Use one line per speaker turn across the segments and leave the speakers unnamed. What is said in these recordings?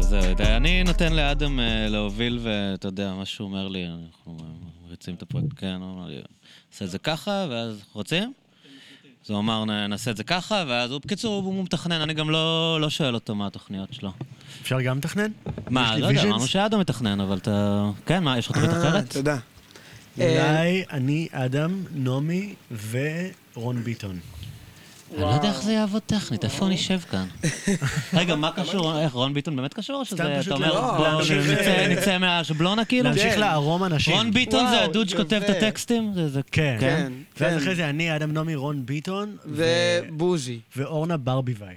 זהו, אני נותן לאדם אה, להוביל, ואתה יודע, מה שהוא אומר לי, אנחנו אה, מריצים את הפרויקט, כן, הוא אמר לי, נעשה את זה ככה, ואז רוצים? אז הוא אמר, "נ- נעשה את זה ככה, ואז הוא, בקיצור, הוא מתכנן, אני גם לא לא שואל אותו מה התוכניות שלו.
אפשר גם לתכנן? יש
מה,
לי
לא יודע,
visions? אה,
אמרנו שאדם מתכנן, אבל אתה... כן, מה, יש לך תוכנית אחרת?
אה, תודה. אה,
אולי אני, אדם, נעמי ורון ביטון.
כן, אני לא יודע איך זה יעבוד טכנית, איפה אני אשב כאן? רגע, מה קשור, איך, רון ביטון באמת קשור? או שזה,
סתם פשוט
אתה אומר,
לא,
בואו
להמשיך,
נצא-
אה,
נצא מהשבלונה כאילו?
להמשיך
כן.
לערום אנשים.
רון ביטון זה
וואו,
הדוד שכותב את
יפה.
הטקסטים? זה- זה-
כן.
כן,
ואז
כן.
אחרי זה אני, אדם נעמי, רון ביטון ו-
ובוז'י.
ואורנה ברביבאי.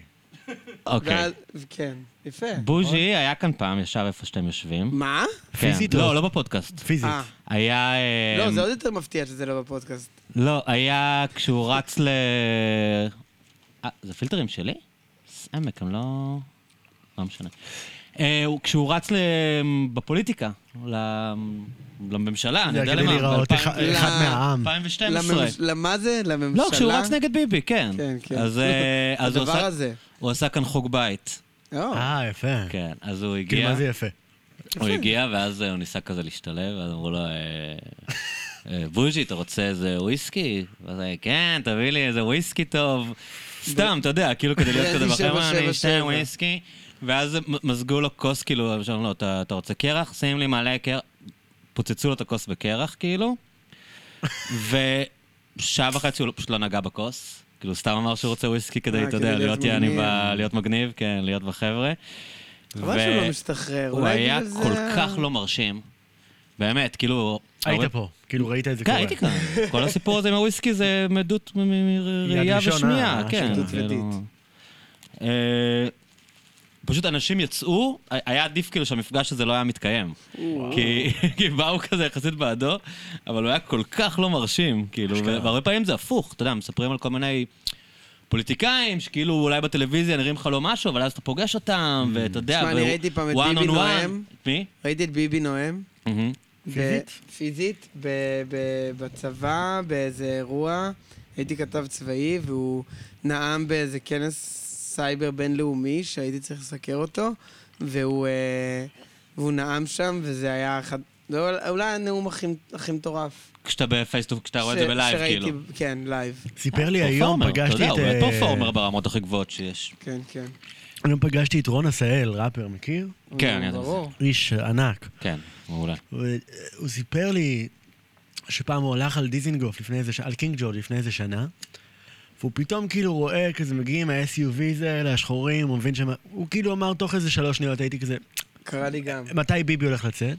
אוקיי.
ואז- אוקיי. כן, יפה.
בוז'י היה כאן פעם, ישב איפה שאתם יושבים.
מה?
כן.
פיזית או-
לא, לא בפודקאסט.
פיזית.
אה,
היה... אה,
לא, זה עוד יותר מפתיע שזה לא בפודקאסט.
לא, היה כשהוא רץ ל... אה, זה פילטרים שלי? עמק, הם לא... לא משנה. אה, הוא- כשהוא רץ ל... בפוליטיקה, ל... לממשלה, אני
זה
יודע
כדי
למה.
להיראות אחד
ב-
אחד
ל-
מהעם.
2012.
לממש- למה זה? לממשלה?
לא, כשהוא רץ נגד ביבי, כן.
כן, כן.
אז, אה, אז הוא,
הדבר
עשה,
הזה.
הוא עשה כאן חוג בית.
או,
אה, יפה.
כן, אז הוא
כאילו,
הגיע,
מה זה יפה?
הוא הגיע, ואז אה, הוא ניסה כזה להשתלב, אז אמרו לו, אה, אה, בוז'י, אתה רוצה איזה וויסקי? ואז הוא היה, כן, תביא לי איזה וויסקי טוב. סתם, אתה יודע, כאילו כדי להיות כזה
איזה שבע,
בחברה, אני
שבע,
אשתה
שבע."
וויסקי. ואז מ- מזגו לו כוס, כאילו, אז אמרו לו, "אתה אתה רוצה קרח? שים לי מלא קרח. פוצצו לו את הכוס בקרח, כאילו. ושעה וחצי הוא לא- פשוט לא נגע בכוס. כאילו, סתם אמר שהוא רוצה וויסקי כדי,
אה,
אתה
כדי
יודע,
להיות
להיות יעני,
מגניב.
ב- להיות מגניב, כן, להיות בחבר'ה.
חבל
ו-
שהוא לא משתחרר.
הוא
אולי
היה
בגלל זה
כל
ה-
כך לא מרשים. באמת, כאילו... ההורים-
היית פה, כאילו ראית את זה
כן,
קורה.
הייתי כאן. כל הסיפור הזה עם הוויסקי זה מעדות מראייה
ראשונה,
ושמיעה, כן.
שטות
כאילו.
ידית.
אה, פשוט אנשים יצאו, היה עדיף כאילו שהמפגש הזה לא היה מתקיים. כי כי באו כזה יחסית בעדו, אבל הוא היה כל כך לא מרשים, כאילו, והרבה פעמים זה הפוך, אתה יודע, מספרים על כל מיני פוליטיקאים, שכאילו אולי בטלוויזיה נראים לך לא משהו, אבל אז אתה פוגש
Mm-hmm.
אותם, ואתה יודע,
תשמע, אני
והוא-
ראיתי פעם את
one
ביבי
on one.
נואם.
מי?
ראיתי את ביבי נואם.
מהמם.
Mm-hmm.
ב-
פיזית?
פיזית, ב- ב- בצבא, באיזה אירוע. הייתי כתב צבאי, והוא נאם באיזה כנס סייבר בינלאומי שהייתי צריך לסקר אותו, והוא, אה, והוא נאם שם, וזה היה אחד... לא, אולי הנאום הכי הכי מטורף.
כשאתה בפייסטוק, כשאתה רואה את זה
ש-
בלייב,
שראיתי-
כאילו.
כן, לייב.
סיפר לי היום,
אה, פרפורמר,
פגשתי את...
אתה יודע, הוא
אה,
באמת פרפורמר ברמות הכי גבוהות שיש.
כן, כן.
היום פגשתי את רון עשהאל, ראפר, מכיר?
כן, אני יודע.
ברור.
איש ענק.
כן, מעולה.
הוא הוא סיפר לי שפעם הוא הלך על דיזינגוף לפני איזה, ש- על קינג ג'ורג' לפני איזה שנה, והוא פתאום כאילו רואה כזה מגיעים ה-SUVs האלה, השחורים, הוא מבין שהם... הוא כאילו אמר תוך איזה שלוש שניות, הייתי כזה,
קרה לי גם.
מתי ביבי הולך לצאת?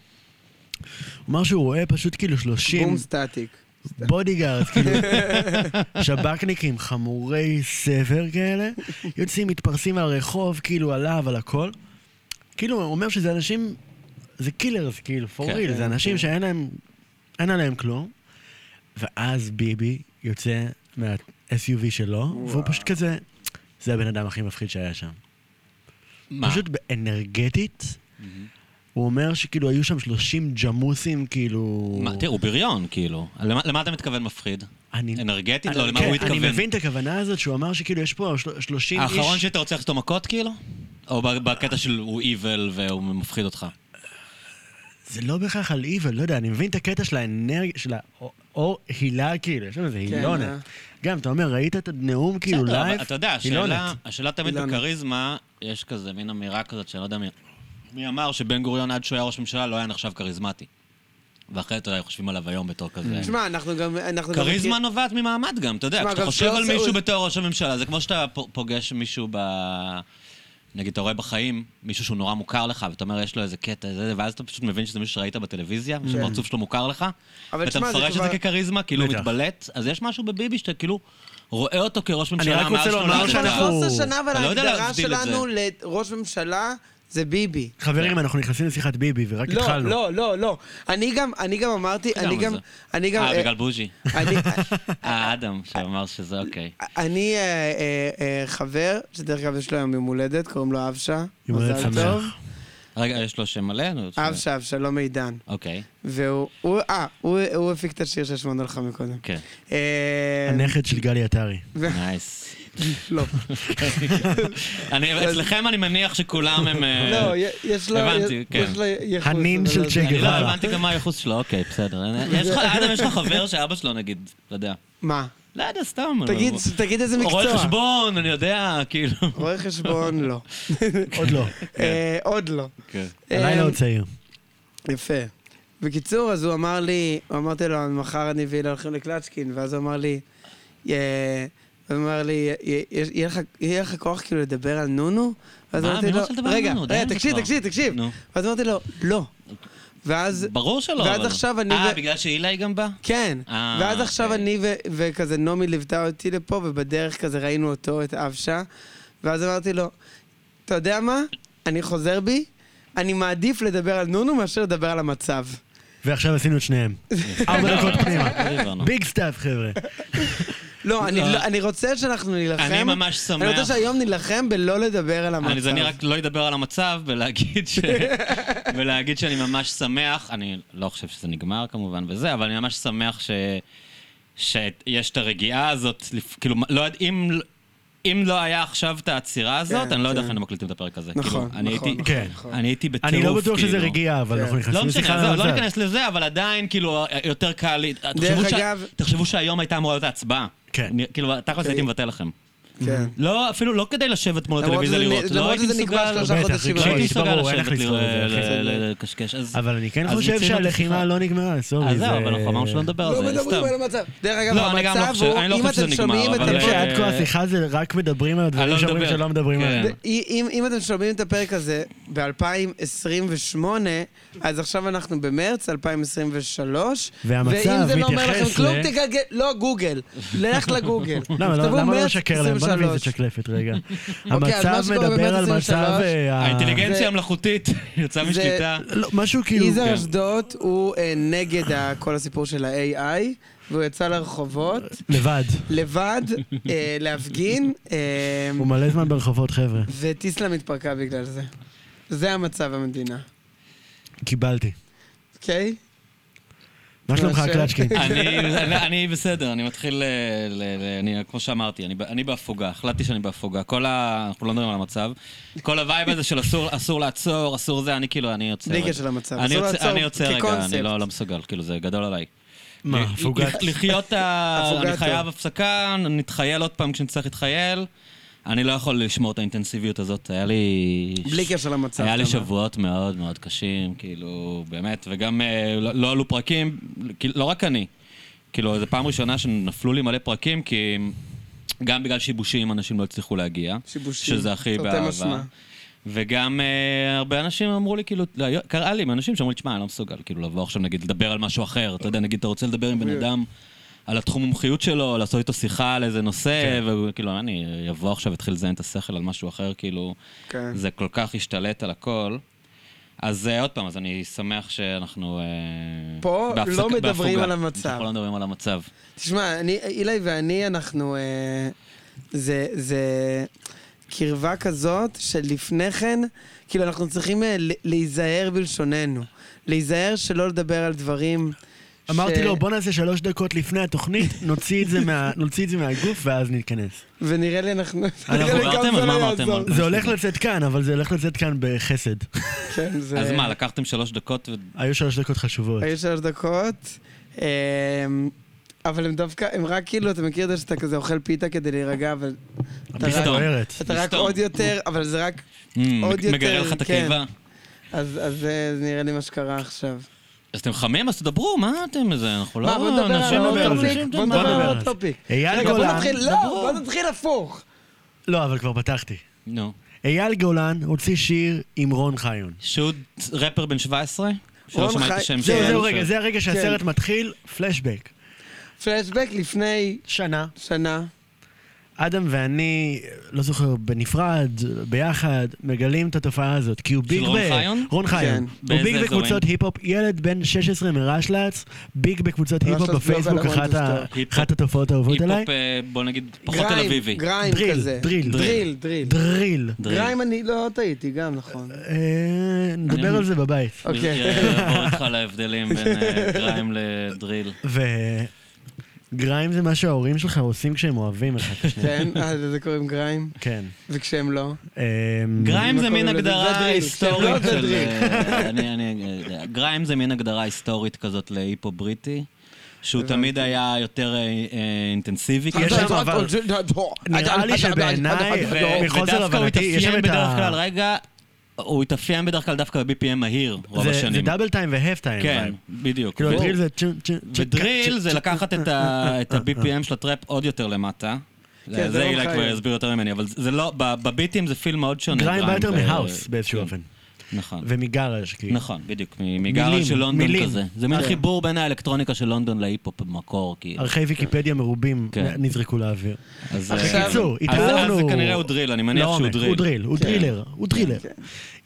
הוא אמר שהוא רואה פשוט כאילו שלושים
בום סטטיק.
כן.
בודיגארד, כאילו, שב"כניקים חמורי סבר כאלה, יוצאים, מתפרסים על הרחוב, כאילו עליו, על הכל. כאילו, הוא אומר שזה אנשים, זה קילרס, כאילו, for
כן,
real, זה אנשים שאין להם, אין עליהם כלום. ואז ביבי יוצא מה-SUV שלו, והוא פשוט כזה, זה הבן אדם הכי מפחיד שהיה שם.
מה?
פשוט אנרגטית. הוא אומר שכאילו היו שם 30 ג'מוסים, כאילו...
מה, תראה, הוא בריון, כאילו. למה- למה אתה מתכוון מפחיד?
אני...
אנרגטית?
אני-
לא, למה
כן,
הוא התכוון?
אני מבין את הכוונה הזאת שהוא אמר שכאילו יש פה של- 30 איש...
האחרון שאתה רוצה ללכת לו מכות, כאילו? או ב- בקטע של הוא איבל והוא מפחיד אותך?
כאילו, זה לא בהכרח על איבל, לא יודע, אני מבין את הקטע של האנרגיה, של האור הילה כאילו, יש שם איזה
כן,
הילונת.
אה.
גם, אתה אומר, ראית את הנאום כאילו
בסדר, אבל
לייב?
אתה יודע, השאלה,
הילונת.
השאלה תמיד
אילנה.
בכריזמה, יש כזה מין אמירה כזאת שאני לא יודע מי... מי אמר שבן גוריון עד שהוא היה ראש ממשלה לא היה נחשב כריזמטי. ואחרי אתה יודע, חושבים עליו היום בתור כזה...
תשמע, אנחנו גם... אנחנו גם
כריזמה
מכיר-
נובעת ממעמד גם, אתה יודע,
תשמע,
כשאתה
לא, גם לא
חושב על
שלוש-
מישהו
הוא-
בתור ראש הממשלה, זה כמו שאתה פ- פוגש מישהו ב... נגיד, אתה רואה בחיים מישהו שהוא נורא מוכר לך, ואתה אומר, יש לו איזה קטע, זה, ואז אתה פשוט מבין שזה מישהו שראית בטלוויזיה, שהפרצוף שלו מוכר לך,
כן. אבל
ואתה
תשמע, זה
מפרש את זה
כבר-
ככריזמה, כאילו הוא
בטח.
מתבלט, אז יש משהו בביבי שאתה כאילו רואה אותו כראש ממשלה,
רק רוצה
מאז שהוא
לומר
נולד
שאנחנו-
לך.
13 שנה, אבל
אני לא יודע
ההגדרה
להבדיל את זה.
שלנו לראש ממשלה זה ביבי.
כן.
חברים, אנחנו נכנסים לשיחת ביבי, ורק
לא,
התחלנו.
לא, לא, לא. אני גם, אני גם אמרתי, אני
למה
גם,
זה?
אני גם,
אה,
אה,
בגלל בוז'י.
אני,
אה, אדם, שאמר שזה אוקיי.
אני אה, אה, אה, חבר, שדרך אגב יש לו היום יום הולדת, קוראים לו אבשה.
יום הולדת
מזל
שמח.
טוב.
רגע, יש לו שם מלא? נו,
אבשה, אבשלום מידן.
אוקיי,
והוא, הוא- אה, הוא הוא הפיק את השיר שהשמענו לך מקודם.
כן,
אה,
הנכד של גלי עטרי.
ו-
נייס.
לא.
אני- אצלכם אני מניח שכולם הם... אה,
לא, יש לה...
הבנתי,
יש-
כן.
יש לה ייחוס.
הנין של
אבל-
צ'ה
אני לא
גווארה.
הבנתי גם מה הייחוס שלו, אוקיי, בסדר. אני- יש לך, אדם, יש לך חבר שאבא שלו נגיד, לא יודע.
מה?
לא יודע, סתם.
תגיד-
הוא-
תגיד איזה
הוא רואה
מקצוע.
חשבון, אני יודע, כאילו.
רואה חשבון, לא.
עוד לא.
כן.
אה, עוד לא.
הלילה
אה,
עוד צעיר.
יפה. בקיצור, אז הוא אמר לי, אמרתי לו, מחר אני והילה הולכים לקלצ'קין, ואז הוא אמר לי, אה, הוא אמר לי, "יה- יש- יהיה לך- יהיה לך כוח כאילו לדבר על נונו? ואז
מה?
אמרתי
מי
לו,
רוצה לדבר על
רגע,
נונו? די עם
רגע,
זה
תקשיב,
כבר."
תקשיב, תקשיב.
נו.
ואז אמרתי לו, לא. ואז,
ברור שלא.
ואז
אבל-
עכשיו אני
אה,
ו-
בגלל שאילי גם בא?
כן,
אה,
ואז עכשיו
אוקיי.
אני ו- וכזה נעמי ליוותה אותי לפה, ובדרך כזה ראינו אותו, את אבשה, ואז אמרתי לו, אתה יודע מה? אני חוזר בי, אני מעדיף לדבר על נונו מאשר לדבר על המצב.
ועכשיו עשינו את שניהם.
אה.
ארבע דקות פנימה.
הבנו.
ביג סטאפ, חבר'ה.
לא, אני,
לא.
לא, אני רוצה שאנחנו נילחם.
אני ממש שמח.
אני רוצה שהיום נילחם בלא לדבר על המצב.
אני, אז אני רק לא אדבר על המצב ולהגיד, ש... ולהגיד שאני ממש שמח, אני לא חושב שזה נגמר כמובן וזה, אבל אני ממש שמח ש... שיש את הרגיעה הזאת, לפ- כאילו, מה- לא יודע, אם... אם לא היה עכשיו את העצירה הזאת,
כן,
אני לא יודע
כן.
איך היינו מקליטים את הפרק הזה.
נכון,
כאילו, אני
נכון,
הייתי,
כן.
נכון.
אני הייתי בטירוף,
אני
כאילו.
לא בטוח שזה רגיעה, אבל
כן.
אנחנו
לא
נכנסים
משנה,
לשיחה
זהו,
על
לא
המצב.
ניכנס לזה, אבל עדיין, כאילו, יותר קל לי... תחשבו ש-
אגב-
תחשבו שהיום הייתה אמורה להיות ההצבעה.
כן.
אני- כאילו, תכלס הייתי
כן.
מבטל לכם.
כן.
לא, אפילו לא כדי לשבת מול
למרות
הטלוויזיה
שזה נ-
לראות. לא
למרות
הייתי
שזה נקבע
מסוגל...
שלושה
בטח,
חודשים
רגשית.
לא הייתי
מראש.
רגשית.
מסוגל
ברור, אין
לשבת
לך לסחוב את זה,
ל-
אחי.
ל- ל- לקשקש. אז-
אבל אני כן
אז
חושב
מיצינו את
שהלחימה
השיחה.
לא נגמרה, סורי.
אז זהו, אבל אנחנו אמרנו שלא נדבר
לא
על זה, סתם.
מדברים על המצב. דרך אגב,
לא, אני גם לא
המצב
חושב-
הוא,
אני לא
אם
חושב שזה
אתם
נגמר,
שומעים את
אבל- לא
אני חושב
הפרק...
שעד כה השיחה זה רק מדברים על
אני
הדברים
לא
שאומרים
מדבר.
שלא מדברים
כן.
עליהם.
אם, אם אתם שומעים את הפרק הזה ב-2028, אז עכשיו אנחנו במרץ 2023.
והמצב
ואם זה לא אומר
מתייחס
לכם כלום,
ל-
תגלגל, לא, גוגל. לך לגוגל.
למה
תכתבו
לא- למה לא
מרץ
לשקר להם? בוא נביא איזה
23.
שקלפת רגע.
אוקיי, אז מה
המצב
שקורה במרץ
מדבר על
23,
מצב... אה, ה-
האינטליגנציה
זה-
המלאכותית יצאה
זה-
משליטה.
לא, משהו כאילו...
יזהר
כן.
אשדוד הוא אה, נגד ה- כל הסיפור של ה-AI, והוא יצא לרחובות
לבד.
לבד אה, להפגין, אה,
הוא מלא זמן ברחובות, חבר'ה.
וטיסלאם התפרקה בגלל זה. זה המצב המדינה,
קיבלתי.
אוקיי?
מה שלומך,
מאשר.
קלצ'קין?
אוקיי.
אני, אני- אני בסדר, אני מתחיל, אה, ל, ל, אני, כמו שאמרתי, אני, ב- אני בהפוגה, החלטתי שאני בהפוגה. כל ה... אנחנו לא מדברים על המצב. כל הווייב הזה של אסור, אסור לעצור, אסור זה, אני כאילו, אני עוצר.
ליגה
רגע.
של המצב.
אני
אסור
יוצא,
לעצור
אני יוצא רגע,
כקונספט.
אני לא, לא מסוגל, כאילו זה גדול עליי.
מה,
ל-
הפוגת?
לח- לחיות, ה-
הפוגת
אני
טוב.
חייב הפסקה, נתחייל עוד פעם כשנצטרך להתחייל. אני לא יכול לשמור את האינטנסיביות הזאת, היה לי...
בלי קשר למצב.
היה לי
אתה אומר.
שבועות מאוד מאוד קשים, כאילו, באמת, וגם אה, לא לא עלו פרקים, כאילו, לא רק אני. כאילו, זו פעם ראשונה שנפלו לי מלא פרקים, כי גם בגלל שיבושים אנשים לא הצליחו להגיע,
שיבושים.
שזה הכי
תרתי משמע.
באהבה. וגם אה, הרבה אנשים אמרו לי, כאילו, לא, קראה לי, אנשים שאמרו לי, תשמע, אני לא מסוגל, כאילו, לבוא עכשיו, נגיד, לדבר על משהו אחר. אתה יודע, נגיד, אתה רוצה לדבר עם בן
אוקיי.
אדם על התחום מומחיות שלו, לעשות איתו שיחה על איזה נושא,
כן.
וכאילו, אני אבוא עכשיו, אתחיל לזיין את השכל על משהו אחר, כאילו...
כן.
זה כל כך השתלט על הכל. אז אה, עוד פעם, אז אני שמח שאנחנו... אה,
פה
בהפסק-
לא מדברים
בהפוגה.
על המצב.
אנחנו לא מדברים על המצב.
תשמע, אני, אילי ואני, אנחנו... אה, זה, זה קרבה כזאת שלפני כן, כאילו, אנחנו צריכים אה, ל- להיזהר בלשוננו. להיזהר שלא לדבר על דברים...
אמרתי לו, בוא נעשה שלוש דקות לפני התוכנית, נוציא את זה מה- נוציא את זה מהגוף ואז נתכנס.
ונראה לי אנחנו...
אנחנו
נראה לי
אמרתם?
גם זה
אז מה
לא
אמרתם?
יעזור.
אבל-
זה הולך לצאת כאן, אבל זה הולך לצאת כאן בחסד.
כן, זה...
אז מה, לקחתם שלוש דקות ו...
היו שלוש דקות חשובות.
היו שלוש דקות, אמ, אבל הם דווקא, הם רק כאילו, אתה מכיר את זה שאתה כזה אוכל פיתה כדי להירגע, אבל... אתה רק-
הפיסטה בוערת.
אתה רק
לסתום.
עוד יותר, אבל זה רק...
אמ,
עוד יותר,
מגרה לך את
כן.
הקיבה?
אז אז זה נראה לי מה שקרה עכשיו.
אז אתם חמים, אז תדברו, מה אתם איזה, אנחנו לא...
מה, בוא נדבר על
אנשים
עוד
מדברים,
האוטופיק?
זה.
אנשים
בוא
מדברים.
נדבר על
נדבר על זה.
האוטופיק.
אייל
רגע, בוא
גולן,
נתחיל, לא,
דברו.
בוא נתחיל הפוך.
לא, אבל כבר פתחתי.
נו.
אייל גולן הוציא שיר עם רון חיון.
שהוא ראפר בן 17? שלא
רון
שמעתי
חי-
שם
זהו,
שלו.
זהו, רגע, זה הרגע
כן.
שהסרט מתחיל, פלשבק.
פלשבק לפני
שנה.
שנה.
אדם ואני, לא זוכר, בנפרד, ביחד, מגלים את התופעה הזאת, כי הוא ביג ב...
רון חיון?
כן,
רון חיון. הוא
באיזה
ביג
אזורים?
בקבוצות היפ-הופ, ילד בן 16 מרשל"צ, ביג בקבוצות היפ-הופ
רשל"צ לא
בפייסבוק,
בלמון
אחת ה-
תפתור.
היפ-הופ.
אחת התופעות האהובות עליי.
היפ-הופ, אה, בוא נגיד, פחות תל
גריים,
אביבי.
גריים
דריל,
כזה.
דריל,
דריל, דריל.
דריל.
דריל.
גריים אני לא טעיתי גם, נכון.
אה, נדבר
אני-
על זה בבית.
אוקיי.
אה, אוקיי. נעבור איתך על ההבדלים בין אה, גריים לדריל.
ו... גריים זה מה שההורים שלך עושים כשהם אוהבים אחד את השני.
כן, אה, לזה קוראים גריים,
כן.
וכשהם לא.
אמ,
גריים זה מין
קוראים לזה? זה
הגדרה
הדריל. לא,
היסטורית
זה
של...
הדריל.
אה, אני- אני- אה, גריים זה מין הגדרה היסטורית כזאת להיפו בריטי, שהוא תמיד היה יותר אה, אה, אינטנסיבי.
יש שם אבל- נראה לי שבעיניי,
ו-
מחוסר
ודווקא הוא
הבנתי, יש שם
התאפיין
את ה-
בדרך כלל, רגע, הוא התאפיין בדרך כלל דווקא ב-BPM מהיר רוב
זה- זה
השנים.
דאבל טיים והאף טיים.
כן,
וייב.
בדיוק.
כאילו,
ו-
הדריל זה צ'ו, צ'ו, צ'ו,
ודריל זה לקחת את ה- את ה-BPM של הטראפ עוד יותר למטה.
כן, זה
זה
לא
אילן כבר
מחייב.
יסביר יותר ממני, אבל זה לא, ב- בביטים זה פיל מאוד שונה.
גריים בא יותר
ו-
מהאוס באיזשהו
לא כן,
אופן.
נכון.
ומגאראז' כאילו.
נכון, בדיוק, מ- מגארה של לונדון
מילים. כן.
כזה. זה מין חיבור בין האלקטרוניקה של לונדון להיפ-הופ במקור, כאילו.
ערכי ויקיפדיה מרובים
כן.
נזרקו לאוויר.
אז
עכשיו-
אה,
בקיצור,
אז- אז זה
התאהבנו-
כנראה הוא דריל, אני מניח שהוא
לעומק,
דריל. כן.
הוא דריל, הוא
כן.
דרילר, הוא דרילר.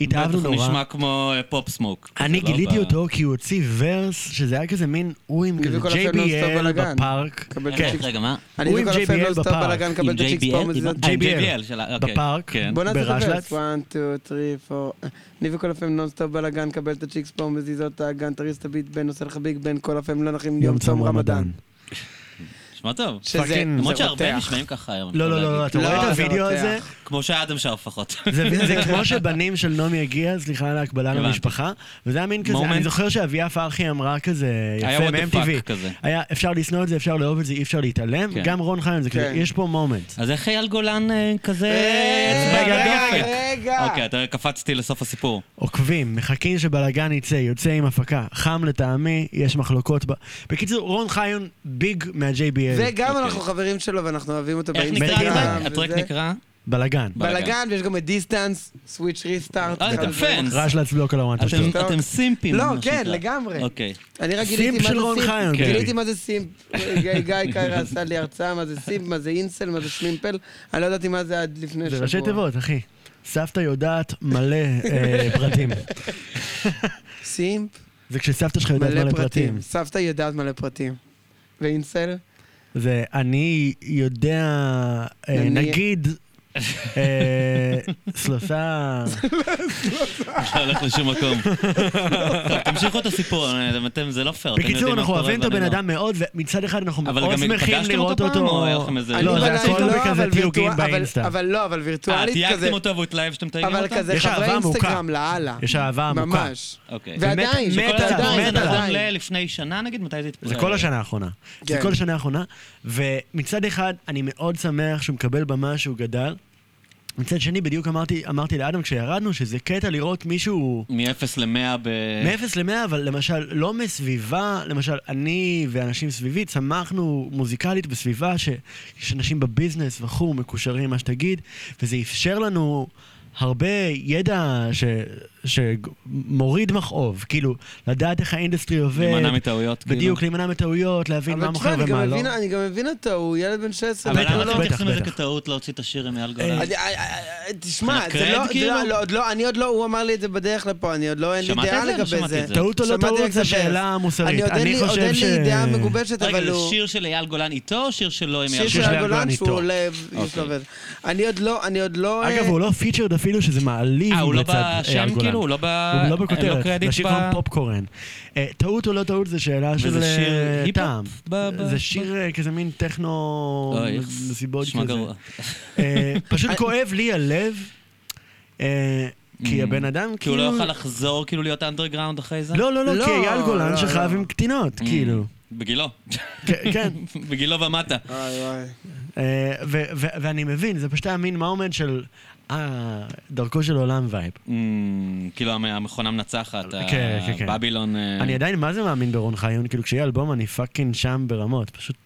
התאהבנו
בטח
נורא.
נשמע כמו אה, פופ סמוק.
אני
זה לא
גיליתי
ב-
אותו כי הוא הוציא ורס, שזה היה כזה מין, הוא עם
הוא
כזה
בכל אופן לא סטוב
JBL
בלאגן.
בפארק.
קבל את
כן.
הצ'יקס.
רגע, מה?
אני
הוא עם
בכל אופן
JBL
לא סתם
בפארק,
בלאגן
עם
מקבל את הצ'יקס
JBL?
פה מזיזת.
אה, עם
JBL.
JBL שלה, אוקיי.
בפארק.
כן.
בוא נעשה את
ברשל"צ?
הוורס, 1, 2, 3, 4. אני וכל הפעמים נונסטופ בלאגן, קבל את הצ'יקס פה, מזיז אותה, גן, תריס את הביט, בן עושה לך ביג, בן כל הפעמים לא נחים יום צום רמדאן.
נשמע טוב.
שזה,
פאקינג-
למרות
זה
שהרבה
רותח.
נשמעים ככה היום. אני
לא,
יכול
לא, לא, לא,
להגיד.
אתה רואה
לא,
את
זה
הוידאו
רותח.
הזה?
כמו שאדם שר לפחות.
זה, זה כמו שבנים של נעמי הגיע, סליחה על ההקבלה
הבנתי.
למשפחה, וזה היה מין כזה,
Moment.
אני זוכר שאביה פרחי אמרה כזה,
היה
יפה
what the fuck
מ-MTV.
כזה.
היה, אפשר לשנוא את זה, אפשר לאהוב את זה, אי אפשר להתעלם.
כן.
גם רון חיים זה כזה,
כן.
יש פה מומנט.
אז איך אייל גולן אה, כזה
אה,
אצבע
רגע,
על
רגע,
הדופק?
רגע.
אוקיי, אתה קפצתי לסוף הסיפור.
עוקבים, מחכים שבלאגן יצא, יוצא עם הפקה, חם לטעמי, יש מחלוקות ב... בקיצור, רון חיון ביג מה-JBL.
וגם
אוקיי.
אנחנו חברים שלו ואנחנו אוהבים אותו
איך נקרא
באינסטגרם,
הטרק?
באינסטגרם.
הטרק
וזה.
נקרא?
בלאגן.
בלאגן.
בלאגן, ויש גם את דיסטנס, סוויץ' ריסטארט.
אה, את הפאנס.
רשל"צ בלוק על הוואן
אתם-
טו
טוב.
אתם סימפים.
לא,
מה
כן,
שנקרא.
לגמרי.
אוקיי.
אני רק
סימפ
גיליתי מה
של
זה
רון
סימפ.
חיון,
גיליתי
כן.
מה זה סימפ. גיא גיא קיירה עשה לי הרצאה מה זה סימפ, מה זה אינסל, מה זה שמימפל. אני לא ידעתי מה זה עד לפני שבוע.
זה ראשי תיבות, אחי. סבתא יודעת מלא אה, פרטים.
סימפ,
זה כשסבתא שלך יודעת
מלא
מלא
פרטים.
פרטים.
סבתא יודעת מלא פרטים. ואינסל?
זה אני יודע, אה,
אני-
נגיד, אה, שלושה...
לא הולך לשום מקום. טוב, תמשיכו את הסיפור, אה, אתם, זה לא פייר. אתם
בקיצור,
יודעים מה
אנחנו
קורה
אוהבים את הבן
ואני לא.
אדם מאוד, ומצד אחד אנחנו
אבל
מאוד
גם
שמחים
פגשתם
לראות
אותו פעם,
אותו.
או היה לכם איזה-
לא,
אני
זה
בלילה-
הכל
לא,
בכזה
אבל
טיוגים
וירטואל- אבל-
באינסטה.
אבל לא, אבל
אה,
וירטואלית כזה.
תייגתם אותו והוא התלהב שאתם תייגים
אבל
אותו?
כזה
יש
חברי
אהבה עמוקה.
אינסטגרם לאללה.
יש אהבה עמוקה.
ממש.
אוקיי.
ועדיין,
באמת,
שכל
מתה,
הדבר
מתה.
הזה נכון
עדיין.
לפני שנה נגיד? מתי זה התפרק?
זה כל השנה האחרונה. זה
כן.
כל השנה האחרונה. ומצד אחד, אני מאוד שמח שהוא מקבל במה שהוא גדל. מצד שני, בדיוק אמרתי, אמרתי לאדם כשירדנו, שזה קטע לראות מישהו
מ-0 ל-100 ב...
מ-0 ל-100, אבל למשל, לא מסביבה, למשל, אני ואנשים סביבי צמחנו מוזיקלית בסביבה ש- יש אנשים בביזנס וכו', מקושרים, מה שתגיד, וזה אפשר לנו הרבה ידע ש... שמוריד מכאוב, כאילו, לדעת איך האינדסטרי עובד.
להימנע מטעויות, כאילו.
בדיוק, להימנע מטעויות, להבין מה
אבל תשמע,
מוכר
אני גם
ומה לא.
מבין- אני גם מבין אותו, הוא ילד בן 16.
אבל
בטח,
למה אתם
בטח,
מתייחסים לזה
בטח.
כטעות להוציא את השיר עם אייל גולן?
אני- אה, אה, אה, תשמע,
מבחינת
זה לא-
קרד,
זה
כאילו?
לא, לא, עוד לא, אני עוד לא, הוא אמר לי את זה בדרך לפה, אני עוד לא, אין לי
שמעת
דעה
את זה? לא
לגבי
שמעתי
זה.
את זה.
טעות או לא
שמעתי רק
טעות
את
זה
הוורס.
שאלה
אני
מוסרית.
עוד אין
אני
לי- עוד
חושב
אין
ש...
לי דעה מגובשת,
רגע,
אבל
זה
הוא...
שיר של אייל גולן איתו, או שיר שלו עם
שיר
אייל
של
גולן?
אייל
הגולן
גולן
שהוא
איתו.
עולה,
אוקיי.
יש לו עובד. אני עוד לא, אני עוד לא...
אגב,
אה,
הוא לא פיצ'רד אפילו, שזה מעליב
אה, הוא לא
לצד אייל
בשם
גולן.
כאילו? הוא לא ב...
הוא לא
אין לו
בכותרת,
קרדיט
לשיר
ב-
קוראים פופקורן. אה, טעות או לא טעות זה שאלה של
וזה שיר
אה,
היפ-הופ?
טעם.
ב- ב-
זה שיר אה, כזה מין טכנו
אוי, איך-
מסיבות
נשמע
כזה.
גרוע.
אה, פשוט כואב לי הלב, אה, כי הבן אדם
כי הוא
כאילו...
לא יוכל לחזור כאילו להיות אנדרגראונד אחרי זה?
לא, לא, לא,
לא,
כי אייל גולן
לא,
שכב
לא.
עם קטינות,
Mm.
כאילו.
בגילו.
כן, כן.
בגילו ומטה.
וואי, וואי.
אה, ו- ו- ואני מבין, זה פשוט היה מין מעומד של... אה, דרכו של עולם וייב.
אמ, כאילו המ- המכונה מנצחת,
כן, כן, כן.
הבבילון... אה,
אני עדיין מה זה מאמין ברון חיון, כאילו כשיהיה אלבום אני פאקינג שם ברמות, פשוט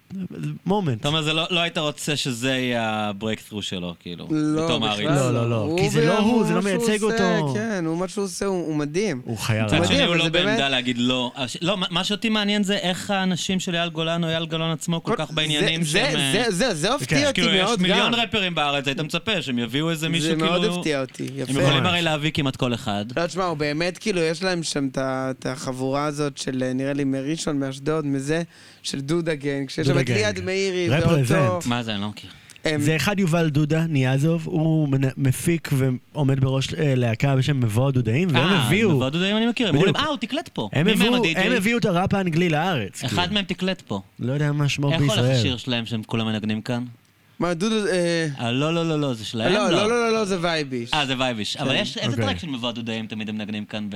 מומנט.
אתה אומר, זה לא לא היית רוצה שזה יהיה הברקת'רו שלו, כאילו.
לא,
בתור
בכלל
מעריץ.
לא, לא, לא, כי
הוא
זה לא
בעמוד
הוא, זה לא
שהוא
מייצג
עושה,
אותו.
כן, הוא מה שהוא עושה, הוא הוא מדהים.
הוא חיה
מצד
רעה.
מדהים,
שני הוא
אבל
לא
זה באמת-
בעמדה להגיד לא. הש- לא, מה- מה שאותי מעניין זה איך האנשים של אייל גולן או אייל גולן עצמו כל כך
זה-
בעניינים
זה-
שהם... אה,
זה- זה- זה
כן,
הפתיע אותי
כאילו,
מאוד גם.
יש מיליון רפרים בארץ, היית מצפה שהם יביאו איזה מישהו,
זה
כאילו...
מאוד הפתיע אותי,
הם
יפה.
יכולים הרי להביא כמעט כל אחד.
לא, תשמע, הוא באמת, כאילו, יש להם שם את ה- את החבורה הזאת של, אה, נראה לי, מראשון, מאשדוד, מזה, של דודה גנג, שיש שם
דודה
את
גנג.
ליעד מאירי,
Represent.
ואותו...
מה זה, אני לא מכיר.
הם-
זה אחד יובל דודה, ניאזוב, הוא מנ- מפיק ועומד בראש אה, להקה בשם מבוא הדודאים, והם הביאו,
בוודאי אני מכיר, הם אמרו להם,
בדיוק.
אה, הוא תקלט פה.
הם
אה, מי מהם
הביאו-
הדי-ג'יי?
הם הביאו את הראפ האנגלי לארץ.
אחד
כאילו.
מהם תקלט פה.
לא יודע מה שמו
איך הולך
בישראל.
השיר שלהם שהם כולם מנגנים כאן?
מה, דודו... אה,
אה, לא, לא, לא, לא, זה שלהם?
לא, לא, כן. לא, לא, לא, זה וייביש.
אה, זה וייביש. אבל יש, איזה
אוקיי.
טרק של מבוא הדודאים תמיד הם מנגנים כאן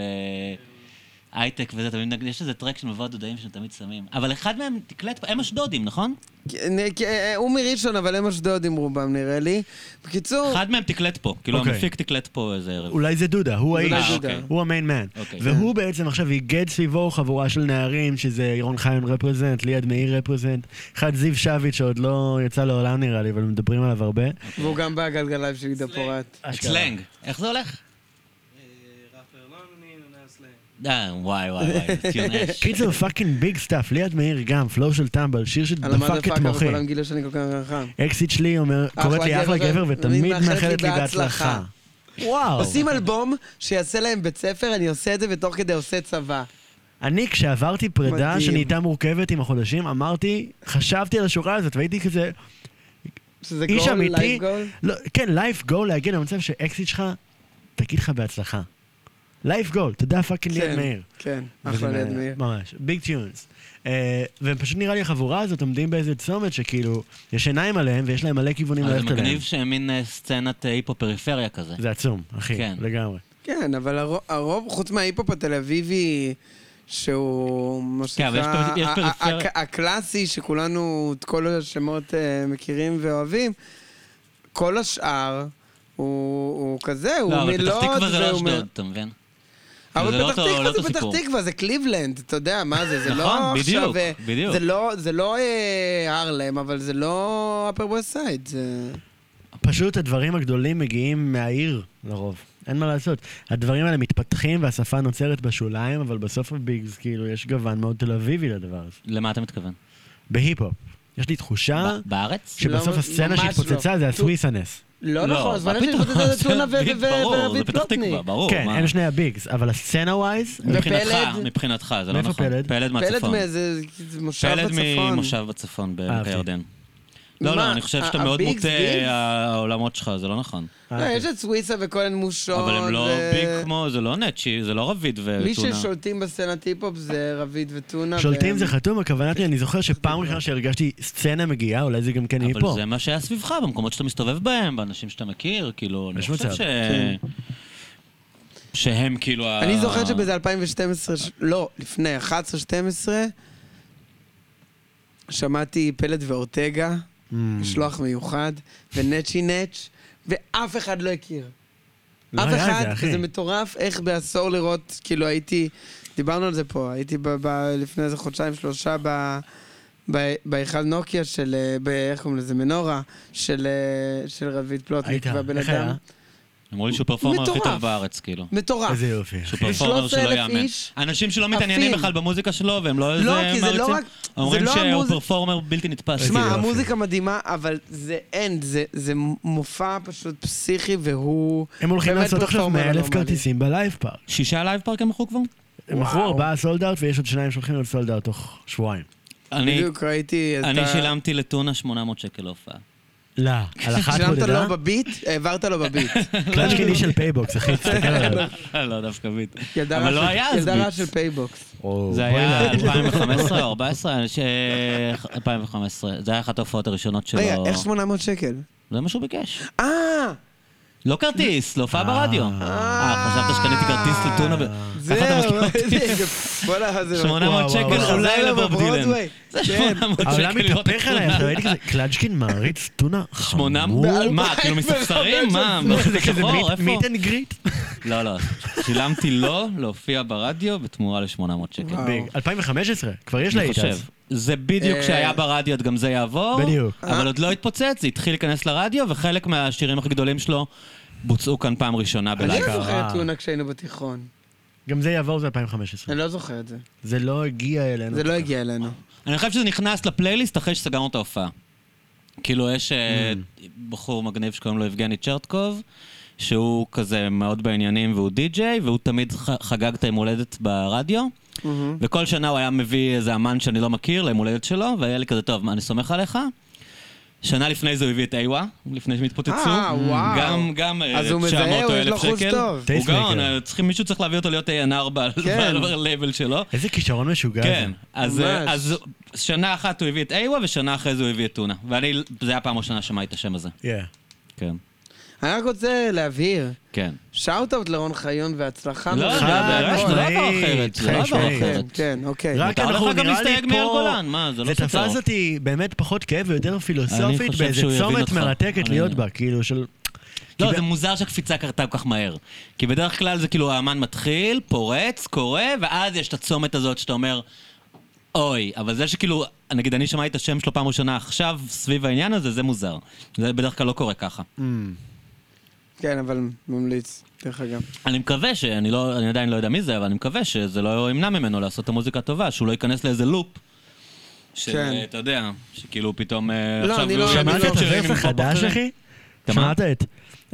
בהייטק וזה, תמיד מנגנים, יש איזה טרק של מבוא הדודאים שהם תמיד שמים. אבל אחד מהם תקלט פה, הם אשדודים, נכון?
כן, כן, אה, הוא מראשון, אבל הם אשדוד עם רובם, נראה לי. בקיצור,
אחד מהם תקלט פה, כאילו
אוקיי.
המפיק תקלט פה איזה ערב.
אולי זה דודה, הוא
אולי
האיש,
זה דודה.
הוא המיין מן.
אוקיי.
והוא בעצם עכשיו איגד סביבו חבורה של נערים, שזה ירון חיים רפרזנט, ליעד מאיר רפרזנט, אחד זיו שביט שעוד לא יצא לעולם נראה לי, אבל מדברים עליו הרבה.
והוא גם בגלגלייב של עידה פורט.
סלנג, איך זה הולך?
ראפר לונדוני, נונה סלאם.
אה, וואי, וואי, וואי, ציון אש.
קיצר פאקינג ביג סטאפ, ליעד מאיר גם, פלואו של טמבל, שיר
על המדה
שדפק את
פאקר
מוחי.
וכולם גילו שאני כל כך רחם.
אקסיט שלי אומר, קוראת לי אחלה גבר ותמיד מאחלת לי בהצלחה.
Oh.
וואו.
עושים אלבום שיעשה להם בית ספר, אני עושה את זה ותוך כדי עושה צבא.
אני, כשעברתי פרידה
מדהים.
שנהייתה מורכבת עם החודשים, אמרתי, חשבתי על השורה הזאת והייתי כזה,
שזה
איש
גול,
אמיתי,
לייב גול.
לא, כן, לייף גול להגיע למצב שאקסיט שלך, תגיד לך בהצלחה. לייף גול, תודה פאקינג ליד
כן,
מאיר.
כן, אחלה
וזה
ליד
מה-
מאיר.
ממש, ביג טיונס. אה, והם פשוט נראה לי החבורה הזאת עומדים באיזה צומת שכאילו, יש עיניים עליהם ויש להם מלא כיוונים
אבל אה, זה
ללכת עליהם.
מגניב שהם מין אה, סצנת אה, היפו-פריפריה כזה.
לא זה עצום, אחי,
כן.
לגמרי.
כן, אבל הרו- הרוב, חוץ מההיפ-הופ התל אביבי, שהוא, מה
כן, אבל יש
שנקרא,
פר- יש
ה-
פריפריה.
ה- ה- הקלאסי, שכולנו את כל השמות אה, מכירים ואוהבים, כל השאר הוא הוא כזה, הוא
לא, אבל פתח
מלוד
תקווה זה לא
והוא מ-
אשדוד, אתה מבין? זה
אבל
לא
פתח
אותו- לא
תקווה זה
אותו
פתח
סיפור.
תקווה, זה קליבלנד, אתה יודע, מה זה, זה לא
נכון,
עכשיו...
בדיוק,
אה,
בדיוק.
זה לא- זה לא אה, הרלם, אבל זה לא upper west side, זה...
פשוט הדברים הגדולים מגיעים מהעיר, לרוב. אין מה לעשות. הדברים האלה מתפתחים והשפה נוצרת בשוליים, אבל בסוף הביגס, כאילו, יש גוון מאוד תל אביבי לדבר הזה.
למה אתה מתכוון?
בהיפ-הופ. יש לי תחושה
ב- בארץ?
שבסוף
לא,
הסצנה
ממש
שהתפוצצה זה
לא.
הסוויסנס.
לא נכון,
מה
זמן שיש
פתאום?
את
זה
אתונה
ביג, ברור, זה
ורביד
פתח
פלוטניק.
תקווה, ברור.
כן,
מה?
הם שני הביגס, אבל הסצנה ווייז,
לא,
מבחינתך,
ופלד?
מבחינתך, זה לא
מאיפה
נכון.
פלד?
פלד
פלד
מהצפון.
מאיזה זה מושב
פלד
בצפון.
ממושב בצפון בעמק
אהבתי.
הירדן. לא,
מה,
לא, אני חושב שאתה
ה-
מאוד
הביגס,
מוטה
ביגס?
העולמות שלך, זה לא נכון.
לא,
אה, אוקיי.
יש את סוויסה וכהן מושון.
אבל הם לא
ו-
ביג כמו, זה לא נצ'י, זה לא רביד
מי
וטונה.
ששולטים בסצנת היפ-הופ זה רביד וטונה.
שולטים
והם-
זה חתום, הכוונה שלי, אני זוכר שפעם ראשונה שהרגשתי סצנה מגיעה, אולי זה גם כן יהיה
אבל
פה.
זה מה שהיה סביבך, במקומות שאתה מסתובב בהם, באנשים שאתה מכיר, כאילו, אני
יש
חושב
מצב.
ש... שהם כאילו ה...
כן. אני זוכר שבאיזה 2012, ש- לא, לפני 11-12, שמעתי פלד ואורטגה,
Mm.
אמ,
משלוח מיוחד, ונצ'י נץ', ואף אחד לא הכיר.
לא
אף
היה את
אחד,
זה, אחי.
זה מטורף איך בעשור לראות, כאילו הייתי, דיברנו על זה פה, הייתי ב, ב, לפני איזה חודשיים, שלושה, ב, ב, בהיכל נוקיה של, אה, ב, איך קוראים לזה, מנורה, של, אה, של רביד פלוטניק
היית,
והבן
איך היה?
אדם.
אמרו לי שהוא פרפורמר הכי
מטורף.
טוב בארץ, כאילו.
מטורף.
איזה יופי,
שהוא
אחי.
פרפורמר שלא
13,000
יאמן.
איש
אנשים שלא מתעניינים
עפים.
בכלל במוזיקה שלו, והם לא איזה
לא, כי זה לא
מעריצים.
רק...
אומרים
זה לא
שהוא
המוז-
פרפורמר בלתי נתפס.
איזה
שמע,
יופי.
המוזיקה מדהימה, אבל זה אין, זה, זה מופע פשוט פסיכי, והוא...
הם הולכים
באמת לא
לעשות עכשיו
פרפורמר
100 אלף
אנומלי.
כרטיסים בלייב פארק.
שישה לייב פארק הם מכרו כבר?
הם מכרו ארבעה סולד אאוט ויש עוד שניים שהולכים להיות סולד אאוט תוך שבועיים.
אני
בדיוק ראיתי... את
אני
ה-
שילמתי לטונה 800 שקל להופעה.
לא, על אחת
שילמת
בודדה,
לו בביט? העברת לו בביט.
קלאץ' שני של פייבוקס, אחי, תסתכל
כן.
עליו.
לא, דווקא ביט.
ילדה
אבל
רעה
לא
של-
היה אז
ילדה
ביט.
רעה של פייבוקס.
זה היה 2015 או 2014, ש- 2015. זה היה אחת ההופעות הראשונות שלו.
רגע, איך 800 שקל?
זה מה שהוא ביקש.
אה!
לא כרטיס, להופעה ברדיו.
אה.
אה, חשבת שקניתי כרטיס לטונה? ב-
זהו,
ככה אתה משקיע אותי?
איזה- וואלה, זה... לא
800
וואו, וואו,
שקל
וואו.
אולי
לילה
לבוב דילן.
בברודוויי.
זה
כן.
800 שקל. לא
העולם
לראות
מתהפך
את
עליי,
טונה.
אתה ראיתי כזה, קלאצ'קין מעריץ טונה חמור.
800? מה,
ב-
כאילו מספסרים? מה,
לא, זה כזה
שחור, איפה?
מיט אנד גריט.
לא, לא. שילמתי לו להופיע ברדיו בתמורה ל-800 שקל.
אה,
וואו.
2015, כבר יש לה
אני
איתה.
חושב. זה בדיוק
אה.
כשהיה ברדיו, את גם זה יעבור.
בדיוק.
אבל עוד לא התפוצץ, זה התחיל להיכנס לרדיו, וחלק מהשירים הכי גדולים שלו בוצעו כאן פעם ראשונה
אני
בלייב.
לא זוכר
אה.
את טונה כשהיינו בתיכון.
גם זה יעבור, זה 2015.
אני לא זוכר את זה.
זה לא הגיע אלינו.
זה לא הגיע אלינו.
אני חושב שזה נכנס לפלייליסט אחרי שסגרנו את ההופעה. כאילו, יש אה, בחור מגניב שקוראים לו יבגני צ'רטקוב, שהוא כזה מאוד בעניינים והוא די-ג'יי, והוא תמיד ח- חגג את היום הולדת ברדיו.
מהמם.
וכל שנה הוא היה מביא איזה אמן שאני לא מכיר ליום הולדת שלו, והיה לי כזה, טוב, מה, אני סומך עליך? שנה לפני זה הוא הביא את איווה, לפני שהם התפוצצו. Mm.
אה, וואו.
גם, גם
אז הוא מזהה,
900 או
הוא יש לו
1,000
חוש
שקל.
טוב.
הוא גאון, אה,
טייסמקר.
צריכים- מישהו צריך להביא אותו להיות A&R ב-
כן.
ב-level שלו.
איזה כישרון משוגע
כן,
זה.
אז,
ממש.
אז שנה אחת הוא הביא את איווה, ושנה אחרי זה הוא הביא את טונה. ואני, זה היה פעם ראשונה שמעתי את השם הזה.
כן.
כן,
אני רק רוצה להבהיר,
כן.
שאוט-אאוט לרון חיון והצלחה. נכון.
לא,
מרובה
זה
בהכל.
ממש לא עבר אחרת, זה לא
חד
עבר
משמעית.
כן,
אחרת.
כן, אוקיי.
רק
מותר
אנחנו
לך גם
נראה לי
להסתייג מאיר
פה-
גולן, מה, זה לא
זה
סותר.
תפס אותי באמת פחות כאב ויותר
אני
פילוסופית
חושב
באיזה
שהוא יבין
צומת
אותך.
מרתקת
אני-
להיות בה, כאילו של...
לא,
כי
זה
ב-
מוזר שהקפיצה קרתה כל כך מהר. כי בדרך כלל זה כאילו האמן מתחיל, פורץ, קורא, ואז יש את הצומת הזאת שאתה אומר, אוי, אבל זה שכאילו, נגיד אני שמעתי את השם שלו פעם ראשונה עכשיו, סביב העניין הזה, זה מוזר. זה בדרך כלל לא קורה ככה.
כן, אבל ממליץ, דרך אגב.
אני מקווה ש... אני, לא, אני עדיין לא יודע מי זה, אבל אני מקווה שזה לא ימנע ממנו לעשות את המוזיקה הטובה, שהוא לא ייכנס לאיזה לופ.
כן.
שאתה יודע, שכאילו פתאום... אה,
לא, אני לא- אני
שמעת
לא-
את הוורס החדש, אחי?
אתה מה?
שמעת את?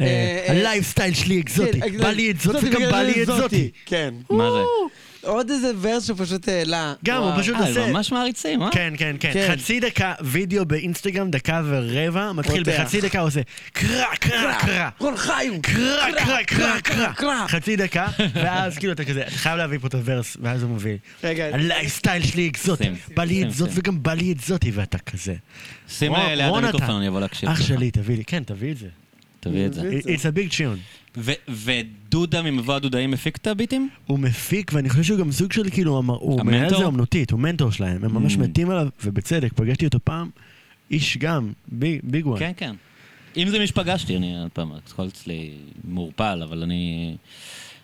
אה,
אה, אה,
הלייפסטייל שלי אקזוטי, בא לי אקזוטי, גם בא לי אקזוטי.
כן.
מה זה?
עוד איזה ורס שהוא פשוט העלה.
גם, הוא
וואו.
פשוט
אה,
עושה...
הם ממש מעריצים, אה?
כן, כן, כן.
כן.
חצי דקה וידאו באינסטגרם, דקה ורבע, מתחיל
רותח.
בחצי דקה עושה קרא, קרא, קרא.
רון חיון!
קרא, קרא, קרא,
קרא,
קרא.
קרא.
חצי דקה, ואז כאילו אתה כזה, אתה חייב להביא פה את הוורס, ואז הוא מביא.
רגע,
הלייפסטייל שלי אקזוטי,
שים,
בא לי
שים,
את זאת
שים.
וגם בא לי את זאתי, ואתה כזה.
שים
רון-
אה, ליד
רון, אתה.
המיקרופון, אני אבוא להקשיב.
אח
לך.
שלי, תביא לי, כן, תביא את זה.
תביא את זה.
תביא.
It's a big tune.
ו- ודודה ממבוא הדודאים הפיק את הביטים?
הוא מפיק, ואני חושב שהוא גם סוג של כאילו, המ- הוא
המנטור?
מנהל את זה אומנותית, הוא מנטור שלהם, הם ממש
Mm.
מתים עליו, ובצדק, פגשתי אותו פעם, איש גם, ביג ביג וואן.
כן, כן. אם זה מי שפגשתי, אני עוד פעם, הכל אצלי מעורפל, אבל אני...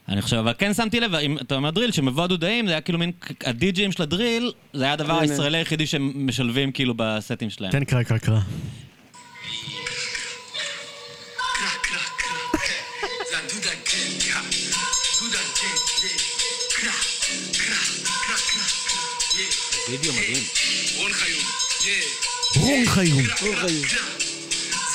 אני חושב, אבל כן שמתי לב, אם אתה אומר דריל, שמבוא הדודאים זה היה כאילו מין, הדי-ג'ים של הדריל, זה היה הדבר
הנה.
הישראלי היחידי שהם משלבים כאילו בסטים שלהם.
תן קרא, קרא, קרא.
זה הדודה ג'נגה, דודה ג'נגה, קרא, קרא, קרא, קרא, קרא, יא.
וידאו מדהים.
רון חיון, יא.
רון חיון.
קרא, קרא, קרא.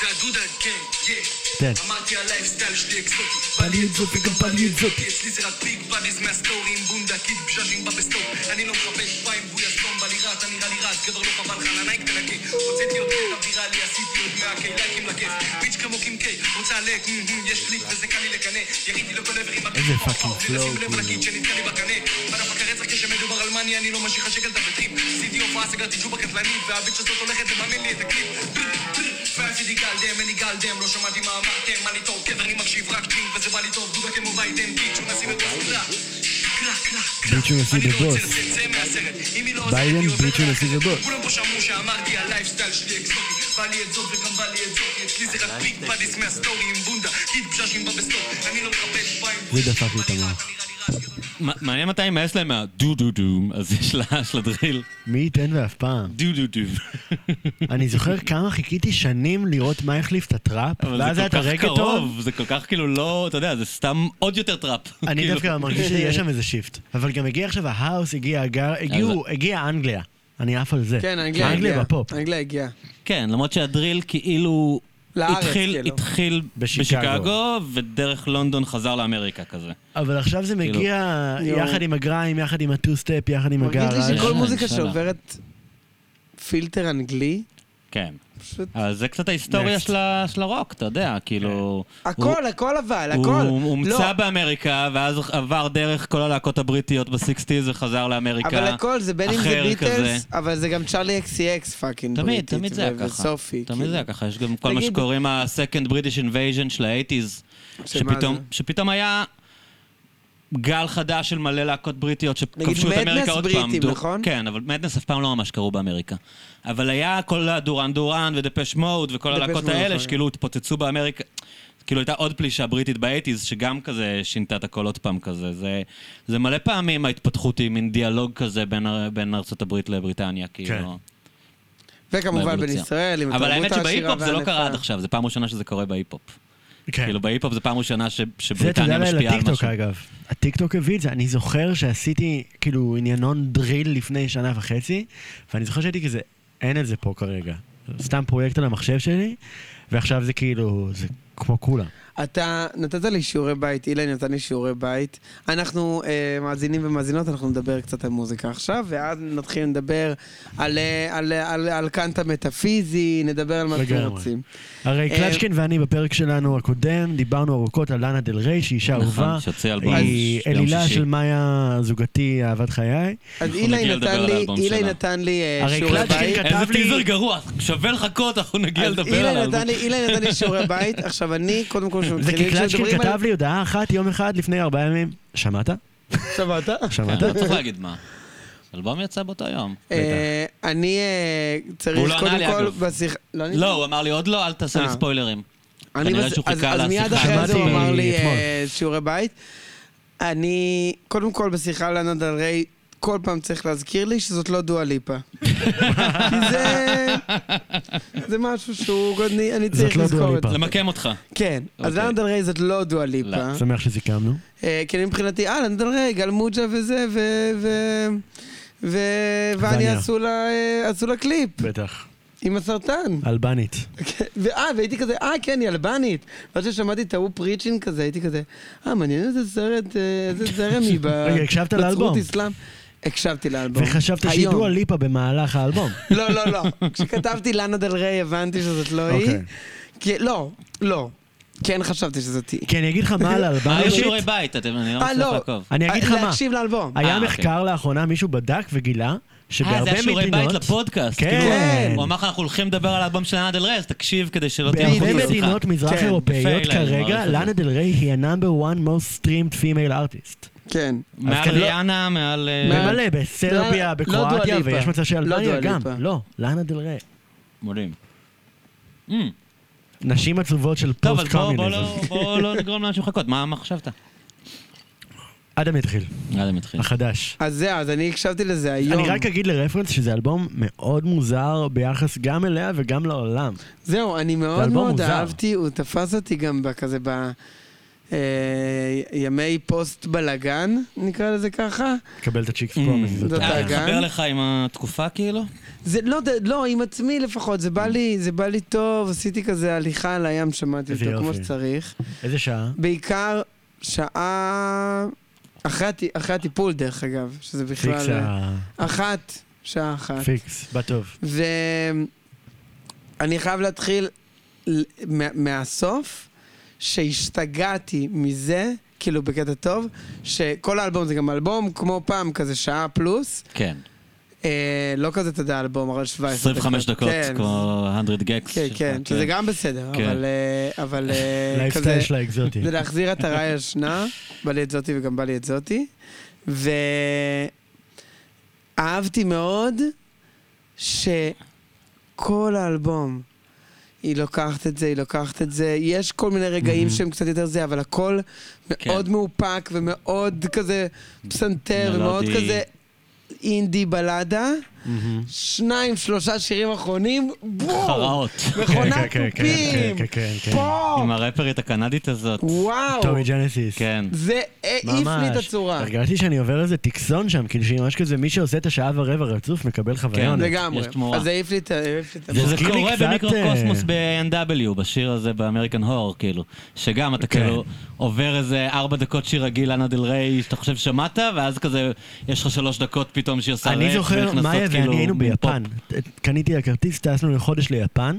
זה הדודה ג'נג, יא.
תן.
אמרתי הלייפסטייל שלי אקזוטי, בא לי
אקזוטי, גם בא לי אקזוטי.
יש לי זה רק ביג בדיז מהסטורים, בונדקית, בז'אז'ים בבסטור, אני לא מחפש פיים, בוי אסתום, בא לי רע, אתה נראה לי רע, אז גבר לא חבל לך, לנייק תנקה, הוצאתי עוד קטע ויראלי, עשיתי עוד מאה קיי, לייקים לכיף, פיץ' כמוך עם קיי, רוצה לק, מ, מ, יש קליק וזה קל לי לקנא, יריתי לכל עבר עם
איזה fucking flow,
אוקיי,
כאילו.
לשים לב להגיד שנתקע לי בקנה, בדף הקרצח כשמדובר על מאני, אני לא משאיר לך שקל תפטים, עשיתי הופעה, סגרתי ג'ובה קטלנית, והביץ' הזאת הולכת לממן לי את הקליפ, ועשיתי גלדם, אין לי גלדם, לא שמעתי מה אמרתם, אני טוב גבר, אני מקשיב רק טים, וזה בא לי טוב, דודה כמו ביידן, ביץ' הוא נשיא בבוסדה. קרא, קרא, קרא.
ביץ' הוא נשיא
אני לא
בבוס.
עוצר, זה- זה מהסרט. אם היא לא עוזרת,
ביידן,
היא עוברת
ביץ' הוא
על
נשיא
אחרת.
בבוס.
כולם פה שמעו שאמרתי הלייפסטייל שלי אקזוטי בא לי את זאת וגם בא לי את זאת אצלי זה רק ביג בדיס מהסטורי עם בונדה קיד פששים בבסטור אני לא מחפש פיים
זה דפק לי את המוח.
מ- מעניין מתי הם להם מהדו דו דו, אז יש לה של הדריל.
מי ייתן ואף פעם.
דו דו דו.
אני זוכר כמה חיכיתי שנים לראות מה החליף את הטראפ,
אבל
ואז היה
זה
את
כל כך
הרקטון.
קרוב, זה כל כך כאילו לא, אתה יודע, זה סתם עוד יותר טראפ.
אני
כאילו.
דווקא מרגיש שיש שם איזה שיפט. אבל גם הגיע עכשיו ההאוס, הגיע הגר, הגיעו, הגיע אנגליה. אני עף על זה.
כן, אנגליה
אנגליה
הגיעה.
בפופ.
אנגליה הגיעה.
כן, למרות שהדריל כאילו...
לארץ,
התחיל,
כאילו.
התחיל
בשיקגו.
בשיקגו, ודרך לונדון חזר לאמריקה כזה.
אבל עכשיו זה מגיע
כאילו-
יחד עם הגריים, יחד עם הטו-סטפ, יחד עם
מרגיש לי
הגאראז'.
שכל
יאללה,
מוזיקה
יאללה.
שעוברת פילטר אנגלי,
כן.
פשוט...
אבל זה קצת ההיסטוריה
Next.
של, ה, של הרוק, אתה יודע, כאילו...
הכל, הכל אבל,
הוא-
הכל.
הוא הומצא
לא,
באמריקה, ואז עבר דרך כל הלהקות הבריטיות בסיקסטיז וחזר לאמריקה.
אבל הכל, זה בין אם זה
אחר
ביטלס,
כזה.
אבל זה גם צ'ארלי אקסי אקס פאקינג
תמיד,
בריטית.
תמיד זה היה
ו-
ככה.
וסופי.
תמיד
כאילו.
זה היה ככה, יש גם כל מה
תגיד-
שקוראים ה-Second British Invasion של האייטיז,
שמה
שפתאום,
זה?
שפתאום היה גל חדש של מלא להקות בריטיות
נגיד,
שכבשו את
Madness
אמריקה עוד פעם.
בריטים,
דו-
נכון?
כן, אבל מדנס אף פעם לא ממש קראו באמריקה. אבל היה כל הדורן דורן ודפש מוד וכל
Depeche
הלהקות
Mode,
האלה
נכון.
שכאילו התפוצצו באמריקה. כאילו הייתה עוד פלישה בריטית באייטיז, שגם כזה שינתה את הכל עוד פעם כזה. זה, זה מלא פעמים ההתפתחות היא מין דיאלוג כזה בין, הר- בין ארצות הברית לבריטניה, כאילו.
כן.
וכמובן בין
באבולוציה.
ישראל, עם התרבות
אבל האמת
העשירה
שבהיפ-הופ זה לא
והענפה.
קרה עד עכשיו, זה פעם ראשונה שזה קורה בהיפ-הופ.
כן.
כאילו בהיפ-הופ זה פעם ראשונה ש-
זה, אתה יודע,
שבריטניה משפיעה על
לטיקטוק
משהו.
אגב. הטיקטוק הביא את זה. אני זוכר שעשיתי כאילו עניינון דריל לפני שנה וחצי, ואני זוכר שהייתי כזה, אין את זה פה כרגע. סתם פרויקט על המחשב שלי, ועכשיו זה כאילו, זה כמו כולם.
אתה נתת לי שיעורי בית, אילן נתן לי שיעורי בית. אנחנו אה, מאזינים ומאזינות, אנחנו נדבר קצת על מוזיקה עכשיו, ואז נתחיל לדבר על, אה, על, אה, על, על קאנט המטאפיזי, נדבר על מה
לגמרי.
שאתם רוצים.
הרי
אה,
קלצ'קין ואני בפרק שלנו הקודם דיברנו ארוכות על לאנה דל ריי, שהיא אישה
נכון,
אהובה.
שיוצא אלבום
היא
ש- יום
אלילה
שישי.
של מאיה זוגתי, אהבת חיי.
אז
אנחנו
אילן
נגיע לדבר
נתן
על
לי,
האלבום
אילן
שלה.
נתן לי אה,
הרי
שיעורי
קלצ'קין
בית.
כתב
איזה
לי-
טיזר גרוע, שווה לחכות, אנחנו נגיע
אז
לדבר על
אילן
האלבום.
נתן לי- אילן נתן לי שיעורי בית. עכשיו אני, קודם כל,
זה כי
כשמתחילים,
קלצ'קין
כשמדברים על...
כתב לי הודעה אחת יום אחד לפני ארבעה ימים. שמעת?
שמעת?
כן,
שמעת?
לא צריך להגיד מה. האלבום יצא באותו יום.
אה, אני אה,
והוא
צריך
לא ענה
קודם
לי,
כל
אגב.
בשיחה...
לא, הוא אמר לי עוד לא, אל תעשה לי
אה.
ספוילרים.
אוקיי.
אני
כנראה
בס-
שהוא
אז-
חיכה
אז מיד
לשיחה
אחרי זה הוא
הזאת.
אמר לי
שמעתי
אה, שיעורי בית. אני, קודם כל בשיחה על לאנה דל ריי, כל פעם צריך להזכיר לי שזאת לא דואה ליפה. כי זה... זה משהו שהוא... אני אני
לא
צריך
דואה
לזכור את
ליפה.
זה.
למקם אותך.
כן, אז
אוקיי.
לאנה דל ריי זאת לא דואה ליפה.
לא.
שמח שסיכמנו.
אה, כי אני מבחינתי, אה, לאנה דל ריי, גל מוג'ה וזה, ו... ו- ו... ואני
וניה.
עשו לה אה, עשו לה קליפ
בטח.
עם הסרטן.
אה. אלבנית.
כן, ואה, והייתי כזה, אה, כן, היא אלבנית. ואז כששמעתי את ההוא פריצ'ין כזה, הייתי כזה, אה, מעניין איזה סרט, אה, איזה זרם היא ב...
רגע, הקשבת
נצרות,
לאלבום?
אסלאם. הקשבתי לאלבום.
וחשבת שהיא
היום.
דואה ליפה במהלך האלבום.
לא, לא, לא. כשכתבתי לאנה דל ריי הבנתי שזאת לא היא.
אוקיי.
כי- לא, לא. כן חשבתי שזאת היא.
כי אני אגיד לך מה על
מה
האלבנית.
היו אה, שיעורי בית? אתם, אני לא
אה,
מצליח
לא.
לעקוב.
אני אגיד לך מה.
להקשיב לאלבום.
אה,
היה
אוקיי.
מחקר לאחרונה, מישהו בדק וגילה
אה, זה
שבהרבה
היה שיעורי בית
מדינות...
לפודקאסט.
כן.
כאילו, הוא אמר לך, אנחנו הולכים לדבר על האלבום של לאנה דל רז, תקשיב כדי שלא תהיה
בהרבה
חוץ בשיחה.
מדינות מזרח
כן,
אירופאיות
יפה, אילן, אני
כרגע,
מעריך את זה.
לאנה דל ריי היא ה-number one most streamed female artist.
כן.
מעל
כנראה-
ריאנה, מעל... אה,
מעל-
ממלא, בסרביה,
לא- לא
בקרואטיה,
דואה ליפה.
ויש מצב
לא דואה
שאלבניה גם.
ליפה.
לא, לאנה דל ריי.
מורים. Mm.
נשים עצובות של
טוב, אז
פוסט
בוא- בוא
קומוניזם.
לא- בוא לא נגרום לאנשים לחכות. מה מה חשבת?
אדם יתחיל,
יאללה, לא מתחיל.
החדש.
אז זהו, אז אני הקשבתי לזה היום.
אני רק אגיד לרפרנס שזה אלבום מאוד מוזר ביחס גם אליה וגם לעולם.
זהו, אני
זה
מאוד
אלבום
מאוד
מוזר.
אהבתי, הוא תפס אותי גם בכזה ב... אה, ימי פוסט בלאגן, נקרא לזה ככה.
קבל את הצ'יקס פה.
Mm.
מזיזות.
זאת
אה,
האגן.
התחבר לך עם התקופה כאילו?
זה לא, ד- לא, עם עצמי לפחות, זה בא לי, זה בא לי טוב, עשיתי כזה הליכה על הים, שמעתי
איזה
אותו כמו
יופי.
שצריך.
איזה שעה?
בעיקר שעה... אחרי, הטי- אחרי הטיפול, דרך אגב, שזה
פיקס
בכלל... לא.
ה...
אחת, שעה אחת.
פיקס, בא טוב.
ואני חייב להתחיל ל- מה- מהסוף, שהשתגעתי מזה, כאילו בקטע טוב, שכל האלבום זה גם אלבום, כמו פעם, כזה שעה פלוס.
כן.
אה, לא כזה, אתה יודע, אלבום, אבל 17
25 דקות,
כן,
כמו 100 גקס.
כן, כן, שזה גם בסדר,
כן.
אבל, אה, אבל אה, כזה...
לייפסטייל שלה אקזוטי.
זה להחזיר עטרה ישנה, בא לי את זאתי וגם בא לי את זאתי. ואהבתי מאוד שכל האלבום, היא לוקחת את זה, היא לוקחת את זה. יש כל מיני רגעים שהם קצת יותר זה, אבל הכל
כן.
מאוד מאופק ומאוד כזה פסנתר,
מלודי.
ומאוד כזה אינדי בלדה.
מהמם.
שניים, שלושה שירים אחרונים, בואו!
חראות.
כן,
מכונת
כן, כן,
תופים!
כן, כן, כן.
פה!
עם הרפרית הקנדית הזאת.
וואו!
טומי ג'נסיס.
כן.
זה העיף לי את הצורה.
הרגשתי שאני עובר איזה טקסון שם, כאילו שהיא ממש כזה, מי שעושה את השעה ורבע רצוף מקבל חוויון.
כן.
לגמרי.
יש תמורה.
אז העיף לי את ה... העיף לי את ה...
וזה
מזכיר לי
קורה
קצת,
במיקרוקוסמוס
אה,
ב-N.W, בשיר הזה באמריקן הור, כאילו. שגם אתה
כן.
כאילו עובר איזה ארבע דקות שיר רגיל, לאנה דל ריי, שאתה חושב שמעת, ואז כזה, יש לך שלוש דקות פתאום שהיא עושה
אני
רפ,
זוכר,
ונכנסות
מאיה
כאילו
ואני היינו
מפופ.
ביפן. קניתי לה כרטיס, טסנו לחודש ליפן,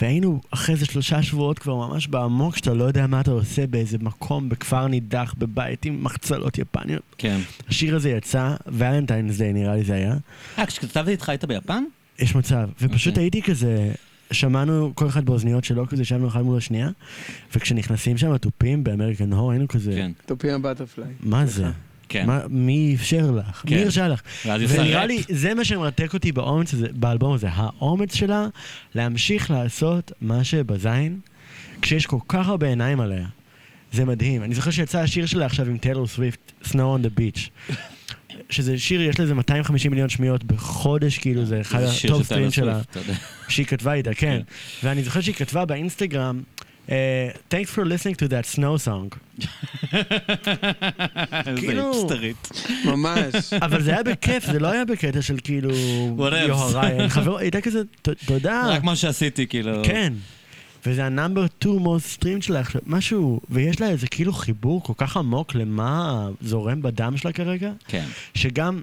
והיינו אחרי זה שלושה שבועות כבר ממש בעמוק, שאתה לא יודע מה אתה עושה באיזה מקום, בכפר נידח, בבית עם מחצלות יפניות.
כן.
השיר הזה יצא, ולנטיינס דיי נראה לי זה היה.
אה, כשכתבתי איתך היית ביפן?
יש מצב. ופשוט
אוקיי.
הייתי כזה, שמענו כל אחד באוזניות שלו, כזה ישבנו אחד מול השנייה, וכשנכנסים שם התופים באמריקן הור, היינו כזה,
כן.
תופים הבטרפליי.
מה זה?
כן.
מה- מי אפשר לך?
כן.
מי הרשה לך?
ואז היא עושה
ונראה
ראפ.
לי, זה מה שמרתק אותי באומץ הזה, באלבום הזה, האומץ שלה להמשיך לעשות מה שבזין, כשיש כל כך הרבה עיניים עליה. זה מדהים. אני זוכר שיצא השיר שלה עכשיו עם טיילור סוויפט, Snow on the Beach. שזה שיר, יש לזה 250 מיליון שמיות בחודש, כאילו, זה אחד
זה שיר של
הטופ סטרים
טיילור
שלה.
סוויפט, אתה יודע.
שהיא כתבה איתה, כן. ואני זוכר שהיא כתבה באינסטגרם, אה, Thanks for listening to that snow song.
איזה
כאילו-
היפסטרית.
ממש.
אבל זה היה בכיף, זה לא היה בקטע של כאילו...
Whatevs.
יוהרה, חבר, הייתה כזה, "ת- תודה.
רק מה שעשיתי, כאילו.
אה. כן. וזה הנאמבר 2 most stream שלה עכשיו, משהו, ויש לה איזה כאילו חיבור כל כך עמוק למה זורם בדם שלה כרגע,
כן.
שגם,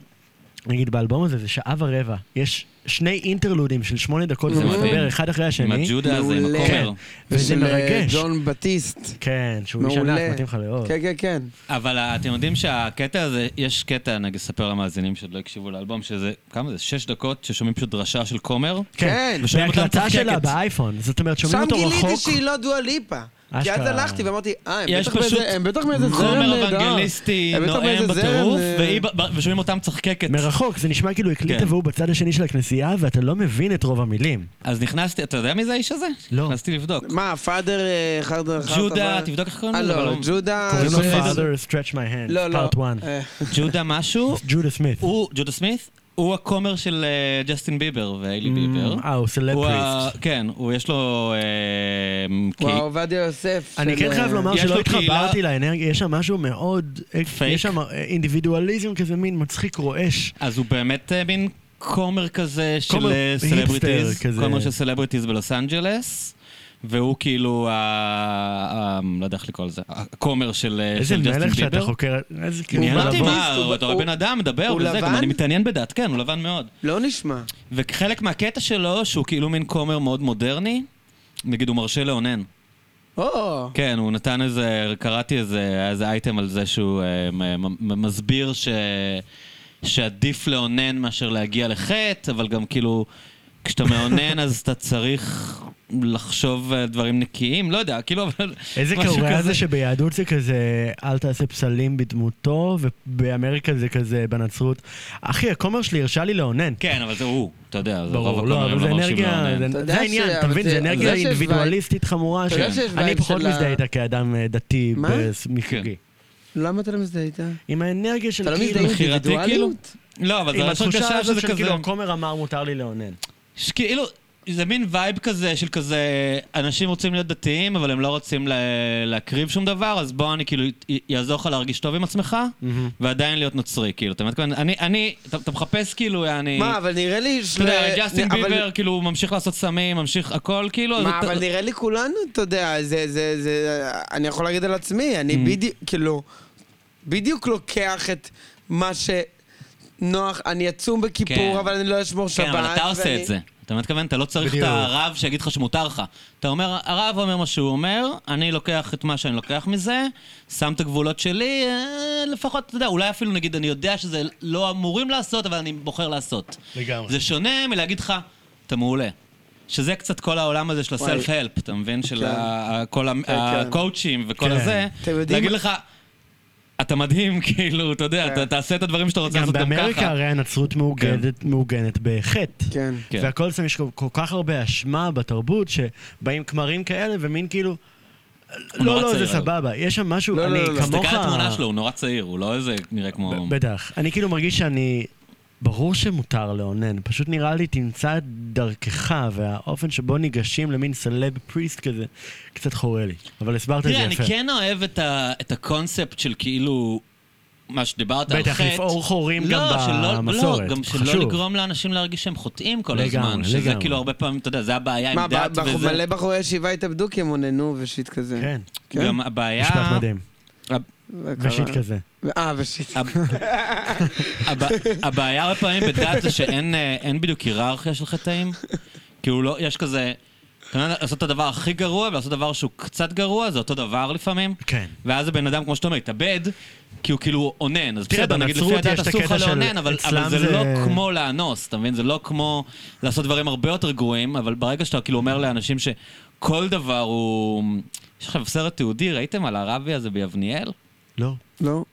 נגיד באלבום הזה זה שעה ורבע, יש שני אינטרלודים של שמונה דקות,
זה
זה
מדהים.
מסתבר אחד אחרי השני. כן.
עם הג'ודה הזה, עם
מעולה.
הכומר.
וזה
של, אה,
מרגש.
ג'ון בטיסט.
כן, שהוא איש ענק,
מעולה.
מתאים לך לאהוב.
כן, כן, כן.
אבל אה, אתם יודעים שהקטע הזה, יש קטע, נגיד, ספר למאזינים שעוד לא הקשיבו לאלבום, שזה, כמה זה? שש דקות ששומעים פשוט דרשה של כומר?
כן.
ושומעים אותה
בהקלטה שלה
מצחקקת.
באייפון, זאת אומרת, שומעים
שם
אותו רחוק.
גיליתי שהיא לא דואליפה. כי אז
אשכרה.
הלכתי ואמרתי, אה, הם
יש
בטח באיזה-
פשוט
הם בטח מאיזה זרם נהדר.
כומר אוונגליסטי
הם בטח
נואם
באיזה זרם,
בטירוף,
אה,
והיא ב- ב- ושומעים אותה
לא-
מצחקקת.
מרחוק, זה נשמע כאילו הקליטה
כן.
והוא בצד השני של הכנסייה, ואתה לא מבין את רוב המילים.
אה,
אז נכנסתי, אתה יודע מי זה האיש הזה?
לא.
נכנסתי לבדוק.
מה, פאדר אה, חרדר חרטה?
ג'ודה,
מה?
תבדוק איך קוראים
אה,
לזה. אבל
לא,
לא-
ג'ודה...
קוראים לו
זה-
father stretch my hand,
לא, לא.
part 1.
אה,
ג'ודה משהו,
ג'ודה סמית.
הוא, ג'ודה סמית, הוא הכומר של אה, ג'סטין ביבר ואיילי ביבר.
אה, הוא סלב
Mm, הוא ה-
פריסט.
כן, הוא יש לו... אה, כי-
וואו, עובדיה יוסף.
אני
של,
כן חייב
אה,
לומר
יש
שלא
לו קהילה-
התחברתי לאנרגיה, יש שם משהו מאוד...
פייק.
יש שם אה, אינדיבידואליזם כזה מין מצחיק רועש.
אז הוא באמת אה, מין כומר כזה של
כומר
אה,
היפסטר
סלבריטיז,
כזה.
כומר של סלבריטיז בלוס אנג'לס, והוא כאילו, ה- ה- לא יודע איך לקרוא לזה, הכומר של אה,
איזה
של ג'סטין ביבר.
מלך שאתה חוקר, איזה כאילו...
עניין אותי
לבן.
מה,
הוא-
אתה רואה
הוא-
בן אדם, מדבר
הוא
וזה, גם
לבן?
אני מתעניין בדת, כן, הוא לבן מאוד.
לא נשמע.
וחלק מהקטע שלו, שהוא כאילו מין כומר מאוד מודרני, נגיד הוא מרשה לאונן.
או,
כן, הוא נתן איזה, קראתי איזה, היה איזה אייטם על זה שהוא אה, מ- מ- מ- מסביר ש, שעדיף לאונן מאשר להגיע לחטא, אבל גם כאילו, כשאתה מאונן אז אתה צריך לחשוב על דברים נקיים, לא יודע, כאילו, אבל...
איזה
משהו
קורה
כזה.
זה שביהדות זה כזה, אל תעשה פסלים בדמותו, ובאמריקה זה כזה, בנצרות. אחי, הכומר שלי הרשה לי לאונן.
כן, אבל זה הוא, אתה יודע, זה רוב
ברור, לא,
הכומרים
אבל זה
לא מרשים
אנרגיה,
לאונן.
זה-
אתה
זה
יודע
העניין,
ש-
אתה
אבל
מבין,
זה-
זה
אתה
אינרגיה
יודע שיש
אינדיבידואליסטית חמורה,
אתה
ש-
יודע שיש
אני
וייב
פחות
של ה-
מזדהה איתה כאדם אה, דתי
מה?
בס- מפלגי.
למה אתה לא מזדהה איתה?
עם האנרגיה
אתה
של
לא
כאילו,
מזדהה עם
מכירתי,
אינדיבידואליות?
לא, אבל
עם
זה יש
התחושה
הרגשה
הזאת
שזה
של
כזה...
כאילו, הכומר אמר מותר לי לאונן.
שכאילו, כאילו, זה מין וייב כזה של כזה, אנשים רוצים להיות דתיים, אבל הם לא רוצים לה, להקריב שום דבר, אז בוא אני כאילו י- יעזור לך להרגיש טוב עם עצמך, ועדיין להיות נוצרי, כאילו, אתה מתכוון, אני, אני, אתה, אתה מחפש כאילו, אני...
מה, אבל נראה לי...
אתה יודע,
של-
ג'סטין
אבל-
ביבר, כאילו, הוא ממשיך לעשות סמים, ממשיך הכל, כאילו...
מה,
אז אתה-
אבל נראה לי כולנו, אתה יודע, זה, זה, זה, אני יכול להגיד על עצמי, אני
Mm.
בדיוק, כאילו, בדיוק לוקח את מה שנוח, אני אצום בכיפור,
כן.
אבל אני לא אשמור שבת.
כן, אבל אתה עושה
ואני-
את זה. אתה מתכוון, אתה לא צריך
בדיוק.
את הרב שיגיד לך שמותר לך. אתה אומר, הרב אומר מה שהוא אומר, אני לוקח את מה שאני לוקח מזה, שם את הגבולות שלי, אה, לפחות, אתה יודע, אולי אפילו נגיד, אני יודע שזה לא אמורים לעשות, אבל אני בוחר לעשות.
לגמרי.
זה שונה מלהגיד לך, אתה מעולה. שזה קצת כל העולם הזה של
וואי.
הסלף-הלפ, אתה מבין? של
כן.
ה- כל ה-
כן.
הקואוצ'ים וכל
כן.
הזה.
אתם יודעים-
להגיד לך, אתה מדהים, כאילו, אתה יודע,
כן.
אתה- תעשה את הדברים שאתה רוצה
גם
לעשות גם ככה.
באמריקה הרי הנצרות מאוגדת- מעוגנת בחטא.
כן.
כן.
והכל זה, יש כל- כל כך הרבה אשמה בתרבות, שבאים כמרים כאלה ומין כאילו... לא,
נורא
לא,
צעיר,
זה
אבל.
סבבה. יש שם משהו,
לא,
אני
לא, לא, לא.
כמוך...
תסתכל על התמונה שלו, הוא נורא צעיר, הוא לא איזה נראה כמו...
ב- בטח. אני כאילו מרגיש שאני... ברור שמותר לאונן, פשוט נראה לי תמצא את דרכך והאופן שבו ניגשים למין סלב פריסט כזה, קצת חורה לי. אבל הסברת את זה
תראה, אני
יפה.
כן אוהב את ה- את הקונספט של כאילו... מה שדיברת על חטא.
בטח, לפעור חורים
לא,
גם
שלא-
במסורת.
לא, גם שלא
חשוב.
לגרום לאנשים להרגיש שהם חוטאים כל
לגמרי,
הזמן. שזה
לגמרי.
כאילו הרבה פעמים, אתה יודע, זה הבעיה
מה,
עם דת
ב- בח-
וזה.
מלא בחורי ישיבה התאבדו כי הם אוננו ושיט כזה.
כן,
כן.
גם הבעיה...
משפט מדהים.
אה, וקרה.
ושיט כזה.
אה, ושיט.
הב- הבעיה הרבה פעמים בדת זה שאין אה, אין בדיוק היררכיה של חטאים. כאילו לא, יש כזה... אתה יודע, לעשות את הדבר הכי גרוע ולעשות דבר שהוא קצת גרוע, זה אותו דבר לפעמים.
כן.
ואז הבן אדם, כמו שאתה אומר, התאבד, כי הוא כאילו אונן. אז
תראה,
בסדר, נגיד לפי
בנצרות יש
הדת
את
אסור לך
הקטע של-
לאונן, אבל
אצלם
אבל זה
זה-
לא כמו לאנוס, אתה מבין? זה לא כמו לעשות דברים הרבה יותר גרועים, אבל ברגע שאתה כאילו אומר לאנשים שכל דבר הוא... יש עכשיו סרט תיעודי, ראיתם על הרבי הזה ביבניאל?
לא.
לא.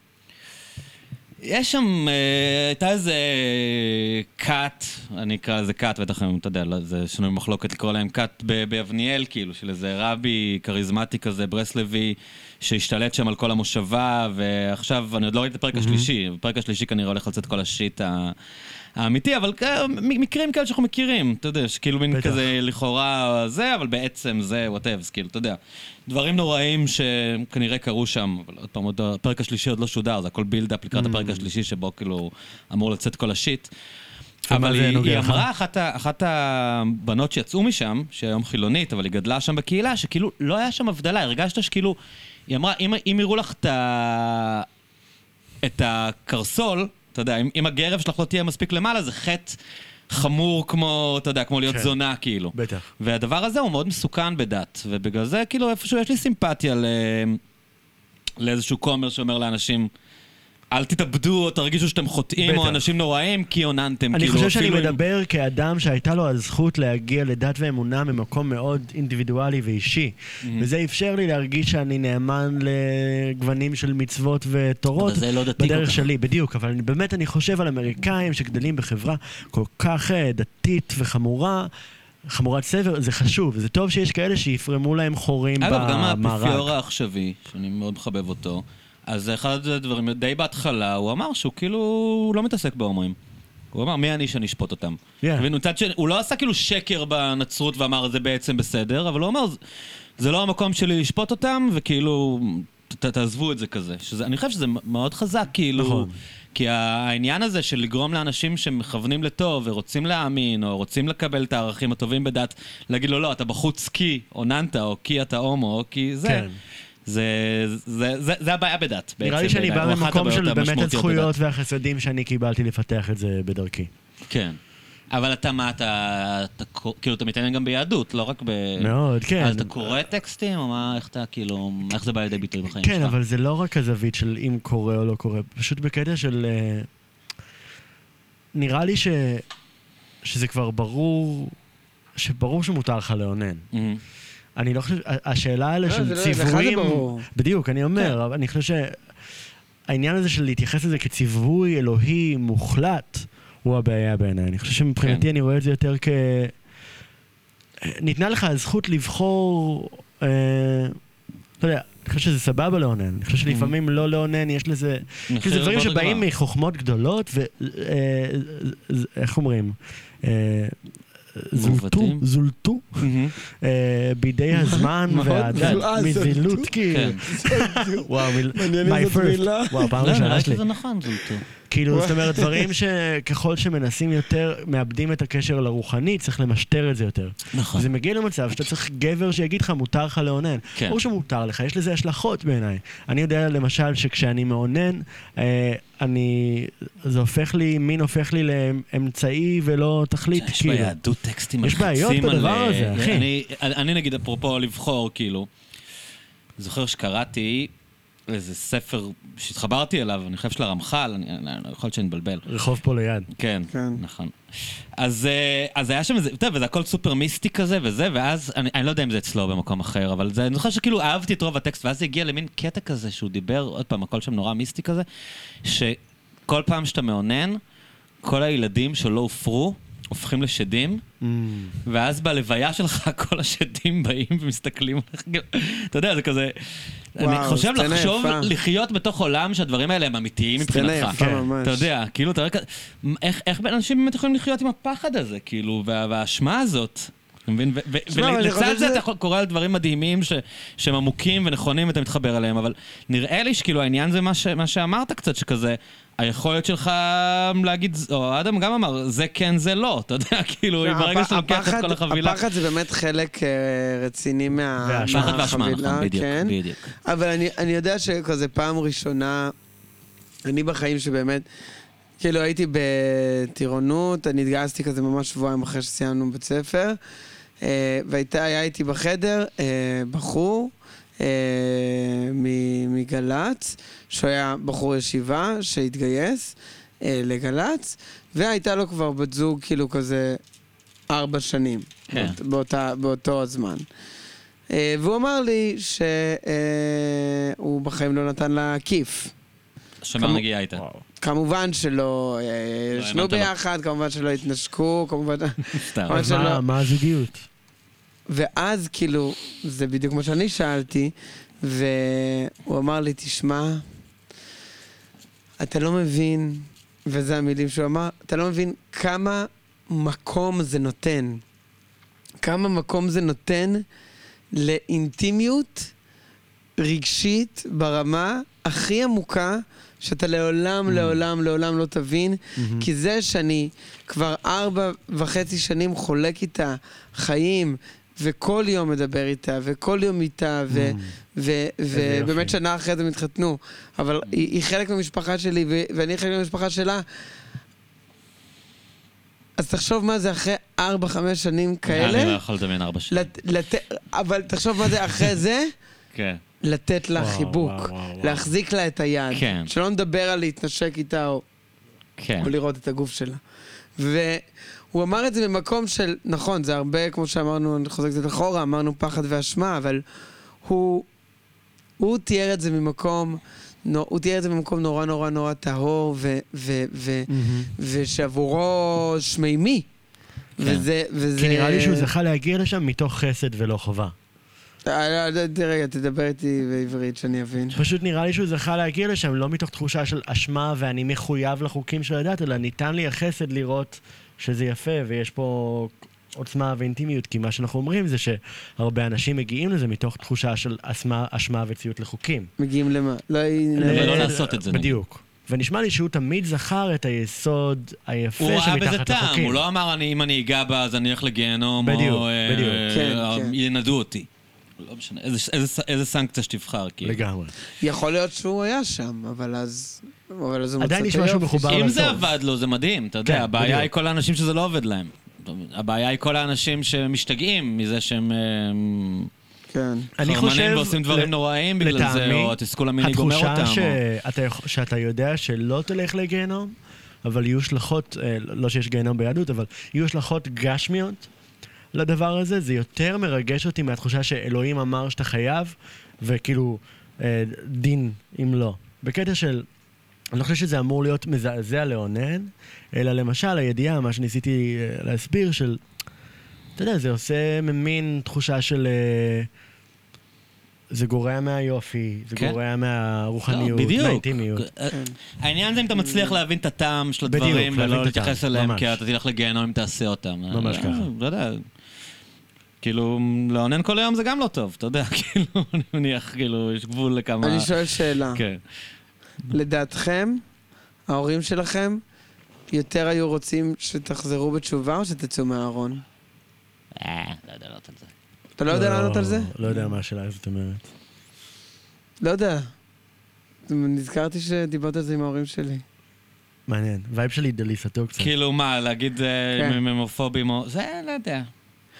יש שם, אה, הייתה איזה כת, אני אקרא לזה כת, בטח אם אתה יודע, לא, זה שנוי מחלוקת לקרוא להם כת ב- ביבניאל, כאילו, של איזה רבי כריזמטי כזה, ברסלבי, שהשתלט שם על כל המושבה, ועכשיו, אני עוד לא ראיתי את הפרק השלישי, בפרק השלישי כנראה הולך לצאת כל השיט ה- האמיתי, אבל כ- מ- מקרים כאלה שאנחנו מכירים, אתה יודע, שכאילו מין
בטח.
כזה לכאורה זה, אבל בעצם זה וואטאבס, כאילו, אתה יודע. דברים נוראים שכנראה קרו שם, אבל עוד פעם, עוד לא-
Mm.
הפרק השלישי עוד לא שודר, זה הכל בילדאפ לקראת הפרק השלישי שבו כאילו אמור לצאת כל השיט.
ומה
אבל
זה
היא,
נוגע
היא
לך?
אמרה, אחת, ה- אחת הבנות שיצאו משם, שהיום חילונית, אבל היא גדלה שם בקהילה, שכאילו לא היה שם הבדלה, הרגשת שכאילו... היא אמרה, אם, אם יראו לך את ה... את הקרסול, אתה יודע, אם, אם הגרב שלך לא תהיה מספיק למעלה, זה חטא חמור כמו, אתה יודע, כמו להיות
כן.
זונה, כאילו.
בטח.
והדבר הזה הוא מאוד מסוכן בדת, ובגלל זה, כאילו, איפשהו יש לי סימפתיה ל... לאיזשהו כומר שאומר לאנשים... אל תתאבדו או תרגישו שאתם חוטאים או
בטח.
אנשים נוראים כי אוננתם.
אני
כאילו,
חושב שאני
אפילו אם-
מדבר כאדם שהייתה לו הזכות להגיע לדת ואמונה ממקום מאוד אינדיבידואלי ואישי. וזה אפשר לי להרגיש שאני נאמן לגוונים של מצוות ותורות.
אבל זה לא דתי כל
בדרך
כך.
שלי, בדיוק. אבל אני, באמת אני חושב על אמריקאים שגדלים בחברה כל כך אה, דתית וחמורה. חמורת סבר, זה חשוב, זה טוב שיש כאלה שיפרמו להם חורים
אגב, גם האפיפיור
במארג.
העכשווי, שאני מאוד מחבב אותו, אז זה אחד הדברים, די בהתחלה, הוא אמר שהוא כאילו הוא לא מתעסק בהומואים. הוא אמר, מי אני שאני אשפוט אותם?
Yeah.
ומצד שני, הוא לא עשה כאילו שקר בנצרות ואמר, זה בעצם בסדר, אבל הוא אמר, "זה- זה לא המקום שלי לשפוט אותם, וכאילו, ת, תעזבו את זה כזה. שזה, אני חושב שזה מ- מאוד חזק, כאילו...
נכון.
כי ה- העניין הזה של לגרום לאנשים שמכוונים לטוב ורוצים להאמין, או רוצים לקבל את הערכים הטובים בדת, להגיד לו, לא, אתה בחוץ כי אוננת, או כי אתה הומו, או כי זה...
כן.
זה, זה, זה, זה הבעיה בדת, בעצם.
נראה לי שאני
בעיניי, או
בא
אחת
ממקום של
הבעיות
באמת
המשמעותיות
הזכויות והחסדים שאני קיבלתי לפתח את זה בדרכי.
בדת. כן. אבל אתה, מה, אתה, אתה, קור- כאילו, אתה מתעניין גם ביהדות, לא רק ב...
מאוד, כן.
אז אתה קורא טקסטים, או מה, איך אתה, כאילו, איך זה בא לידי ביטוי בחיים
כן,
שלך?
אבל זה לא רק הזווית של אם קורה או לא קורה, פשוט בקטע של... אה, נראה לי ש... שזה כבר ברור, שברור שמותר לך לאונן.
מהמם.
אני לא חושב, ה- השאלה האלה
לא, זה
של
לא- לך זה
ציוויים...
ברור. כן.
בדיוק, אני אומר, אבל אני חושב שהעניין הזה של להתייחס לזה כציווי אלוהי מוחלט, הוא הבעיה בעיניי. אני חושב
כן.
שמבחינתי אני רואה את זה יותר כ... ניתנה לך הזכות לבחור, אה, לא יודע, אני חושב שזה סבבה לאונן. אני חושב
Mm-hmm.
שלפעמים לא לאונן, יש לזה...
מחיר
כי זה דברים
מאוד
שבאים
גבוה.
מחוכמות גדולות, ו... אה, ז- איך אומרים? אה, זולטו,
מעוותים?
זולטו,
מהמם.
אה, בידי הזמן
מאוד
והדת,
זולעה,
מזילות
זולטו.
כאילו.
כן.
וואו, מיל-
מעניין
my
איזו
first.
מילה.
וואו,
לא,
פעם
נראה
ראשונה
לי
שלי.
שזה נכון, זולטו.
כאילו, זאת אומרת, דברים שככל שמנסים יותר, מאבדים את הקשר לרוחני, צריך למשטר את זה יותר.
נכון.
זה מגיע למצב שאתה צריך גבר שיגיד לך, מותר לך לאונן.
כן.
או שמותר לך, יש לזה השלכות בעיניי. אני יודע, למשל, שכשאני מאונן, אה, אני... זה הופך לי, מין הופך לי לאמצעי ולא תכלית,
יש
כאילו.
ביהדות טקסטים
יש בעיות
מלחיצים על- אה,
בדבר הזה, אחי.
אני- אני נגיד, אפרופו לבחור, כאילו, זוכר שקראתי איזה ספר שהתחברתי אליו, אני חושב של הרמח"ל, אני- אני- יכול להיות שאני מבלבל.
רחוב פה ליד.
כן,
כן.
נכון. אז, אה, אז היה שם איזה, אתה יודע, וזה הכל סופר מיסטי כזה וזה, ואז, אני, אני לא יודע אם זה אצלו במקום אחר, אבל זה, אני זוכר שכאילו אהבתי את רוב הטקסט, ואז זה הגיע למין קטע כזה שהוא דיבר, עוד פעם, הכל שם נורא מיסטי כזה, שכל פעם שאתה מאונן, כל הילדים שלא הופרו, הופכים לשדים,
Mm.
ואז בלוויה שלך כל השדים באים ומסתכלים עליך. כאילו, אתה יודע, זה כזה... אני
וואו,
חושב
סצנה
לחשוב,
יפה.
לחיות בתוך עולם שהדברים האלה הם אמיתיים
סצנה
מבחינתך.
יפה
כן.
ממש.
אתה יודע, כאילו, אתה רק... איך, איך בין אנשים באמת יכולים לחיות עם הפחד הזה, כאילו, וה, והאשמה הזאת? אתה מבין? ו- ו-
שמע, אבל אני
ולצד
חושב
זה
שזה-
אתה יכול- קורא על דברים מדהימים ש- שהם עמוקים ונכונים ואתה מתחבר אליהם, אבל נראה לי שכאילו העניין זה מה ש- מה שאמרת קצת, שכזה, היכולת שלך להגיד, או אדם גם אמר, זה כן, זה לא, אתה יודע, כאילו, אם ברגע
הפ-
שאתה לוקח את
הפחד-
כל החבילה...
הפחד זה באמת חלק אה, רציני מה-
והאשמה.
פחד ואשמה,
מהחבילה,
נכון, בדיוק,
כן.
בדיוק.
אבל אני, אני יודע שכזה פעם ראשונה, אני בחיים שבאמת, כאילו הייתי בטירונות, אני התגייסתי כזה ממש שבועיים אחרי שסיימנו בית ספר, אה, והיה איתי בחדר אה, בחור אה, מ- מגל"צ, שהוא היה בחור ישיבה שהתגייס אה, לגל"צ, והייתה לו כבר בת זוג כאילו כזה ארבע שנים,
כן.
באות, באותה, באותו הזמן. אה, והוא אמר לי שהוא בחיים לא נתן לה כיף.
שמר
כמו-
נגיעה איתה.
כמובן שלא אה,
לא,
ישנו
האמנת לו.
ביחד, כמובן שלא התנשקו, כמובן...
סתם.
אבל שלא-
מה- מה הזוגיות?
ואז כאילו, זה בדיוק מה שאני שאלתי, והוא אמר לי, תשמע, אתה לא מבין, וזה המילים שהוא אמר, אתה לא מבין כמה מקום זה נותן. כמה מקום זה נותן לאינטימיות רגשית ברמה הכי עמוקה, שאתה
Mm-hmm.
לעולם, לעולם, לעולם לא תבין, כי זה שאני כבר ארבע וחצי שנים חולק איתה חיים, וכל יום מדבר איתה, וכל יום איתה, ו- ו-
Mm. איזה יופי.
ובאמת שנה אחרי זה הם התחתנו. אבל היא היא חלק מהמשפחה שלי, ו- ואני חלק מהמשפחה שלה. אז תחשוב מה זה אחרי ארבע, חמש שנים
אני לא
כאלה.
יכול לדמיין ארבע שנים.
לת- לת- אבל תחשוב מה זה אחרי זה.
כן.
לתת לה
וואו,
חיבוק,
וואו, וואו, וואו.
להחזיק לה את היד.
כן.
שלא נדבר על להתנשק איתה או,
כן.
או לראות את הגוף שלה. והוא אמר את זה ממקום של, נכון, זה הרבה, כמו שאמרנו, אני חוזר קצת אחורה, אמרנו פחד ואשמה, אבל הוא, הוא תיאר את זה ממקום, נו- הוא תיאר את זה ממקום נורא נורא נורא טהור, ו, ו, ו,
Mm-hmm.
ושעבורו שמימי. וזה, וזה...
כן. כי נראה לי שהוא זכה להגיע לשם מתוך חסד ולא חובה.
אה, לא, ת- רגע, תדבר איתי בעברית שאני אבין.
פשוט נראה לי שהוא זכה להגיע לשם לא מתוך תחושה של אשמה ואני מחויב לחוקים של הדת, אלא ניתן לי החסד לראות שזה יפה ויש פה עוצמה ואינטימיות, כי מה שאנחנו אומרים זה שהרבה אנשים מגיעים לזה מתוך תחושה של אשמה, אשמה וציות לחוקים.
מגיעים למה? לא, הנה,
אבל
ל-
לא לעשות את זה,
בדיוק. ונשמע לי שהוא תמיד זכר את היסוד היפה
הוא ראה בזה
שמתחת
טעם,
לחוקים.
הוא לא אמר "אני- אם אני אגע בה אז אני אלך לגיהנום,
בדיוק,
או אה,
בדיוק.
כן,
אה,
כן.
ינדו אותי. לא משנה, איזה- איזה- איזה סנקציה שתבחר, כאילו.
לגמרי.
יכול להיות שהוא היה שם, אבל אז... אבל אז הוא מצא את
עדיין נשמע שהוא
היופי.
אם
מחובר לסוף.
זה עבד לו, זה מדהים, אתה
כן,
יודע, הבעיה
בדיוק.
היא כל האנשים שזה לא עובד להם. הבעיה היא כל האנשים שמשתגעים מזה שהם... אה,
כן.
אני חושב...
חרמנים ועושים דברים נוראים בגלל
לטעמי,
זה, או התסכול המיני גומר אותם,
התחושה
או-
שאתה, יכול- שאתה יודע שלא תלך לגיהנום, אבל יהיו השלכות, אה, לא שיש גיהנום ביהדות, אבל יהיו השלכות גשמיות לדבר הזה, זה יותר מרגש אותי מהתחושה שאלוהים אמר שאתה חייב, וכאילו אה, דין אם לא. בקטע של... אני לא חושב שזה אמור להיות מזעזע לאונן, אלא למשל הידיעה, מה שניסיתי אה, להסביר, של... אתה יודע, זה עושה מין תחושה של... אה, זה גורע מהיופי, זה
כן.
גורע
לא,
מהרוחניות,
בדיוק.
מהאינטימיות.
אה, העניין זה אם אתה מצליח להבין את הטעם של
בדיוק,
הדברים,
להבין את
ולא
הטעם,
להתייחס אליהם,
ממש.
כי אתה תלך לגיהנום אם תעשה אותם.
ממש
אה,
ככה.
לא יודע. כאילו, לאונן כל היום זה גם לא טוב, אתה יודע, כאילו, אני מניח, כאילו, יש גבול לכמה...
אני שואל שאלה.
כן.
לדעתכם, ההורים שלכם יותר היו רוצים שתחזרו בתשובה או שתצאו מהארון?
אה, לא יודע לענות על זה.
אתה לא יודע לענות על זה?
לא יודע מה השאלה הזאת אומרת.
לא יודע. נזכרתי שדיברת על זה עם ההורים שלי.
מעניין. וייב שלי דליסתו קצת.
כאילו, מה, להגיד אה,
כן.
אם הם הומופובים או... זה, לא יודע.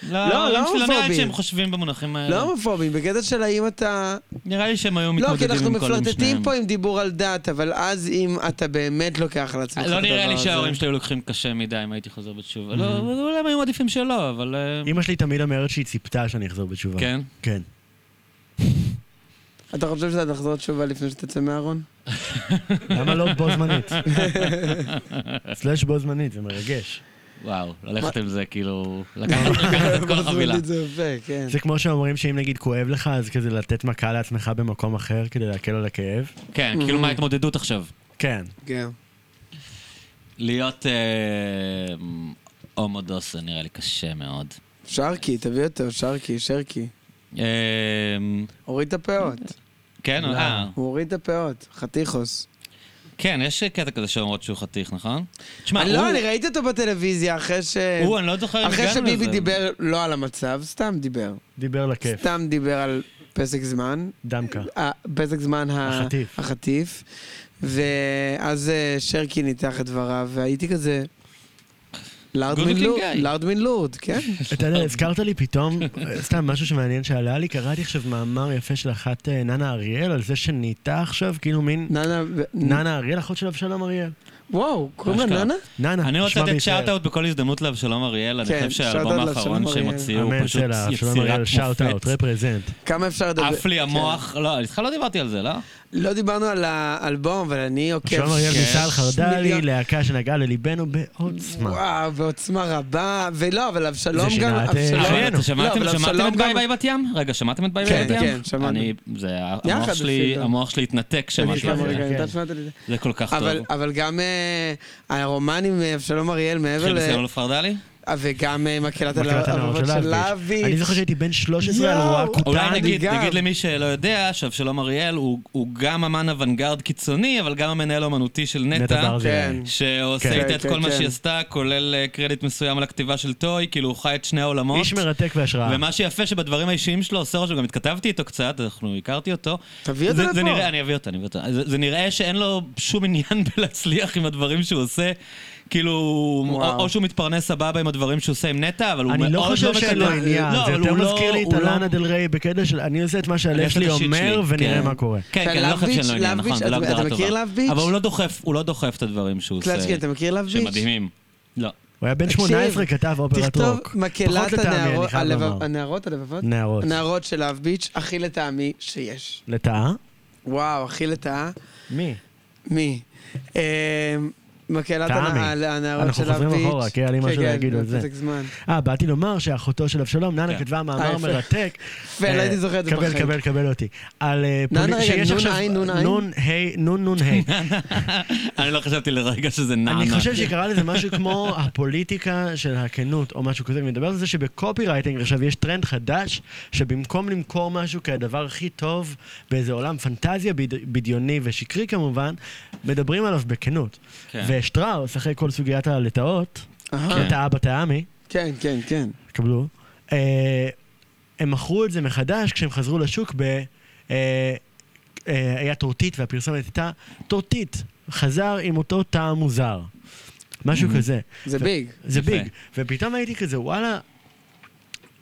לא
נראה לי
הומופובים.
שהם חושבים במונחים האלה.
לא הומופובים, בקטע של האם אתה...
נראה לי שהם היו
לא, כי
מתמודדים עם כל
אנחנו
משניהם.
מפלרטטים פה עם דיבור על דת, אבל אז אם אתה באמת לוקח על עצמך את הדבר
לא
הזה...
נראה לי שההורים שלי היו לוקחים קשה מדי אם הייתי חוזר בתשובה. לא, אולי הם היו עדיפים שלא, אבל... אה,
אמא שלי תמיד אומרת שהיא ציפתה שאני אחזור בתשובה.
כן.
כן.
אתה חושב שאתה תחזור בתשובה לפני שתצא מהארון?
למה לא בו זמנית? סלאש בו זמנית, זה מרגש.
וואו, ללכת עם זה, כאילו... לקחת לקחת את כל החבילה.
זה יפה, כן.
זה כמו שאומרים שאם נגיד כואב לך, אז כזה לתת מכה לעצמך במקום אחר כדי להקל על הכאב.
כן, כאילו מה ההתמודדות עכשיו?
כן.
כן.
להיות אה, הומו דוסה נראה לי קשה מאוד.
שרקי, תביא אותו, שרקי, שרקי.
אה,
הוריד את הפאות.
כן, אה,
הוא הוריד את הפאות, חתיכוס.
כן, יש קטע כזה שאומרות שהוא חתיך, נכון? תשמע,
אני לא, אני
הוא,
ראיתי אותו בטלוויזיה אחרי ש...
הוא, אני לא זוכר אם
אחרי
הגענו לזה.
שביבי דיבר לא על המצב, סתם דיבר.
דיבר לכיף.
סתם דיבר על פסק זמן.
דמקה.
ה- פסק זמן ה-
החטיף.
החטיף. ואז אה, שרקי ניתח את דבריו, והייתי כזה... לארד
Good
מן
looking
לורד,
guy.
לארד מן לורד, כן.
אתה יודע, הזכרת לי פתאום, אה, סתם משהו שמעניין שעלה לי, קראתי עכשיו מאמר יפה של אחת אה, ננה אריאל, על זה שנהייתה עכשיו כאילו מין
ננה...
ננה אריאל, אחות של אבשלום אריאל.
וואו, קוראים לה
אשכרה.
ננה?
ננה,
אני רוצה
נשמע
לתת
בישראל.
שאט-אאוט בכל הזדמנות לאבשלום אריאל, אני
כן,
חושב שהאלבום
שאט-אאוט לאבשלום
האחרון שהם
אריאל.
הוציאו הוא
אמן
פשוט
שלה, אבשלום
יצירת
אריאל, שאוט אאוט,
מופת.
רפרזנט.
כמה אפשר לדבר?
עף לי
כן.
המוח, לא, איתך לא דיברתי על זה, לא?
לא דיברנו על האלבום, אבל אני עוקב...
אבשלום אריאל
כן.
ניסה על חרדלי,
מיליון-
להקה שנגעה לליבנו בעוצמה.
וואו, בעוצמה רבה, ולא, אבל אבשלום
זה
גם...
שינה את,
אבשלום-
אה,
אחי,
לא,
אתם שמעתם
אבל
שמעתם
אבשלום
את ביי
גם-
ביי בת ים? רגע, שמעתם את ביי ביי
כן,
בת ים?
כן, שמענו.
אני, זה, המוח
יחד
שלי,
אפילו.
המוח שלי התנתק
אני
כשמעתי
אשמע
את זה.
רגע,
כן.
אתה שמעת את זה.
זה כל כך טוב.
אבל- אבל גם אה, הרומן עם אבשלום אריאל מעבר
של
ל...
ניסיון לפרדלי?
אה, וגם אה, מקהלת
כן, לא- מקהלת הנערות של
הלהבות של
לאביץ'.
לאביץ'.
אני זוכר שהייתי בן 13 על
יואו.
רואה
אולי
כותן.
נגיד,
גם.
נגיד למי שלא יודע, שאבשלום אריאל הוא, הוא גם אמן אוונגרד קיצוני, אבל גם המנהל האומנותי של
נטע
נטע,
ברזילי.
כן.
שעושה
כן.
איתה את
כן,
כל מה
כן.
שהיא עשתה, כולל אה, קרדיט מסוים על הכתיבה של טוי, כאילו הוא חי את שני העולמות.
איש מרתק והשראה.
ומה שיפה שבדברים האישיים שלו עושה רושם, גם התכתבתי איתו קצת, אנחנו הכרתי אותו.
תביא אותו
זה- זה
לפה.
נראה- אני אביא אותו, אני אביא אותו. זה זה נראה שאין לו שום עניין בלהצליח עם הדברים שהוא עושה. כאילו,
וואו.
או או שהוא מתפרנס סבבה עם הדברים שהוא עושה עם נטע, אבל הוא מאוד
אני
לא
לא
מקדם.
חושב שאין לו עניין,
לא,
זה
אבל הוא
יותר
לא-
מזכיר לי את
הוא לא-
אלנה דל ריי בקטע של אני עושה את מה
אני
שהלב
אעשה את
שלי
השיט
אומר
שלי,
ונראה
כן.
מה קורה.
כן, כן, אני לא חושב
לאב
שאין לו
ביץ',
עניין,
לאב
נכון,
ביץ',
זה לא
אתה-
הגדרה
אתה מכיר
טובה.
לאב ביץ'?
אבל הוא לא דוחף, הוא לא דוחף את הדברים שהוא עושה.
קלצ'קין, אתה מכיר לאב ביץ'?
שמדהימים. לא.
הוא היה בן
תקשיב,
18, כתב אופרת
תכתוב
רוק. פחות
מקהלת
לטעמי,
הנערו-
אני חייב
הלבב-
לומר.
הנערות, הלבבות?
נערות.
הנערות של לאב ביץ', הכי לטעמי שיש.
לטאה?
וואו, הכי לטעה.
מי?
מי? אה, מקהלת
טעמי.
הנע- הנערות
אנחנו
של לאב ביץ'.
חוזרים אחורה, כי היה לי משהו
כן,
להגיד על
כן,
זה.
בפסק זמן.
אה, באתי לומר שאחותו של אבשלום,
כן.
ננה כתבה
אה,
מאמר
יפה.
מרתק.
יפה, לא
אה,
הייתי זוכר את זה
קבל,
בחיים.
קבל, קבל אותי. על אה,
ננה,
פולי-
רגע,
שיש
נון
עכשיו-
עין, נון עין?
נון ה', נון נון ה'.
אני לא חשבתי לרגע שזה נענה.
אני חושב שקרא לזה משהו כמו הפוליטיקה של הכנות או משהו כזה, אני מדבר על זה שבקופי רייטינג עכשיו יש טרנד חדש, שבמקום למכור משהו כהדבר הכי טוב באיזה עולם פנטזיה בד- בדיוני ושקרי כמובן, מדברים עליו בכנות.
כן.
ושטראוס, אחרי כל סוגיית הלטאות,
אהה.
כן.
לטאה בטעמי,
כן, כן, כן.
קבלו, אה, הם מכרו את זה מחדש כשהם חזרו לשוק ב... אה, אה, היה טורטית והפרסומת הייתה טורטית, חזר עם אותו טעם מוזר. משהו
Mm-hmm.
כזה.
כן.
זה ביג.
זה
יפה.
ביג. ופתאום הייתי כזה, וואלה,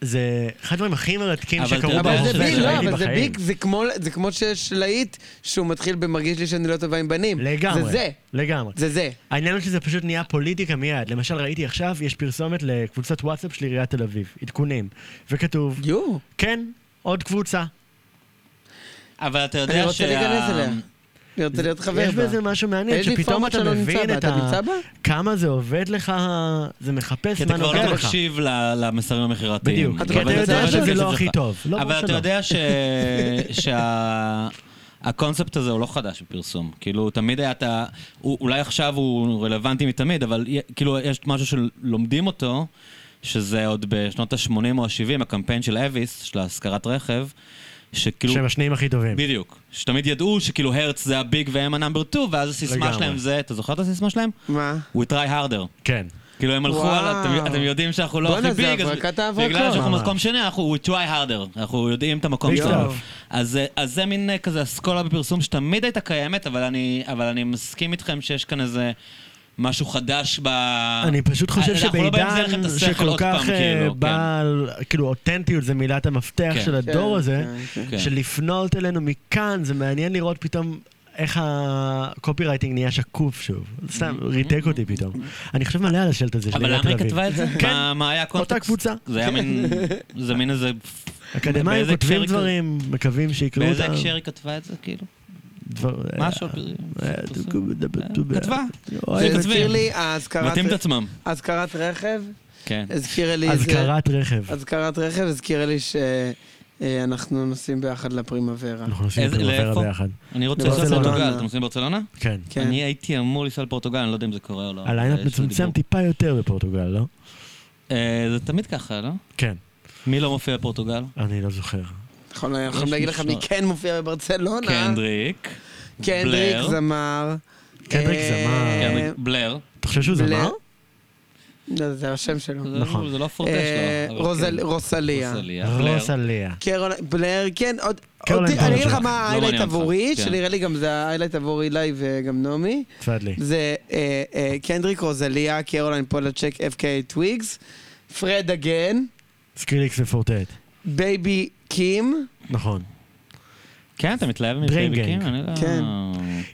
זה אחד הדברים הכי מרתקים
אבל
שקרו
אתה יודע
ברחוב
אבל זה
שזה-
ביג, לא,
שראיתי
אבל זה
בחיים.
ביג, זה כמו- זה כמו שיש להיט שהוא מתחיל במרגיש לי שאני לא טובה עם בנים.
לגמרי.
זה זה,
לגמרי.
זה זה.
העניין הוא שזה פשוט נהיה פוליטיקה מיד. למשל, ראיתי עכשיו, יש פרסומת לקבוצת וואטסאפ של עיריית תל אביב, עדכונים, וכתוב,
יואו.
כן, עוד קבוצה.
אבל אתה יודע
אני רוצה
שה...
להיכנס אליה. אני רוצה להיות חבר בה.
יש בזה משהו מעניין,
איזה
שפתאום
פורמט
אתה
שלא נמצא
מבין
בה,
את
אתה
ה...
נמצא בה?
כמה זה עובד לך, זה מחפש
כי אתה
מה
כבר
נוגע
לא
לך.
מקשיב ל- למסרים המכירתיים.
בדיוק.
אתה
כי
אבל
אתה
זה
יודע
עובד
שזה
בכסף
לא
שלך.
הכי טוב. לא, ברור
אבל אתה
שלא.
יודע ש- שה... הקונספט הזה הוא לא חדש בפרסום. כאילו, תמיד היה את ה... הוא- אולי עכשיו הוא רלוונטי מתמיד, אבל י- כאילו, יש משהו שלומדים אותו, שזה עוד בשנות ה-80 או ה-70, הקמפיין של אביס, של השכרת רכב, שכאילו...
שהם השניים הכי טובים.
בדיוק. שתמיד ידעו שכאילו הרץ זה הביג והם הנאמבר 2, ואז הסיסמה
לגמרי.
שלהם זה... אתה זוכר את הסיסמה שלהם?
מה?
We try harder.
כן.
כאילו הם הלכו
וואו.
הלאה, אתם- אתם יודעים שאנחנו לא
בואנה,
הכי
זה
ביג, אז
הברקת ההברקות.
בגלל שאנחנו
ממש.
מקום שני, אנחנו we try harder, אנחנו יודעים את המקום
בדיוק.
שלנו. אז אה, אז זה מין אה, כזה אסכולה בפרסום שתמיד הייתה קיימת, אבל אני אבל אני מסכים איתכם שיש כאן איזה משהו חדש ב...
אני פשוט חושב
אה. אנחנו לא באים לזה
שבעידן
לכם את השכל
שכל
עוד
כך
פעם,
אה,
כאילו,
בא, על- כאילו אותנטיות זה מילת המפתח
כן.
של הדור
כן,
הזה,
כן,
כן.
שלפנות אלינו מכאן, זה מעניין לראות פתאום איך הקופי רייטינג נהיה שקוף שוב. סתם, ריתק אותי פתאום. אני חושב מלא על השלט הזה של
Mm-hmm. אבל
עיריית
למה
תל
היא כתבה
אביב.
את זה?
כן.
מה- מה היה הקונטקסט?
קבוצה. כן.
זה היה מין... זה מין איזה...
אקדמאים
באיזה
כותבים
הקשר היא-
דברים, מקווים שיקראו אותם.
באיזה הקשר היא כתבה את זה, כאילו?
דבר-
משהו? אה,
אה, אה,
כתבה.
אוהב
זה
את
הזכיר לי, האזכרת-
מבטאים את עצמם.
אזכרת רכב,
כן.
הזכירה לי... זה-
אזכרת רכב.
אזכרת רכב הזכירה לי שאנחנו נוסעים ביחד לפרימוורה.
אנחנו עושים את
איזה-
הפרימוורה
לאיפה?
ביחד.
אני רוצה
ברצלונה.
לנסוע לפורטוגל, אתם נוסעים ברצלונה?
כן.
כן. אה,
אני הייתי אמור לנסוע לפורטוגל, אני לא יודע אם זה קורה או לא.
הליינאפ
יש לי
מצומצם
דיבור.
טיפה יותר בפורטוגל, לא?
אה, זה תמיד ככה, לא?
כן.
מי לא מופיע בפורטוגל?
אני לא זוכר.
נכון, אנחנו
יש
יכולים להגיד לך מי
משמע-
כן מופיע בברצלונה.
קנדריק.
אה,
קנדריק
בלר.
זמר.
קנדריק
אה,
זמר.
קנדריק בלר.
אתה חושב שהוא
בלר.
זמר?
לא, זה השם שלו.
זה-
נכון.
זה לא הפורטה
אה,
שלו. אבל
רוזל-
כן.
רוסליה.
רוסליה. בלר.
רוסליה.
קרול- בלר, כן, עוד...
קרוליין
אותי- אני אגיד לך
פלז'ק.
מה האיילייט
לא מעניין אותך,
עבורי,
כן.
שנראה לי גם זה האיילייט עבור אילי וגם נעמי.
תפדלי.
זה אה, אה, קנדריק רוזליה, קרוליין פולצ'ק, FK טוויגס, פרד הגן,
סקריליקס ופורטט.
בייבי קים,
נכון.
כן, אתה מתלהב
Dream
מפייבקים?
Gang.
אני לא...
כן.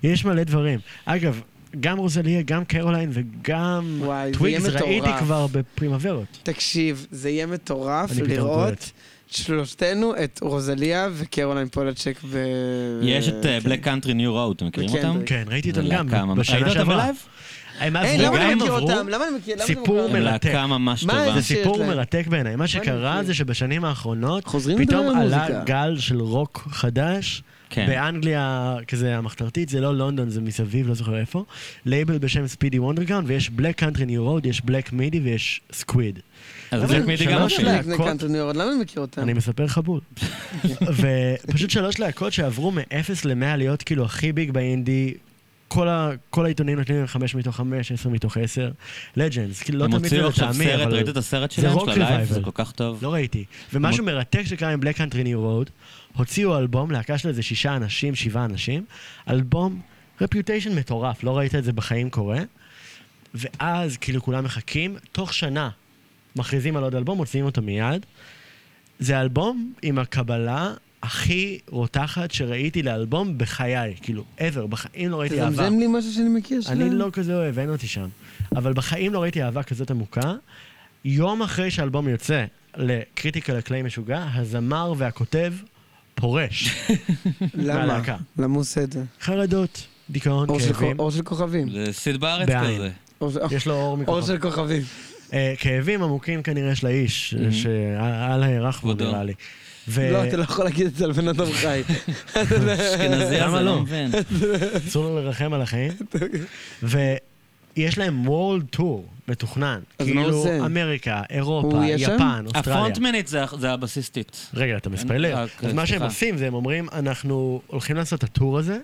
יש מלא דברים. אגב, גם רוזליה, גם קרוליין וגם
וואי, זה
טוויגס
יהיה
ראיתי
מטורף.
כבר בפרימוורות.
תקשיב, זה יהיה מטורף
אני פתאום
לראות
קולט.
שלושתנו את רוזליה וקרוליין פולצ'ק ו...
אה,
כן.
יש את אה, בלק קאנטרי ניו רוד, אתם מכירים אותם?
וקנדריק.
כן, ראיתי
זה
אותם גם
להקה ממש-
בשנה
לא
ראית אותם
שעברה.
בלייב?
הם עברו,
היי, אה, למה אני
גם
מכיר
עברו.
אותם? למה אני מכיר? למה אני
סיפור
מכיר
הם
אותם?
מרתק.
להקה ממש
מה
טובה.
זה
איזה שיש
סיפור
להם.
מרתק בעיניי. מה שקרה
מכיר?
זה שבשנים האחרונות,
חוזרים
פתאום
לדבר על
עלה
מוזיקה.
גל של רוק חדש.
כן.
באנגליה, כזה המחתרתית, זה לא לונדון, זה מסביב, לא זוכר איפה. לייבל בשם ספידי וונדרגאונד, ויש בלק קאנטרי ניו רוד, יש בלק מידי ויש סקוויד.
כן.
אז
אבל
בלק מידי גם
שלוש
משהו.
להקות.
זה קאנטרי ניו יורק, למה אני מכיר אותם?
אני מספר לך בול. ופשוט שלוש להקות שעברו מ-0 ל-100 להיות כאילו הכי ביג באינדי. כל, ה, כל העיתונים נותנים להם חמש מתוך חמש, עשר מתוך עשר. לג'נדס, כאילו לא
הם
תמיד זה
הוציאו עכשיו
לטעמי,
סרט,
אבל...
ראית את הסרט
זה
שלהם?
רוק
של הלייב?
revival.
זה כל כך טוב.
לא ראיתי. ומשהו מרתק שקרה עם בלק קאנטרי ניו רוד, הוציאו אלבום, להקה של איזה שישה אנשים, שבעה אנשים, אלבום רפיוטיישן מטורף, לא ראית את זה בחיים קורה. ואז כאילו כולם מחכים, תוך שנה מכריזים על עוד אלבום, מוציאים אותו מיד. זה אלבום עם הקבלה הכי רותחת שראיתי לאלבום בחיי, כאילו, ever, בחיים לא ראיתי אהבה.
תזמזם לי משהו שאני מכיר שלהם.
אני לא כזה אוהב, אין אותי שם. אבל בחיים לא ראיתי אהבה כזאת עמוקה. יום אחרי שהאלבום יוצא לקריטיקל הקליי משוגע, הזמר והכותב פורש.
למה?
מהלהקה.
למה הוא עושה את זה?
חרדות, דיכאון,
אור של
כאבים.
כוכ- אור של כוכבים.
זה סיד בארץ
בעין.
כזה.
אור של-
יש לו אור
אור
מכוכב.
של כוכבים.
אה, כאבים עמוקים כנראה של האיש, שאללה ירח בו
כבודו.
נראה לי.
לא, אתה לא יכול להגיד את זה על בן אדם חי. אה,
אשכנזי
למה
הזה,
לא?
לא מבין.
ואסור לו לרחם על החיים. ויש להם וורלד טור מתוכנן.
אז מה הוא
כאילו
עושה?
אמריקה, אירופה,
הוא יהיה שם?
יפן, אוסטרליה.
הפרונטמנית זה- זה הבסיסטית.
רגע, אתה מספיילר.
רק,
אז מה שהם
אה, סליחה.
עושים זה הם אומרים, אנחנו הולכים לעשות את הטור הזה,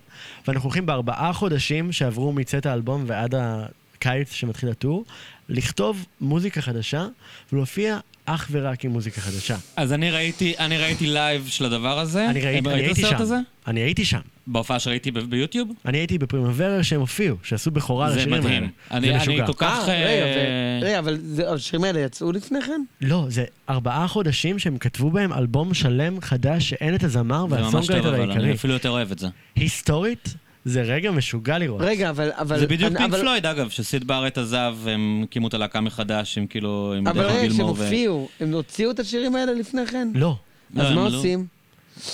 ואנחנו הולכים בארבעה חודשים שעברו מצאת האלבום ועד הקיץ שמתחיל הטור, לכתוב מוזיקה חדשה, ולהופיע אך ורק עם מוזיקה חדשה.
אז אני ראיתי, אני ראיתי לייב של הדבר הזה.
אני ראיתי-
אה, ראית
אני
את
הייתי
הסרט
שם.
הזה?
אני הייתי שם.
בהופעה שראיתי ב- ביוטיוב?
אני הייתי בפרימוורה שהם הופיעו, שעשו בכורה
זה
לשירים האלה.
מדהים. אני- אני
משוגע.
כל
אה,
כך...
רגע,
אה,
ו- רגע, אבל זה- השירים האלה יצאו לפני כן?
לא, זה ארבעה חודשים שהם כתבו בהם אלבום שלם חדש שאין את הזמר
זה ממש טוב,
והסונגרייטר
אבל אני
העיקרי.
אפילו יותר אוהב את זה.
היסטורית, זה רגע משוגע לראות.
רגע, אבל... אבל-
לא. זה בדיוק
אבל-
פינק
אבל-
פלויד, אגב, שסיד בארט עזב, הם הקימו את הלהקה מחדש, הם כאילו... עם
אבל
דייוויד
רגע, כשהם
גילמור ו-
הופיעו, הם הוציאו את השירים האלה לפני כן?
לא.
לא,
אז
הם
מה
לא-
עושים?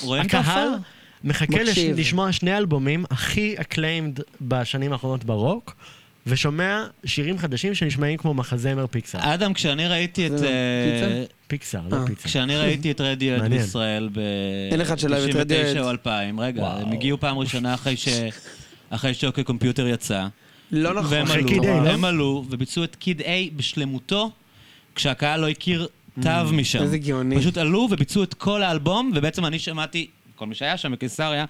רואים את
הקהל
ההופעה?
מחכה לש...
מקשיב.
לשמוע שני אלבומים הכי אקליימד בשנים האחרונות ברוק, ושומע שירים חדשים שנשמעים כמו מחזמר פיקסאר.
אדם, כשאני ראיתי את...
זה
אה,
פיצה?
פיקסאר, לא
אה.
פיקסאר.
כשאני ראיתי את רדיואט
מעניין.
בישראל ב...
אין אחד שלא אוהב את רדיואט.
99 או 2000, רגע,
וואו.
הם הגיעו פעם ראשונה אחרי ש... אחרי שאוקיי קומפיוטר יצא.
לא נכון.
והם
אחרי
עלו,
קיד A, לא?
הם עלו וביצעו את קיד A בשלמותו, כשהקהל לא הכיר תו
Mm.
משם.
איזה גאוני.
פשוט עלו וביצעו את כל האלבום, ובעצם אני שמעתי, כל מי שהיה שם בקיסריה,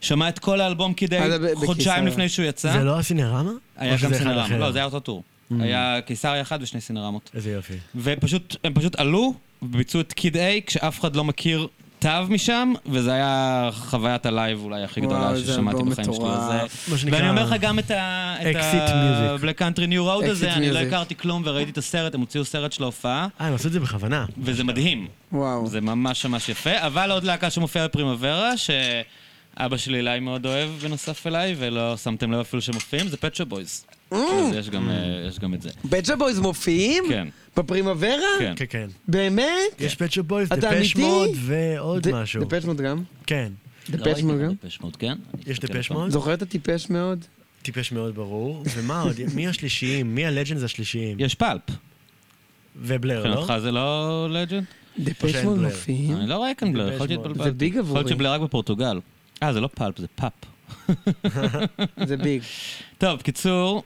שמע את כל האלבום קיד A
אה, זה ב-
חודשיים
בקיסריה.
לפני שהוא יצא.
זה לא הסינרמה?
היה
או שזה
גם
אחד
סינרמה,
אחר? Mm.
לא, זה היה אותו טור. היה קיסריה אחד ושני סינרמות.
איזה יופי. אה,
ופשוט, הם פשוט עלו וביצעו את קיד איי כשאף אחד לא מכיר תו משם, וזה היה חוויית הלייב אולי הכי גדולה
וואו, זה
ששמעתי
אלבום
בחיים שלי. אז
מטורף.
זה-
מה שנקרא-
ואני אומר לך גם את ה... את
Exit
ה-
music.
Black Country New Road
Exit
הזה, אני לא
music.
הכרתי כלום וראיתי את הסרט, הם הוציאו סרט של ההופעה,
אה, הם עשו את זה בכוונה.
וזה מדהים.
וואו.
זה ממש ממש יפה, אבל עוד להקה שמופיעה בפרימוורה, שאבא שלי אליי מאוד אוהב בנוסף אליי, ולא שמתם לב אפילו שמופיעים, זה פצ'ו בויז.
Mm.
אז יש גם, אה, יש גם את זה.
בג'ה בויז מופיעים?
כן,
בפרימוורה?
כן.
כן, כן.
באמת?
יש פצ'ו בויז,
אתה
דפש
אמיתי?
מוד ועוד
ד-
משהו.
דפש מוד גם?
כן.
לא ראיתי
דפש מוד
את
גם?
דפש מוד, כן. אני
יש
אסתכל
דפש
פה.
מוד?
זוכר את הטיפש מאוד?
טיפש מאוד ברור. ומה עוד? מי השלישיים? מי הלג'נדס השלישיים?
יש כן, פלפ.
לא? ובלר, לא?
מבחינתך זה לא לג'נד?
דפש
שאין
מוד
בלר.
מופיעים?
אני לא רואה כאן בלר,
דפש
יכול להיות
מוד.
שהתבלבלתי.
זה ביג
יכול להיות
עבורי.
שבלר רק בפורטוגל. אה, זה לא פלפ, זה פאפ.
זה ביג.
טוב, קיצור,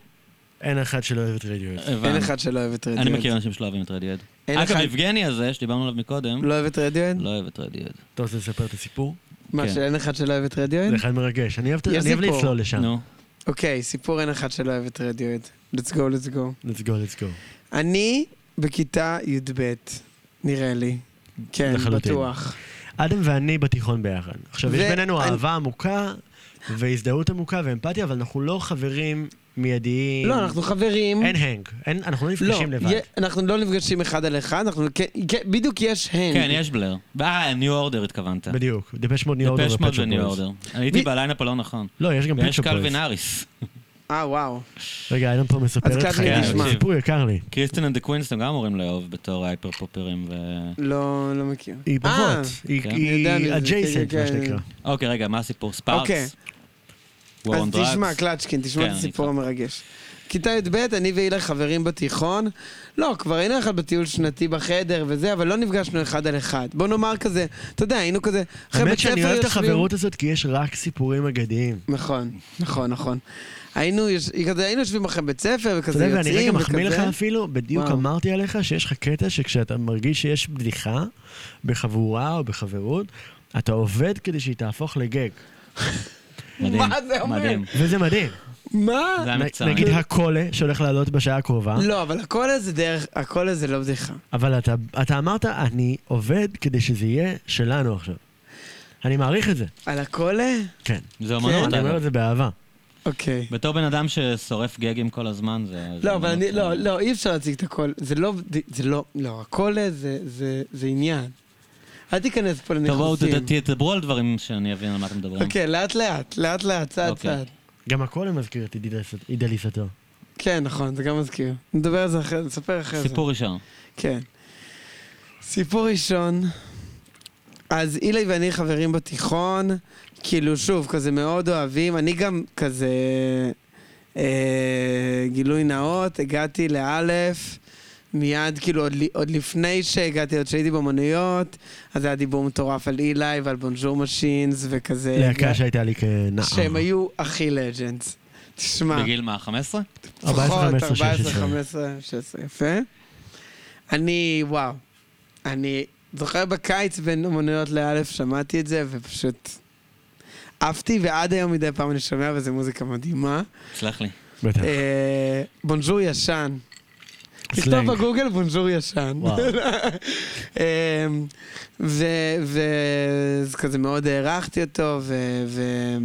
אין אחד שלא אוהב את רדיואט.
אין
הבנתי.
אחד שלא אוהב את רדיואד.
אני מכיר אנשים שלא אוהבים את רדיאד.
אין
אגב,
אחד-
יבגני הזה, שדיברנו עליו מקודם,
לא אוהב את רדיואד?
לא אוהב את רדיאד.
אתה רוצה לספר את הסיפור?
מה,
כן.
שאין אחד שלא אוהב את רדיואד?
זה אחד מרגש. אני אוהב את-
יש
אני אוהב
סיפור.
לצלול לשם.
נו,
אוקיי, סיפור אין אחד שלא אוהב את רדיואד. let's go, let's go.
let's go, let's go.
אני בכיתה י"ב, נראה לי. כן,
לחלוטין.
בטוח.
אדם ואני בתיכון ביחד. עכשיו, יש
ו-
בינינו
אני-
אהבה עמוקה, והזדהות עמוקה ואמפתיה, אבל אנחנו לא חברים מיידיים.
לא, אנחנו חברים.
אין הנג. אין- אנחנו לא
לא,
נפגשים לבד.
יה- אנחנו לא נפגשים אחד על אחד, אנחנו... כן- כן, בדיוק יש הן.
כן, יש בלר. אה, ניו אורדר התכוונת.
בדיוק. דפש מוד ניו אורדר
דפש מוד
ופצ'ו
וניו
בויז.
אורדר. הייתי
מי-
בליינאפ הלא נכון.
לא, יש גם
ויש
פצ'ו
קלווין
בויז.
האריס.
אה, וואו.
רגע, אדם פה מספר
אז
את
קלווין,
חייו.
תשמע.
זה סיפור יקר לי.
קריסטן אנד הקווינס הם גם אמורים לאהוב בתור הייפר פופרים ו...
לא, לא מכיר.
היא
אה,
פחות. היא-
כן.
אני יודע
היא
מזה,
adjacent,
כן,
מה
כן,
שנקרא.
אוקיי, רגע, מה הסיפור? ספארקס?
אוקיי.
War
אז
on Drugs?
תשמע, קלצ'קין,
כן,
תשמע את
אני
הסיפור
איתך.
המרגש. כיתה י"ב, אני והילה חברים בתיכון. לא, כבר היינו אחד בטיול שנתי בחדר וזה, אבל לא נפגשנו אחד על אחד. בוא נאמר כזה, אתה יודע, היינו כזה, אחרי
האמת
בית ספר
שאני אוהב את
יושבים-
החברות הזאת כי יש רק סיפורים אגדיים.
נכון, נכון, נכון. היינו, יש- כזה, היינו יושבים אחרי בית ספר
אתה
וכזה
יודע,
יוצאים
ואני רגע מחמיא לך
וכזה.
אפילו, בדיוק
וואו.
אמרתי עליך שיש לך קטע שכשאתה מרגיש שיש בדיחה בחבורה או בחברות, אתה עובד כדי שהיא תהפוך לגג.
מדהים,
מה זה אומר?
מדהים.
וזה מדהים.
מה?
זה
נ-
המקצוע.
נגיד הקולה שהולך לעלות בשעה הקרובה,
לא, אבל הכל הזה דרך, הכל הזה לא בדיחה.
אבל אתה- אתה אמרת, אני עובד כדי שזה יהיה שלנו עכשיו. אני מעריך את זה.
על הכל? אה?
כן.
זה
כן,
אומנות,
אני אומר
אגב.
את זה באהבה.
אוקיי.
בתור בן אדם ששורף גגים כל הזמן, זה... זה
לא, אבל
אומנות.
אני, לא, לא, אי אפשר להציג את הכל. זה לא, זה לא, לא, הכל זה, זה, זה עניין. אל תיכנס פה
טוב, בואו
לנכסים.
ת- ת- תדברו על דברים שאני אבין על מה אתם מדברים.
אוקיי, לאט לאט, לאט לאט, צעד
אוקיי.
צעד.
גם הקולה מזכיר את עידלי סתו.
כן, נכון, זה גם מזכיר. נדבר על זה אחרי, נספר אחרי זה.
סיפור ראשון.
כן. סיפור ראשון, אז אילי ואני חברים בתיכון, כאילו שוב, כזה מאוד אוהבים, אני גם כזה, אה, גילוי נאות, הגעתי לאלף, מיד, כאילו עוד, ל- עוד לפני שהגעתי, עוד שהייתי באמנויות, אז היה דיבור מטורף על אילי ועל בונג'ור משינס וכזה.
להקה שהייתה לי כנער.
אה, שהם היו הכי לג'נדס. תשמע.
בגיל מה, 15?
14, 15,
14,
16.
15, 16, יפה. אני, וואו. אני זוכר בקיץ בין אומנויות לאלף, שמעתי את זה, ופשוט עפתי, ועד היום מדי פעם אני שומע, וזו מוזיקה מדהימה.
תסלח לי.
בטח.
אה, בונג'ור ישן. תכתוב
סלנג.
בגוגל בונג'ור ישן.
וואו.
אמ, ו- וזה כזה מאוד הערכתי אותו, ו... ו-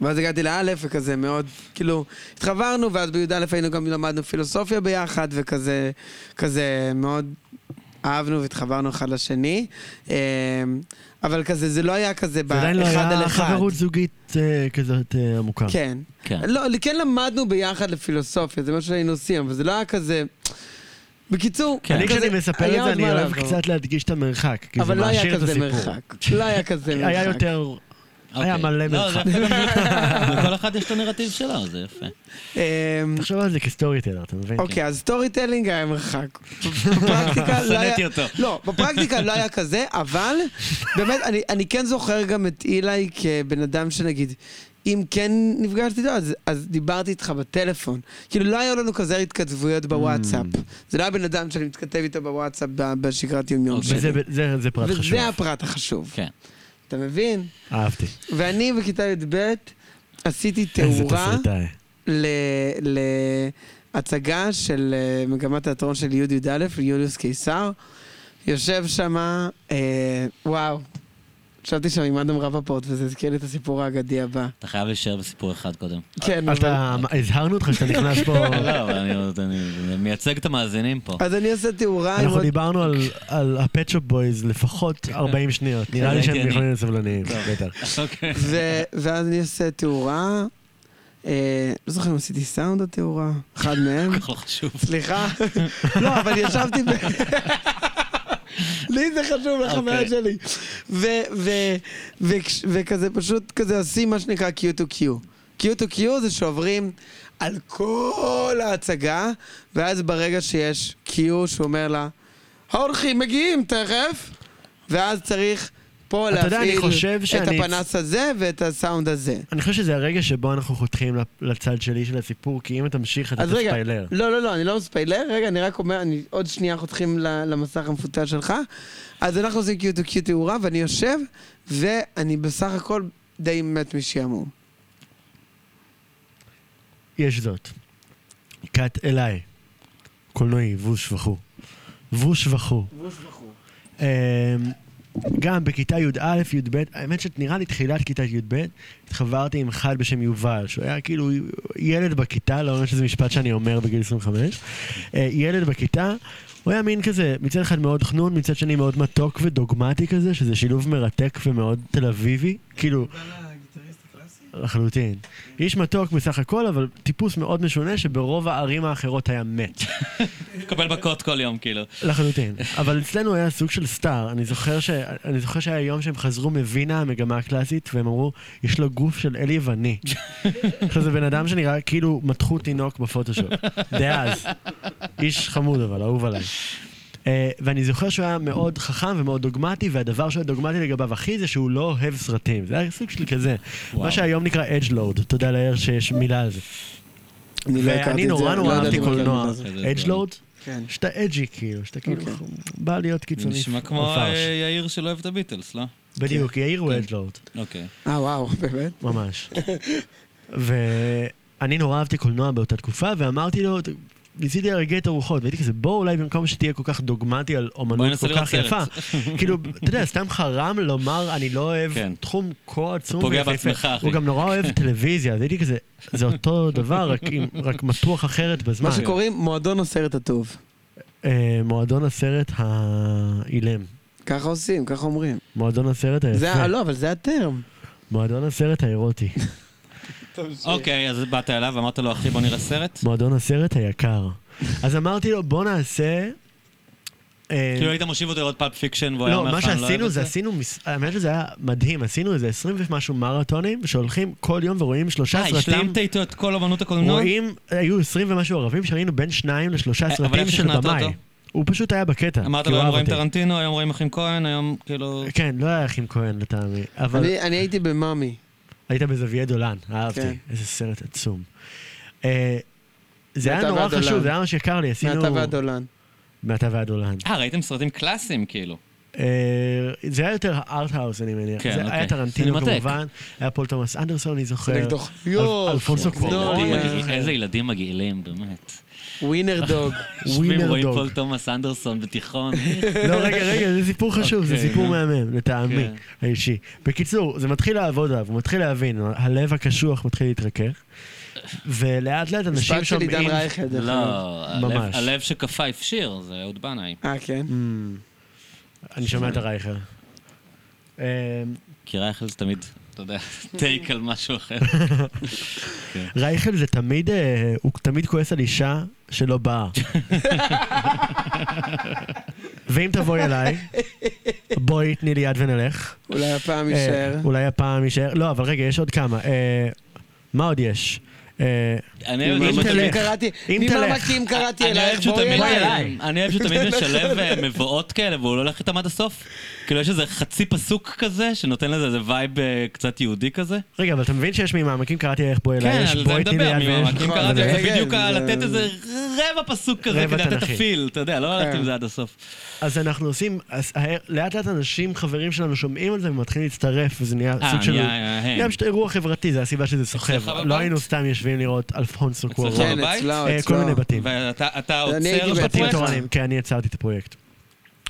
ואז הגעתי לאלף, וכזה מאוד, כאילו, התחברנו, ואז בי"א היינו גם למדנו פילוסופיה ביחד, וכזה, כזה מאוד אהבנו והתחברנו אחד לשני. אמ, אבל כזה, זה לא היה כזה
זה עדיין
באחד
לא
על
היה
אחד.
חברות זוגית אה, כזאת אה, עמוקה.
כן.
כן.
לא, כן למדנו ביחד לפילוסופיה, זה מה שהיינו עושים, אבל זה לא היה כזה... בקיצור,
כן.
אני
כזה-
כשאני מספר את
היה
זה,
עוד
אני
מה
אוהב
לעבור.
קצת להדגיש את המרחק, כי זה
אבל לא
מעשיר
היה
את
כזה
הסיפור.
מרחק. לא היה כזה מרחק.
היה יותר... היה
אוקיי.
מלא
לא, זה
מרחק.
יפה גם זה. לכל אחד יש את הנרטיב שלו, זה יפה.
אמ,
תחשוב על זה כסטורי טלר, אתה מבין?
כן.
אוקיי, אז סטורי טלינג היה מרחק. בפרקטיקה לא היה...
שנאתי אותו.
לא, בפרקטיקה לא היה כזה, אבל באמת, אני- אני כן זוכר גם את אילי כבן אדם שנגיד... אם כן נפגשתי איתו, אז, אז דיברתי איתך בטלפון. כאילו, לא היו לנו כזה התכתבויות בוואטסאפ. זה לא היה בן אדם שאני מתכתב איתו בוואטסאפ ב- בשגרת יומיום
אוקיי.
שלי.
וזה זה- זה פרט חשוב.
וזה הפרט החשוב.
כן.
אתה מבין?
אהבתי.
ואני בכיתה י"ב עשיתי
איזה
תאורה
תסריטאי.
ל- להצגה של אה, מגמת תיאטרון של י' י"א, יוליוס קיסר. יושב שמה, אה, וואו, ישבתי שם עם אדם רפפורט, וזה הזכיר לי את הסיפור האגדי הבא.
אתה חייב להישאר בסיפור אחד קודם.
כן, אבל...
אתה, הזהרנו אותך שאתה נכנס פה...
אוקיי.
לא, אבל אני עוד- אני מייצג את המאזינים פה.
אז אני עושה תאורה עם
אנחנו
עוד...
דיברנו על- על הפט שופ בויז
כן.
לפחות 40 שניות. נראה לי
כן,
שהם
כן,
יכולים
אני-
להיות סבלניים,
טוב.
בטח.
אוקיי.
ו- ואז אני עושה תאורה, אה, לא זוכר אם עשיתי סאונד או תאורה, אחד מהם.
כל כך חשוב.
סליחה. לא, אבל ישבתי ב... לי זה חשוב לחוויה
אוקיי.
שלי. ו- ו- וכש- וכזה פשוט כזה עושים מה שנקרא Q2Q. Q2Q זה שעוברים על כל ההצגה, ואז ברגע שיש Q שאומר לה, האורחים מגיעים תכף, ואז צריך פה
אתה יודע, אני
להפעיל
חושב
את
שאני-
הפנס הזה ואת הסאונד הזה.
אני חושב שזה הרגע שבו אנחנו חותכים לפ- לצד שלי של הסיפור, כי אם אתה ממשיך אתה
אז רגע,
תספיילר.
לא, לא, לא, אני לא מספיילר, רגע, אני רק אומר, אני עוד שנייה חותכים ל- למסך המפותל שלך. אז אנחנו עושים קיו טו קיו תאורה, ואני יושב, ואני בסך הכל די מת משעמום.
יש זאת. כת אליי. קולנועי, ווש וכו. ווש וכו. ווש וכו. גם בכיתה י"א, י"ב, האמת שנראה לי תחילת כיתה י"ב, התחברתי עם אחד בשם יובל, שהוא היה כאילו ילד בכיתה, לא אומר שזה משפט שאני אומר בגיל 25, אה, ילד בכיתה, הוא היה מין כזה, מצד אחד מאוד חנון, מצד שני מאוד מתוק ודוגמטי כזה, שזה שילוב מרתק ומאוד תל אביבי, כאילו,
יובל הגיטריסט הקלאסי?
לחלוטין. איש מתוק בסך הכל, אבל טיפוס מאוד משונה שברוב הערים האחרות היה מת.
מקבל מכות כל יום, כאילו.
לחלוטין. אבל אצלנו היה סוג של סטאר. אני זוכר, ש... אני זוכר שהיה יום שהם חזרו מווינה, המגמה הקלאסית, והם אמרו, יש לו גוף של אל יווני. עכשיו זה בן אדם שנראה כאילו מתחו תינוק בפוטושופ. דאז. איש חמוד אבל, אהוב עליי. אה, ואני זוכר שהוא היה מאוד חכם ומאוד דוגמטי, והדבר שהיה דוגמטי לגביו הכי זה שהוא לא אוהב סרטים. זה היה סוג של כזה.
וואו.
מה שהיום נקרא אדג'לוד, תודה לאל שיש מילה על זה.
אני לא הכרתי את
ואני
זה.
נורא
לא
נורא
ידעתי
אהבתי
מה קוראים
קולנוע.
לזה.
כזה
אדג'לוד,
כן.
שאתה אג'י כאילו, שאתה כאילו
אוקיי.
בא להיות
זה
קיצוני.
נשמע כמו
מפרש.
אה, יאיר שלא אוהב את הביטלס, לא?
בדיוק, יאיר הוא אדלורד,
אוקיי.
אה, וואו, באמת?
ממש. ואני נורא אהבתי קולנוע באותה תקופה, ואמרתי לו, ניסיתי להרגיע את הרוחות, והייתי כזה, בוא אולי במקום שתהיה כל כך דוגמטי על
בואי
אומנות
ננסה
כל כך
לראות
יפה.
סרט."
כאילו, אתה יודע, סתם חרם לומר, אני לא אוהב
כן.
תחום כה עצום.
פוגע
ויפהפה."
בעצמך, אחי.
הוא גם נורא אוהב טלוויזיה, אז הייתי כזה, זה אותו דבר, רק עם- רק מתוח אחרת בזמן.
מה שקוראים, מועדון הסרט הטוב.
אה, מועדון הסרט האילם.
ככה עושים, ככה אומרים.
מועדון הסרט
זה, ה-
היפה.
לא, אבל זה הטרם.
מועדון הסרט האירוטי.
אוקיי, אז באת אליו ואמרת לו, אחי, בוא נראה סרט?
מועדון הסרט היקר. אז אמרתי לו, בוא נעשה... אה,
כאילו היית מושיב אותו לראות פאלפ פיקשן והוא היה
לא,
אומר
מה
לך, "אני לא אוהב
שעשינו
את
זה עשינו, מס- האמת שזה היה מדהים, עשינו איזה 20 ומשהו מרתונים שהולכים כל יום ורואים שלושה
אה,
סרטים.
השלמת איתו את כל אמנות הקולנוע?
רואים, היו 20 ומשהו ערבים שראינו בין שניים לשלושה
אה, אבל
סרטים
איך
של
שכנעת
במאי.
אותו?
הוא פשוט היה בקטע.
אמרת
כי הוא
לו, היום
אהב
רואים
אותי.
טרנטינו, היום רואים אחים כהן, היום כאילו...
כן, לא היה אחים כהן לטעמי, אבל
אני אני הייתי במאמי.
היית בזוויה דולן, אהבתי.
כן.
איזה סרט עצום. אה, זה היה
מעתה
נורא
ועד
חשוב,
עולם.
זה היה מה שיקר לי, עשינו...
מעתה ועד עולן.
מעתה ועד עולם.
אה, ראיתם סרטים קלאסיים, כאילו.
אה, זה היה יותר הארט-האוס, אני מניח.
כן,
זה
אוקיי.
היה טרנטינו
סינמטק.
כמובן, היה פול תומאס אנדרסון, אני זוכר.
נגדו.
אל-
יואו,
אלפונסו
גדול.
קוורון.
ילדים
אה.
מגעיל- לא, איזה ילדים מגעילים, באמת.
ווינר דוג.
יושבים, רואים
דוג.
פול תומאס אנדרסון בתיכון.
לא, רגע, רגע, זה סיפור חשוב, זה
אוקיי,
סיפור
נו.
מהמם, לטעמי,
כן.
האישי. בקיצור, זה מתחיל לעבוד עליו, הוא מתחיל להבין, הלב הקשוח מתחיל להתרכך, ולאט לאט
משפט
אנשים
של
שומעים...
עידן רייכר, דרך
לא,
אגב.
הלב-
ממש.
הלב שקפא הפשיר, זה אהוד בנאי.
אה, כן?
אמ, אני שומע את הרייכר. אמ,
כי רייכל זה תמיד, אתה יודע, טייק על משהו אחר.
רייכל זה תמיד, אה, הוא תמיד כועס על אישה שלא באה. ואם תבואי אליי, בואי תני לי יד ונלך.
אולי הפעם
אה,
יישאר.
אולי הפעם יישאר, לא, אבל רגע, יש עוד כמה. אה, מה עוד יש? אה,
אני
אם
אני-
תלך.
תמיד קראתי,
אם
ממה
תלך.
מכים קראתי
אני
אלייך,
אוהב שהוא
בואי
תמיד-
אליי.
אני אוהב שהוא תמיד משלב אה, מבואות כאלה, והוא לא הולך איתם עד הסוף. כאילו יש איזה חצי פסוק כזה, שנותן לזה איזה וייב אה, קצת יהודי כזה.
רגע, אבל אתה מבין שיש ממעמקים קראתי איך בואי אליי,
כן,
יש
על זה אני
בואי תני לי
מדבר,
יד ויש
ממעמקים
נכון,
קראתי,
זה
זה
רגל,
בדיוק
זה-
ה- לתת איזה רבע פסוק כזה, כדי
רבע
לתת את
תנכי.
הפיל, אתה
כן.
יודע, לא הלכתי עם זה עד הסוף.
אז אנחנו עושים, אז ה- לאט לאט אנשים, חברים שלנו שומעים על זה ומתחילים להצטרף, וזה נהיה
אה,
סוג של...
נהיה, אה,
נהיה פשוט אירוע חברתי, זה הסיבה שזה סוחב.
אצלך
לא
בבית?
היינו סתם יושבים לראות אלפונסו
אצלך
קוורון.
בבית?
כן, אצלו,
אה, כל
אצלו.
מיני בתים.
ואתה אתה
אני
עוצר
הייתי
בתים
בפרויקט.
בפרויקט?
תורניים, כן, אני יצרתי את הפרויקט.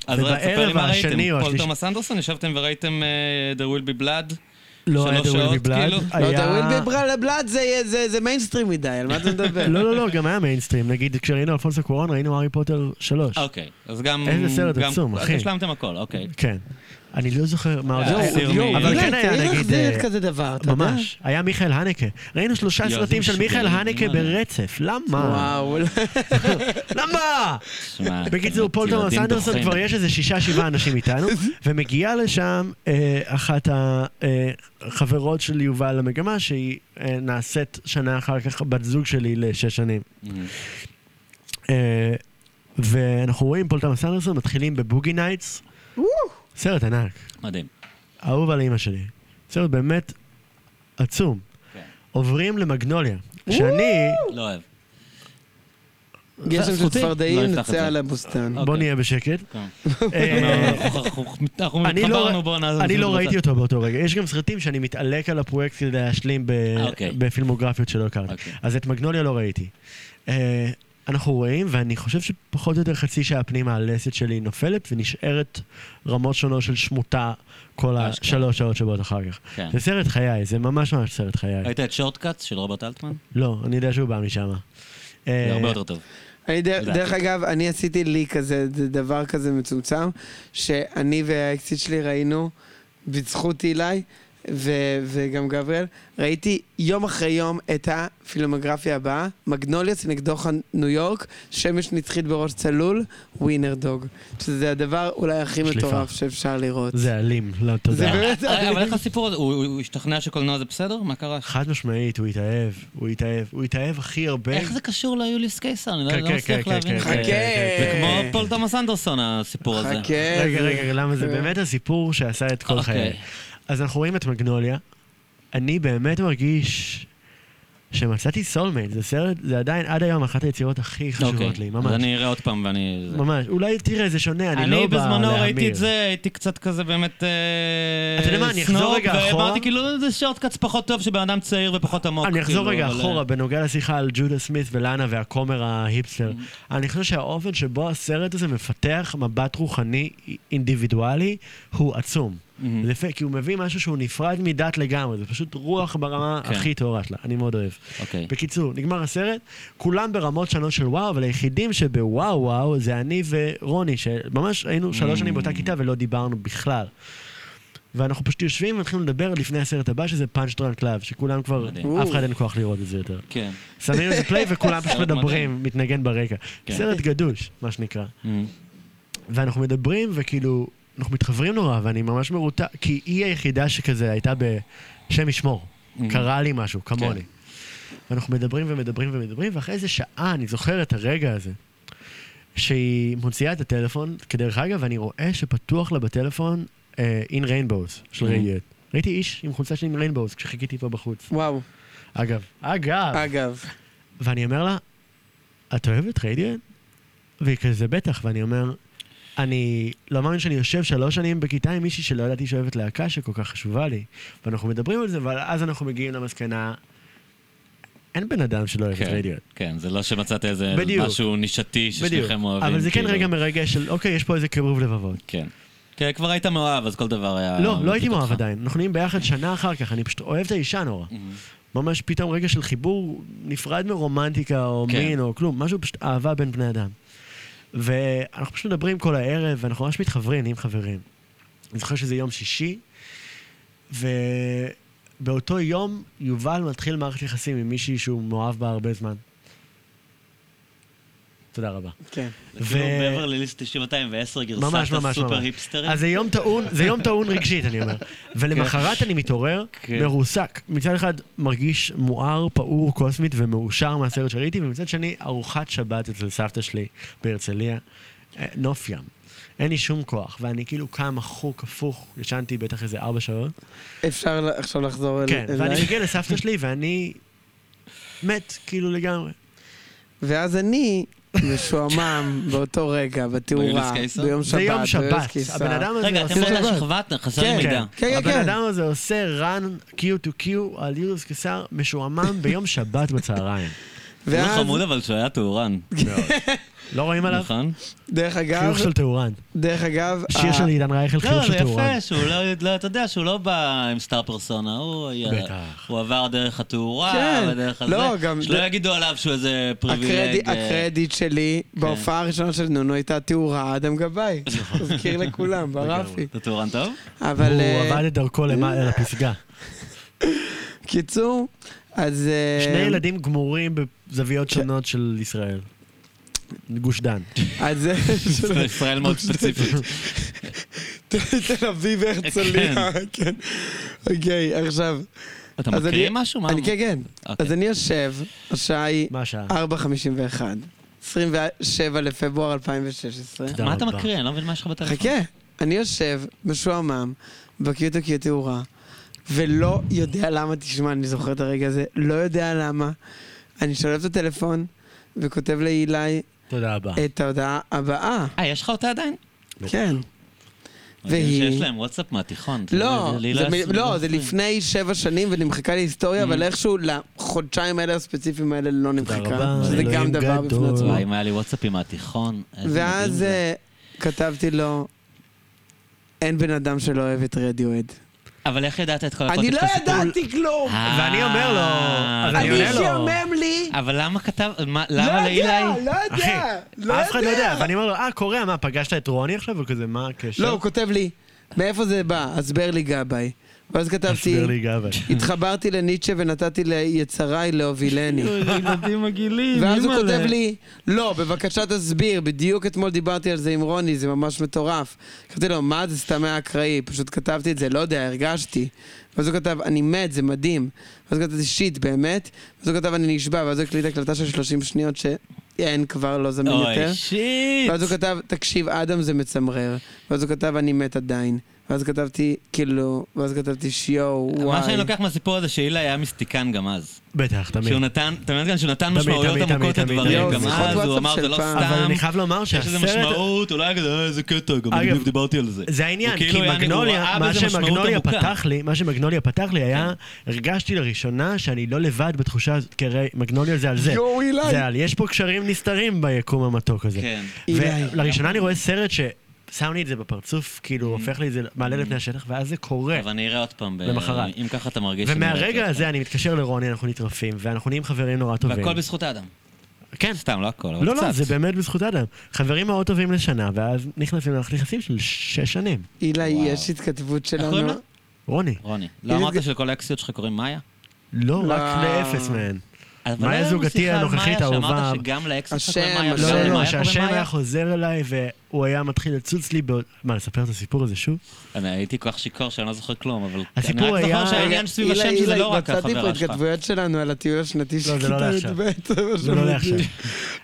אז רק תספר לי
ובערב
מה
השני או
ראיתם. פול
השלישי-
תומאס אנדרסון, ישבתם וראיתם אה, The Will Be Blood?
לא היה
שלוש
The Will
שעות,
Be Blood,
כאילו?
לא,
היה-
אתה וויל בבלאד זה מיינסטרים מדי, על מה אתה מדבר?
לא, לא, לא, גם היה מיינסטרים. נגיד, כשראינו אלפונסו קוורון, ראינו הארי פוטר 3.
אה,
אוקיי, אז גם...
איזה סרט
גם-
עצום,
אז
אחי.
השלמתם הכל, אוקיי.
כן. אני לא זוכר מה עוד
אה,
יואו,
היה.
אסיר מ-
אבל
אולי
כן היה,
צריך
נגיד...
להחזיר
אה,
כזה דבר, אתה יודע?
ממש. היה מיכאל הנקה. ראינו שלושה
יואו,
סרטים
זה
של מיכאל
משוגעים,
הנקה
מה?
ברצף. למה?
וואו,
למה?
שמע,
בקיצור,
באמת,
פול תומאס
ילדים
אנדרסון
דוחים.
כבר יש איזה שישה, שבעה אנשים איתנו, ומגיעה לשם אה, אחת החברות של יובל המגמה, שהיא אה, נעשית שנה אחר כך בת זוג שלי לשש שנים.
Mm-hmm.
אה, ואנחנו רואים פול תומאס אנדרסון, מתחילים בבוגי נייטס. סרט ענק,
מדהים.
אהוב על אימא שלי. סרט באמת עצום.
כן.
עוברים למגנוליה, שאני...
לא אוהב.
גשם של
זכותי, לא
צפרדעים
נפתח את זה.
נצא על הבוסתן.
אוקיי. לא.
בוא נהיה בשקט.
כן.
אה,
אנחנו- אנחנו- אנחנו
אני לא-
התחברנו, בוא נעזוב.
אני לא ראיתי אותו באותו רגע. יש גם סרטים שאני מתעלק על הפרויקט כדי להשלים ב-
אוקיי.
בפילמוגרפיות שלא הכרתי.
אוקיי.
אז את מגנוליה לא ראיתי. אה, אנחנו רואים, ואני חושב שפחות או יותר חצי שעה פנימה הלסת שלי נופלת ונשארת רמות שונות של שמוטה כל
אשכרה.
השלוש שעות שבאות אחר כך.
כן. אה,
זה סרט חיי, זה ממש ממש סרט חיי.
ראית את שורטקאט של רוברט אלטמן?
לא, אני יודע שהוא בא משם. אה,
זה הרבה יותר טוב.
אני דר-
תודה.
דרך אגב, אני עשיתי לי כזה, ד- דבר כזה מצומצם, שאני והאקסיט שלי ראינו, בזכות אילי, ו- וגם גבריאל, ראיתי יום אחרי יום את הפילמוגרפיה הבאה, מגנוליוס נגדו חנ- ניו יורק, שמש נצחית בראש צלול, ווינר דוג. שזה הדבר אולי הכי
שליפה.
מטורף שאפשר לראות.
זה אלים, לא,
זה
תודה.
באמת...
אה, אבל איך הסיפור הזה? הוא- הוא הוא השתכנע שקולנוע זה בסדר? מה קרה?
חד משמעית, הוא התאהב, הוא התאהב, הוא התאהב הכי הרבה.
איך זה קשור ליוליוס קיסר? אני
כן,
לא- לא
כן,
מצליח
כן,
להבין.
כן,
את
כן,
זה.
חכה.
כן,
זה כמו פול תומאס אנדרסון הסיפור הזה.
חכה. אה,
רגע,
זה-
רגע, למה
כן.
זה באמת הסיפור שעשה את כל
אוקיי.
חיי. אז אנחנו רואים את מגנוליה. אני באמת מרגיש שמצאתי סולמייט. זה סרט, זה עדיין עד היום אחת היצירות הכי
אוקיי.
חשובות לי,
אז
ממש.
אני אראה עוד פעם ואני... זה.
ממש. אולי תראה, זה שונה, אני
אני
לא בא להאמיר.
בזמנו ראיתי את זה, הייתי קצת כזה באמת... אה,
אתה יודע מה, אני
סנוב,
אחזור רגע אחורה.
ואמרתי כאילו זה שורטקאץ פחות טוב שבן אדם צעיר ופחות עמוק.
אני אחזור
כאילו,
רגע
אבל,
אחורה
אה,
בנוגע לשיחה על ג'ודה סמית ולאנה והכומר ההיפסטר. אני חושב שהאופן שבו הסרט הזה מפתח מבט רוחני אינדיבידואלי הוא עצום. זה יפה, כי הוא מביא משהו שהוא נפרד מדת לגמרי, זה פשוט רוח ברמה
כן.
הכי טהורה שלה, אני מאוד אוהב.
אוקיי.
בקיצור, נגמר הסרט, כולם ברמות שונות של וואו, אבל היחידים שבוואו וואו זה אני ורוני, שממש היינו שלוש שנים באותה כיתה ולא דיברנו בכלל. ואנחנו פשוט יושבים ומתחילים לדבר לפני הסרט הבא, שזה פאנץ' דרנק לאב, שכולם כבר,
מדהים.
אף אחד אין כוח לראות את זה יותר.
כן.
שמים איזה פליי וכולם פשוט
סרט
מדברים, מתנגן ברקע.
כן.
סרט גדוש, מה שנקרא.
אמ,
ואנחנו מדברים, וכאילו, אנחנו מתחברים נורא, ואני ממש מרותק, כי היא היחידה שכזה הייתה ב... שם ישמור. קרה לי משהו, כמוני. ואנחנו מדברים ומדברים ומדברים, ואחרי איזה שעה אני זוכר את הרגע הזה, שהיא מוציאה את הטלפון, כדרך אגב, ואני רואה שפתוח לה בטלפון אה, In Rainbows של
Mhm.
רדיאט. ראיתי איש עם חולצה של In Rainbows כשחיכיתי פה בחוץ.
וואו,
אגב. אגב.
אגב.
ואני אומר לה, את אוהבת רדיאנט? והיא כזה, בטח, ואני אומר, אני לא מאמין שאני יושב שלוש שנים בכיתה עם מישהי שלא ידעתי שאוהבת להקה שכל כך חשובה לי. ואנחנו מדברים על זה, אבל אז אנחנו מגיעים למסקנה, אין בן אדם שלא אוהב את
כן,
רדיאנט.
כן, זה לא שמצאת איזה
בדיוק.
משהו נישתי
בדיוק.
ששניכם אוהבים.
אבל זה כן
כאילו.
רגע מרגע של, אוקיי, יש פה איזה קירוב לבבות.
כן. כן, כבר היית מאוהב, אז כל דבר היה...
לא, לא הייתי
מדליק
מאוהב
אותך.
עדיין. אנחנו נהיים ביחד שנה אחר כך, אני פשוט אוהב את האישה נורא. ממש פתאום רגע של חיבור נפרד מרומנטיקה או
כן.
מין או כלום, משהו פשוט אהבה בין בני אדם. ואנחנו פשוט מדברים כל הערב, ואנחנו ממש מתחברים, נהיים חברים. אני זוכר שזה יום שישי, ובאותו יום יובל מתחיל מערכת יחסים עם מישהי שהוא מאוהב בה הרבה זמן. תודה רבה.
כן.
זה כאילו
ו-
בברלי ליס 9210
ממש,
גרסת
ממש,
הסופר
ממש.
היפסטרים.
אז זה יום טעון, זה יום טעון רגשית, אני אומר. ולמחרת אני מתעורר,
כן.
מרוסק. מצד אחד מרגיש מואר, פעור, קוסמית ומאושר מהסרט שראיתי, ומצד שני, ארוחת שבת אצל סבתא שלי בהרצליה, אה, נוף ים. אין לי שום כוח, ואני כאילו קם מחוק, הפוך, ישנתי בטח איזה ארבע שעות.
אפשר ל- עכשיו לחזור אל-
כן, ואני
אליי?
מגיע לסבתא שלי ואני מת, כאילו לגמרי.
ואז אני משועמם באותו רגע, בתאורה,
ביוליס קיסר?
ביום שבת.
זה יום
ביוליס
שבת,
קיסר.
הבן אדם הזה...
רגע, אתם
עושה-
באותה
שבת.
שכבת חסר
כן,
מידע.
כן,
הבן
כן,
אדם הזה עושה run Q to Q על יוליוס קיסר משועמם ביום שבת בצהריים.
זה לא
ואז,
חמוד אבל שהוא היה טהורן,
לא רואים עליו?
נכון?
דרך אגב,
חיוך של טהורן.
דרך אגב,
שיר
ה-
של עידן רייכל,
לא,
חיוך
זה
של טהורן.
יפה, שהוא לא, לא, אתה יודע, שהוא לא בא עם סטאר פרסונה, הוא היה...
בטח.
הוא עבר דרך התאורה,
כן.
ודרך הזה.
לא, גם-
שלא
זה-
יגידו עליו שהוא איזה
הקרדי-
פריבילג. אה, כן.
הקרדיט שלי בהופעה הראשונה של נונו הייתה תאורה אדם גבאי.
נכון.
תזכיר לכולם, ברפי.
אתה טהורן טוב?
אבל
הוא
אה,
עבד את דרכו למעלה, לפסגה.
קיצור, אז... אה,
שני ילדים גמורים בזוויות שונות של ישראל. גוש דן.
אז אה, של-
זה ישראל מאוד ספציפית.
תל אביב הרצליה, כן. אוקיי, עכשיו.
אתה
אז
מקריא
אני-
משהו? מה-
אני כן, כן.
אוקיי.
אז אני יושב, השעה היא
מה השעה?
4.51, 27 לפברואר 2016.
תודה
מה אתה
רבה.
מקריא? אני לא מבין מה יש לך בטלפון.
חכה, אני יושב משועמם בקיוטו קיוטו תאורה, ולא יודע למה, תשמע, אני זוכר את הרגע הזה, לא יודע למה. אני שולף את הטלפון וכותב לאילי
תודה רבה.
את ההודעה הבאה,
אה, יש לך אותה עדיין?
כן. והיא-
יש להם וואטסאפ מהתיכון. אתה
אה,
לא,
יודע, לי
זה
היה-
מ- לא, זה לפני שבע שנים ונמחקה לי
Mm.
היסטוריה, אבל איכשהו לחודשיים האלה הספציפיים האלה לא נמחקה,
רבה,
שזה גם
אלוהים
דבר בפני
גדול.
עצמו.
וואי, אם היה לי וואטסאפים מהתיכון. איזה מדהים
ואז
זה.
אה, כתבתי לו, אין בן אדם שלא אוהב את רדיואד.
אבל איך ידעת לא, את כל
אני לא
הקונטקסט הסיפור?
ידעתי כלום!
אה,
ואני אומר לו, אז
אני
אני עונה
אני
לו.
שיומם לי!
אבל למה כתב... מה-
לא
למה
יודע,
לאילי?
לא
אחי,
יודע! לא
אף אחד לא יודע. ואני אומר לו, אה, קורע, מה, פגשת את רוני עכשיו? וכזה, מה הקשר?
לא, הוא כותב לי, מאיפה זה בא? הסבר לי גבאי. ואז כתבתי,
תסביר לי גאווה.
התחברתי לניטשה ונתתי ליצריי להובילני.
ילדים מגעילים,
ואז הוא כותב לי, לא, בבקשה תסביר, בדיוק אתמול דיברתי על זה עם רוני, זה ממש מטורף. כתבתי לו, מה זה סתם היה אקראי? פשוט כתבתי את זה, לא יודע, הרגשתי. ואז הוא כתב, אני מת, זה מדהים. ואז כתבתי, שיט, באמת? ואז הוא כתב, אני נשבע, ואז הוא הקליט הקלטה של 30 שניות שאין כבר, לא זמין יותר.
אוי, שיט.
ואז הוא כתב, תקשיב, אדם זה מצמרר. ואז הוא כתב, אני מת עדיין. ואז כתבתי, כאילו, ואז כתבתי, שיואו, וואי.
מה שאני לוקח מהסיפור הזה, שהילה היה מיסטיקן גם אז.
בטח, תמיד.
שהוא נתן, אתה מבין שהוא נתן
תמיד,
משמעויות
תמיד, תמיד,
עמוקות
תמיד.
לדברים,
יואו,
גם
שיחות
אז הוא
וואטסאפ
אמר
של
זה לא
פעם."
סתם.
אבל אני חייב לומר
יש לזה
שהסרט...
משמעות, אולי היה כזה, "אה, איזה קטע, גם
אגב,
אני דיברתי על זה.
זה העניין,
הוא
כי
כאילו היה- הוא
מגנוליה,
ראה
מה
בזה משמעות
שמגנוליה
עמוקה. כן.
פתח לי, מה שמגנוליה פתח לי היה, הרגשתי לראשונה שאני לא לבד בתחושה הזאת, כי הרי מגנוליה זה על זה.
יואו, אילי.
זה על, יש פה קשרים נסתרים ביקום המתוק הזה.
כן.
אילי.
ולראשונה אני רואה סרט ששם לי את זה בפרצוף, כאילו הופך לי את זה, מעלה לפני השטח, ואז זה קורה.
Mm. אבל אני אראה עוד פעם. ב-
כן. למחרת.
אם ככה אתה מרגיש. שאני אראה את זה
ומהרגע
עוד
הזה אני מתקשר לרוני, אנחנו נטרפים, ואנחנו נהיים חברים נורא
פעם.
טובים.
והכל בזכות האדם.
כן.
סתם, לא הכל, אבל
לא,
קצת.
לא, זה באמת בזכות אדם. חברים מאוד טובים לשנה, ואז נכנסים, אנחנו נכנסים של שש שנים.
אילי,
וואו.
יש התכתבות
איך קוראים
שלנו.
לה?
רוני.
רוני. לא
יש
אמרת
את-
שלכל האקסיות שלך קוראים מאיה?
לא,
לא.
רק לאפס מהן.
אבל לא
מאיה
היה לנו
זוגתי
שיחה על
הנוכחית,
מאיה,
האהובה.
שאמרת שגם לאקסיות שלך קוראים מאיה,
השם, השם.
לא,
וגם
לא,
למאיה
לא,
קוראים
שהשם
מאיה?
היה חוזר אליי והוא היה מתחיל לצוץ לי בעוד... מה, לספר את הסיפור הזה שוב?
אני הייתי כל כך שיכור שאני לא זוכר כלום, אבל...
הסיפור
אני רק
היה-
זוכר
רגע,
שהעניין סביב השם שזה לא רק
מצאתי פה
החברה שלך.
התכתבויות שלנו על הטיול השנתי של
לא, זה לא
כיתה
לעכשיו.
י"ב.
זה לא לעכשיו.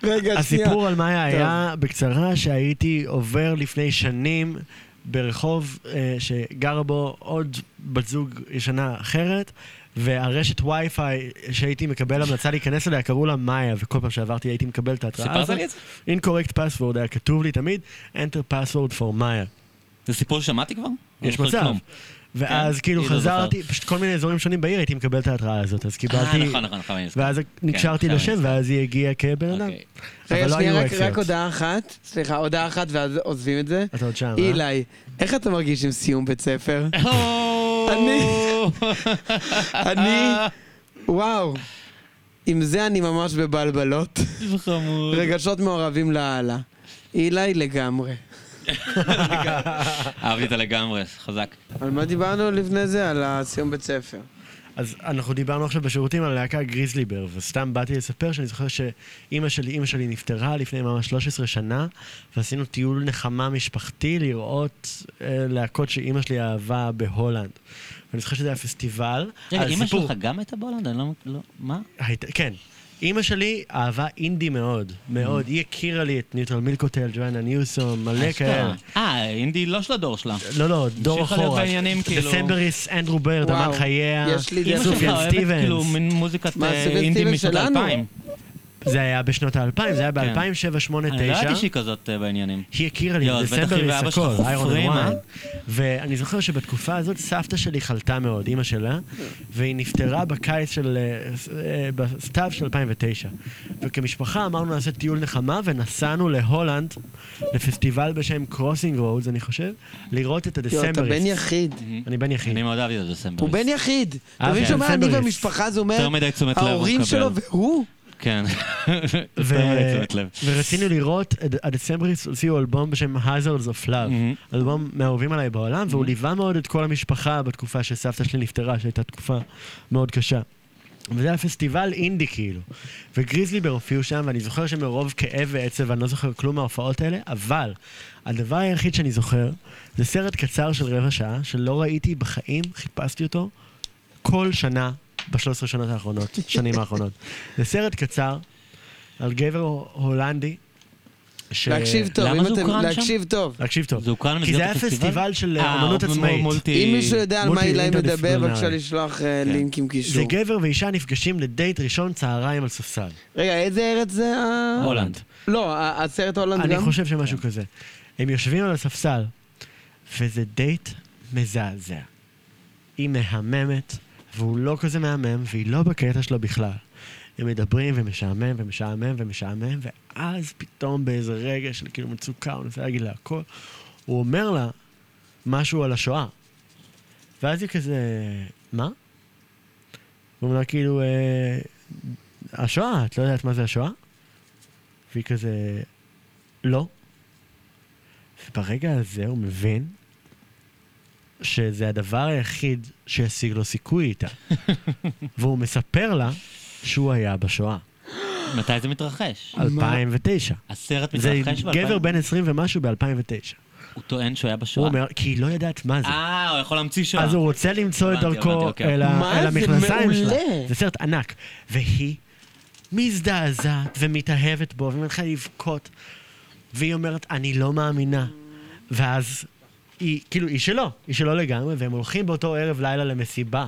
רגע, שנייה.
הסיפור על מאיה היה בקצרה שהייתי עובר לפני שנים ברחוב אה, שגר בו עוד בת זוג ישנה אחרת, והרשת וי-פיי שהייתי מקבל המלצה להיכנס אליה קראו לה מאיה, וכל פעם שעברתי הייתי מקבל את ההתראה
סיפרת
הזאת.
לי את זה?
אינקורקט פסוורד היה כתוב לי תמיד, enter password for מאיה.
זה סיפור ששמעתי כבר? לא
יש
זוכר
מצב.
כלום.
ואז
כן,
כאילו
אני לא
חזרתי, פשוט כל מיני אזורים שונים בעיר הייתי מקבל את ההתראה הזאת, אז
אה,
קיבלתי,
נכון, נכון, נכון, אני נזכר.
ואז נקשרתי
עכשיו אני
לשם,
נזכר.
ואז היא הגיעה כבן אדם.
אוקיי.
אבל
רגע,
לא היו
שנייה, רק- רק
אקסיות.
הודעה אחת. סליחה, הודעה אחת ואז עוזבים את זה.
אתה עוד שם, אה?
אילי, איך אתה מרגיש עם סיום בית ספר? אני,
אה,
וואו, עם זה אני ממש בבלבלות.
זה חמוד.
רגשות מעורבים לאללה. אילי לגמרי.
אהבתי אותה לגמרי, חזק.
על מה דיברנו לפני זה? על הסיום בית ספר.
אז אנחנו דיברנו עכשיו בשירותים על הלהקה גריזלי בר, וסתם באתי לספר שאני זוכר שאימא שלי, אימא שלי נפטרה לפני ממש 13 שנה, ועשינו טיול נחמה משפחתי לראות אה, להקות שאימא שלי אהבה בהולנד. ואני זוכר שזה היה פסטיבל.
רגע,
אז
אימא
סיפור-
שלך גם הייתה בהולנד? אני לא... לא- מה?
הייתה, כן. אימא שלי אהבה אינדי מאוד,
Mm.
מאוד. היא הכירה לי את ניוטרל מילקוטל, ג'ואנה ניוסום, מלא כאלה.
אה, אינדי לא של הדור שלה.
לא, לא, דור
המשיכה
אחורה.
להיות בעניינים, כאילו.
דסמבריס, אנדרו ברד,
וואו,
אמן חייה,
יש לי
אימא
דרך-
שלך
סופיאן
אוהבת
סטיבנס.
כאילו מין מוזיקת
מה,
אה,
סופיאן
אינדי
סטיבנס
משנות
שלנו?
האלפיים.
זה היה בשנות האלפיים, זה היה ב-2007, 2008, 2009.
כן. אני לא ידעתי שהיא כזאת אה, בעניינים.
היא הכירה לי
יואו,
את
אז בטח היא
דצמבריס
ואבא שלך
הכל, איירון
חופרים, אה?
ווין. ואני זוכר שבתקופה הזאת סבתא שלי חלתה מאוד, אימא שלה, והיא נפטרה בקיץ של... אה, ס- אה, בסתיו של 2009. וכמשפחה אמרנו נעשה טיול נחמה, ונסענו להולנד, לפסטיבל בשם קרוסינג רודס, אני חושב, לראות את
יואו,
הדסמבריס.
אתה בן יחיד.
אני בן יחיד.
אני מאוד אהבתי את הדסמבריס.
הוא בן יחיד. אתה מבין
כן,
שאומר אני
דצמבריסט.
והמשפחה, זה אומר,
יותר מדי תשומת לב הוא
ההורים
מקבל.
שלו והוא.
כן.
ו-
יותר מדי תשומת לב.
ורצינו לראות, הד- הדצמבריסט הוציאו אלבום בשם Hazards of Love,
מהמם.
אלבום מהאהובים עליי בעולם,
Mm-hmm.
והוא ליווה מאוד את כל המשפחה בתקופה שסבתא שלי נפטרה, שהייתה תקופה מאוד קשה. וזה היה פסטיבל אינדי כאילו. וגריזליבר הופיעו שם, ואני זוכר שמרוב כאב ועצב, אני לא זוכר כלום מההופעות האלה, אבל הדבר היחיד שאני זוכר, זה סרט קצר של רבע שעה, שלא ראיתי בחיים, חיפשתי אותו כל שנה ב-13 שנות האחרונות, שנים האחרונות. זה סרט קצר על גבר הולנדי, ש...
להקשיב טוב.
למה
אם
זה
אתם-
הוקרן שם?
להקשיב טוב.
להקשיב טוב.
זה הוקרן
כי זה
במסגרת
היה
הפסטיבל?
פסטיבל של
אה,
אומנות
מול-
עצמאית.
מולטי-
אם מישהו יודע על מה
אוקיי. מולטי
אילי מדבר,
אינטרדיסציפלינרי.
בבקשה לשלוח אה,
כן.
לינק עם
זה
קישור.
גבר ואישה נפגשים לדייט ראשון צהריים על ספסל.
רגע, איזה ארץ זה? ה-
הולנד.
לא, ה- הסרט ההולנד גם?
אני חושב שמשהו כזה. הם יושבים על הספסל, וזה דייט מזעזע. היא מהממת, והוא לא כזה מהמם, והיא לא בקטע שלו בכלל. הם מדברים ומשעמם ומשעמם ומשעמם, ואז פתאום באיזה רגע של כאילו מצוקה, הוא מנסה להגיד לה הכל, הוא אומר לה משהו על השואה. ואז היא כזה, מה? הוא אומר לה כאילו, "אה, השואה, את לא יודעת מה זה השואה? והיא כזה, לא. וברגע הזה הוא מבין שזה הדבר היחיד שהשיג לו סיכוי איתה. והוא מספר לה שהוא היה בשואה.
מתי זה מתרחש?
2009.
הסרט
זה
מתרחש ב-
גבר בן 20 ומשהו ב-2009.
הוא טוען שהוא היה
הוא
בשואה.
אומר, כי היא לא יודעת מה זה.
אה, הוא יכול להמציא שואה.
אז הוא רוצה למצוא את
הבנתי,
דרכו
הבנתי, אוקיי.
אל ה-
מה
אל
זה
המכנסיים שלה.
מעולה.
זה סרט ענק. והיא מזדעזעת ומתאהבת בו ומתחילה לבכות. והיא אומרת, אני לא מאמינה. ואז היא, כאילו, היא שלו, היא שלו לגמרי, והם הולכים באותו ערב לילה למסיבה.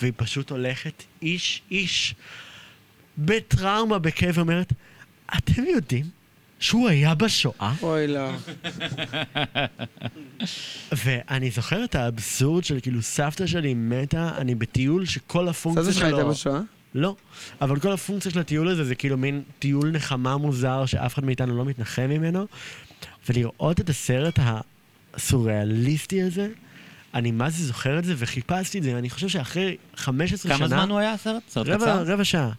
והיא פשוט הולכת איש-איש, בטראומה, בכאב, ואומרת, אתם יודעים שהוא היה בשואה?
אוי לא.
ואני זוכר את האבסורד של כאילו סבתא שלי מתה, אני בטיול שכל
סבתא
הפונקציה
שלך
שלו...
הייתה בשואה?
לא. אבל כל הפונקציה של הטיול הזה זה כאילו מין טיול נחמה מוזר שאף אחד מאיתנו לא מתנחם ממנו. ולראות את הסרט הסוריאליסטי הזה, אני מה זה זוכר את זה וחיפשתי את זה, ואני חושב שאחרי 15
כמה
שנה...
זמן הוא היה הסרט? סרט
רבע,
קצר?
רבע שעה.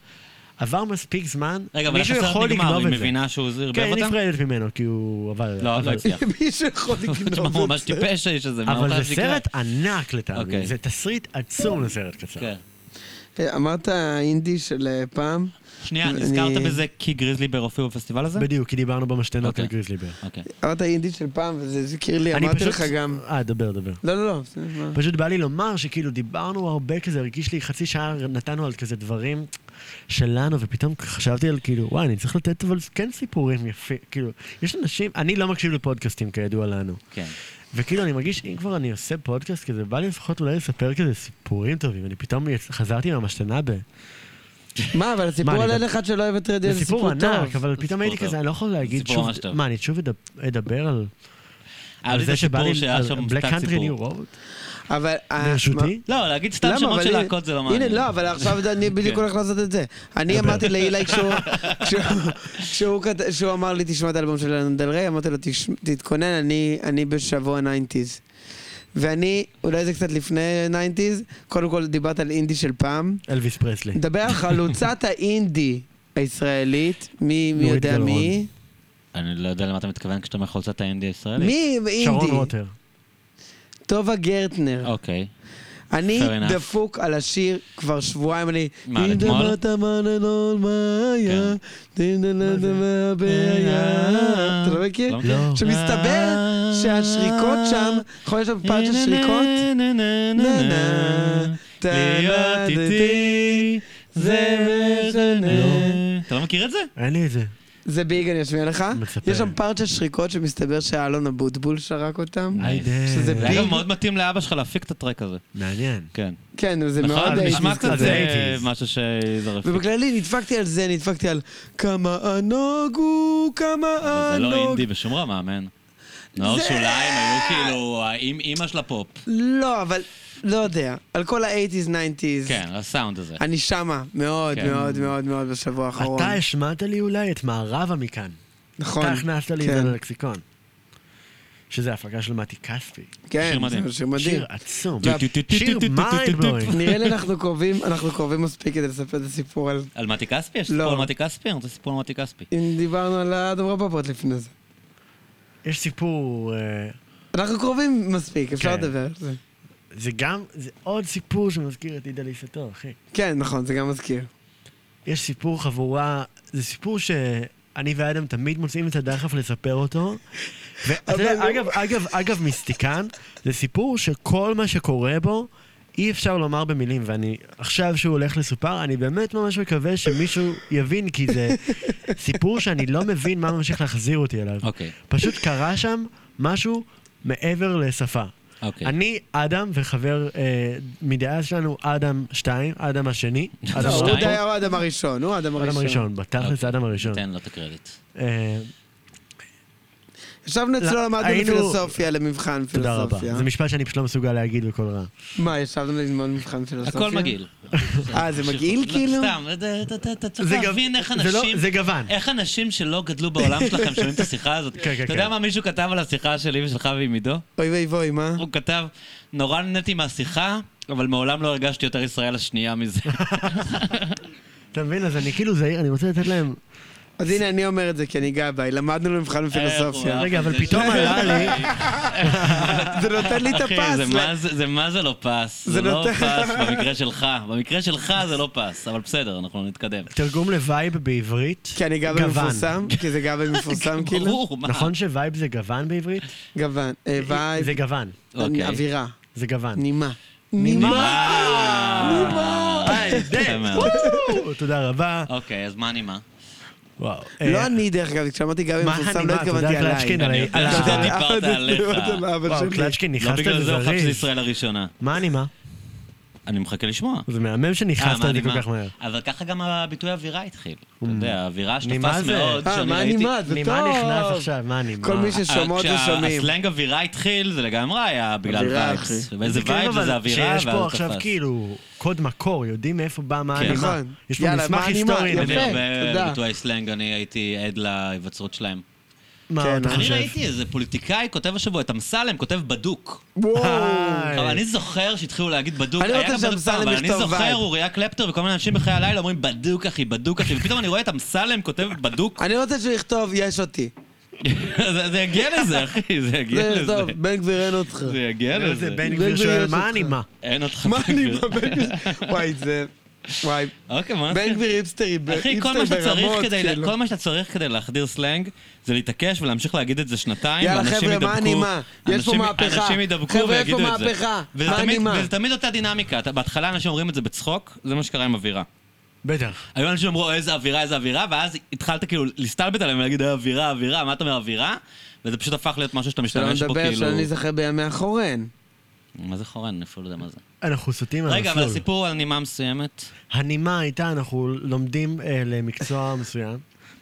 עבר מספיק זמן,
רגע, אבל איך
מישהו
הסרט
יכול
נגמר?
לגנוב
היא
את זה.
מבינה שהוא ערבב
כן, היא
אותה?
נפרדת ממנו, כי הוא... אבל...
לא, לא
אבל-
הצליח.
מישהו יכול
תשמע, הוא
לגנוב את
ממש
זה.
טיפש האיש הזה. מה הוא
אבל
חייב
זה
שיקרה?
סרט ענק לטעמי,
אוקיי.
זה תסריט עצום לסרט קצר.
כן.
אה, אמרת אינדי של אה, פעם?
שנייה,
אני-
נזכרת בזה כי גריזלי בר הופיעו בפסטיבל הזה?
בדיוק, כי דיברנו במשתנות
אוקיי.
על גריזלי בר.
אוקיי.
אמרת אינדי של פעם, וזה הזכיר לי, אמרתי לך גם.
אה, דבר, דבר.
לא, לא, לא. בסדר, מה?
פשוט בא לי לומר שכאילו דיברנו הרבה כזה, הרגיש לי חצי שעה נתנו על כזה דברים שלנו, ופתאום חשבתי על כאילו, וואי, אני צריך לתת אבל כן סיפורים יפים, כאילו, יש אנשים, אני לא מקשיב לפודקאסטים כידוע לנו,
כן.
וכאילו אני מרגיש, אם כבר אני עושה פודקאסט כזה, בא לי לפחות אולי לספר כזה סיפורים טובים, אני פתאום יצ- חזרתי מהמשתנה ב...
מה, אבל הסיפור
אני
על
יודע?
אין אחד שלא אוהב את רדיו
זה
זה
סיפור
סיפור
ענק,
טוב.
אבל פתאום הייתי
סיפור
כזה,
טוב.
אני לא יכול להגיד
סיפור
שוב,
ממש טוב.
מה, אני שוב אדב- אדבר על...
אבל
על
זה
זה שבא לי
סיפור שהיה
על
שם
בלק
קצת
קאנטרי ניו
סיפור.
רוד,
אבל... אה, מה-
ברשותי.
לא, להגיד סתם
למה?
שמות
אבל
של
הנה-
להקות זה לא מעניין.
הנה, לא, אבל עכשיו אני בדיוק
כן.
הולך לעשות את זה. אני אמרתי לאילי כשהוא- כשהוא- כשהוא כת- כשהוא אמר לי, תשמע את האלבום של אלן דל ריי, אמרתי לו, "תש- תתכונן, אני- אני בשבוע 90's. ואני, אולי זה קצת לפני 90's, קודם כל דיברת על אינדי של פעם.
אלוויס פרסלי.
נדבר על חלוצת האינדי הישראלית, מי מי
נורית
יודע
גלרון.
מי?
אני לא יודע למה אתה מתכוון כשאתה אומר חולצת האינדי הישראלי.
מי
שרון
אינדי?
רוטר.
טובה גרטנר.
אוקיי.
אני
Fair enough.
דפוק על השיר כבר שבועיים, אני...
מה,
אם
אתמול? כן.
דמעת מננון, מה היה? אם דמעת מה הבעיה?
אה,
אתה לא מכיר?
לא.
לא.
שמסתבר שהשריקות שם, יכול להיות שם
אה,
פאנץ' של שריקות?
נה נה נה נה להיות איתי זה משנה.
לא.
אתה לא מכיר את זה?
אין לי את זה.
זה ביג, אני אשמיע לך.
מצפה.
יש שם פארט של שריקות שמסתבר שאלון אבוטבול שרק אותם.
Nice.
שזה
זה
ביג.
אגב מאוד מתאים לאבא שלך להפיק את הטרק הזה.
מעניין.
כן.
כן, זה
נכון?
מאוד...
זה נשמע
הייתי
קצת
כזה.
אה, משהו שיזרף.
ובכללי נדפקתי על זה, נדפקתי על כמה הנוגו, כמה
זה לא
הנוג.
אינדי בשום רמה, מן. נאור
זה-
שוליים היו כאילו אימא של הפופ.
לא, אבל לא יודע. על כל ה-80's, 90's.
כן, הסאונד הזה.
אני שמה, מאוד,
כן.
מאוד, מאוד, מאוד בשבוע האחרון.
אתה השמעת לי אולי את מערבה מכאן.
נכון.
אתה הכנסת לי את
כן.
זה ללקסיקון. שזה הפקה של מתי כספי.
כן,
שיר מדהים.
זה שיר מדהים.
שיר עצום.
טו, טו, טו, טו,
שיר
טו, טו, טו,
מיינד
טו,
בלואינג.
נראה לי אנחנו קרובים, אנחנו קרובים מספיק כדי לספר את הסיפור על...
על מתי כספי? יש
לא.
סיפור על מתי כספי? אני רוצה סיפור על מתי כספי.
אם דיברנו על האדם רבבות לפני זה.
יש סיפור... אה,
אנחנו קרובים מספיק, אפשר
כן.
לדבר על זה.
זה גם... זה עוד סיפור שמזכיר את עידה ליסתו, אחי.
כן, נכון, זה גם מזכיר.
יש סיפור חבורה... זה סיפור שאני ואדם תמיד מוצאים את הדחף לספר אותו. ואתה יודע,
אבל
אגב, אגב, אגב, מיסטיקן, זה סיפור שכל מה שקורה בו, אי אפשר לומר במילים, ואני, עכשיו שהוא הולך לסופר, אני באמת ממש מקווה שמישהו יבין, כי זה סיפור שאני לא מבין מה ממשיך להחזיר אותי אליו.
אוקיי,
פשוט קרה שם משהו מעבר לשפה.
אוקיי.
אני, אדם, וחבר אה, מדעה שלנו, אדם שתיים, אדם השני, אדם
לא, הוא
שתיים?
רפו,
די- הוא האדם הראשון, הוא האדם
אדם
הראשון.
הראשון,
אוקיי.
בתכלס אדם הראשון.
תן לו את הקרדיט.
אה,
ישבנו אצלו,
לא,
למדנו
היינו-
בפילוסופיה, למבחן
תודה רבה.
פילוסופיה.
זה משפט שאני פשוט לא מסוגל להגיד בקול רם.
מה, ישבנו ללמוד מבחן פילוסופיה?
הכל מגעיל.
אה, זה מגעיל
לא,
כאילו?
סתם, אתה- אתה- אתה- אתה צריך
זה גם-
להבין איך
זה לא-
אנשים...
זה גוון.
איך אנשים שלא גדלו בעולם שלכם שומעים את השיחה הזאת.
כן, כן,
אתה יודע
כן.
מה מישהו כתב על השיחה שלי ושלך ועם עידו?
אוי ואי ואי, מה?
הוא כתב, נורא נהניתי מהשיחה, אבל מעולם לא הרגשתי יותר ישראל השנייה מזה.
אתה מבין? אז אני כאילו זהיר, אני רוצה לתת להם
אז הנה, אני אומר את זה, כי אני גבאי, למדנו
אה,
למבחן בפילוסופיה.
רגע, אבל פתאום עלה לי-
זה נותן לי את
אחי,
הפס.
זה
ל-
מה זה- זה מה זה לא פס?
זה
זה לא
נותן-
פס במקרה שלך. במקרה שלך זה לא פס, אבל בסדר, אנחנו נתקדם.
תרגום לווייב בעברית,
כי אני גבאי
גוון.
מפורסם, כי זה גבאי מפורסם, כאילו.
ברור, מה?
נכון שווייב זה גוון בעברית?
גוון. אה, וייב,
זה גוון,
אוקיי.
אווירה,
זה גוון.
נימה.
נימה! יפה כן, מאוד.
וואו, תודה רבה.
אוקיי, אז מה נימה?
וואו.
לא
אה,
אני, דרך אגב, כשאמרתי גבאי
מה
מפורסם, לא
הנימה? אתה יודע
התכוונתי עליי.
קלצ'קין, על ה-
אני
על
יודע
ה-
שאתה
אה,
דיברת
זה
עליך.
דיברת על אבא
וואו,
שלי.
קלצ'קין,
לא
נכנסת
בגלל זה הוא חף של
לזריז.
ישראל הראשונה.
מה הנימה?
אני מחכה לשמוע.
זה מהמם
אה,
שנכנסת
מה
לזה כל
נימה?
כך מהר.
אבל ככה גם הביטוי אווירה התחיל. אתה יודע, האווירה
נימה
שתפס
זה-
מאוד,
אה,
שאני
מה
ראיתי... אה,
הנימה? זה
נימה נכנס
טוב.
עכשיו, מה הנימה?
כל מי ששומעות
כשה-
ושומעים.
הסלנג אווירה התחיל, זה לגמרי היה בגלל
אווירה,
וייבס.
אחי.
ואיזה
כן,
וייבס,
אבל
איזה אווירה,
שיש פה
ואז
עכשיו
תפס.
כאילו קוד מקור, יודעים מאיפה בא מה
כן.
הנימה.
נכון.
יש פה
יאללה,
מסמך
מה הנימה?
היסטורי.
יפה.
אני יודע,
תודה.
הרבה ביטויי סלנג, אני הייתי עד להיווצרות שלהם.
מה
כן,
אתה
אני
אני
חושב?
ראיתי איזה פוליטיקאי כותב השבוע את אמסלם, כותב בדוק.
וואו.
היי.
אבל אני זוכר שהתחילו להגיד בדוק,
לא
אני
היה
רוצה
גם בדוק
שאמסלם
פעם, אבל אני
יכתוב
זוכר
וייב.
אוריה קלפטר וכל מיני אנשים בחיי הלילה אומרים בדוק אחי, בדוק אחי, ופתאום אני רואה את אמסלם כותב בדוק,
אני רוצה שהוא יכתוב, יש אותי.
זה זה יגיע לזה אחי, זה יגיע
זה
לזה,
טוב, בן גביר אין אותך.
זה יגיע
לא, זה
לזה,
בן
בן
גביר
גביר
שואל,
יש
מה
אותך."
הנימה?
אין אותך
מה
בן
אני
גביר.
בבן גביר? וואי, זה... וואי.
אוקיי, בוא
בן
נתחיל.
גביר היפסטרי, ב-
אחי, כל
היפסטר
מה שאתה צריך
ברמות,
כדי-
כאילו.
כל מה שאתה צריך כדי להחדיר סלנג זה להתעקש ולהמשיך להגיד את זה שנתיים,
יאללה,
ואנשים
חבר'ה, מה
ידבקו-
הנימה? יש פה
אנשים-
מהפכה.
אנשים ידבקו
חבר'ה, יש פה
ויגידו את זה.
מהפכה.
וזה
מה
תמיד-
הנימה?
וזה תמיד אותה דינמיקה, אתה- בהתחלה אנשים אומרים את זה בצחוק, זה מה שקרה עם אווירה.
בטח.
היו אנשים שאמרו, איזה אווירה, איזה אווירה, ואז התחלת כאילו להסתלבט עליהם ולהגיד, "אה, אווירה, אווירה, מה אתה אומר אווירה? וזה פשוט הפך להיות משהו שאתה
שלא
משתמש בו
נדבר,
כאילו...
שלא נזכר בימי החורן.
מה זה חורן? אני אפילו לא יודע מה זה.
אנחנו סוטים על
רגע, אבל
המסלול.
הסיפור על נימה מסוימת.
הנימה הייתה, אנחנו לומדים אה, למקצוע מסוים.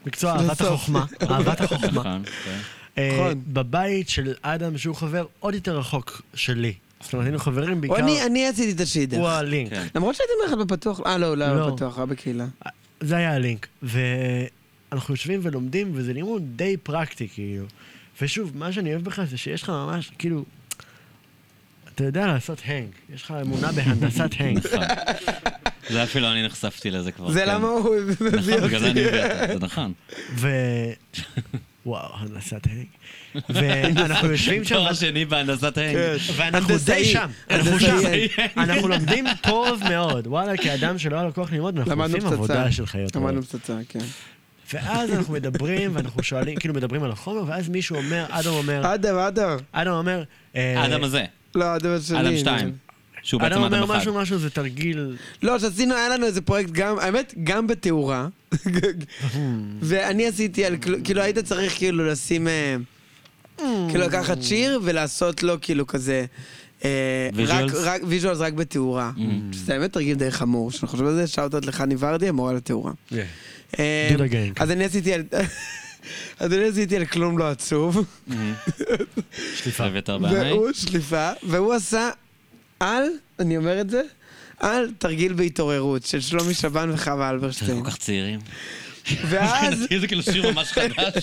מקצוע אהבת החוכמה. אהבת החוכמה.
נכון, כן.
אה,
נכון.
בבית של אדם, שהוא חבר עוד יותר רחוק שלי. זאת אומרת, היינו חברים בעיקר...
אני אני עשיתי את השידך.
הוא הלינק.
כן.
למרות שהייתם יחד בפתוח, אה לא, לא,
לא.
לא בפתוח, רק בקהילה.
אוקיי.
זה היה הלינק. ואנחנו יושבים ולומדים, וזה לימוד די פרקטי, כאילו. ושוב, מה שאני אוהב בך זה שיש לך ממש, כאילו... אתה יודע לעשות הנג. יש לך אמונה בהנדסת הנג.
נכון. זה אפילו אני נחשפתי לזה כבר.
זה
כן.
למה הוא הביא
נכון, בגלל זה אני
אותי.
הבאת, זה נכון.
ו... וואו, הנדסת הנג. ואנחנו יושבים שם...
תואר שני בהנדסת ההנג.
כן.
ואנחנו די
הנדסאי.
שם, אנחנו שם,
הנדסאי.
אנחנו לומדים טוב מאוד. וואלה, כאדם שלא היה לו כוח ללמוד, אנחנו
למדנו
עושים
פצצה.
עבודה של חיות.
למדנו
רעות.
פצצה, כן.
ואז אנחנו מדברים, ואנחנו שואלים, כאילו מדברים על החומר, ואז מישהו אומר, אדם אומר,
אדם, אדם.
אדם אומר, אה,
האדם הזה,
לא, אדם השני.
אדם שתיים. שהוא
אדם
בעצם אדם
אומר
אחד.
משהו, משהו, זה תרגיל,
לא, שעשינו, היה לנו איזה פרויקט גם, האמת, גם בתאורה. ואני עשיתי על, כל- כאילו, היית צריך כאילו לשים, אה, כאילו לקחת שיר ולעשות לו כאילו כזה, אה, רק-
Visuals?
רק ויז'ואלס רק בתאורה. שזה האמת תרגיל די חמור, שאני חושב על זה, שאוטות לחני ורדי, המורה לתאורה. אה,
דודה גנג.
אז אני עשיתי על... אז אני עשיתי על כלום לא עצוב,
שליפה. אביתר בעיניי.
והוא שליפה, והוא עשה על, אני אומר את זה, על תרגיל בהתעוררות של שלומי שבן וחווה
אתם
אלברשטיין.
לא כל כך
אה,
צעירים.
ואז,
מבחינתי זה כאילו שיר ממש חדש.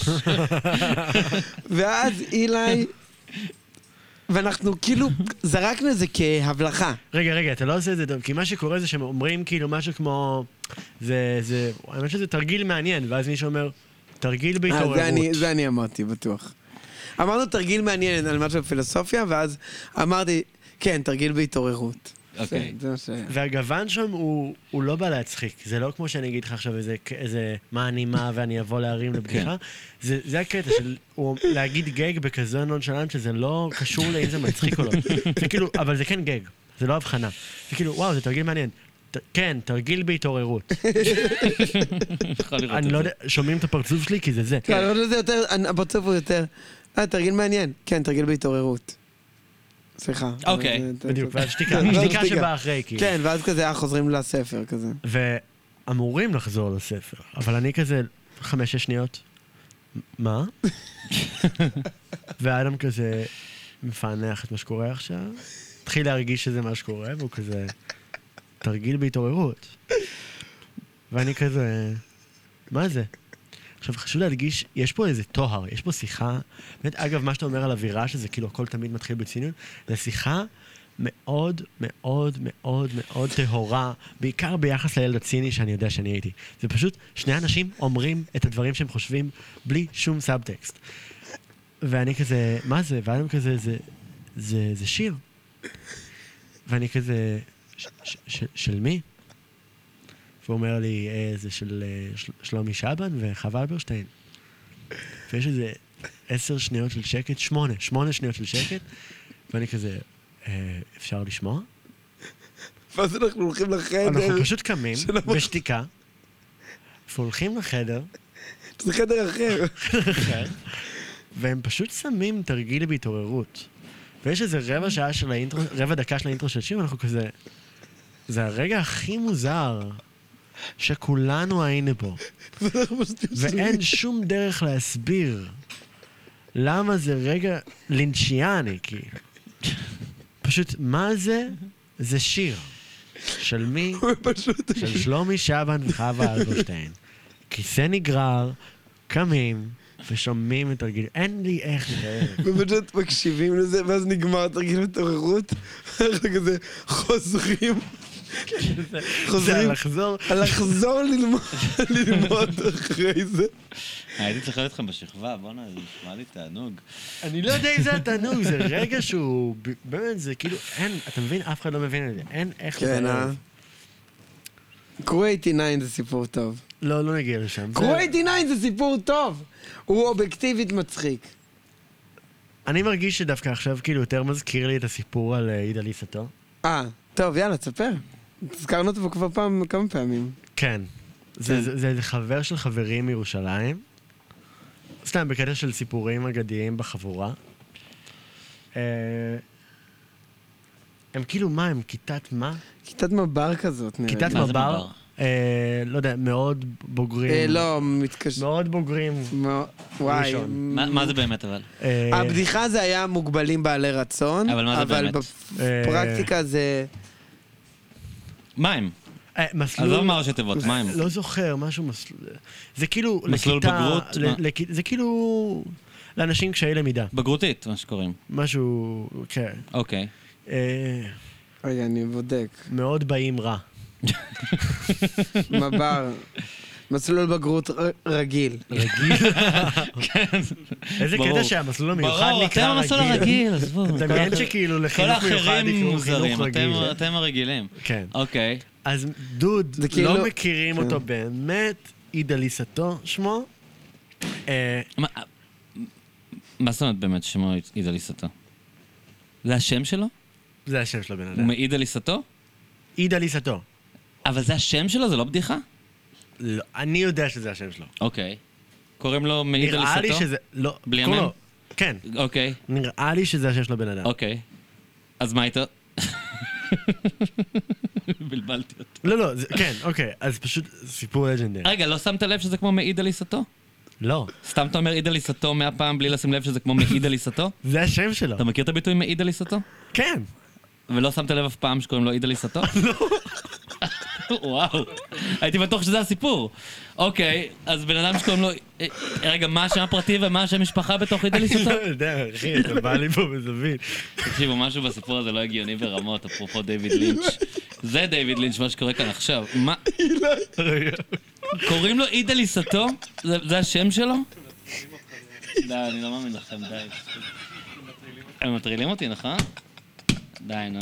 ואז אילי, ואנחנו כאילו זרקנו את זה כהבלחה.
רגע, רגע, אתה לא עושה את זה טוב, כי מה שקורה זה שהם אומרים כאילו משהו כמו, זה, זה, האמת שזה תרגיל מעניין, ואז מישהו אומר, תרגיל
אה,
בהתעוררות.
זה אני- זה אני אמרתי, בטוח. אמרנו תרגיל מעניין על משהו בפילוסופיה, ואז אמרתי, כן, תרגיל בהתעוררות.
אוקיי.
זה- זה מה ש...
והגוון שם הוא, הוא לא בא להצחיק, זה לא כמו שאני אגיד לך עכשיו איזה, איזה מה אני מה ואני אבוא להרים לבדיחה, זה, זה הקטע של הוא, להגיד גג בכזה נונשלנט שזה לא קשור לאם זה מצחיק או לא, זה כאילו, אבל זה כן גג, זה לא הבחנה, זה כאילו וואו זה תרגיל מעניין, ת, כן תרגיל בהתעוררות,
יכול לראות
אני
את
לא כן.
זה.
יודע, שומעים את הפרצוף שלי כי זה זה,
לא, אני חושב שזה יותר, הבוצף הוא יותר, אה, תרגיל מעניין. כן, תרגיל בהתעוררות. סליחה.
אוקיי,
אבל זה-
בדיוק,
זה-
ואז שתיקה,
ואז
כן. שתיקה שבאה אחרי כאילו,
כן, ואז כזה, אה, חוזרים לספר כזה.
ואמורים לחזור לספר, אבל אני כזה חמש-שש שניות, מה? ואדם כזה מפענח את מה שקורה עכשיו, התחיל להרגיש שזה מה שקורה, והוא כזה, תרגיל בהתעוררות. ואני כזה, מה זה? עכשיו, חשוב להדגיש, יש פה איזה טוהר, יש פה שיחה. באמת, אגב, מה שאתה אומר על אווירה, שזה כאילו הכל תמיד מתחיל בציניות, זה שיחה מאוד מאוד מאוד מאוד טהורה, בעיקר ביחס לילד הציני שאני יודע שאני הייתי. זה פשוט, שני אנשים אומרים את הדברים שהם חושבים בלי שום סאבטקסט. ואני כזה, מה זה? ואז הם כזה, זה, זה, זה שיר. ואני כזה, "ש- ש- ש- של מי? והוא אומר לי, "אה, זה של אה, של- שלומי שבן וחווה אלברשטיין. ויש איזה עשר שניות של שקט, שמונה, שמונה שניות של שקט, ואני כזה, "אה, אפשר לשמוע?
ואז אנחנו הולכים לחדר,
אנחנו פשוט קמים,
של המוח.
בשתיקה, והולכים לחדר,
זה חדר אחר.
והם פשוט שמים תרגיל בהתעוררות. ויש איזה רבע שעה של האינטרו, רבע דקה של האינטרו של שיר, ואנחנו כזה... זה הרגע הכי מוזר שכולנו היינו בו.
ואנחנו פשוט יושבים.
ואין שום דרך להסביר למה זה רגע לינצ'יאני, כאילו. פשוט, מה זה? זה שיר. של מי?
פשוט
של שלומי שבן וחווה אלברשטיין. כיסא נגרר, קמים ושומעים את הרגיל. אין לי איך לתאר.
ופשוט מקשיבים לזה, ואז נגמר תרגיל התעוררות, אנחנו כזה חוזרים,
זה
חוזרים,
לחזור.
לחזור ללמוד, ללמוד אחרי זה.
הייתי צריך להיות איתכם בשכבה, בואנה, זה נשמע לי תענוג.
אני לא יודע אם זה התענוג, זה רגע שהוא... ב- באמת, זה כאילו, אין, אתה מבין? אף אחד לא מבין את זה. אין איך לתאר.
כן, אה? קרו 89 זה סיפור טוב.
לא, לא נגיע לשם. זה-
קרו 89 זה סיפור טוב! הוא אובייקטיבית מצחיק.
אני מרגיש שדווקא עכשיו כאילו יותר מזכיר לי את הסיפור על אה, יגאל עיסתו.
אה, טוב, יאללה, תספר. הזכרנו אותו כבר פעם, כמה פעמים.
כן. זה, זה, זה חבר של חברים מירושלים. סתם, בקטע של סיפורים אגדיים בחבורה. אה, הם כאילו מה, הם כיתת מה?
כיתת מב"ר כזאת, נראה
כיתת
לי.
מה זה
מב"ר?
מב"ר?
אה, לא יודע, מאוד בוגרים.
אה, לא, מתקשר...
מאוד בוגרים.
מא- וואי.
ראשון.
מה מה זה באמת אבל?
אה,
הבדיחה זה היה מוגבלים בעלי רצון,
אבל מה זה
אבל
באמת?
בפרקטיקה זה...
מים.
אה,
עזוב
מסלול...
מהראשי תיבות, מים.
לא זוכר, משהו מסלול... זה כאילו...
מסלול
לכיתה-
בגרות?
ל-
מה?
לכ- זה כאילו... לאנשים קשיי למידה.
בגרותית, מה שקוראים.
משהו... כן.
אוקיי.
אה,
רגע, אני בודק.
מאוד באים רע.
מב"ר. מסלול בגרות ר- רגיל.
כן.
איזה
ברור.
קטע שהמסלול המיוחד
ברור, אתם
נקרא
המסלול
רגיל.
הרגיל, עזבו. כל
תמיין
האחרים-
שכאילו
כל
לחינוך מיוחד
האחרים
יקראו
מוזרים,
חינוך רגיל.
אתם- אתם הרגילים.
כן.
אוקיי.
אז דוד,
זה כאילו-
לא מכירים אותו באמת, עידה ליסתו שמו. אה,
מה- מה זאת אומרת באמת שמו העיד על עיסתו? זה השם שלו?
זה השם של הבן
הוא
אדם.
מעיד על עיסתו?
עידה ליסתו.
אבל זה השם שלו? זה לא בדיחה?
לא, אני יודע שזה השם שלו.
אוקיי. קוראים לו מעיד על
נראה לי
עיסתו?
שזה... לא.
בלי
קוראים
המם?
לו- כן.
אוקיי,
נראה לי שזה השם של הבן אדם.
אוקיי. אז מה איתו? בלבלתי אותו.
לא, לא, זה- כן, אוקיי. אז פשוט סיפור לג'נדרי.
רגע, לא שמת לב שזה כמו מעיד על עיסתו?
לא,
סתם אתה אומר עיד על עיסתו מאה פעם בלי לשים לב שזה כמו מעיד על עיסתו?
זה השם שלו.
אתה מכיר את הביטוי מעיד על עיסתו?
כן.
ולא שמת לב אף פעם שקוראים לו עיד על עיסתו? וואו, הייתי בטוח שזה הסיפור. אוקיי, אז בן אדם שקוראים לו... אה, רגע, מה השם הפרטי ומה השם משפחה בתוך עיד על
אני
עיסתו?
לא יודע, אחי, אתה בא לי פה מזווית.
תקשיבו, משהו בסיפור הזה לא הגיוני ברמות, אפרופו דיוויד לינץ'. זה דיוויד לינץ', מה שקורה כאן עכשיו. מה, קוראים לו עיד על עיסתו? זה זה השם שלו? די, אני לא מאמין לכם, די. הם מטרילים אותי, נכון? די, נו.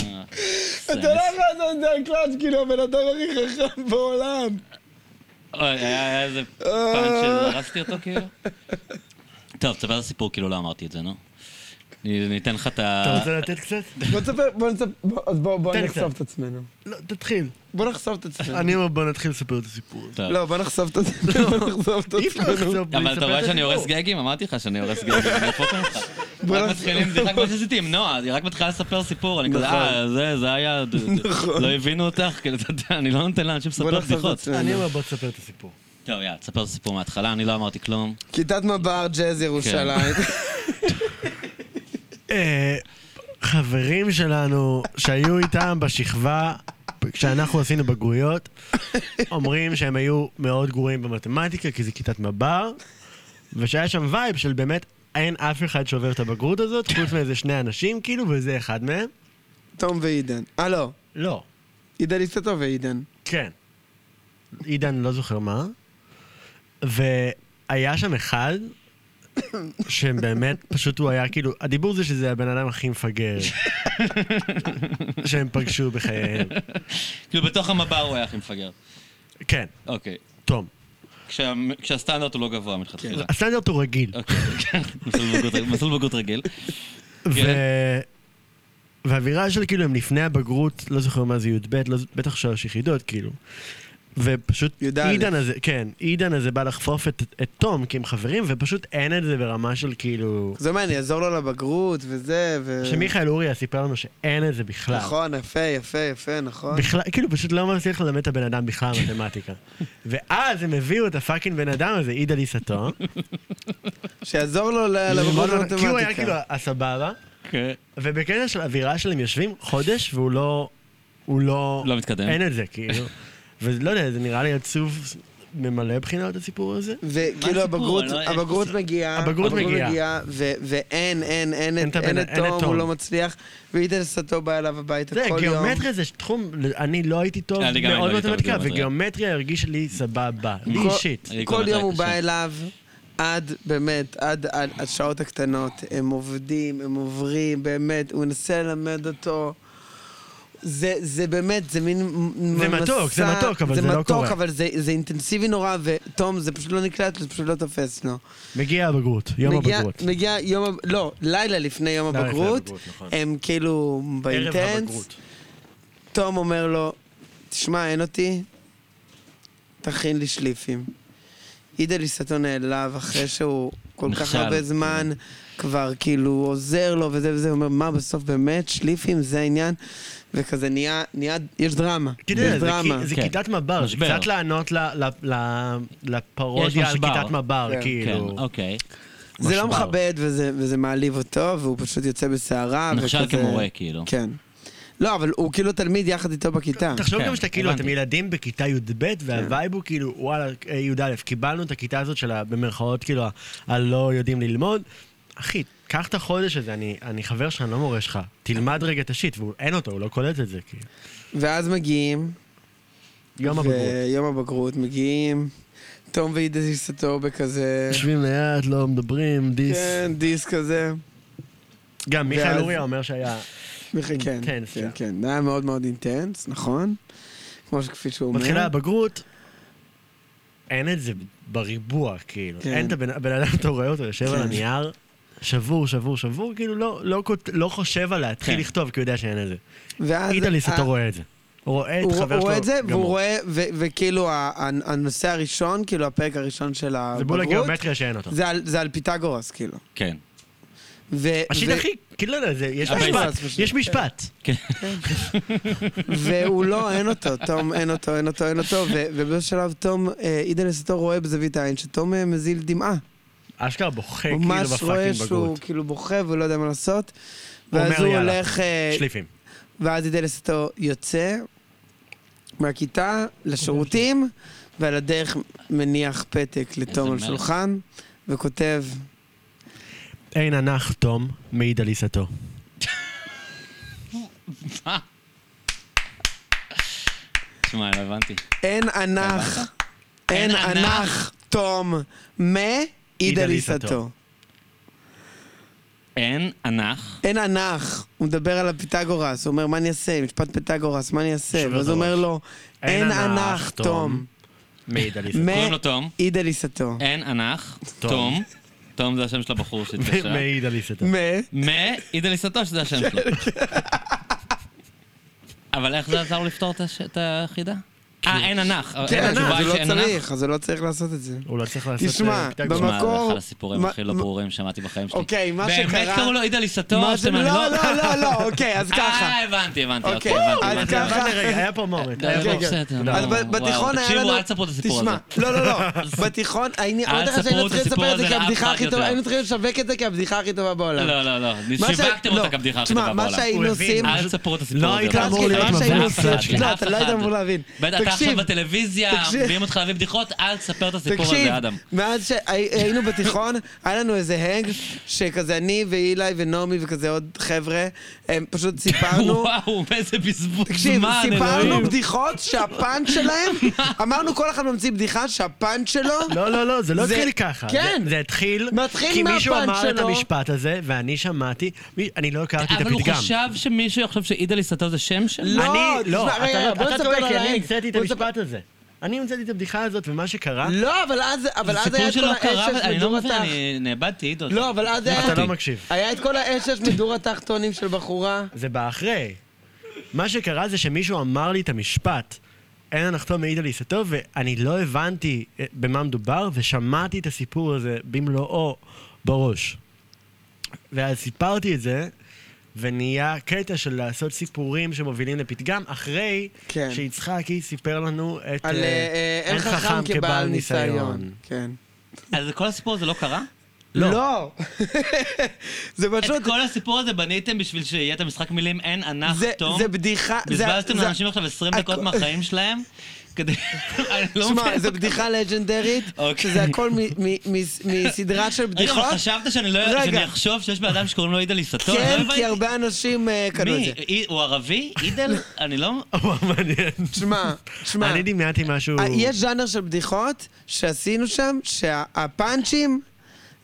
אתה לא יכול לעשות את זה על קלאץ', כאילו הבן אדם הכי חכם בעולם.
אוי, היה היה איזה פאנץ' שהרסתי אותו כאילו. טוב, תספר את הסיפור, כאילו לא אמרתי את זה, נו. אני אני אתן לך את ה...
אתה רוצה לתת קצת?
בוא נספר, בוא נספר, בוא- אז בוא בוא
תן לי
נחשוף
קצת.
את עצמנו.
לא, תתחיל.
בוא נחשוף את עצמנו.
אני אומר, בוא נתחיל לספר את הסיפור.
טוב.
לא, בוא נחשוף את עצמנו. בוא נחשוף את
אי אפשר
עצמנו.
לחשוב בלי
אבל אתה
לספר
רואה
את
שאני הורס
הסיפור.
גגים? אמרתי לך שאני הורס גגים, אני אהפוך אותך.
בוא
רק
נעשה-
מתחילים, זה רק מה שעשיתי עם נועה, היא רק מתחילה לספר סיפור, אני כזה,
נכון.
אה, זה, זה היה, ד- ד-
נכון.
לא הבינו אותך, כאילו, אתה יודע, אני לא נותן לאנשים
בוא
לספר
נחשוף את
בדיחות.
אני
עצמנו.
אומר, בוא תספר את הסיפור.
טוב, יאללה, תספר את הסיפור מההתחלה, אני לא אמרתי כלום.
כיתת מב"ר ג'אז
כן.
ירושלים.
אה, חברים שלנו שהיו איתם בשכבה, כשאנחנו עשינו בגרויות, אומרים שהם היו מאוד גרועים במתמטיקה, כי זה כיתת מב"ר, ושהיה שם וייב של באמת אין אף אחד שעובר את הבגרות הזאת, חוץ מאיזה שני אנשים כאילו, וזה אחד מהם.
תום ועידן. אה, לא.
לא.
עידליסט הטוב ועידן.
כן. עידן, לא זוכר מה. והיה שם אחד, שבאמת, פשוט הוא היה כאילו, הדיבור זה שזה הבן אדם הכי מפגר שהם פגשו בחייהם.
כאילו, בתוך המב"ר הוא היה הכי מפגר.
כן,
אוקיי.
תום.
כשה- כשהסטנדרט הוא לא גבוה
כן.
מלכתחילה.
הסטנדרט הוא רגיל.
אוקיי, כן. מסלול בגרות- מסלול בגרות רגיל.
ו...
כן.
והאווירה של כאילו הם לפני הבגרות, לא זוכר מה זה י"ב, לא, ז- בטח שלוש יחידות כאילו. ופשוט
י"א.
עידן הזה, כן, עידן הזה בא לחפוף את, את תום כי הם חברים, ופשוט אין את זה ברמה של כאילו...
זה אומר, אני אעזור לו לבגרות וזה, ו...
שמיכאל אוריה סיפר לנו שאין את זה בכלל.
נכון, יפה, יפה, יפה, נכון.
בכלל, כאילו פשוט לא מצליח ללמד את הבן אדם בכלל מתמטיקה. ואז הם הביאו את הפאקינג בן אדם הזה, עידה ליסתו.
שיעזור לו ל- לבגרות
כי הוא היה כאילו
במתמטיקה.
הסבבה,
כן.
ובקטע של אווירה שלהם יושבים חודש והוא לא... הוא לא...
לא מתקדם.
אין את זה, כאילו. ולא יודע, זה נראה לי עצוב ממלא בחינות הסיפור הזה.
מה
וכאילו
הסיפור?
הבגרות,
אני לא-
הבגרות מגיעה,
הבגרות מגיעה.
ו- ואין, אין, אין,
אין את
את-
הבן-
אין את
אין את
תום,
תום.
הוא לא מצליח, ועידן סטו בא אליו הביתה
אתה יודע,
כל יום.
גיאומטריה זה תחום, אני לא הייתי טוב
אני גם
מאוד
לא הייתי טוב
מתמטיקה,
בגיאומטריה.
וגיאומטריה הרגיש לי סבבה, לי
כל-
אישית.
אני
כל
גיאומטריה
יום הוא
קשה.
בא אליו, עד, באמת, עד עד השעות הקטנות. הם עובדים, הם עוברים, באמת, הוא מנסה ללמד אותו. זה, זה באמת, זה מין מ-
זה
מסע...
מתוק, זה מתוק, אבל זה לא
מתוק,
קורה.
אבל זה, זה אינטנסיבי נורא, ותום, זה פשוט לא נקלט, לו, זה פשוט לא תופס לו.
מגיע הבגרות, יום
מגיע-
הבגרות.
מגיע יום... הב- לא, לילה לפני יום
לילה לפני
הבגרות,
הבגרות, נכון.
הם כאילו
ערב
באינטנס,
הבגרות.
תום אומר לו, תשמע, אין אותי, תכין לי שליפים. עידל ליסטו נעלב אחרי שהוא כל כך
נכשל.
הרבה זמן כבר כאילו עוזר לו וזה וזה, הוא אומר, מה בסוף באמת, שליפים זה העניין? וכזה נהיה, נהיה, יש דרמה,
אתה
יש
יודע, זה
דרמה.
כי- זה
כן.
כיתת מב"ר, זה
משבר.
קצת לענות ל- ל- ל- לפרודיה על
משבר.
כיתת מב"ר,
כן.
כן,
כאילו.
אוקיי.
זה לא
משבר.
מכבד וזה, וזה מעליב אותו, והוא פשוט יוצא בסערה.
נכשל
וכזה-
כמורה, כאילו.
כן. לא, אבל הוא כאילו תלמיד יחד איתו בכיתה.
תחשוב
כן,
גם שאתה כאילו,
הבנתי.
אתם ילדים בכיתה י"ב, והווייב הוא כאילו, וואלה, אה, י"א, קיבלנו את הכיתה הזאת של ה- במרכאות, כאילו, ה- הלא יודעים ללמוד. אחי, קח את החודש הזה, אני- אני חבר שלך, אני לא מורה שלך. תלמד רגע את השיט, ואין אותו, הוא לא קולט את זה, כאילו.
ואז מגיעים,
יום הבגרות.
ויום הבגרות מגיעים, תום ועידס סטובה כזה,
יושבים ליד, לא מדברים, דיס.
כן, דיס כזה.
גם מיכאל
ואז-
אוריה אומר שהיה...
מיכאל, כן,
אינטנס,
כן,
כן.
כן, זה היה מאוד מאוד אינטנס, נכון? כמו שכפי שהוא אומר.
מתחילה הבגרות, אין את זה בריבוע, כאילו.
כן.
אין את הבן הבן אדם, אתה רואה אותו יושב על הנייר, שבור, שבור, שבור, כאילו לא- לא כות- לא חושב על להתחיל
כן.
לכתוב, כי הוא יודע שאין את זה.
ואז-
איטליס,
אה,
אתה רואה את זה. הוא רואה את
הוא
חבר שלו.
הוא רואה את זה, והוא
גמור.
רואה, ו- וכאילו ה- הנ- הנושא הראשון, כאילו הפרק הראשון של
זה בול
הבגרות,
הגיאומטריה שאין אותו.
זה על- זה על פיתגורס, כאילו.
כן.
ו-
השיט
ו-
הכי, כאילו לא יודע, זה- יש
הבייס.
משפט,
פשוט.
יש משפט.
והוא לא, אין אותו, תום, אין אותו, אין אותו, אין אותו, ו- ובאיזשהו שלב תום, אה, עידן אסתור רואה בזווית העין שתום אה, מזיל דמעה.
אשכרה בוכה
הוא
כאילו
ממש רואה
בפאקינג
שהוא
בגרות.
כאילו בוכה והוא לא יודע מה לעשות.
הוא
ואז
אומר,
הוא
"יאללה,
הולך, אה,
שליפים.
ואז עידן אסתור יוצא מהכיתה לשירותים, ועל הדרך מניח פתק לתום על
מלך.
שולחן, וכותב,
אין הנח תום מעיד על עיסתו.
תשמע, לא הבנתי.
אין אנך, אין
אין
אנך תום מעידה ליסתו.
ליסתו.
אין אנך.
אין אנך, הוא מדבר על הפיתגורס, הוא אומר, מה אני אעשה? משפט פיתגורס, מה אני אעשה?
שובר
ואז הוא
את הראש.
אומר לו, אין אנך תום
מעיד על עיסתו.
קוראים לו
מעידה
תום.
ליסתו.
אין אנך.
תום.
תום. תום זה השם של הבחור שהתקשר.
מעיד על עיסתו.
מ... כן,
מאידליסטו, שזה השם שלו. אבל איך זה עזר לו לפתור את הש- את החידה? אה, אין אנך.
כן, אז
התשובה
הוא
היא
לא
שאין אנך?
צריך, אז הוא לא צריך לעשות את זה.
הוא לא צריך לעשות...
תשמע,
אה, פיתגורס.
במ-
תשמע, זה
במקור-
אחד הסיפורים
מה-
הכי לא ברורים ששמעתי בחיים שלי.
אוקיי, מה
באמת
שקרה-
קראו לו עידליסטו?
מה זה- לא, לא, לא, לא, אוקיי, אז ככה.
אה, הבנתי, הבנתי,
אוקיי,
אוקיי, הבנתי. הבנתי.
זה
אז ככה.
עבד לרגע, היה פה מומנט.
די,
היה
לא,
פה-
רגע,
בסדר,
לא.
אז
וואו,
ב- בתיכון היה לנו...
תקשיבו, אל תספרו את הסיפור
תשמע,
הזה.
לא, לא, לא. בתיכון, היינו-
אל
עוד אחת שהיינו
תספרו את
צריכים
הסיפור
לספר את זה
הזה לאף
כבדיחה
אחד
הכי
יותר.
טובה, היינו צריכים לשווק את זה כבדיחה הכי טובה בעולם.
לא, לא, לא,
מה ש-
שיווקתם
לא.
אותה כבדיחה הכי
תשמע,
טובה
מה
בעולם.
שהיינו
הוא הבין,
עושים...
אל תספרו את הסיפור
לא
הזה. כן,
היית
אבל.
אמור להיות
אף אחד,
מבריק
אף אחד,
סלאצ'קין.
לא,
אף
אתה לא היית
אחד.
אמור להבין.
בטח, אתה עכשיו
תקשיב,
בטלוויזיה,
תקשיב.
מביאים אותך להביא בדיחות, אל תספר את הסיפור
תקשיב,
הזה, אדם.
מאז שהיינו בתיכון, היה לנו איזה הנג, שכזה אני ואילי ונעמי וכזה עוד חבר'ה, הם פשוט סיפרנו...
וואו, איזה בזבוז
תקשיב,
זמן,
סיפרנו
אלוהים.
בדיחות שהפאנץ' שלהם, אמרנו כל אחד ממציא בדיחה שהפאנץ' שלו,
לא, לא, לא, זה לא
זה-
התחיל ככה.
כן.
זה, זה התחיל...
מתחיל
כי מישהו
מהפן
אמר את
שלו.
המשפט הזה, ואני שמעתי, מי, אני לא הכרתי את
אבל הוא
הפתגם.
חשב שמישהו יחשוב שעידל יסתתו זה שם שלו?
לא,
אני, לא,
תשמע,
אתה,
רגע,
לא-
בוא
אתה
נספר
טועה,
על
כי אני
ההנג.
המצאתי את
בוא נספר-
המשפט הזה. אני המצאתי את הבדיחה הזאת, ומה שקרה...
לא, אבל אז, אבל
זה
אז היה
סיפור
את כל
שלא קרה,
האש
אבל אני לא
מדור
מבין,
התח.
אני נאבדתי, עידו.
לא, אבל אז היה...
אתה לא מקשיב.
היה את כל האש מדור התחתונים של בחורה.
זה בא אחרי. מה שקרה זה שמישהו אמר לי את המשפט, אין הנחתום מעיד על עיסתו, ואני לא הבנתי אה, במה מדובר, ושמעתי את הסיפור הזה במלואו בראש. ואז סיפרתי את זה, ונהיה קטע של לעשות סיפורים שמובילים לפתגם, אחרי
כן.
שיצחקי סיפר לנו את
על
כן.
אה,
אה, אה, אין חכם כבעל ניסיון. כן.
אז כל הסיפור הזה לא קרה?
לא.
לא. זה
את
פשוט...
כל הסיפור הזה בניתם בשביל שיהיה את המשחק מילים אין אנך
זה-
תום?
זה בדיחה... זה-
בזבזתם
זה-
לאנשים עכשיו 20
הכ-
דקות מהחיים שלהם? כדי... אני לא
שמע,
מבין.
זו בדיחה לג'נדרית,
אוקיי.
שזה הכל מ- מ- מ- מסדרה של
רגע,
בדיחות.
אבל חשבת שאני לא...
רגע.
שאני אחשוב שיש בן אדם שקוראים לו עידל יסתו?
כן, כי הרבה אנשים אה, קנו את
לא מי?
זה.
אי- הוא ערבי? עידל? אני לא...
וואו, מעניין.
שמע, שמע.
אני דמיינתי משהו...
אה, יש ז'אנר של בדיחות שעשינו שם, שהפאנצ'ים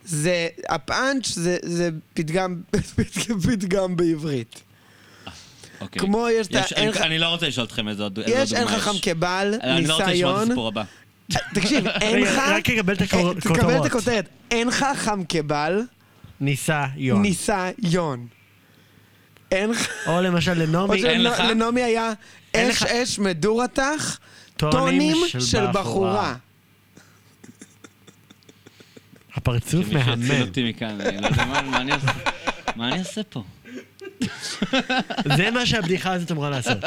זה, הפאנץ' זה, זה פתגם, פתגם בעברית.
אוקיי.
כמו יש את ה-
יש-
אין
אני-
ח-
אני לא רוצה לשאול אתכם איזה עוד איזה עוד
יש
דוגמה
אין חכם כבעל,
אני לא רוצה לשמוע את
ניסיון.
הסיפור הבא.
תקשיב, אין
רגע,
לך...
רק לקבל את
אה,
הכותרות.
תקבל את הכותרת. אין חכם כבעל,
ניסיון.
ניסיון. אין ח-
או למשל
עוד
לנעמי,
של-
אין לך?
לנעמי היה
אין
אש
לך?
אש מדורתך,
טונים
טונים
של
של בחורה.
בחורה. הפרצוף
שמישהו יציל
מהמם.
אותי מכאן, אני לא יודע מה- מה אני עושה. מה אני אעשה פה?
זה מה שהבדיחה הזאת אמורה לעשות.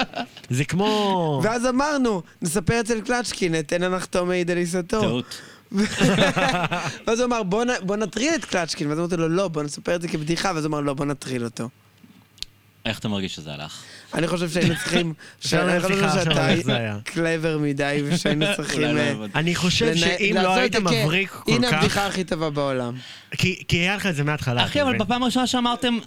זה כמו...
ואז אמרנו, נספר אצל קלצ'קין את אין הנחתום מעיד על עיסתו.
טעות.
ואז הוא אמר, "בוא נ- בוא נטריל את קלצ'קין. ואז אמרתי לו, לא, בוא נספר את זה כבדיחה. ואז הוא אמר, לא, בוא נטריל אותו.
איך אתה מרגיש שזה הלך?
אני חושב שהיינו צריכים...
אפשר
אני חושב
להמשיך,
שאתה
איך זה היה.
קלבר מדי, ושהיינו צריכים...
אולי לא
אה,
עבד.
אני חושב
לנה-
שאם לא
לעשות
היית
את זה כ-
מבריק כל
הנה
כך...
הבדיחה הכי טובה בעולם.
כי כי היה לך את זה מההתחלה.
אחי,
אתה
אבל
מבין?
בפעם הראשונה שאמרתם...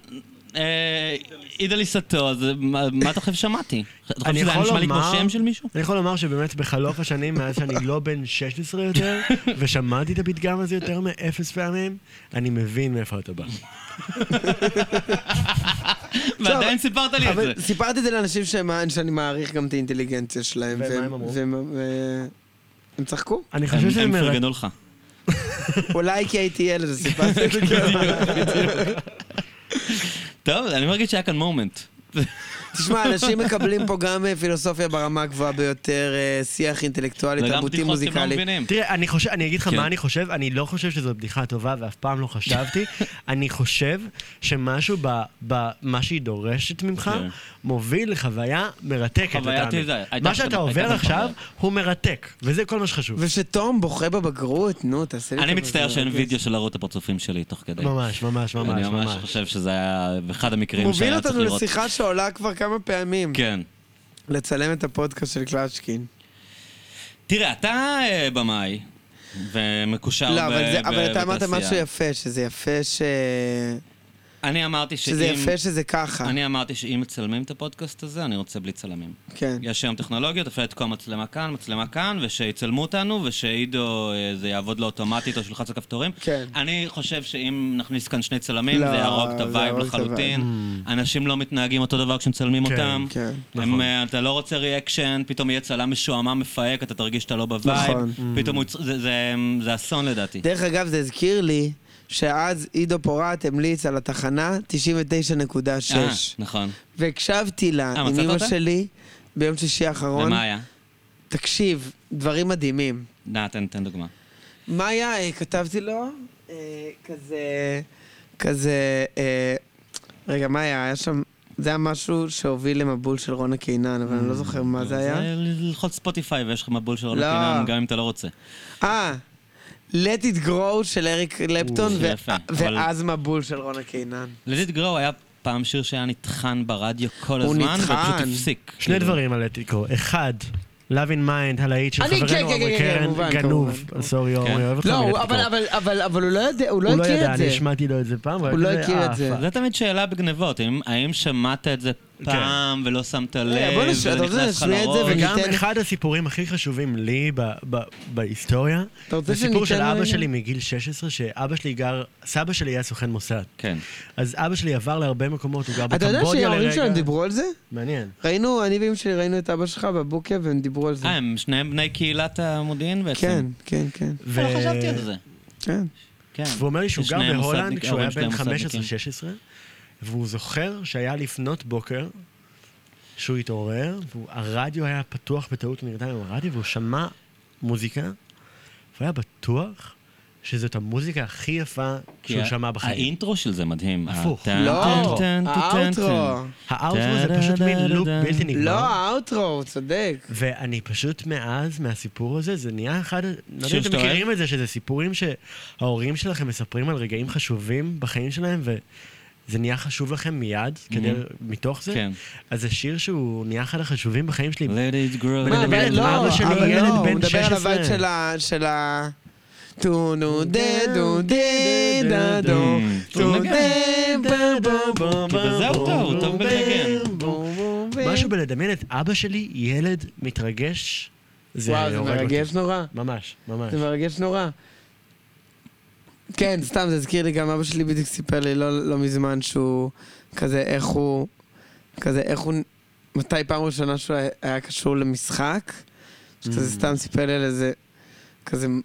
אה, עיד על עיסתו, אז מה מה אתה חושב ששמעתי? אתה חושב
אני
שזה היה
יכול
נשמע לי כמו
לומר-
שם של מישהו?
אני יכול לומר שבאמת בחלוף השנים, מאז שאני לא בן 16 יותר, ושמעתי את הפתגם הזה יותר מאפס פעמים, אני מבין מאיפה אתה בא.
ועדיין סיפרת לי את זה.
לא, אבל סיפרתי את זה לאנשים שהם- שאני מעריך גם את האינטליגנציה שלהם.
ומה
והם-
הם אמרו?
והם- ו- הם צחקו.
אני חושב
הם
שזה
הם
מרגש.
פרגנו לך.
אולי כי הייתי ילד, אז סיפרתי את זה.
טוב, אני מרגיש שהיה כאן מומנט.
תשמע, אנשים מקבלים פה גם אה, פילוסופיה ברמה הגבוהה ביותר, אה, שיח אינטלקטואלי,
וגם
תרבותי,
בדיחות שהם לא
מוזיקלי.
מבינים.
תראה, אני חושב, אני אגיד לך
כן.
מה אני חושב, אני לא חושב שזו בדיחה טובה ואף פעם לא חשבתי. אני חושב שמשהו ב- במה שהיא דורשת ממך,
כן.
מוביל לחוויה מרתקת.
חוויה
לטעמי.
תזה, הייתה
מה שאתה
שם- הייתה
עובר
שם
עכשיו,
חוויה.
הוא מרתק, וזה כל מה שחשוב.
ושתום בוכה בבגרות, נו, תעשה לי
אני
טובה,
מצטער
זה
שאין
מרגיש.
וידאו של להראות את הפרצופים שלי תוך כדי.
ממש, ממש,
אני
ממש,
ממש
ממש.
חושב שזה היה אחד המקרים
כן. מוביל
שהיה צריך
אותנו
לראות.
לשיחה שעולה כבר כמה פעמים.
כן.
לצלם את הפודקאסט של קלצ'קין.
תראה, אתה אה, במאי, ומקושר
לא, אבל זה-
ב-
אבל
ב-
אתה אמרת
אה, בתעשייה.
משהו יפה, שזה יפה ש...
אני אמרתי שאם...
שזה יפה שזה ככה.
אני אמרתי שאם מצלמים את הפודקאסט הזה, אני רוצה בלי צלמים.
כן.
יש היום טכנולוגיות, אפשר לתקוע מצלמה כאן, מצלמה כאן, ושיצלמו אותנו, ושעידו אה, זה יעבוד לו אוטומטית או שילחץ על כפתורים.
כן.
אני חושב שאם נכניס כאן שני צלמים,
לא,
זה יהרוג את
זה
הווייב
יהרוג את
לחלוטין. אנשים לא מתנהגים אותו דבר כשמצלמים
Mm. כן,
אותם.
כן.
הם,
נכון.
אה, אתה לא רוצה ריאקשן, פתאום יהיה צלם משועמם, מפהק, אתה תרגיש שאתה לא בווייב.
Mm.
נכון.
פתאום הוא... יצ- זה- זה- זה אסון לדעתי.
דרך אגב, זה הזכיר לי שאז עידו פורט המליץ על התחנה 99.6.
אה, נכון.
והקשבתי לה
אה,
עם
מצאת
אמא
אותה?
שלי ביום שישי האחרון.
ומה היה?
תקשיב, דברים מדהימים.
נא, תן תן דוגמה.
מאיה, אה, כתבתי לו, אה, כזה, כזה, אה, רגע, מאיה, היה שם, זה היה משהו שהוביל למבול של רונה קינן, אבל אני לא זוכר מה זה היה.
זה ללחוץ ספוטיפיי ויש לך מבול של עולה
לא.
קינן, גם אם אתה לא רוצה.
אה, Let it grow של אריק קלפטון,
זה
ו-
יפה, אבל-
ואז מבול של רונה קינן.
לדיט גרו היה פעם שיר שהיה נטחן ברדיו כל
הוא
הזמן,
נטחן.
ופשוט הפסיק.
שני
כאילו,
דברים על אתיקו. אחד, Love in mind, הלהיט של
אני- כן,
חברנו
כן,
עמרי
כן, כן,
קרן,
כמובן,
גנוב.
כמובן.
סורי,
כן.
אורי, אוהב אותך.
לא,
מגדל
הוא-
את
אבל-
הפיתוח.
אבל- אבל אבל הוא לא יודע, הוא לא
הוא לא ידע,
הכיר את
אני
זה.
הכיר את זה פעם.
הוא לא הכיר
"אה,
את זה.
זה תמיד שאלה בגנבות, אם- האם שמעת את זה פעם ולא שמת לב,
כן. אה, בוא נש-
וזה
אתה רוצה
נכנס לך
שנשמיע את זה
לראש?
ונ-
וגם
ניתן-
אחד הסיפורים הכי חשובים לי ב- ב- בהיסטוריה,
אתה רוצה
זה סיפור
שניתן
של
לו
אבא
רגע?
שלי מגיל 16, שאבא שלי גר, סבא שלי היה סוכן מוסד.
כן.
אז אבא שלי עבר להרבה מקומות, הוא גר
אתה יודע
בקמבודיה
שההורים שלהם
לרגע.
דיברו על זה?
מעניין.
ראינו, אני ואמא שלי ראינו את אבא שלך בבוקר והם דיברו על זה.
אה, הם שניהם בני קהילת המודיעין בעצם?
כן, כן, כן,
ו... לא חשבתי על זה.
כן.
כן.
והוא אומר לי שהוא גר
ששניהם
בהולנד
מוסדניק-
כשהוא היה
ההורים
בן
שלהם
15-16,
מוסדניקים.
והוא זוכר שהיה לפנות בוקר, שהוא התעורר, והרדיו היה פתוח בטעות, הוא נרדם עם הרדיו, והוא שמע מוזיקה, והוא היה בטוח שזאת המוזיקה הכי יפה
כי
שהוא
ה-
שמע בחיים.
האינטרו של זה מדהים.
הפוך.
הטן,
לא,
טן, טן, טן,
האאוטרו.
טן.
האאוטרו זה פשוט מין לופ בלתי
לא,
נגמר.
האוטרו, הוא צודק.
ואני פשוט מאז, מהסיפור הזה, זה נהיה אחד, לא יודע
שיר
אם
שאתה
אתם
אוהב?
מכירים את זה, שזה סיפורים שההורים שלכם מספרים על רגעים חשובים בחיים שלהם, וזה נהיה חשוב לכם מיד, כדי, מתוך זה.
Mm-hmm. כן.
אז זה שיר שהוא נהיה אחד החשובים בחיים שלי.
Let it grow.
מה, מדבר
אבל
על
לא,
אבא שלי,
אבל
ילד
לא,
בן
הוא מדבר על
16.
הבית של ה... של ה... טו נו דה דו דה דה דו
Mm.
טו דה בו בו בו
כי בזה הוא טוב, הוא טוב בלנגן.
בו בו בו
משהו בלדמיין את אבא שלי, ילד מתרגש, זה
וואו, זה
הורג אותי.
מרגש נורא.
ממש, ממש.
זה מרגש נורא. כן, סתם, זה הזכיר לי, גם אבא שלי בדיוק סיפר לי לא, לא מזמן שהוא כזה, איך הוא, כזה, איך הוא, מתי פעם ראשונה שהוא היה- היה קשור למשחק, שכזה
Mm.
סתם סיפר לי על איזה, כזה מ-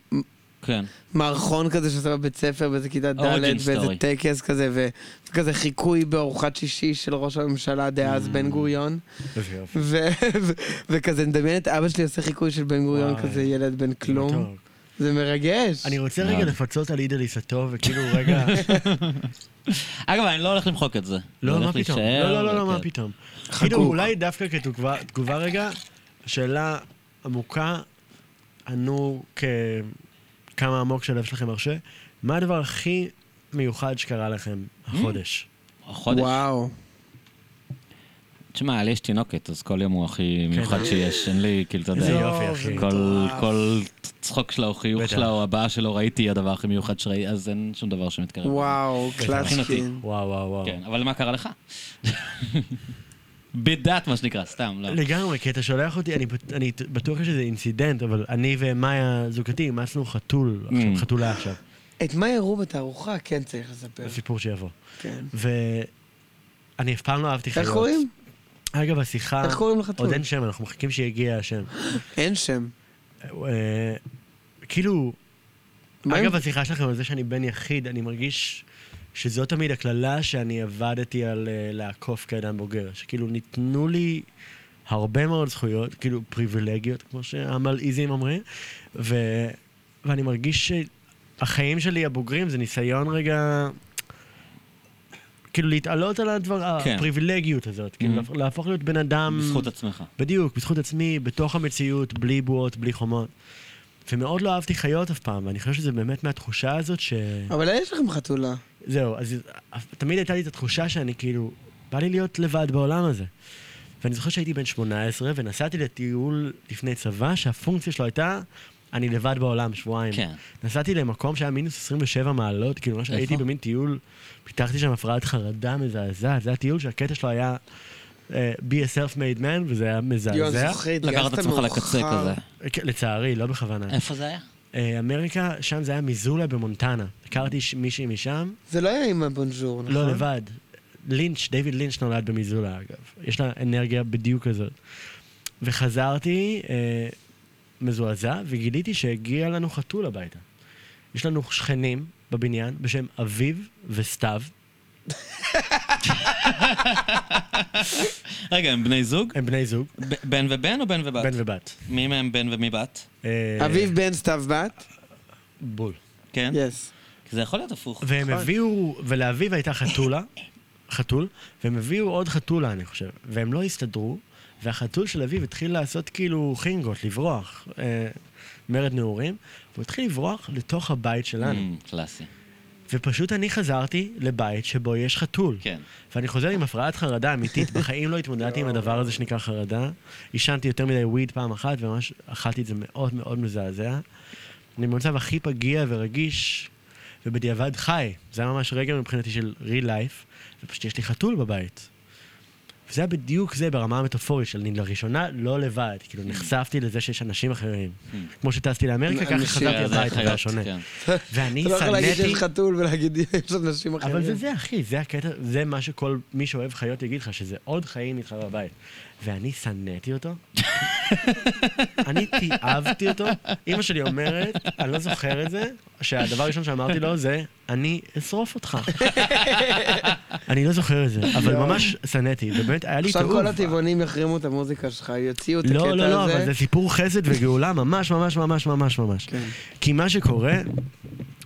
כן.
מערכון כזה שעושה בבית ספר באיזה כיתה ד'
Origin
באיזה
story.
טקס כזה, ו- וכזה חיקוי בארוחת שישי של ראש הממשלה דאז
Mm.
בן גוריון,
איזה יופי.
ו- ו- וכזה נדמיין את אבא שלי עושה חיקוי של בן גוריון,
וואי.
כזה ילד בן כלום.
טוב.
זה מרגש.
אני רוצה רגע
מאוד.
לפצות על אידליס הטוב, וכאילו רגע...
אגב, אני לא הולך למחוק את זה. זה
לא,
הולך
מה פתאום?
להישאר,
לא, לא, לא, לא,
וכן.
מה פתאום? כאילו, אולי דווקא כתגובה תגובה רגע, שאלה עמוקה, ענו ככמה עמוק שהלב שלכם מרשה, מה הדבר הכי מיוחד שקרה לכם החודש?
החודש.
וואו.
תשמע, לי יש תינוקת, אז כל יום הוא הכי מיוחד שיש. אין לי, כאילו, אתה יודע.
כן. איזה יופי, אחי.
כל, כל צחוק שלה או חיוך
בטח.
שלה או הבעה שלו ראיתי הדבר הכי מיוחד שראיתי, אז אין שום דבר שמתקרב.
וואו, קלאסקין.
וואו, וואו, וואו.
כן, אבל מה קרה לך? בדת, מה שנקרא, סתם, לא.
לגמרי, כי אתה שולח אותי, אני בט- אני ת- בטוח שזה אינסידנט, אבל אני ומאיה זוגתי אימצנו חתול, עכשיו,
Mm.
חתולה עכשיו,
את מה הראו בתערוכה? כן צריך לספר.
זה סיפור שיבוא.
כן.
ואני אף פעם לא אהבתי חיות.
איך קוראים?
אגב, השיחה...
איך קוראים לחתול?
עוד אין שם, אנחנו מחכים שיגיע השם.
אין שם.
אה, כאילו,
מה
אגב,
עם-
השיחה שלכם על זה שאני בן יחיד, אני מרגיש שזו תמיד הקללה שאני עבדתי על אה, לעקוף כאדם בוגר. שכאילו, ניתנו לי הרבה מאוד זכויות, כאילו פריבילגיות, כמו שעמל איזים אומרים, ו... ואני מרגיש שהחיים שלי הבוגרים זה ניסיון רגע... כאילו להתעלות על הדבר,
כן. Mm-hmm.
הפריבילגיות הזאת, כאילו להפוך- להפוך להיות בן אדם...
בזכות עצמך.
בדיוק, בזכות עצמי, בתוך המציאות, בלי בועות, בלי חומות. ומאוד לא אהבתי חיות אף פעם, ואני חושב שזה באמת מהתחושה הזאת ש...
אבל יש לכם חתולה.
זהו, אז תמיד הייתה לי את התחושה שאני כאילו, בא לי להיות לבד בעולם הזה. ואני זוכר שהייתי בן 18, ונסעתי לטיול לפני צבא, שהפונקציה שלו הייתה, אני לבד בעולם, שבועיים.
כן.
נסעתי למקום שהיה מינוס 27 מעלות, כאילו ממש
איפה?
הייתי במין טיול, פיתחתי שם הפרעת חרדה מזעזעת, זה היה טיול שהקטע שלו היה uh, be a self-made man, וזה היה מזעזע.
יואן, זוכרי,
לקחת את עצמך לקצה כזה.
כן, לצערי, לא בכוונה.
איפה זה היה?
אה, אמריקה, שם זה היה מיזולה במונטנה. הכרתי ש- מישהי משם,
זה לא היה עם הבונג'ור, נכון?
לא לבד. לינץ', דיוויד לינץ' נולד במיזולה, אגב. יש לה אנרגיה בדיוק כזאת. וחזרתי אה, מזועזע, וגיליתי שהגיע לנו חתול הביתה. יש לנו שכנים בבניין בשם אביב וסתיו.
רגע, הם בני
אה,
זוג?
הם בני זוג,
ב- בן ובן או בן ובת?
בן ובת.
מי מהם בן ומי בת?
אה,
אביב בן סתיו בת?
בול.
כן?
יס.
כי זה יכול להיות הפוך.
והם הביאו, ולאביב הייתה חתולה, חתול, והם הביאו עוד חתולה, אני חושב, והם לא הסתדרו, והחתול של אביב התחיל לעשות כאילו חינגות, לברוח, אה, מרד נעורים, והוא התחיל לברוח לתוך הבית שלנו.
Mm, קלאסי.
ופשוט אני חזרתי לבית שבו יש חתול.
כן.
ואני חוזר עם הפרעת חרדה אמיתית. בחיים לא התמודדתי עם הדבר הזה שנקרא חרדה. עישנתי יותר מדי וויד פעם אחת, וממש אכלתי את זה מאוד מאוד מזעזע. אני במצב הכי פגיע ורגיש, ובדיעבד חי. זה היה ממש רגע מבחינתי של real life, ופשוט יש לי חתול בבית. וזה היה בדיוק זה ברמה המטאפורית של אני לראשונה לא לבד, כאילו נחשפתי לזה שיש אנשים אחרים. כמו שטסתי לאמריקה, ככה
אנשים-
חזרתי
זה
הביתה, זה היה
Hmm. חיות,
שונה.
כן.
ואני
אתה לא יכול להגיד
שנאתי...
שיש חתול ולהגיד יש אנשים אחרים.
אבל זה זה, אחי, זה הקטע, זה מה שכל מי שאוהב חיות יגיד לך, שזה עוד חיים איתך בבית. ואני שנאתי אותו. אני תיעבתי אותו. אימא שלי אומרת, אני לא זוכר את זה, שהדבר הראשון שאמרתי לו זה, אני אשרוף אותך. אני לא זוכר את זה, אבל ממש שנאתי, ובאמת היה לי
עכשיו
תיעוב.
כל הטבעונים יחרימו את המוזיקה שלך, יוציאו את הקטע הזה.
לא, לא, לא, אבל זה סיפור חסד וגאולה ממש ממש ממש ממש ממש.
כן.
כי מה שקורה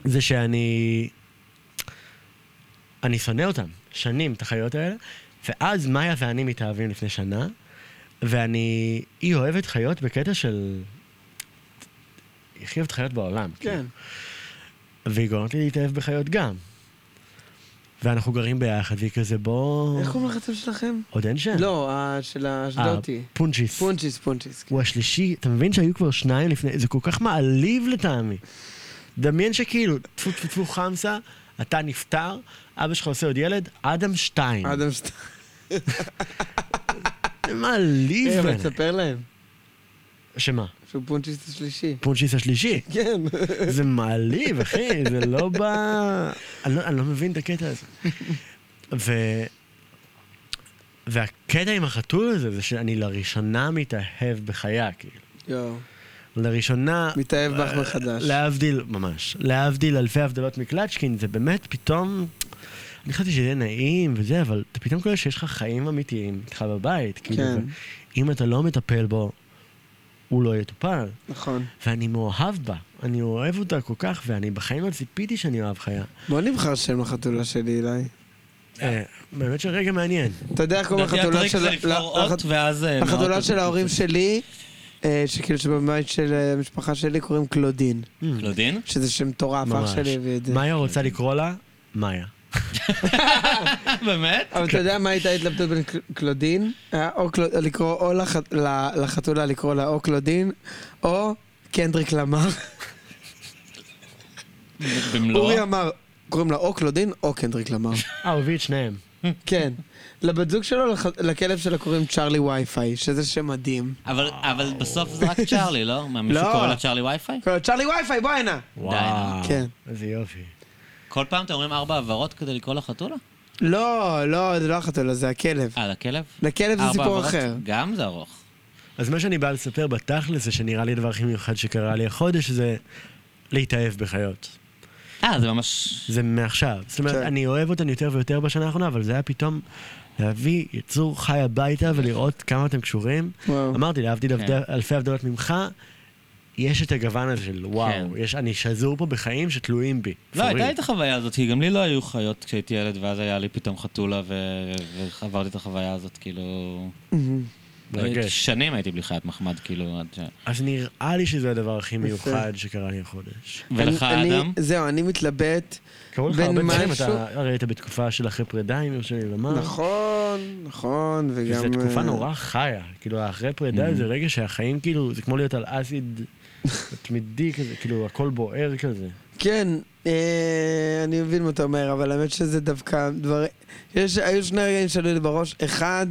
זה שאני... אני שונא אותם, שנים, את החיות האלה, ואז מאיה ואני מתאהבים לפני שנה, ואני... היא אוהבת חיות בקטע של... היא הכי אוהבת חיות בעולם. כאילו.
כן.
והיא גורמת לי להתאהב בחיות גם. ואנחנו גרים ביחד, והיא כזה בוא...
איך קוראים לחתול שלכם?
עוד אין שם.
לא, ה- של
כן. אה,
האשדותי.
פונצ'יס.
פונצ'יס, פונצ'יס. כן.
הוא השלישי, אתה מבין שהיו כבר שניים לפני, זה כל כך מעליב לטעמי. דמיין שכאילו, טפו טפו טפו חמסה, אתה נפטר, אבא שלך עושה עוד ילד, אדם שתיים.
אדם שטיין.
זה מעליב
אה, אבל
בעיניי.
תספר להם
שמה?
שהוא פונצ'יס השלישי.
פונצ'יס השלישי.
כן.
זה מעליב, אחי, זה לא ב... אני לא, אני לא מבין את הקטע הזה. ו... והקטע עם החתול הזה, זה שאני לראשונה מתאהב בחיה, כאילו.
יואו.
לראשונה...
מתאהב בך מחדש.
להבדיל, ממש. להבדיל אלפי הבדלות מקלצ'קין, זה באמת פתאום... אני חשבתי שזה יהיה נעים וזה, אבל אתה פתאום קולט שיש לך חיים אמיתיים איתך בבית. כאילו,
כן.
ו- אם אתה לא מטפל בו, הוא לא יטופל.
נכון.
ואני מאוהב בה. אני אוהב אותה כל כך, ואני בחיים לא ציפיתי שאני אוהב חיה.
בוא נבחר שם לחתולה שלי, אילי.
אה, באמת שרגע מעניין.
אתה יודע איך קוראים
לדעתי
לחתולה
הטריק
של...
זה לבחור
לחת-
אות ואז... אה,
החתולה
מהאות
של
הזאת.
ההורים שלי, אה, שכאילו שבבית של אה, המשפחה שלי קוראים קלודין.
קלודין?
שזה שם מטורף,
ממש.
אח שלי הביא את זה.
מאיה רוצה לקרוא לה מאיה.
באמת?
אבל אתה יודע מה הייתה ההתלבטות בין קל- קלודין? היה או קל- לקרוא או לח- ל- לחתולה לקרוא לה או קלודין, או קנדריק למר.
במלואו?
אורי אמר, קוראים לה או קלודין או קנדריק למר.
אה, הוא הביא את שניהם.
כן. לבת זוג שלו, לח- לכלב שלה קוראים צ'ארלי וי-פיי, שזה שם מדהים.
אבל אבל בסוף זה רק צ'ארלי, לא? מה, מישהו
לא.
קורא לה צ'ארלי וי-פיי?
קורא לו, צ'ארלי וי-פיי, בוא הנה!
וואו.
כן.
איזה יופי.
כל פעם אתם אומרים ארבע עברות כדי לקרוא לחתולה?
לא, לא, זה לא החתולה, זה הכלב.
אה, לכלב?
לכלב זה
ארבע
סיפור
עברות?
אחר.
גם זה ארוך.
אז מה שאני בא לספר בתכל'ס, זה שנראה לי הדבר הכי מיוחד שקרה לי החודש, זה להתאהב בחיות.
אה, זה ממש...
זה מעכשיו. זאת אומרת,
כן.
אני אוהב אותן יותר ויותר בשנה האחרונה, אבל זה היה פתאום להביא יצור חי הביתה ולראות כמה אתם קשורים.
וואו.
אמרתי, להבדיל
כן.
הבדל- אלפי הבדלות ממך, יש את הגוון הזה של
כן.
וואו, יש- אני שזור פה בחיים שתלויים בי.
לא,
for
הייתה
real.
לי את החוויה הזאת, כי גם לי לא היו חיות כשהייתי ילד, ואז היה לי פתאום חתולה, ו- ועברתי את החוויה הזאת, כאילו...
מרגש.
שנים הייתי בלי חיית מחמד, כאילו, עד ש...
אז נראה לי שזה הדבר הכי
יפה.
מיוחד שקרה לי החודש.
ולך,
אני- אני-
אדם?
זהו, אני מתלבט.
קראו לך
בין
הרבה דברים,
משהו-
אתה הרי היית בתקופה של אחרי פרידה, אם יורשה לי לומר.
נכון, נכון, וגם...
וזו תקופה
אה,
נורא חיה. כאילו, האחרי פרידה זה רגע שהחיים כאילו, זה כמו להיות על אסיד תמידי כזה, כאילו, הכל בוער כזה.
כן, אה, אני מבין מה אתה אומר, אבל האמת שזה דווקא דבר... יש, היו שני רגעים שעלו לי בראש. אחד,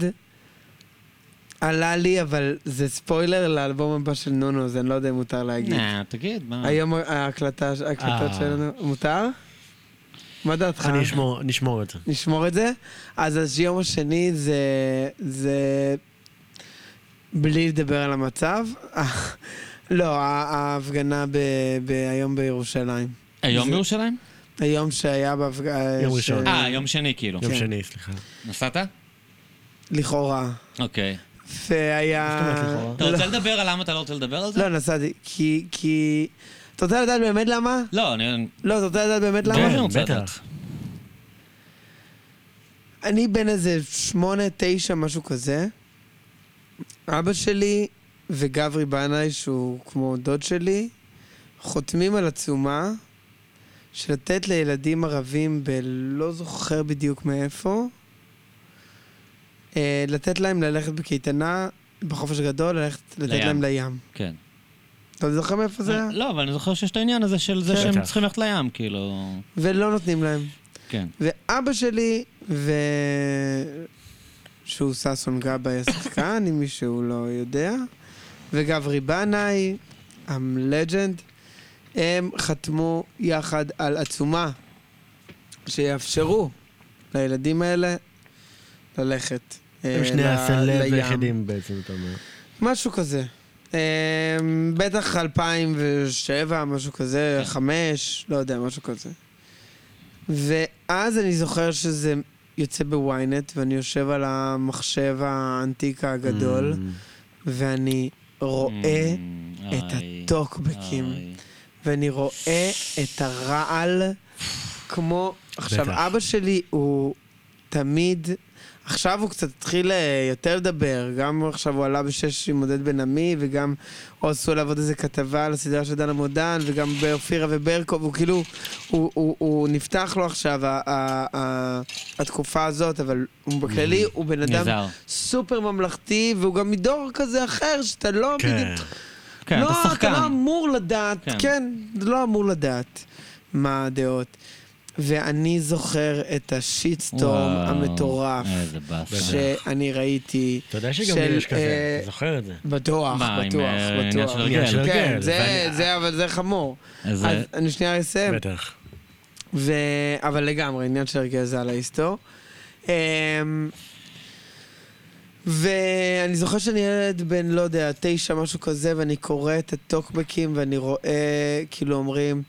עלה לי, אבל זה ספוילר לאלבום הבא של נונו, אז אני לא יודע אם מותר להגיד.
נה, אה, תגיד, מה?
היום ההקלטה, ההקלטות
אה.
שלנו... מותר? מה דעתך?
אני אשמור- נשמור את זה.
נשמור את זה. אז היום השני זה... זה... בלי לדבר על המצב. לא, ה- ההפגנה ב, ב, היום בירושלים.
היום
זה-
בירושלים?
היום שהיה בהפגנה...
יום ראשון.
אה, יום שני, כאילו.
יום
כן.
שני, סליחה.
נסעת?
לכאורה.
אוקיי.
והיה...
מה זאת אומרת לכאורה?
אתה רוצה לדבר על למה אתה לא רוצה לדבר על זה?
לא, נסעתי. כי... כי... אתה רוצה לדעת באמת למה?
לא, אני...
לא, אתה רוצה לדעת באמת למה?
ברור
כן,
שאני רוצה
בטח.
לדעת.
אני בן איזה שמונה, תשע, משהו כזה. אבא שלי וגברי בנאי, שהוא כמו דוד שלי, חותמים על עצומה של לתת לילדים ערבים בלא זוכר בדיוק מאיפה, אה, לתת להם ללכת בקייטנה, בחופש הגדול, ללכת, לתת
לים.
להם לים.
כן.
אתה זוכר מאיפה זה היה?
לא, אבל אני זוכר שיש את העניין הזה של זה
כן.
שהם
בטח.
צריכים ללכת לים, כאילו...
ולא נותנים להם.
כן.
ואבא שלי, ו... שהוא ששון גבאי השחקן, אם מישהו לא יודע, וגברי בנאי, המלג'נד, הם חתמו יחד על עצומה שיאפשרו לילדים האלה ללכת.
הם
אה,
שני
ל-
הסלב
לים.
היחידים בעצם, אתה אומר.
משהו כזה. אה, בטח 2007, משהו כזה,
כן.
חמש, לא יודע, משהו כזה. ואז אני זוכר שזה יוצא בוויינט, ואני יושב על המחשב האנטיקה הגדול, ואני רואה
Mm.
את הטוקבקים, ואני רואה את הרעל, כמו...
בטח.
עכשיו, אבא שלי הוא תמיד... עכשיו הוא קצת התחיל אה, יותר לדבר, גם עכשיו הוא עלה בשש עם עודד בן עמי, וגם עשו עליו עוד איזה כתבה על הסדרה של דנה מודן, וגם באופירה וברקו, והוא כאילו, הוא, הוא, הוא נפתח לו עכשיו ה, ה, ה, התקופה הזאת, אבל הוא בכללי הוא בן אדם
נזהר.
סופר ממלכתי, והוא גם מדור כזה אחר, שאתה לא בדיוק
כן.
כן,
לא,
אתה שחקן.
אתה לא אמור לדעת,
כן.
כן. כן, לא אמור לדעת מה הדעות. ואני זוכר את השיטסטורם
וואו,
המטורף
איזה באסה.
שאני ראיתי,
אתה יודע שגם
של,
לי יש כזה,
אה,
אתה זוכר את זה.
בטוח,
מה, עם,
בטוח,
אה, עניין
בטוח.
של הרגל?
של
כן,
הרגל,
זה,
ואני-
זה, אבל זה חמור.
אז,
אז אני שנייה אסיים.
בטח.
ו... אבל לגמרי, עניין של הרגל זה על ההיסטור. אמ, ואני זוכר שאני ילד בן, לא יודע, תשע, משהו כזה, ואני קורא את הטוקבקים ואני רואה, כאילו אומרים,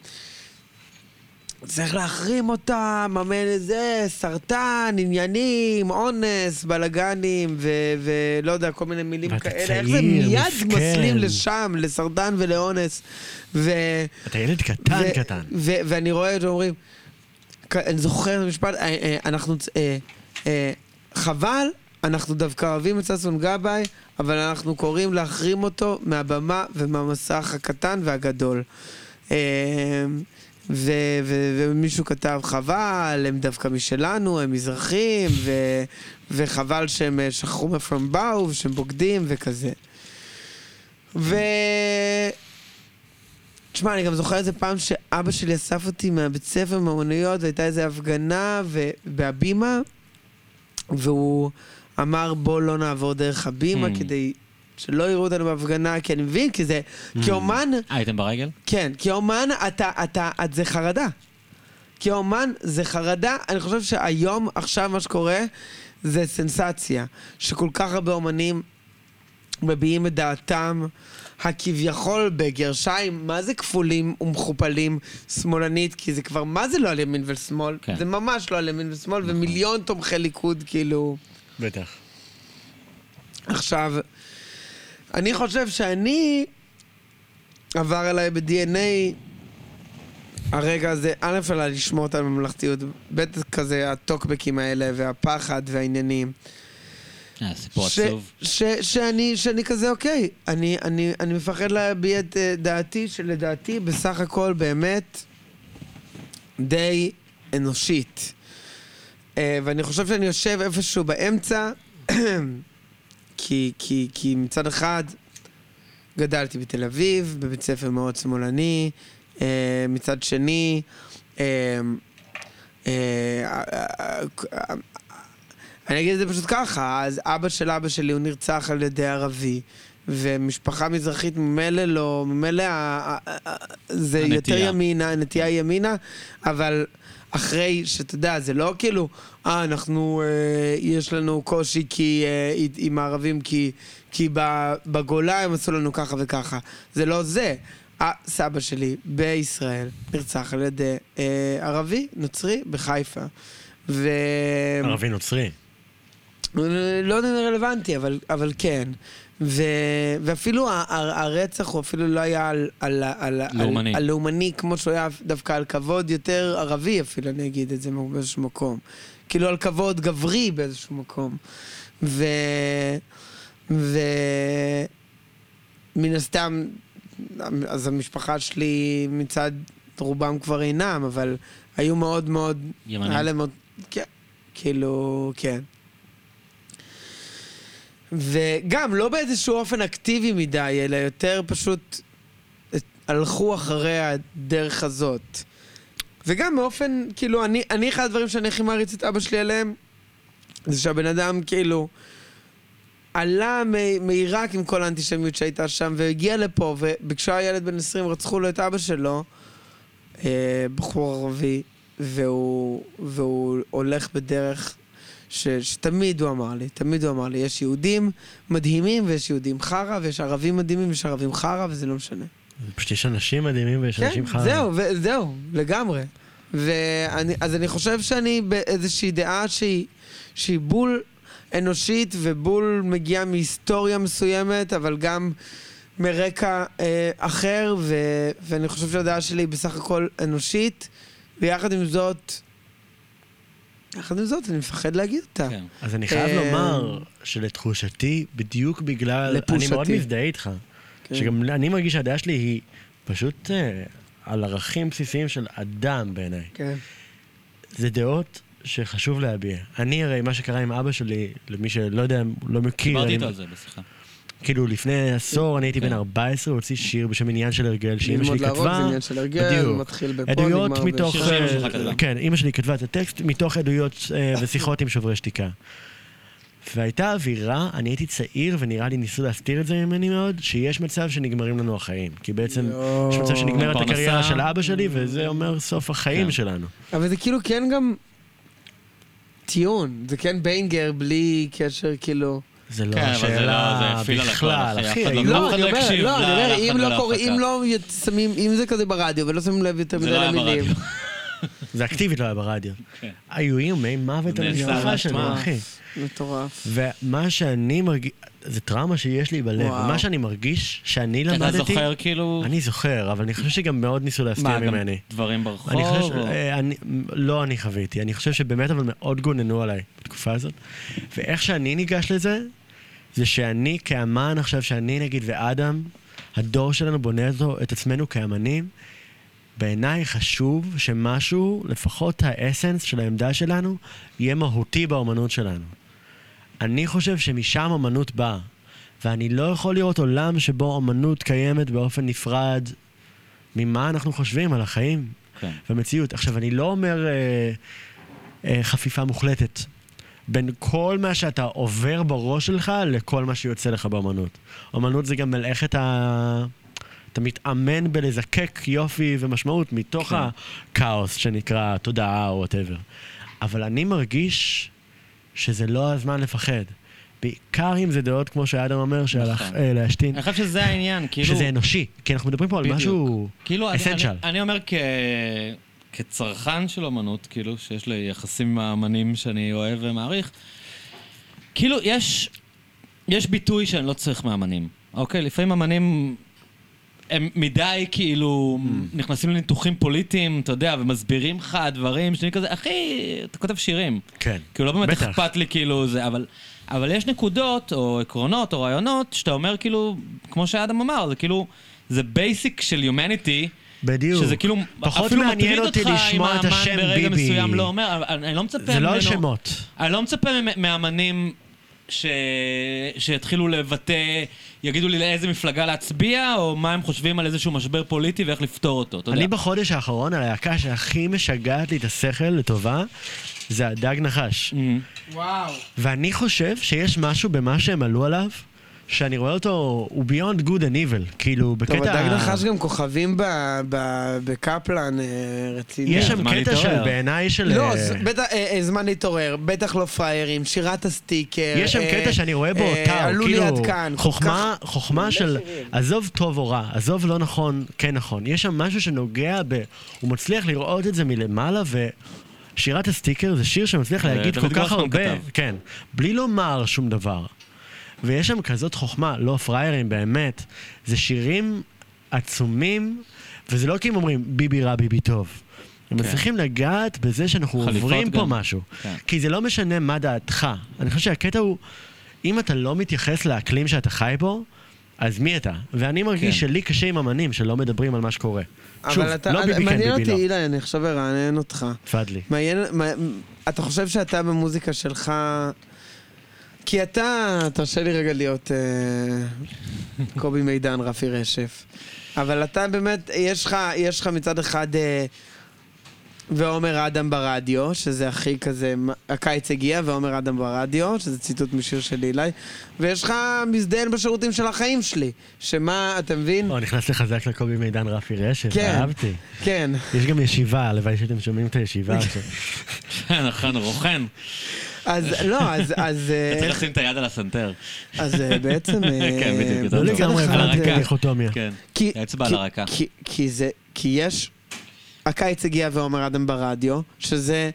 צריך להחרים אותם, אמן לזה, סרטן, עניינים, אונס, בלאגנים, ו- ולא יודע, כל מיני מילים
ואתה
כאלה. איך זה
צעיר,
מיד
מסכן.
מסלים לשם, לסרטן ולאונס. ו-
אתה ילד קטן
ו-
קטן.
ו- ואני רואה את זה, אומרים, כ- אני זוכר את המשפט, אה, אה, אנחנו, צ- אה, אה, חבל, אנחנו דווקא אוהבים את ששון גבאי, אבל אנחנו קוראים להחרים אותו מהבמה ומהמסך הקטן והגדול. אה, ו- ו- ומישהו כתב, חבל, הם דווקא משלנו, הם מזרחים, ו- וחבל שהם אה, שכחו מאיפה הם באו, ושהם בוגדים וכזה. ו... תשמע, אני גם זוכר איזה פעם שאבא שלי אסף אותי מהבית ספר, מהאומנויות, והייתה איזו הפגנה ו... בהבימה, והוא אמר בוא לא נעבור דרך הבימה
Hmm.
כדי שלא יראו אותנו בהפגנה, כי אני מבין, כי זה... כי אומן,
אה, הייתם ברגל?
כן, כי אומן אתה, אתה, את זה חרדה. כי אומן זה חרדה, אני חושב שהיום, עכשיו מה שקורה, זה סנסציה. שכל כך הרבה אומנים מביעים את דעתם, הכביכול בגרשיים, מה זה כפולים ומכופלים שמאלנית? כי זה כבר, מה זה לא על ימין ושמאל?
כן.
כן. זה ממש לא על ימין ושמאל, ומיליון תומכי ליכוד, כאילו...
בטח.
עכשיו, אני חושב שאני, עבר עליי ב-DNA הרגע הזה, א', על לשמור את הממלכתיות, ב', כזה הטוקבקים האלה והפחד והעניינים.
אה, סיפור
ש-
עצוב.
ש- שאני, שאני כזה, אוקיי, אני, אני, אני מפחד להביע את אה, דעתי, שלדעתי בסך הכל באמת די אנושית. אה, ואני חושב שאני יושב איפשהו באמצע, כי, כי, כי מצד אחד גדלתי בתל אביב, בבית ספר מאוד שמאלני, אה, מצד שני, אה, אה, אה, אני אגיד את זה פשוט ככה, אז אבא של אבא שלי הוא נרצח על ידי ערבי. ומשפחה מזרחית ממילא לא, ממילא ה- ה- ה- זה
הנטייה.
יותר ימינה, הנטייה היא ימינה, אבל אחרי שאתה יודע, זה לא כאילו, אה, אנחנו, אה, יש לנו קושי כי, אה, עם הערבים כי, כי ב- בגולה הם עשו לנו ככה וככה. זה לא זה. אה, סבא שלי בישראל נרצח על ידי אה, ערבי, נוצרי, בחיפה. ו...
ערבי נוצרי.
לא יודע אם זה רלוונטי, אבל, אבל כן. ו, ואפילו ה- ה- הרצח הוא אפילו לא היה על, על, על,
לאומני.
על, על לאומני כמו שהוא היה דווקא על כבוד יותר ערבי אפילו, אני אגיד את זה באיזשהו מקום. כאילו על כבוד גברי באיזשהו מקום. ו... ו... מן הסתם, אז המשפחה שלי מצד רובם כבר אינם, אבל היו מאוד מאוד...
ימנים.
היה להם מאוד... כן, כאילו, כן. וגם, לא באיזשהו אופן אקטיבי מדי, אלא יותר פשוט הלכו אחרי הדרך הזאת. וגם באופן, כאילו, אני, אני אחד הדברים שאני הכי מעריץ את אבא שלי עליהם, זה שהבן אדם, כאילו, עלה מ- מעיראק עם כל האנטישמיות שהייתה שם, והגיע לפה, וכשהוא היה ילד בן 20 רצחו לו את אבא שלו, אה, בחור ערבי, והוא, והוא הולך בדרך ש, שתמיד הוא אמר לי, תמיד הוא אמר לי, יש יהודים מדהימים ויש יהודים חרא, ויש ערבים מדהימים ויש ערבים חרא, וזה לא משנה.
פשוט יש אנשים מדהימים ויש אנשים חרא.
כן, זהו, ו- זהו, לגמרי. ואני, אז אני חושב שאני באיזושהי דעה שהיא, שהיא בול אנושית ובול מגיעה מהיסטוריה מסוימת, אבל גם מרקע אה, אחר, ו, ואני חושב שהדעה שלי היא בסך הכל אנושית, ויחד עם זאת, יחד עם זאת, אני מפחד להגיד אותה.
כן.
אז אני חייב
אה,
לומר שלתחושתי, בדיוק בגלל... אני מאוד
לפושתי.
מזדהה איתך.
כן.
שגם אני מרגיש שהדעה שלי היא פשוט אה, על ערכים בסיסיים של אדם בעיניי.
כן.
זה דעות שחשוב להביע. אני הרי, מה שקרה עם אבא שלי, למי שלא יודע, לא מכיר,
דיברתי
אני-
איתו על זה בשיחה.
כאילו לפני עשור, אני הייתי בן 14, הוא הוציא שיר בשם עניין של הרגל, שאימא שלי
כן. ללמוד
כתבה.
להרוג זה עניין של הרגל,
בדיוק.
מתחיל בפה, נגמר
עדויות מתוך...
שיר שאימא
אה,
שלך כתבה.
כן, אימא שלי כתבה את הטקסט מתוך עדויות אה, ושיחות עם שוברי שתיקה. והייתה אווירה, אני הייתי צעיר ונראה לי ניסו להסתיר את זה ממני מאוד, שיש מצב שנגמרים לנו החיים. כי בעצם
יואו.
יש מצב שנגמרת
פרנסה.
הקריירה של אבא שלי, וזה אומר סוף החיים
כן.
שלנו.
אבל זה כאילו כן גם טיעון, זה כן ביינגר בלי קשר כאילו...
זה לא
כן, אבל זה לא-
השאלה
זה הפעיל על הכל,
בכלל,
אחי, אף
אחי.
אחד לא-
היו-
אף
לא,
אחד
אני
לא
אומר,
הקשיב
לא, אני אומר,
לאף אחד
אם
ולא
לא קוראים,
להפקה.
אם לא שמים, אם זה כזה ברדיו ולא שמים לב יותר
זה
מדי
לא היה ברדיו.
למילים.
זה אקטיבית לא היה ברדיו.
כן.
היו איומי מוות על
נעשה
המשפחה
ממש
שלו,
מה.
אחי.
מטורף.
ומה שאני מרגיש, זה טראומה שיש לי בלב,
וואו.
מה שאני מרגיש שאני
כי
למדתי...
אתה זוכר כאילו...
אני זוכר, אבל אני חושב שגם מאוד ניסו להסתיר
מה, גם
ממני.
דברים ברחוב?
אני חושב,
או-
אה, אני, לא אני חוויתי, אני חושב שבאמת אבל מאוד גוננו עליי בתקופה הזאת. ואיך שאני ניגש לזה, זה שאני כאמן עכשיו, שאני נגיד ואדם, הדור שלנו בונה אותו, את עצמנו כאמנים, בעיניי חשוב שמשהו, לפחות האסנס של העמדה שלנו, יהיה מהותי באמנות שלנו. אני חושב שמשם אמנות באה, ואני לא יכול לראות עולם שבו אמנות קיימת באופן נפרד ממה אנחנו חושבים על החיים
כן.
והמציאות. עכשיו, אני לא אומר אה, אה, חפיפה מוחלטת בין כל מה שאתה עובר בראש שלך לכל מה שיוצא לך באמנות. אמנות זה גם מלאכת ה... אתה מתאמן בלזקק יופי ומשמעות מתוך
כן.
הכאוס שנקרא תודעה או וואטאבר. אבל אני מרגיש שזה לא הזמן לפחד. בעיקר אם זה דעות, כמו שאדם אומר, שהלך
נכון.
אה, להשתין,
אני חושב שזה העניין, כאילו...
שזה אנושי. כי אנחנו מדברים פה על
בדיוק.
משהו...
כאילו, אני, אני,
essential.
אני אומר כ... כצרכן של אומנות, כאילו, שיש לי יחסים עם האמנים שאני אוהב ומעריך, כאילו, יש, יש ביטוי שאני לא צריך מאמנים, אוקיי? לפעמים אמנים... הם מדי כאילו
Mm.
נכנסים לניתוחים פוליטיים, אתה יודע, ומסבירים לך דברים שאני כזה, אחי, אתה כותב שירים.
כן.
כאילו, לא באמת
בטח.
אכפת לי כאילו זה, אבל, אבל יש נקודות, או עקרונות, או רעיונות, שאתה אומר כאילו, כמו שאדם אמר, זה כאילו, זה בייסיק של יומניטי.
בדיוק.
שזה כאילו,
פחות
אפילו
מעניין
מטריד
אותי
אותך אם
לשמוע את
האמן
השם
ברגע
ביבי.
מסוים לא אומר, אבל אני אני לא מצפה
זה לא על
ממנו-
שמות.
אני לא מצפה ממ- מאמנים ש... שיתחילו לבטא, יגידו לי לאיזה מפלגה להצביע, או מה הם חושבים על איזשהו משבר פוליטי ואיך לפתור אותו, אתה
אני
יודע.
בחודש האחרון, הלהקה שהכי משגעת לי את השכל לטובה, זה הדג נחש.
מהמם.
וואו.
ואני חושב שיש משהו במה שהם עלו עליו, שאני רואה אותו, הוא beyond good and evil. כאילו, בקטע...
טוב, הדג נחש גם כוכבים ב- ב- בקפלן אה, רציני.
יש
כן,
שם
הזמן
קטע
להתעורר.
של בעיניי של...
לא,
אה,
ז- בטח- אה, אה, זמן להתעורר, בטח לא פראיירים, שירת הסטיקר.
יש שם
אה,
קטע שאני רואה בו
אה,
אותה,
עלו לי
כאילו,
עד כאן. כל
חוכמה,
כך-
חוכמה של עזוב טוב או רע, עזוב לא נכון, כן נכון. יש שם משהו שנוגע ב... הוא מצליח לראות את זה מלמעלה, ושירת הסטיקר זה שיר שמצליח להגיד כל
דוד
כך
גרוסמן
הרבה,
כתב.
כן, בלי לומר שום דבר. ויש שם כזאת חוכמה, לא פראיירים, באמת. זה שירים עצומים, וזה לא כי הם אומרים ביבי רע, ביבי טוב. הם מצליחים לגעת בזה שאנחנו
כן. חליפות
עוברים פה
גם.
משהו.
כן.
כי זה לא משנה מה דעתך. אני חושב שהקטע הוא, אם אתה לא מתייחס לאקלים שאתה חי בו, אז מי אתה? ואני מרגיש
כן.
שלי קשה עם אמנים שלא מדברים על מה שקורה. שוב,
אבל אתה,
לא
אתה-
ביבי כן,
מעניין
ביבי
אותי,
לא.
אילן, אני עכשיו ארענן אותך.
תפאדלי.
מעניין, מה, אתה חושב שאתה במוזיקה שלך... כי אתה, תרשה לי רגע להיות אה, קובי מידן, רפי רשף. אבל אתה באמת, יש לך, יש לך מצד אחד אה, ועומר אדם ברדיו, שזה הכי כזה, מ- הקיץ הגיע ועומר אדם ברדיו, שזה ציטוט משיר של אילי, ויש לך מזדיין בשירותים של החיים שלי, שמה, אתה מבין?
או, נכנס לי חזק לקובי מידן רפי רשת,
כן.
אהבתי.
כן.
יש גם ישיבה, הלוואי שאתם שומעים את הישיבה עכשיו.
נכון, רוחן.
אז לא, אז... אז אה,
צריך לשים את היד על הסנטר.
אז אה, בעצם... אה,
כן, בדיוק, יותר טוב.
לא
מצד
לגמרי
אחד,
על
הבנתי
הרקה.
דיכוטומיה.
כן.
כי-
האצבע
כי-
על הרקה.
כי- כי זה, כי יש... הקיץ הגיע ועומר אדם ברדיו, שזה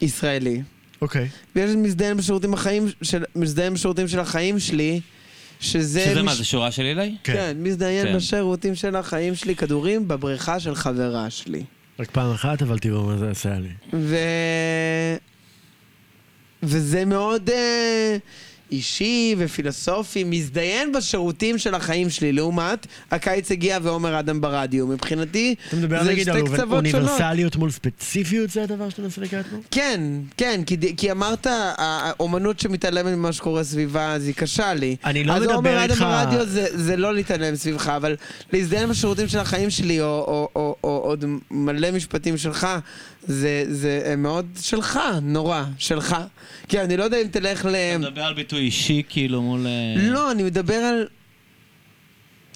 ישראלי.
אוקיי.
ויש מזדיין בשירותים החיים, של, מזדיין בשירותים של החיים שלי, שזה...
שזה
מש-
מה, זה שורה של אילי?
כן.
כן, מזדיין
כן.
בשירותים של החיים שלי, כדורים בבריכה של חברה שלי.
רק פעם אחת, אבל תראו מה זה עשה לי.
ו... וזה מאוד אה, אישי ופילוסופי, מזדיין בשירותים של החיים שלי. לעומת, הקיץ הגיע ועומר אדם ברדיו. מבחינתי,
אתה מדבר
זה
נגיד
שתי
על אוניב-
קצוות שונות.
אוניברסליות מול ספציפיות, זה הדבר שאתה מנסה לקראת בו?
כן, כן, כי, ד- כי אמרת, ה- האומנות שמתעלמת ממה שקורה סביבה, אז היא קשה לי.
אני לא
אז
מדבר
אז
איתך-
אומר אדם ברדיו זה, זה לא להתעלם סביבך, אבל להזדהן בשירותים של החיים שלי, או, או, או, או עוד מלא משפטים שלך, זה, זה הם מאוד שלך, נורא, שלך. כי אני לא יודע אם תלך ל...
אתה מדבר על ביטוי אישי, כאילו, מול... אה,
לא, אני מדבר על...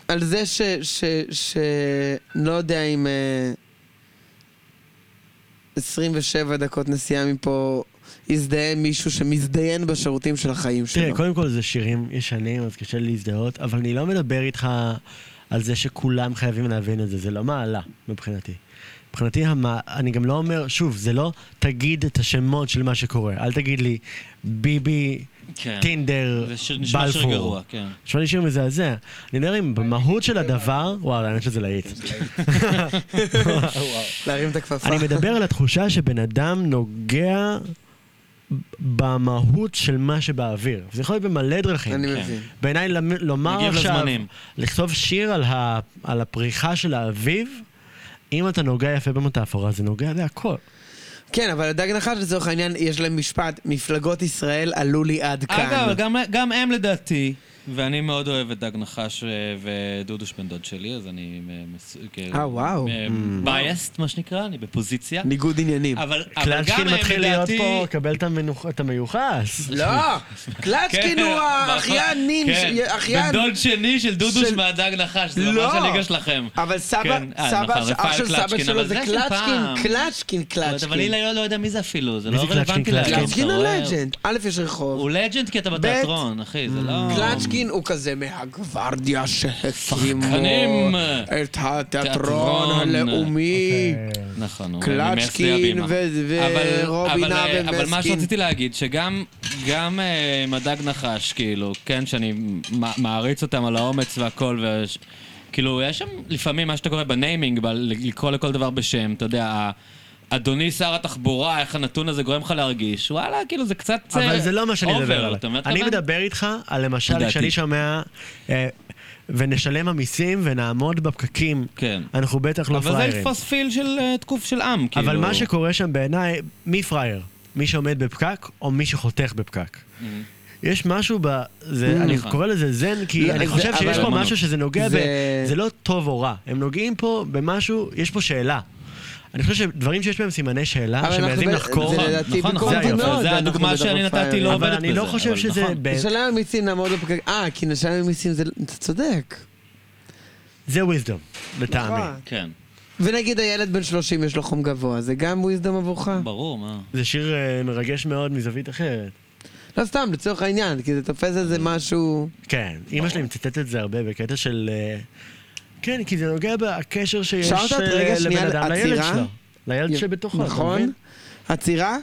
על זה ש... ש... ש... לא יודע אם... אה, 27 דקות נסיעה מפה יזדהה מישהו שמזדיין בשירותים של החיים שלו.
תראה, קודם כל זה שירים ישנים, אז קשה לי להזדהות, אבל אני לא מדבר איתך על זה שכולם חייבים להבין את זה, זה לא מעלה מבחינתי. מבחינתי, המה, אני גם לא אומר, שוב, זה לא תגיד את השמות של מה שקורה, אל תגיד לי ביבי,
כן.
טינדר,
זה שיר- נשמע שיר
בלפור.
גרוע, כן.
נשמע לי שיר מזעזע. אני מדבר אם במהות של הדבר, וואו, האמת שזה להיט.
כן,
להרים את הכפפה.
אני מדבר על התחושה שבן אדם נוגע במהות של מה שבאוויר. זה יכול להיות במלא דרכים.
אני
כן.
מבין.
בעיניי למ- לומר
מגיב
עכשיו,
לזמנים.
לכתוב שיר על, ה, על הפריחה של האביב, אם אתה נוגע יפה במטאפורה, זה נוגע להכל.
כן, אבל הדג נחש לצורך העניין, יש להם משפט, מפלגות ישראל עלו לי עד כאן.
אגב, גם- גם הם לדעתי, ואני מאוד אוהב את דג נחש אה, ודודוש בן דוד שלי, אז אני... אה, מס- כאילו,
אה, וואו.
אה, biased, מה שנקרא, אני בפוזיציה.
ניגוד עניינים.
אבל אבל גם
קלצ'קין
הם
כאילו מתחיל להיות
לדעתי...
פה, קבל את המנוח- את המיוחס.
לא! קלצ'קין הוא האחיין נין,
נכון. כן. בן
אחיין
דוד שני של דודוש
של-
מהדג נחש, זה
לא.
ממש הליגה שלכם.
אבל סבא,
כן, אה,
סבא,
נכון,
אח
רפאל
של סבא
קלצ'קין,
שלו
אבל
זה
זה של
קלצ'קין,
פעם.
קלצ'קין,
אבל
קלצ'קין.
אילי לא יודע מי זה אפילו, זה
מי
לא
זה קלצ'קין,
רלוונטי
קלצ'קין?
להיום,
קלצ'קין
אתה
הוא
רואה?
לג'נד. א', יש רחוב.
הוא לג'נד כי אתה בתיאטרון, אחי, זה לא...
קלצ'קין הוא כזה מהגוורדיה שהקימו
שחקנים.
את התיאטרון
תיאטרון.
הלאומי.
אוקיי. כן.
נכון, הוא
קלצ'קין
ממייסדי הבימה.
ו- ו-
אבל-
רובין
אבל, אה, אבל מה
ומסקין.
שרציתי להגיד, שגם גם, אה, מדג נחש, כאילו, כן, שאני מ- מעריץ אותם על האומץ והכל, וש- כאילו, יש שם לפעמים מה שאתה קורא בניימינג, ב- לקרוא לכל דבר בשם, אתה יודע, ה- אדוני שר התחבורה, איך הנתון הזה גורם לך להרגיש, וואלה, כאילו, זה קצת...
אבל
אה,
זה לא מה שאני
over,
מדבר עליו.
אתה מבין מה
אני
הכוונה?
מדבר איתך על למשל,
לדעתי.
כשאני שומע... אה, ונשלם המיסים ונעמוד בפקקים.
כן.
אנחנו בטח לא
אבל זה
פראיירים.
לתפוס פיל של אה, תקוף של עם, כאילו.
אבל מה שקורה שם בעיניי, מי פראייר? מי שעומד בפקק, או מי שחותך בפקק.
Mm-hmm.
יש משהו ב... זה, אני
נכון.
קורא לזה זן, כי
Mm-hmm. לא,
אני
זה-
חושב
אבל-
שיש פה
אומנות.
משהו שזה נוגע ב...
זה-
זה לא טוב או רע. הם נוגעים פה במשהו, יש פה שאלה. אני חושב שדברים שיש בהם סימני שאלה,
אבל אנחנו
שמעזים
ב-
לחקור,
זה לדעתי
נכון,
נכון,
ביקורתי
זה
מאוד.
זה
אנחנו
הדוגמה
מדברים
שאני
על
נתתי
פראיירים.
לא
אבל
עובדת
אני לא
בזה,
חושב
אבל
שזה...
נכון.
ב-
נשלם על מיצים לעמוד בפקק... אה, כי נשלם על מיצים זה... אתה צודק.
זה wisdom, לטעמי.
נכון.
כן,
ונגיד הילד בן 30 יש לו חום גבוה, זה גם וויזדום עבורך?
ברור, מה.
זה שיר אה, מרגש מאוד מזווית אחרת.
לא סתם, לצורך העניין, כי זה תופס איזה משהו...
כן, אימא שלי מצטטת את זה הרבה בקטע של... אה, כן, כי זה נוגע בקשר שיש
אפשר לתת
אה,
רגע
לבן
שנייה
אדם לילד
לעצירה?
שלו. לילד שבתוכו, אתה
נכון?
מבין?
עצירה,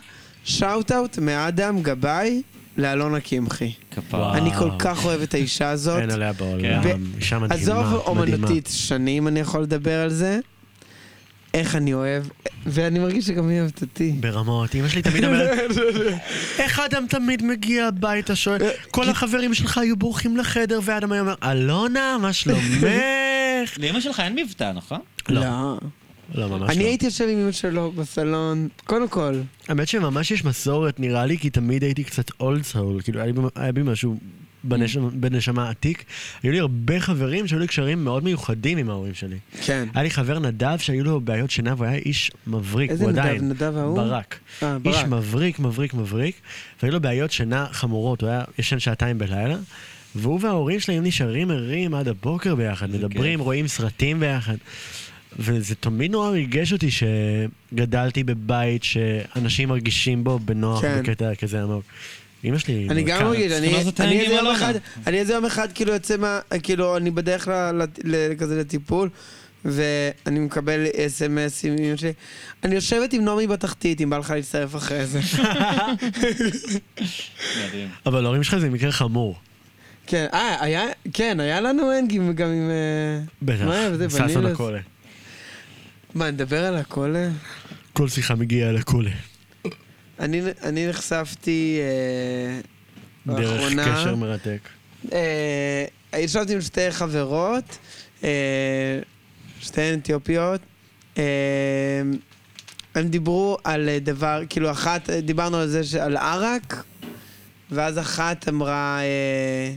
שאוט אאוט מאדם גבאי לאלונה קמחי.
כפרה.
וואו.
אני כל כך אוהב את האישה הזאת.
אה. אין עליה
כן.
בעולם,
ו-
אישה מדהימה,
עזוב
מדהימה.
אומנותית, שנים אני יכול לדבר על זה. איך אני אוהב, ואני מרגיש שגם היא אוהבת אותי.
ברמות. אמא שלי תמיד אומרת, איך אדם תמיד מגיע הביתה, שואל,
לא.
כל החברים שלך היו בורחים לחדר, ואדם היה אומר, אלונה, מה שלומך?
לאמא שלך אין מבטא, נכון?
לא.
לא.
לא, ממש לא.
אני הייתי יושב עם אמא שלו בסלון, קודם כל.
האמת שממש יש מסורת, נראה לי, כי תמיד הייתי קצת אולד סאול, כאילו היה לי- היה בי משהו בנשמה, בנשמה עתיק. היו לי הרבה חברים שהיו לי קשרים מאוד מיוחדים עם ההורים שלי.
כן.
היה לי חבר נדב שהיו לו בעיות שינה והוא היה איש מבריק,
איזה
הוא
נדב?
עדיין.
נדב ההוא?
ברק.
אה, ברק.
איש מבריק, מבריק, מבריק, והיו לו בעיות שינה חמורות, הוא היה ישן שעתיים בלילה, והוא וההורים שלהם נשארים ערים עד הבוקר ביחד, מדברים, רואים סרטים ביחד. וזה תמיד נורא ריגש אותי שגדלתי בבית שאנשים מרגישים בו בנוח
כן.
בקטע כזה עמוק. אמא שלי...
אני
מלכה.
גם מרגיש, אני
אז אתה
אני
עם
איזה יום
אלונה.
אחד, אני איזה יום אחד כאילו יוצא מה, כאילו אני בדרך ל- ל- ל- כזה לטיפול, ואני מקבל אס.אם.אס עם אמא שלי. אני יושבת עם נעמי בתחתית, אם בא לך להצטרף אחרי זה.
מדהים.
אבל ההורים שלך זה מקרה חמור.
כן, אה, היה, כן, היה לנו הנגים גם עם... אה,
בטח.
מה היה בזה?
ששון
בנילוס?
הקולה.
מה, נדבר על הכל? אה?
כל שיחה מגיעה לקולה.
אני, אני נחשפתי אה,
דרך
לאחרונה...
קשר מרתק.
אה, ישבתי עם שתי חברות, אה, שתיהן אתיופיות. אה, הם דיברו על אה, דבר, כאילו אחת, אה, דיברנו על זה, ש- על ערק, ואז אחת אמרה אה,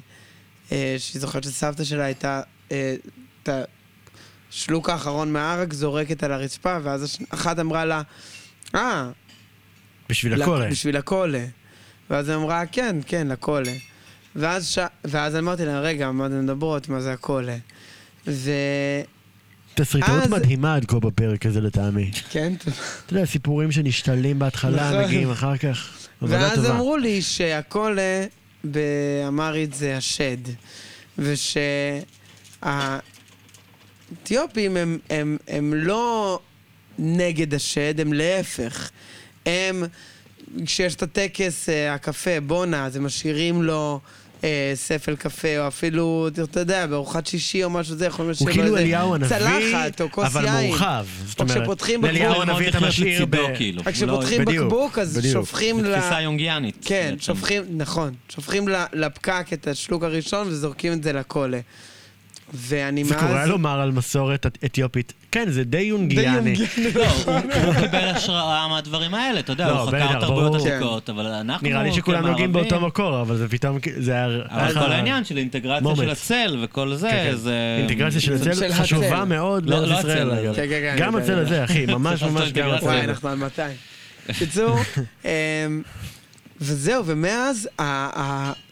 אה, שהיא זוכרת שסבתא שלה הייתה, אה, את השלוק האחרון מהערק זורקת על הרצפה, ואז הש- אחת אמרה לה, אה,
בשביל אה.
לק-
הקולה.
בשביל הקולה. ואז היא אמרה, כן, כן, לקולה. ואז, ש... ואז אמרתי לה, רגע, מה אתן מדברות, מה זה הקולה? ו...
תסריטאות
אז-
מדהימה עד כה בפרק הזה לטעמי.
כן,
אתה יודע, סיפורים שנשתלים
נכון.
בהתחלה, מגיעים אחר כך. עבודה
ואז
טובה.
אמרו לי שהקולה באמרית זה השד. ושהאתיופים הם, הם, הם לא נגד השד, הם להפך. הם, כשיש את הטקס, אה, הקפה, בואנה, אז הם משאירים לו... אה, ספל קפה, או אפילו, אתה יודע, בארוחת שישי או משהו זה, יכולים
הוא
לשיר
כאילו
לו איזה
אליהו הנביא,
צלחת או כוס יין.
אבל מורחב. זאת
או
אומרת,
כשפותחים
לאליהו
הוא מאוד
הנביא אתה
לחיות
משאיר ב...
לצידו, כאילו.
רק כשפותחים
לא, בדיוק,
בקבוק, אז
זו
בדיוק.
שופכים ל...
תפיסה יונגיאנית.
כן,
בעצם.
שופכים, נכון, שופכים ל- לפקק את השלוק הראשון וזורקים את זה לקולה. ואני מאז...
זה קורה לומר על מסורת את- אתיופית. כן, זה די יונגיאני.
לא, הוא הוא קיבל השראה מהדברים האלה, אתה יודע,
לא,
הוא
בטח,
חקר תרבויות
ברור.
עתיקות, אבל אנחנו...
נראה לי
כן,
שכולם נוגעים
אוקיי.
כמערבים,
באותו מקור, אבל זה פתאום... כ- זה היה...
אבל כל העניין של אינטגרציה
מומנט.
של הצל וכל
כן,
זה,
כן.
זה...
אינטגרציה של
של
הצל חשובה
הצל.
מאוד
לא, לא
לארץ ישראל.
הצל,
אגב.
כן, כן, כן,
גם
אני
הצל
יודע.
הזה, אחי, ממש
צריך
ממש
לעשות
גם
אינטגרציה.
הצל. הזה.
וואי, נכון. אנחנו על 200. בקיצור, אמ, וזהו, ומאז ה- ה... ה-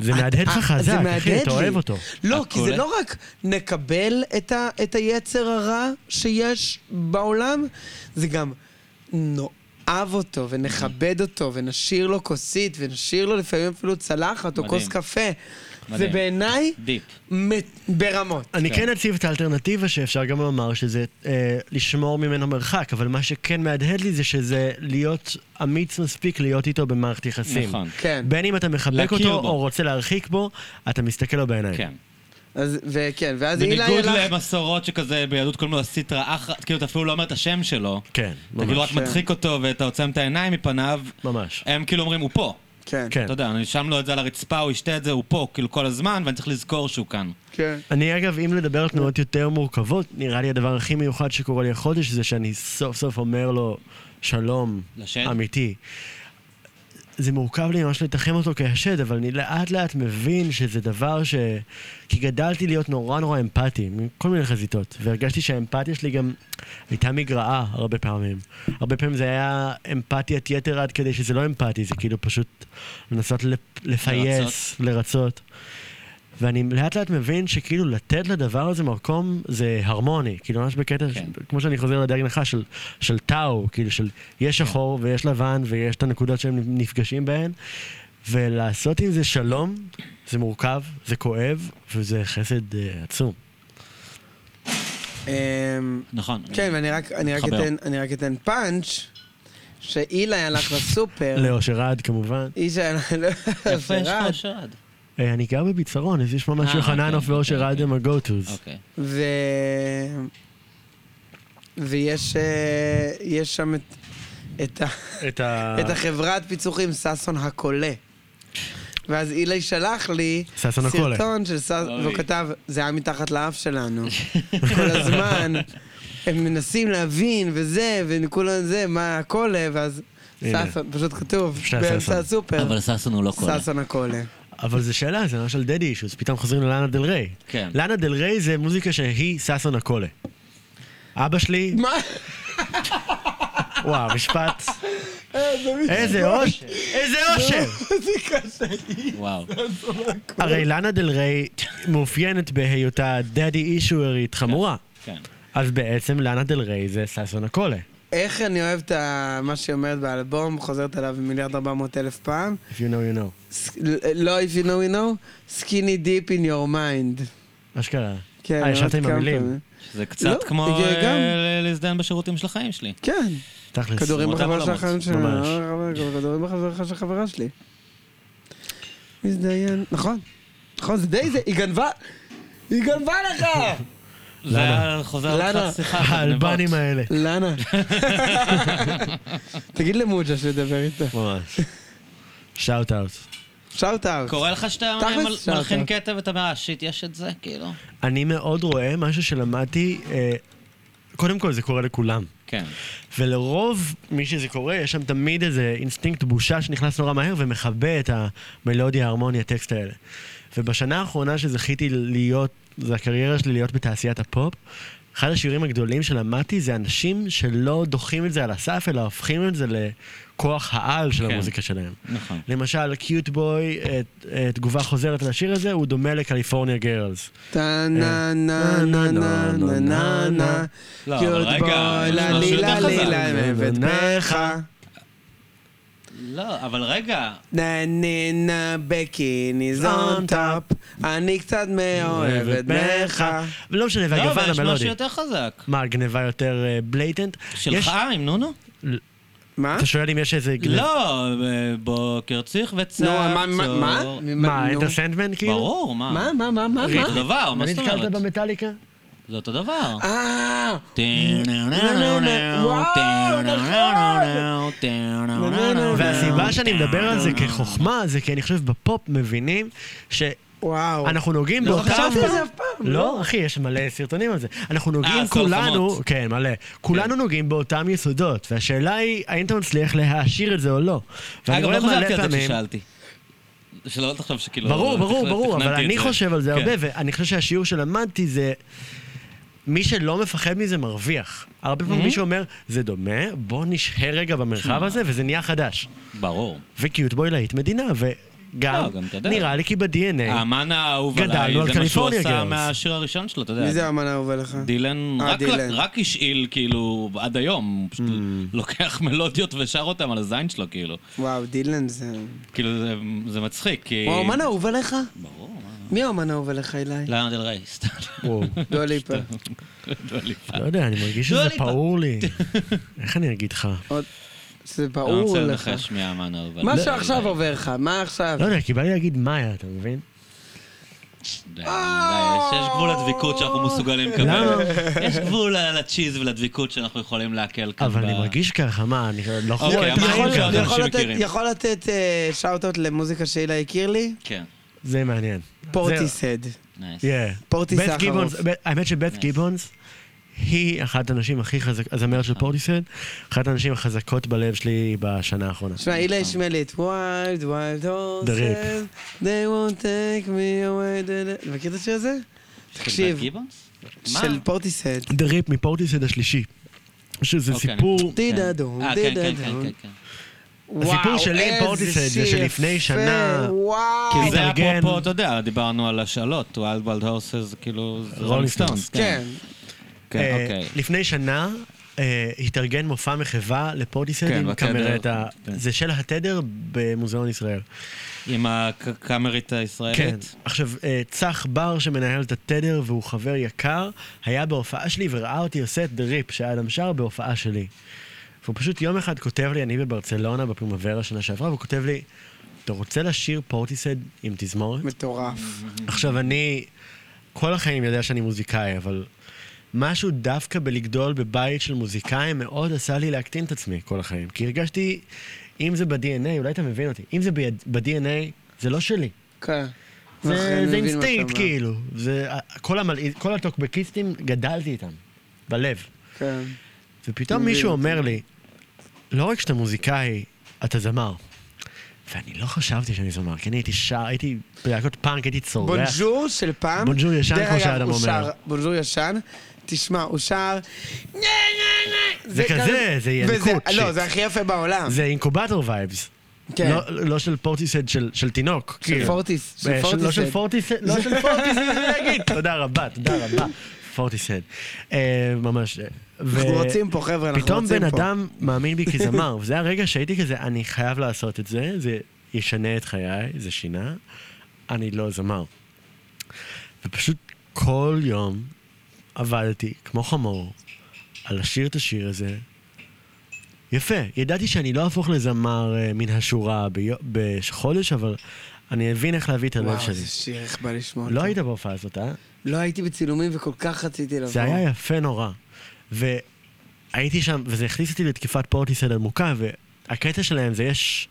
זה
ה-
מהדהד לך
ה-
חזק,
זה
אחי,
מהדהד
אתה
לי.
אוהב אותו.
לא, כי זה
הקולה.
לא רק נקבל את, ה, את היצר הרע שיש בעולם, זה גם נאהב אותו ונכבד אותו ונשאיר לו כוסית ונשאיר לו לפעמים אפילו צלחת או
מדהים.
כוס קפה. זה
מדהים.
בעיניי
דיפ.
מ- ברמות.
אני
כן.
כן אציב את האלטרנטיבה שאפשר גם לומר שזה אה, לשמור ממנו מרחק, אבל מה שכן מהדהד לי זה שזה להיות אמיץ מספיק להיות איתו במערכת יחסים.
נכון.
כן.
בין אם אתה מחבק
להכיר
אותו
בו.
או רוצה להרחיק בו, אתה מסתכל לו בעיניים.
כן.
אז, וכן, ואז הילה
בניגוד
ילך...
למסורות שכזה ביהדות קוראים לו הסיטרא אחרא, כאילו אתה אפילו לא אומר את השם שלו.
כן,
אתה כאילו
ממש.
רק מדחיק אותו ואתה עוצם את העיניים מפניו.
ממש.
הם כאילו אומרים, הוא פה.
כן,
כן.
אתה יודע, אני שם לו את זה על הרצפה, הוא ישתה את זה, הוא פה, כאילו כל הזמן, ואני צריך לזכור שהוא כאן.
כן.
אני אגב, אם לדבר על תנועות יותר מורכבות, נראה לי הדבר הכי מיוחד שקורה לי החודש זה שאני סוף סוף אומר לו שלום
לשד?
אמיתי. זה מורכב לי ממש לתחם אותו כהשד, אבל אני לאט לאט מבין שזה דבר ש... כי גדלתי להיות נורא נורא אמפתי, מכל מיני חזיתות, והרגשתי שהאמפתיה שלי גם הייתה מגרעה הרבה פעמים. הרבה פעמים זה היה אמפתיית יתר עד כדי שזה לא אמפתי, זה כאילו פשוט לנסות לפ... לפייס, לרצות. ואני לאט לאט מבין שכאילו לתת לדבר הזה מקום זה הרמוני, כאילו ממש בקטע,
כן.
כן. כמו שאני חוזר לדרג נחה של, של טאו, כאילו של יש
כן.
שחור ויש לבן ויש את הנקודות שהם נפגשים בהן, ולעשות עם זה שלום, זה מורכב, זה כואב, וזה חסד אה, עצום.
אמ,
נכון.
כן, ואני רק, אני רק,
חבר.
אתן, אני רק אתן פאנץ', שאילה הלך
כן.
לסופר.
לאושר עד כמובן.
איש לא- היה...
יפה, יש לך שרד.
אה, אני גר בביצרון, אז יש ממש
אה,
יוחננוף
אוקיי,
ואושר
אוקיי,
עד הם הגו-טוז.
אוקיי.
ו... ויש אה, יש שם את, את, ה,
את ה...
את החברת פיצוחים, ששון הקולה. ואז אילי שלח לי
ששון הקולה.
סרטון של ששון,
אוי.
והוא כתב, זה היה מתחת לאף שלנו. כל הזמן, הם מנסים להבין וזה, וכולם זה, מה הקולה, ואז
הנה.
ששון, פשוט כתוב,
ששון.
באמצע הסופר,
אבל ששון הוא לא קולה.
ששון הקולה.
אבל זו שאלה, זה ממש על דדי אישוס, פתאום חוזרים ללאנה דל ריי.
כן.
לאנה דל ריי זה מוזיקה שהיא ששון הקולה. אבא שלי,
מה?
וואו, משפט,
איזה מי-
איזה אושר, איזה אושר!
איזה קשה.
וואו.
הרי לאנה דל ריי מאופיינת בהיותה דדי אישוארית חמורה.
כן.
אז בעצם לאנה דל ריי זה ששון הקולה.
איך אני אוהב את ה- מה שהיא אומרת באלבום, חוזרת עליו מיליארד ארבע מאות אלף פעם.
If you know you know.
ס- לא, if you know you know, skinny deep in your mind.
אשכרה.
כן,
אה, ישבת
עוד
עם
כמה
המילים.
פעמים.
שזה
לא,
קצת כמו
זה
אה,
גם-
ל- להזדיין בשירותים של החיים שלי.
כן,
תכלס.
כדורים
אותם
בחברה של
עולמות,
החיים שלי. אה,
ממש.
כדורים בחברה של חברה שלי. מזדיין, נכון. נכון, זה די זה, היא גנבה, היא גנבה לך!
זה
לנה.
היה חוזר
לנה.
לך שיחה.
האלבנים
גניבות.
האלה.
לנה. תגיד למוג'ה שתדבר איתה.
ממש. שאוט אאוט.
שאוט אאוט.
קורה לך שאתה
תכלס,
מל-
שאלת.
מלחין קטע ואתה אומר, אה, שיט, יש את זה? כאילו.
אני מאוד רואה משהו שלמדתי, אה, קודם כל זה קורה לכולם.
כן.
ולרוב מי שזה קורה, יש שם תמיד איזה אינסטינקט בושה שנכנס נורא מהר ומכבה את המלודיה, ההרמוניה, הטקסט האלה. ובשנה האחרונה שזכיתי להיות, זה הקריירה שלי להיות בתעשיית הפופ, אחד השירים הגדולים שלמדתי זה אנשים שלא דוחים את זה על הסף, אלא הופכים את זה לכוח העל של
כן.
המוזיקה שלהם.
נכון.
למשל, קיוט בוי, את- אה, תגובה חוזרת לשיר הזה, הוא דומה לקליפורניה גרלס.
טה נה נה אה, נה נה נה נה נה
לא, אבל
קיוט
רגע,
בוי
יש
כאילו,
משהו
לה לי
יותר
לה
חזק.
לי לה מבית בך
לא, אבל רגע.
נה נה נה בקיני's on top אני קצת מאוהב את בך
לא משנה,
לא, אבל
והגוון
יש משהו
המלודי.
יותר חזק.
מה, גניבה יותר אה, בלייטנט?
שלך עם נונו?
מה?
אתה שואל אם יש איזה גניבה?
לא, אה, בוקר צריך וצעצור.
נו, לא, מה? מה?
לא.
מה?
מה,
נו.
אנטר סנדמן כאילו?
ברור, מה?
מה? מה? מה? מה?
זה
מה?
אותו דבר, מה זאת
ונתקלת
אומרת?
במטאליקה?
זה אותו דבר.
אה!
והסיבה
והסיבה
שאני מדבר על זה
אה,
כחוכמה זה כי אני חושב בפופ מבינים שאנחנו
וואו.
נוגעים
לא
באותם...
חשבתי
על זה אף פעם,
לא, אחי, יש מלא סרטונים על זה. אנחנו נוגעים
אה, סול
כולנו...
חמות.
כן, מלא. כולנו נוגעים באותם יסודות, והשאלה היא האם אתה מצליח להעשיר את זה או לא. ואני
אגב,
רואה
לא
מלא
חשבתי על זה
פעמים-
כששאלתי. שלא לא תחשוב שכאילו...
ברור, ברור,
תכננתי
ברור, אבל
את
אני
זה.
חושב על זה
כן.
הרבה, ואני חושב שהשיעור שלמדתי זה... מי שלא מפחד מזה מרוויח. הרבה
Mhm.
פעמים מישהו אומר, זה דומה, בוא נשהה רגע במרחב הזה, וזה נהיה חדש.
ברור.
וקיוט בוי להיט מדינה, וגם,
לא, גם אתה יודע. אה,
נראה לי כי ב-DNA,
האמן האהוב
אה. גדלנו
עליי, זה מה
על
שהוא
קליפורניה
עשה
גרלס.
מהשיר הראשון שלו, אתה יודע.
מי זה האמן האהוב עליך?
דילן
אה,
רק-
דילן.
רק השאיל כאילו עד היום, הוא פשוט
Mm.
לוקח מלודיות ושר אותם על הזין שלו כאילו.
וואו, דילן זה...
כאילו זה- זה מצחיק, כי...
הוא האמן האהוב עליך?
ברור, מה? לא,
מי האמן האהוב עליך, אילי?
לאנה דל ריי, סתם.
וואו,
דו ליפה.
לא ליפה.
לא יודע, אני מרגיש
לא,
שזה
אני-
פעור לי. איך אני אגיד לך?
עוד- זה
אני לא
ברור
רוצה
לך.
לנחש מי האמן האהוב עליי.
מה
אה.
שעכשיו עובר לך, מה עכשיו?
לא יודע, כי בא לי להגיד מאיה, אתה מבין?
כן, די, די, יש- יש גבול לדביקות שאנחנו מסוגלים לקבל.
למה?
יש גבול ל- לצ'יז ולדביקות שאנחנו יכולים להקל כאן.
אבל
ב-
אני מרגיש ככה, מה, אני לא יכול...
אוקיי,
להיות
אמרנו
חיים
יכול-
שאתה-
ככה.
אנשים
יכול לתת-
מכירים.
יכול לתת שאוט-אוט למוזיקה שאילה הכיר לי?
כן,
זה מעניין. זה-
פורטיסד.
נייס.
פורטיס
פורטיסט
סחרוף.
גיבונס, ב- האמת שבת
Nice.
גיבונס היא אחת הנשים הכי חזקות, הזמרת של פורטיסט, אחת הנשים החזקות בלב שלי בשנה האחרונה.
אה.
תשמע, אילה השמיע לי את wild wild horses,
דריפ.
they won't take me away. da- da- מכיר את השיר הזה? תקשיב,
של גיבונס? מה?
של פורטיסד.
דה ריפ מפורטיסט השלישי, שזה
אוקיי, אני-
סיפור,
דידה דום,
אה, כן,
דידה
כן, כן,
דום.
כן, כן.
הסיפור שלי עם פורטיסד זה שלפני
כי
שנה-
וואו,
זה
מתארגן.
אפרופו, אתה יודע, דיברנו על השאלות, ווילד וולד הורסס, כאילו, רולינג סטונס.
כן.
כן,
אה,
אוקיי.
לפני שנה אה, התארגן מופע מחווה לפורטיסט
כן,
עם
בתדר.
קאמרט, ה-
כן.
זה של התדר במוזיאון ישראל.
עם הקאמרית הישראלית.
כן. עכשיו, אה, צח בר שמנהל את התדר והוא חבר יקר, היה בהופעה שלי וראה אותי עושה את דריפ שאדם שר בהופעה שלי. והוא פשוט יום אחד כותב לי, אני בברצלונה בפרימוורה שנה שעברה, והוא כותב לי, אתה רוצה לשיר פורטיסד עם תזמורת?
מטורף.
עכשיו, אני כל החיים יודע שאני מוזיקאי, אבל משהו דווקא בלגדול בבית של מוזיקאים מאוד עשה לי להקטין את עצמי כל החיים. כי הרגשתי, אם זה ב-DNA, אולי אתה מבין אותי, אם זה ביד- ב-DNA, זה לא שלי.
כן.
זה,
אני
זה
מבין מה אתה
אינסטינקט,
אומר.
כאילו. זה, כל, המל... כל הטוקבקיסטים, גדלתי איתם, בלב.
כן.
ופתאום
מבין
מישהו
אותי.
אומר לי, לא רק שאתה מוזיקאי, אתה זמר. ואני לא חשבתי שאני זמר, כי אני הייתי שר, הייתי בלהקות פאנק, הייתי צורח.
בונג'ור של פעם.
בונג'ור ישן,
דרך
כמו
אגב,
שהאדם
הוא
אומר.
שר- בונג'ור ישן. תשמע, הוא שר... נה, נה, נה.
זה כזה, זה
וזה-
ינקות
לא,
שיט.
זה הכי יפה בעולם.
זה אינקובטור וייבס.
כן.
לא, לא של פורטיסד, של, של תינוק.
של
כאילו.
פורטיס. של
אה, של- לא של
פורטיסד.
פורטיסד, לא של פורטיסד, זה להגיד. תודה רבה, תודה רבה. פורטיסד. אה, ממש. אה, ו-
אנחנו רוצים פה, חבר'ה, אנחנו
פתאום
רוצים
בן
פה.
אדם מאמין בי כזמר, וזה הרגע שהייתי כזה, אני חייב לעשות את זה, זה ישנה את חיי, זה שינה, אני לא זמר. ופשוט כל יום עבדתי, כמו חמור, על לשיר את השיר הזה. יפה, ידעתי שאני לא אהפוך לזמר אה, מן השורה ביו- בחודש, אבל אני אבין איך להביא את הלב
וואו,
שלי.
איזה שיר, איך בא לשמוע אותו.
לא היית בהופעה הזאת, אה?
לא הייתי בצילומים וכל כך רציתי לבוא.
זה היה יפה נורא. והייתי שם, וזה הכניס אותי לתקיפת פורטיסד עמוקה, והקטע שלהם זה יש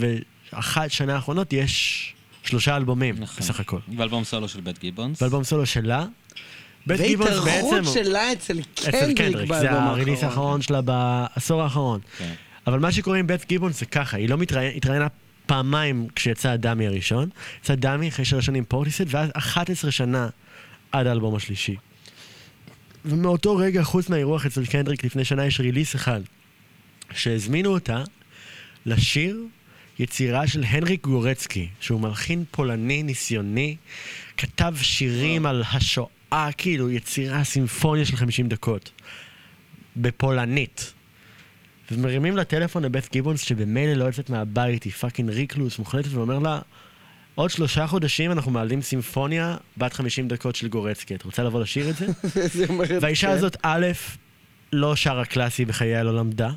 ב-21 שנה האחרונות יש שלושה אלבומים
נכון.
בסך הכל.
ואלבום סולו של בית גיבונס.
ואלבום סולו שלה. בית גיבונס
והתארחות
בעצם...
שלה אצל
אצל
קנדריק
קנדריק, זה
באלבום
הריליס
האחרון.
האחרון שלה בעשור האחרון.
כן.
אבל מה שקורה עם בית גיבונס זה ככה, היא לא מתראי- התראיינה פעמיים כשיצא הדאמי הראשון, יצא דאמי אחרי שלוש שנים פורטיסט, ואז 11 שנה עד האלבום השלישי. ומאותו רגע, חוץ מהאירוח אצל קנדריק לפני שנה, יש ריליס אחד, שהזמינו אותה לשיר יצירה של הנריק גורצקי, שהוא מלחין פולני ניסיוני, כתב שירים על השואה, כאילו יצירה סימפוניה של 50 דקות, בפולנית. ומרימים לה טלפון לבית גיבונס שבמילא לא יוצאת מהבית, היא פאקינג ריקלוס מוחלטת, ואומר לה, עוד שלושה חודשים אנחנו מעלים סימפוניה בת 50 דקות של גורצקי, את רוצה לבוא לשיר את זה?
זה אומר את
והאישה
זה.
הזאת, א', לא שרה קלאסי בחייה, לא למדה,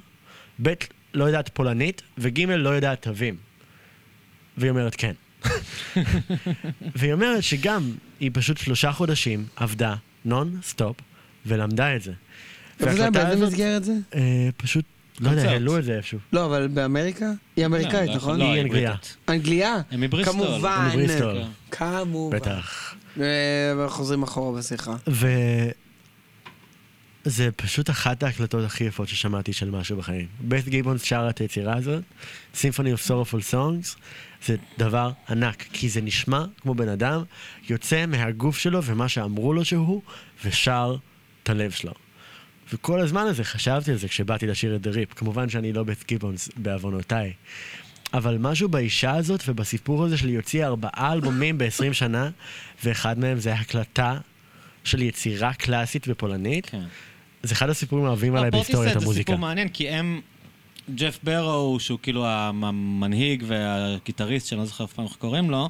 ב', לא יודעת פולנית, וג', לא יודעת תווים. והיא אומרת כן. והיא אומרת שגם, היא פשוט שלושה חודשים עבדה נון-סטופ, ולמדה את זה.
איפה זה היה?
וההקלטה
באיזה
הזאת,
מסגרת זה?
אה, פשוט, לא יודע,
קונצרט.
העלו את זה איפשהו.
לא, אבל באמריקה? היא אמריקאית,
לא,
נכון?
לא,
היא
היא
אנגליה.
בריטית.
אנגליה?
הם מבריסטול.
כמובן.
הם מבריסטול. כן.
כמובן.
בטח.
אה, אבל חוזרים אחורה בשיחה.
וזה פשוט אחת ההקלטות הכי יפות ששמעתי של משהו בחיים. בית גיבונס שרה את היצירה הזאת, Symphony of Sorrowful Songs, זה דבר ענק, כי זה נשמע כמו בן אדם יוצא מהגוף שלו ומה שאמרו לו שהוא, ושר את הלב שלו. וכל הזמן הזה חשבתי על זה כשבאתי לשיר את דריפ. כמובן שאני לא בית גיבונס בעוונותיי. אבל משהו באישה הזאת ובסיפור הזה של היא הוציאה ארבעה אלבומים ב-20 שנה, ואחד מהם זה הקלטה של יצירה קלאסית ופולנית.
כן.
זה אחד הסיפורים האוהבים עליי
הפורטיסט
בהיסטוריית
זה
המוזיקה.
סיפור מעניין, כי הם... ג'ף ברו, שהוא כאילו המנהיג והגיטריסט, שאני לא זוכר אף פעם איך קוראים לו,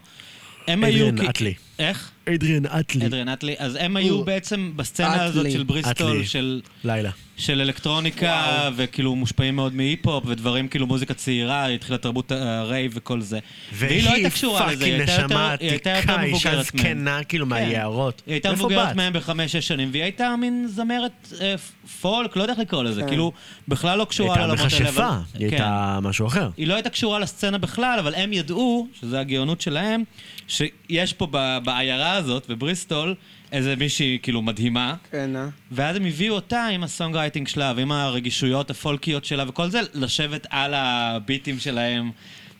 הם היו...
אדריאן
כי-
אטלי.
איך?
אדריאן אטלי,
אדריאן אטלי. אז הם היו בעצם בסצנה הזאת
אטלי.
של בריסטול,
אטלי.
של...
לילה.
של אלקטרוניקה, וכאילו מושפעים מאוד מהיפ-הופ, ודברים כאילו מוזיקה צעירה, היא התחילה תרבות הרייב וכל זה. והיא לא הייתה קשורה לזה, היא
פאקינג
הייתה יותר-
נשמה
היא הייתה יותר
עתיקה, אישה
מבוגרת מהם.
זקנה, כאילו מהיערות.
היא הייתה
איפה
מבוגרת
באת?
מהם בחמש-שש שנים, והיא הייתה מין זמרת אה, פולק, לא יודע איך לקרוא לזה,
כן.
כאילו, בכלל לא קשורה
הייתה
לעולמות האלה.
מכשפה,
אבל-
היא
כן.
הייתה משהו אחר.
היא לא הייתה קשורה לסצנה בכלל, אבל הם ידעו, שזו הגאונות שלהם, שיש פה ב- בעיירה הזאת, בבריסטול, איזה מישהי כאילו מדהימה,
כן, אה?
ואז הם הביאו אותה עם הסונג רייטינג שלה, ועם הרגישויות הפולקיות שלה וכל זה, לשבת על הביטים שלהם,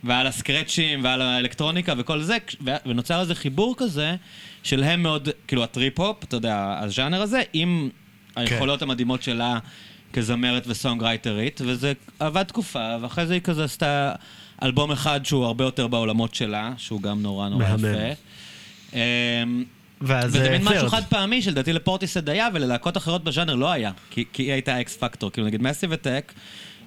ועל הסקרצ'ים, ועל האלקטרוניקה וכל זה, כש- ו- ונוצר איזה חיבור כזה, של הם מאוד, כאילו הטריפ-הופ, אתה יודע, הז'אנר הזה, עם היכולות המדהימות שלה כזמרת וסונג רייטרית, וזה עבד תקופה, ואחרי זה היא כזה עשתה אלבום אחד שהוא הרבה יותר בעולמות שלה, שהוא גם נורא נורא
מהמם.
יפה. אמ,
ואז
וזה
אה,
מין משהו
third.
חד פעמי שלדעתי לפורטיסד היה וללהקות אחרות בז'אנר לא היה. כי כי היא הייתה אקס פקטור, כאילו נגיד מסי וטק,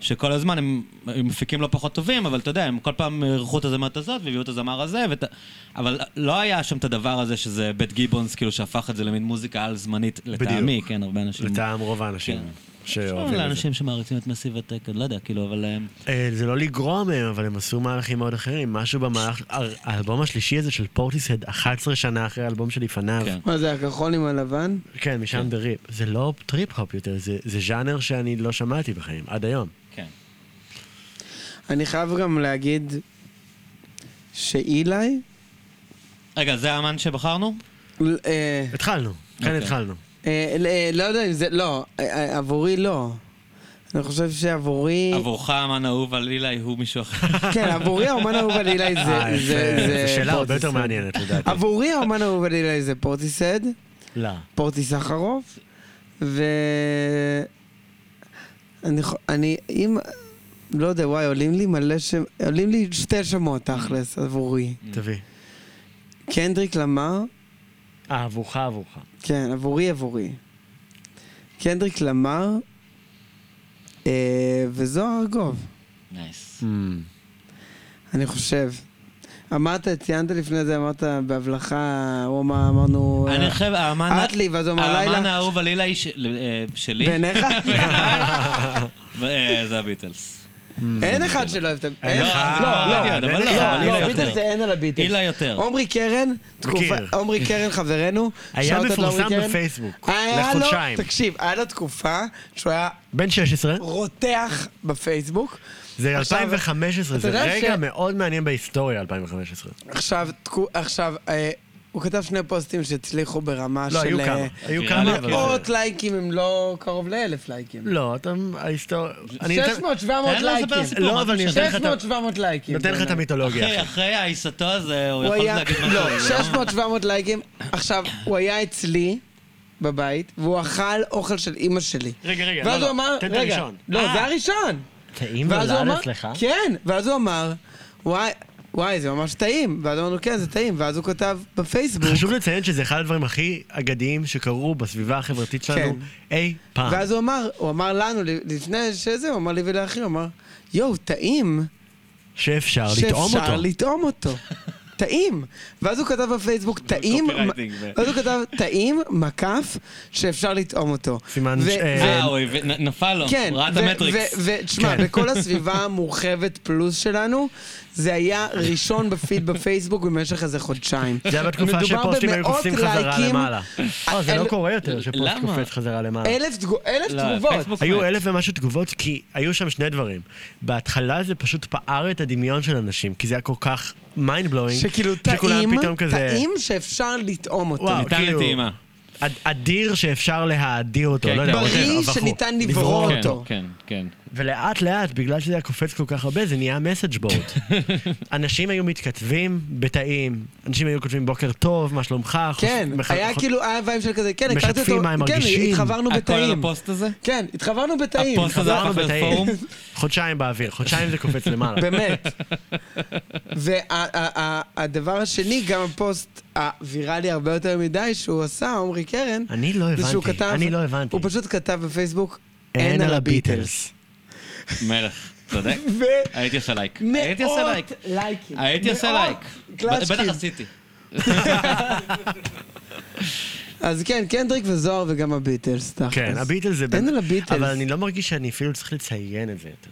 שכל הזמן הם הם מפיקים לא פחות טובים, אבל אתה יודע, הם כל פעם אירחו את הזמרת הזאת והביאו את הזמר הזה, ואת ה- אבל לא היה שם את הדבר הזה שזה בית גיבונס, כאילו שהפך את זה למין מוזיקה על זמנית, לטעמי, כן, הרבה אנשים...
לטעם רוב האנשים.
כן. לא
שאוהבים את זה.
לאנשים שמעריצים את מסי וטק, לא יודע, כאילו, אבל... אה,
אה, זה לא לגרוע מהם, אבל הם עשו מהלכים מאוד אחרים. משהו במהלך, הר- האלבום השלישי הזה של פורטיסד, 11 שנה אחרי האלבום שלפניו.
כן.
מה זה, הכחול עם הלבן?
כן, משם בריפ. זה לא טריפ-הופ יותר, זה זה ז'אנר שאני לא שמעתי בחיים, עד היום.
כן.
אני חייב גם להגיד שאילי,
רגע, זה האמן שבחרנו?
ל- אה,
התחלנו, כן
אוקיי.
התחלנו.
אה, ל- אה, לא יודע אם זה, לא, אה, אה, עבורי לא. אני חושב שעבורי...
עבורך האמן האהוב על אילי הוא מישהו אחר.
כן, עבורי האומן האהוב על אילי זה...
אה,
זה-
יפה.
זה
זו שאלה הרבה
פורטיסד.
יותר מעניינת לדעתי.
עבורי האומן האהוב על אילי זה פורטיסד,
לא.
פורטי סחרוף, ו... אני, חו- אני, אם, לא יודע, וואי, עולים לי מלא שם, עולים לי שתי שמות תכלס עבורי.
תביא.
קנדריק למר,
אה, עבורך, עבורך.
כן, עבורי עבורי. קנדריק למר, אה, וזוהר ארגוב,
נייס.
אני חושב. אמרת, ציינת לפני זה, אמרת בהבלחה, הוא אמר, אמרנו... אה,
אני חושב, האמן...
את לי, ואז הוא אמר,
האמן
לילה,
האהוב על אילי ש- אה, שלי,
בעיניך?
אה, זה הביטלס.
אין אחד שלא אוהב את ה... אין
לא,
אחד. לא,
לא,
לא,
אבל
אין
לא,
אחד.
אבל
לא,
אילי
ביטלס זה
יותר.
אין על הביטלס.
אילה יותר.
עמרי קרן, תקופה,
מכיר.
עמרי קרן חברנו,
היה
שאוט-אאוט לעמרי
מפורסם
קרן.
בפייסבוק,
היה לו,
לחודשיים.
תקשיב, היה לו תקופה שהוא היה
בן 16,
רותח בפייסבוק.
זה
עכשיו,
2015,
אתה
זה
יודע
רגע
ש-
מאוד מעניין בהיסטוריה, 2015.
עכשיו, תקו- עכשיו, אה, הוא כתב שני פוסטים שהצליחו ברמה
לא, היו
של...
כמה,
אה,
היו
נראה
כמה,
לי
אבל...
מאות לייקים, אם לא קרוב לאלף לייקים.
לא, אתה... ההיסטוריה... אני אתן-
600-700
תן לו לספר
לייקים.
סיפור,
לא,
מה
אבל
אתה
אני
משנה?
נותן לך את ה-
600-700 לייקים.
נותן לך את
בעיניי.
המיתולוגיה,
אחי,
אחי.
אחרי העיסתו הזה, הוא
הוא
יכול
היה,
להגיד משהו.
לא,
לא?
600-700 לייקים. עכשיו, הוא היה אצלי בבית, והוא אכל אוכל של אימא שלי.
רגע, רגע,
ואז
לא,
הוא
לא,
אמר,
תן את
רגע,
הראשון.
לא,
אה.
זה הראשון.
טעים
ואז הוא אמר, כן, ואז הוא אמר, וואי, וואי, זה ממש טעים. ואז אמרנו, כן, זה טעים. ואז הוא כתב בפייסבוק,
חשוב לציין שזה אחד הדברים הכי אגדיים שקרו בסביבה החברתית שלנו אי פעם.
כן. ואז הוא אמר, הוא אמר לנו, לפני שזה, הוא אמר לי ולאחי, הוא אמר, יואו, טעים.
שאפשר לטעום
שאפשר
אותו.
לטעום אותו. טעים. ואז הוא כתב בפייסבוק, טעים,
קופירייטינג ו-
ואז הוא כתב, טעים, מקף, שאפשר לטעום אותו.
סימן
ו-
ש-
ו-
אה, הוא הביא- נ- נפל לו,
כן,
הוא ראה את
ו-
המטריקס.
ו- ו- תשמע,
כן.
בכל הסביבה המורחבת פלוס שלנו, זה היה ראשון בפיד בפייסבוק במשך איזה חודשיים.
זה היה בתקופה
מדובר
שפוסטים היו
במאות
קופצים חזרה
לייקים.
למעלה. אה, זה
אל-
לא קורה יותר שפוסט
למה?
קופץ חזרה למעלה.
אלף תגו- אלף
לא,
תגובות.
פייסבוק
היו
מת.
אלף ומשהו תגובות, כי היו שם שני דברים. בהתחלה זה פשוט פער את הדמיון של אנשים, כי זה היה כל כך מיינד בלואינג,
שכאילו טעים,
שכולם פתאום כזה...
טעים שאפשר לטעום אותו.
וואו,
ניתן
כאילו,
לטעימה.
אד- אדיר שאפשר להאדיר אותו,
כן,
לא יודע,
כן.
whatever,
בריא
אבל
שניתן
אנחנו-
לברור
לברור.
כן,
אותו.
כן, כן.
ולאט לאט, בגלל שזה היה קופץ כל כך הרבה, זה נהיה מסאג' בורד. אנשים היו מתכתבים בתאים, אנשים היו כותבים בוקר טוב, מה שלומך, חוש-
כן,
מח-
היה
חוש-
כאילו, היה וייב של כזה, כן, הכרתי אותו,
משתפים מה הם
כן,
מרגישים.
התחברנו
אה, כל
בתאים.
הפוסט הזה?
כן, התחברנו בתאים.
הפוסט הזה
חזרנו
הפך להיות
בתאים.
פורום?
חודשיים באוויר, חודשיים זה קופץ למעלה.
באמת. והדבר השני, גם הפוסט הוויראלי הרבה יותר מדי שהוא עשה, עמרי קרן,
אני לא
זה שהוא
הבנתי,
כתב,
אני לא הבנתי.
הוא פשוט כתב בפייסבוק, אין על הביטלס.
מלך, צודק. הייתי עושה לייק. הייתי עושה
ומאות
לייק.
לייקים.
הייתי עושה
מאות
לייק.
קלאצ'קים.
בטח עשיתי.
אז כן, קנדריק וזוהר וגם הביטלס, תכלס.
כן, הביטלס זה...
אין על הביטלס.
אבל אני לא מרגיש שאני אפילו צריך לציין את זה יותר.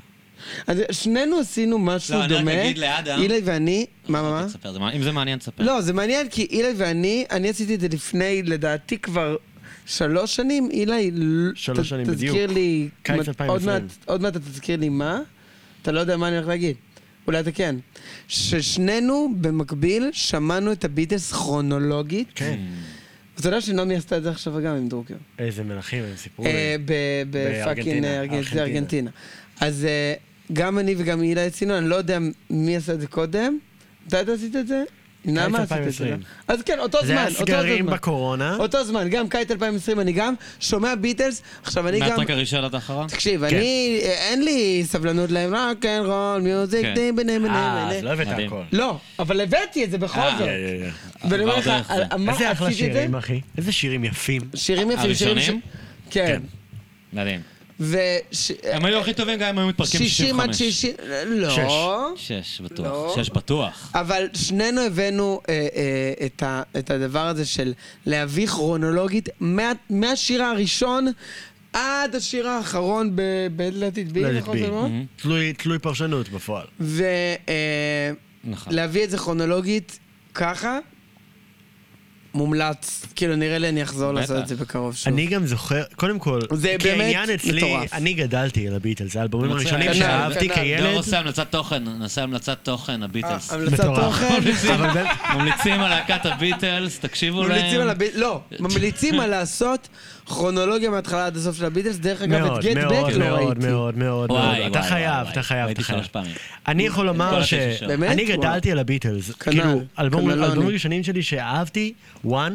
אז שנינו עשינו משהו
לא, אני רק
דומה.
אגיד לאדם-
אילי ואני, מה, מה, מה?
תספר, זה מע- אם זה מעניין, תספר.
לא, זה מעניין, כי אילי ואני, אני עשיתי את זה לפני, לדעתי כבר שלוש שנים. אילי, ל-
שלוש
ת-
שנים
תזכיר
בדיוק.
לי...
קיץ
עוד
2020.
מעט- עוד מעט אתה תזכיר לי מה? אתה לא יודע מה אני הולך להגיד. אולי אתה כן. ששנינו במקביל שמענו את הביטלס כרונולוגית.
כן.
אתה יודע שנעמי עשתה את זה עכשיו גם עם דרוקר.
איזה מלכים, הם סיפרו
אה,
לי.
ב- בפאקינג
בארגנטינה,
אה, ארגנ-
ארגנטינה.
זה ארגנטינה. אז אה, גם אני וגם הילה עשינו, אני לא יודע מי עשה את זה קודם. מתי אתה עשית את זה? נעמה עשית את זה.
2020.
אז כן, אותו
זה
זמן,
היה
אותו
סגרים
זמן.
בקורונה.
אותו זמן, גם קיץ 2020 אני גם שומע ביטלס, עכשיו אני גם...
מהטרק הראשון עד האחרון?
תקשיב,
כן.
אני, אה, אין לי סבלנות להם, רק אין רול, מיוזיק,
כן.
די בני בני
אה, אז לא
בני.
הבאת
מדהים.
הכל.
לא, אבל הבאתי את זה בכל
אה,
זאת.
יא, יא, יא.
ואני אומר
עבר
לך,
דרך זה.
על- מה
איזה אחלה
עשיתי את זה?
שירים, אחי. איזה שירים יפים.
שירים יפים, שירים...
הראשונים?
ש- כן.
מדהים.
כן.
וש...
הם היו הכי טובים גם אם היו מתפרקים
60 עד
65.
60, לא.
שש.
שש
לא.
בטוח. שש בטוח.
אבל שנינו הבאנו אה, אה, את, ה, את הדבר הזה של להביא כרונולוגית מה- מהשיר הראשון עד השיר האחרון ב-Bad Let It Be,
Let it
נכון
be.
זה מאוד?
לא תלוי- תלוי פרשנות בפועל.
נכון.
ולהביא אה, את זה כרונולוגית ככה, מומלץ. כאילו, נראה לי אני אחזור לעשות
בטח.
את זה בקרוב שוב.
אני גם זוכר, קודם כל,
זה
כי
באמת
העניין אצלי,
מטורף.
אני גדלתי על הביטלס, זה האלבומים
מצא-
הראשונים
כנ"ל,
שאהבתי
דור
כנ"ל.
כילד,
עושה המלצת תוכן, נעשה המלצת תוכן, הביטלס.
המלצת
מטורף.
תוכן.
אבל באמת-
ממליצים על להקת הביטלס, תקשיבו להם.
ממליצים על הביטלס, לא, ממליצים על לעשות כרונולוגיה מההתחלה עד הסוף של הביטלס, דרך אגב את
מאוד,
גט
מאוד,
בק לא
מאוד,
ראיתי.
מאוד, מאוד,
וואי,
מאוד.
וואי,
אתה
וואי,
חייב,
וואי.
אתה חייב, אתה
ראיתי
חייב.
שלוש פעמים.
אני יכול לומר
התשע
ש...
שם.
באמת?
אני
וואו.
גדלתי על הביטלס.
כנ"ל,
כאילו, אלבום-
כנ"ל
אלבומים
אני.
ראשונים שלי שאהבתי, one,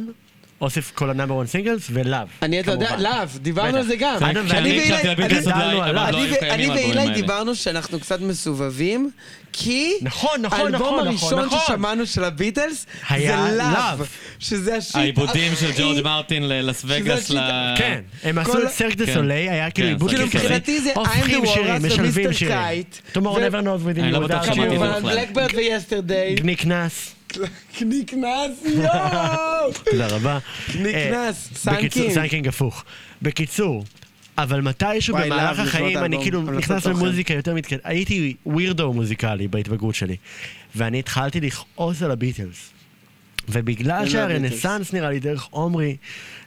אוסף כל הנאמבר 1 סינגלס, ולאב.
אני, אתה יודע, לאו, דיברנו
בטח.
על זה גם.
זה-
אני
זה-
ואני
ואילי-
הקשבתי לביטלס עוד
גדלנו
לא-
עליו.
אבל לא
אני
היו
ו- אני
קיימים הדברים
ואילי
האלה.
דיברנו שאנחנו קצת מסובבים, כי...
נכון, נכון, נכון,
האלבום
נכון,
הראשון
נכון.
ששמענו של הביטלס זה
היה
לאו,
Love.
שזה השיט
העיבודים של
הכי-
ג'ורג' מרטין ללאס וגאס ל...
השיט-
כן, הם עשו
כל-
את סרק דה
כן.
סולי, היה כאילו
כן,
עיבוד
כאילו,
קיצוני.
מבחינתי זה I'm
הופכים
the
שירים,
walrus
משלבים
ומיסטר
שירים.
Kite.
Tomorrow
ו-
never know with
אני
you
לא בטוח
without
שמעתי את זה
you.
כמובן,
בכלל.
בלקברד ויסטרדי,
נקנס.
נקנס, יואו!
תודה רבה.
נקנס,
אה,
סנקינג.
בקיצור, סנקינג הפוך. בקיצור, אבל מתישהו
וואי, להב,
במהלך
לקנות
החיים אני
אלבום,
כאילו
המלצות
נכנס
תוכן.
למוזיקה יותר מתקדמת, הייתי ווירדו מוזיקלי בהתבגרות שלי, ואני התחלתי לכעוס על הביטלס. ובגלל
למה
שהרנסאנס נראה לי דרך עומרי,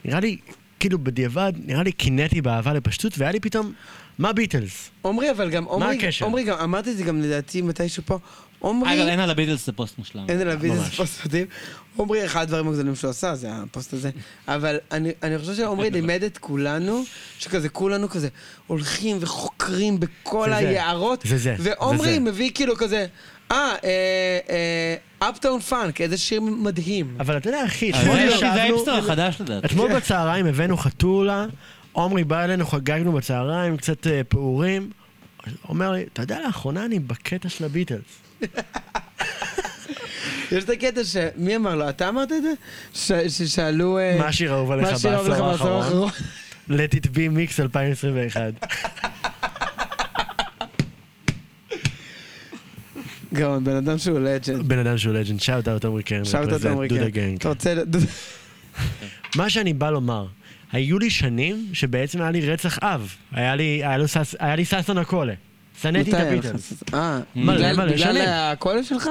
נראה לי, כאילו בדיעבד, נראה לי קינאתי באהבה לפשטות, והיה לי פתאום, מה ביטלס?
עומרי, אבל גם עומרי,
הקשר?
עומרי גם, אמרתי את זה גם לדעתי מתישהו פה, עומרי,
אגב, אין על הביטלס זה פוסט מושלם.
אוקיי. אין עליו ביזנס
ממש.
פוסט מדהים, עומרי, אחד הדברים הגדולים שהוא עשה זה הפוסט הזה, אבל אני אני חושב שעומרי לימד את כולנו, שכזה כולנו כזה הולכים וחוקרים בכל
זה זה.
היערות,
זה זה. זה
ועומרי
זה.
מביא כאילו כזה, אה, אפטאון פאנק, איזה שיר מדהים.
אבל אתה יודע, אחי,
אז
אתמול
אה,
אוקיי.
זה- זה
ישבנו-
האפסטור החדש לדעתי.
אתמול בצהריים הבאנו חתולה, עומרי בא אלינו, חגגנו בצהריים, קצת אה, פעורים. אומר לי, אתה יודע, לאחרונה אני בקטע של הביטלס.
יש את הקטע ש... מי אמר לו? אתה אמרת את זה? ש- ששאלו... אה,
מה השיר האהוב עליך
מה השיר האהוב
בעשור
עליך בעשור
האחרון?
האחרון?
Let it be mix 2021.
גאון, בן אדם שהוא לג'נד.
בן אדם שהוא לג'נד, שאוט אאוט עומרי קרן.
שאלת אותו
represent
אמרי
דודה
כן.
גנג.
אתה רוצה... ל-
מה שאני בא לומר, היו לי שנים שבעצם היה לי רצח אב. היה לי- היה לו סס- היה לי ששון הקולה. שנאתי את
מתי היה לך?
הביטלס.
אה,
מלא,
בגלל-
לא
מלא
בגלל
שנים.
הקול שלך?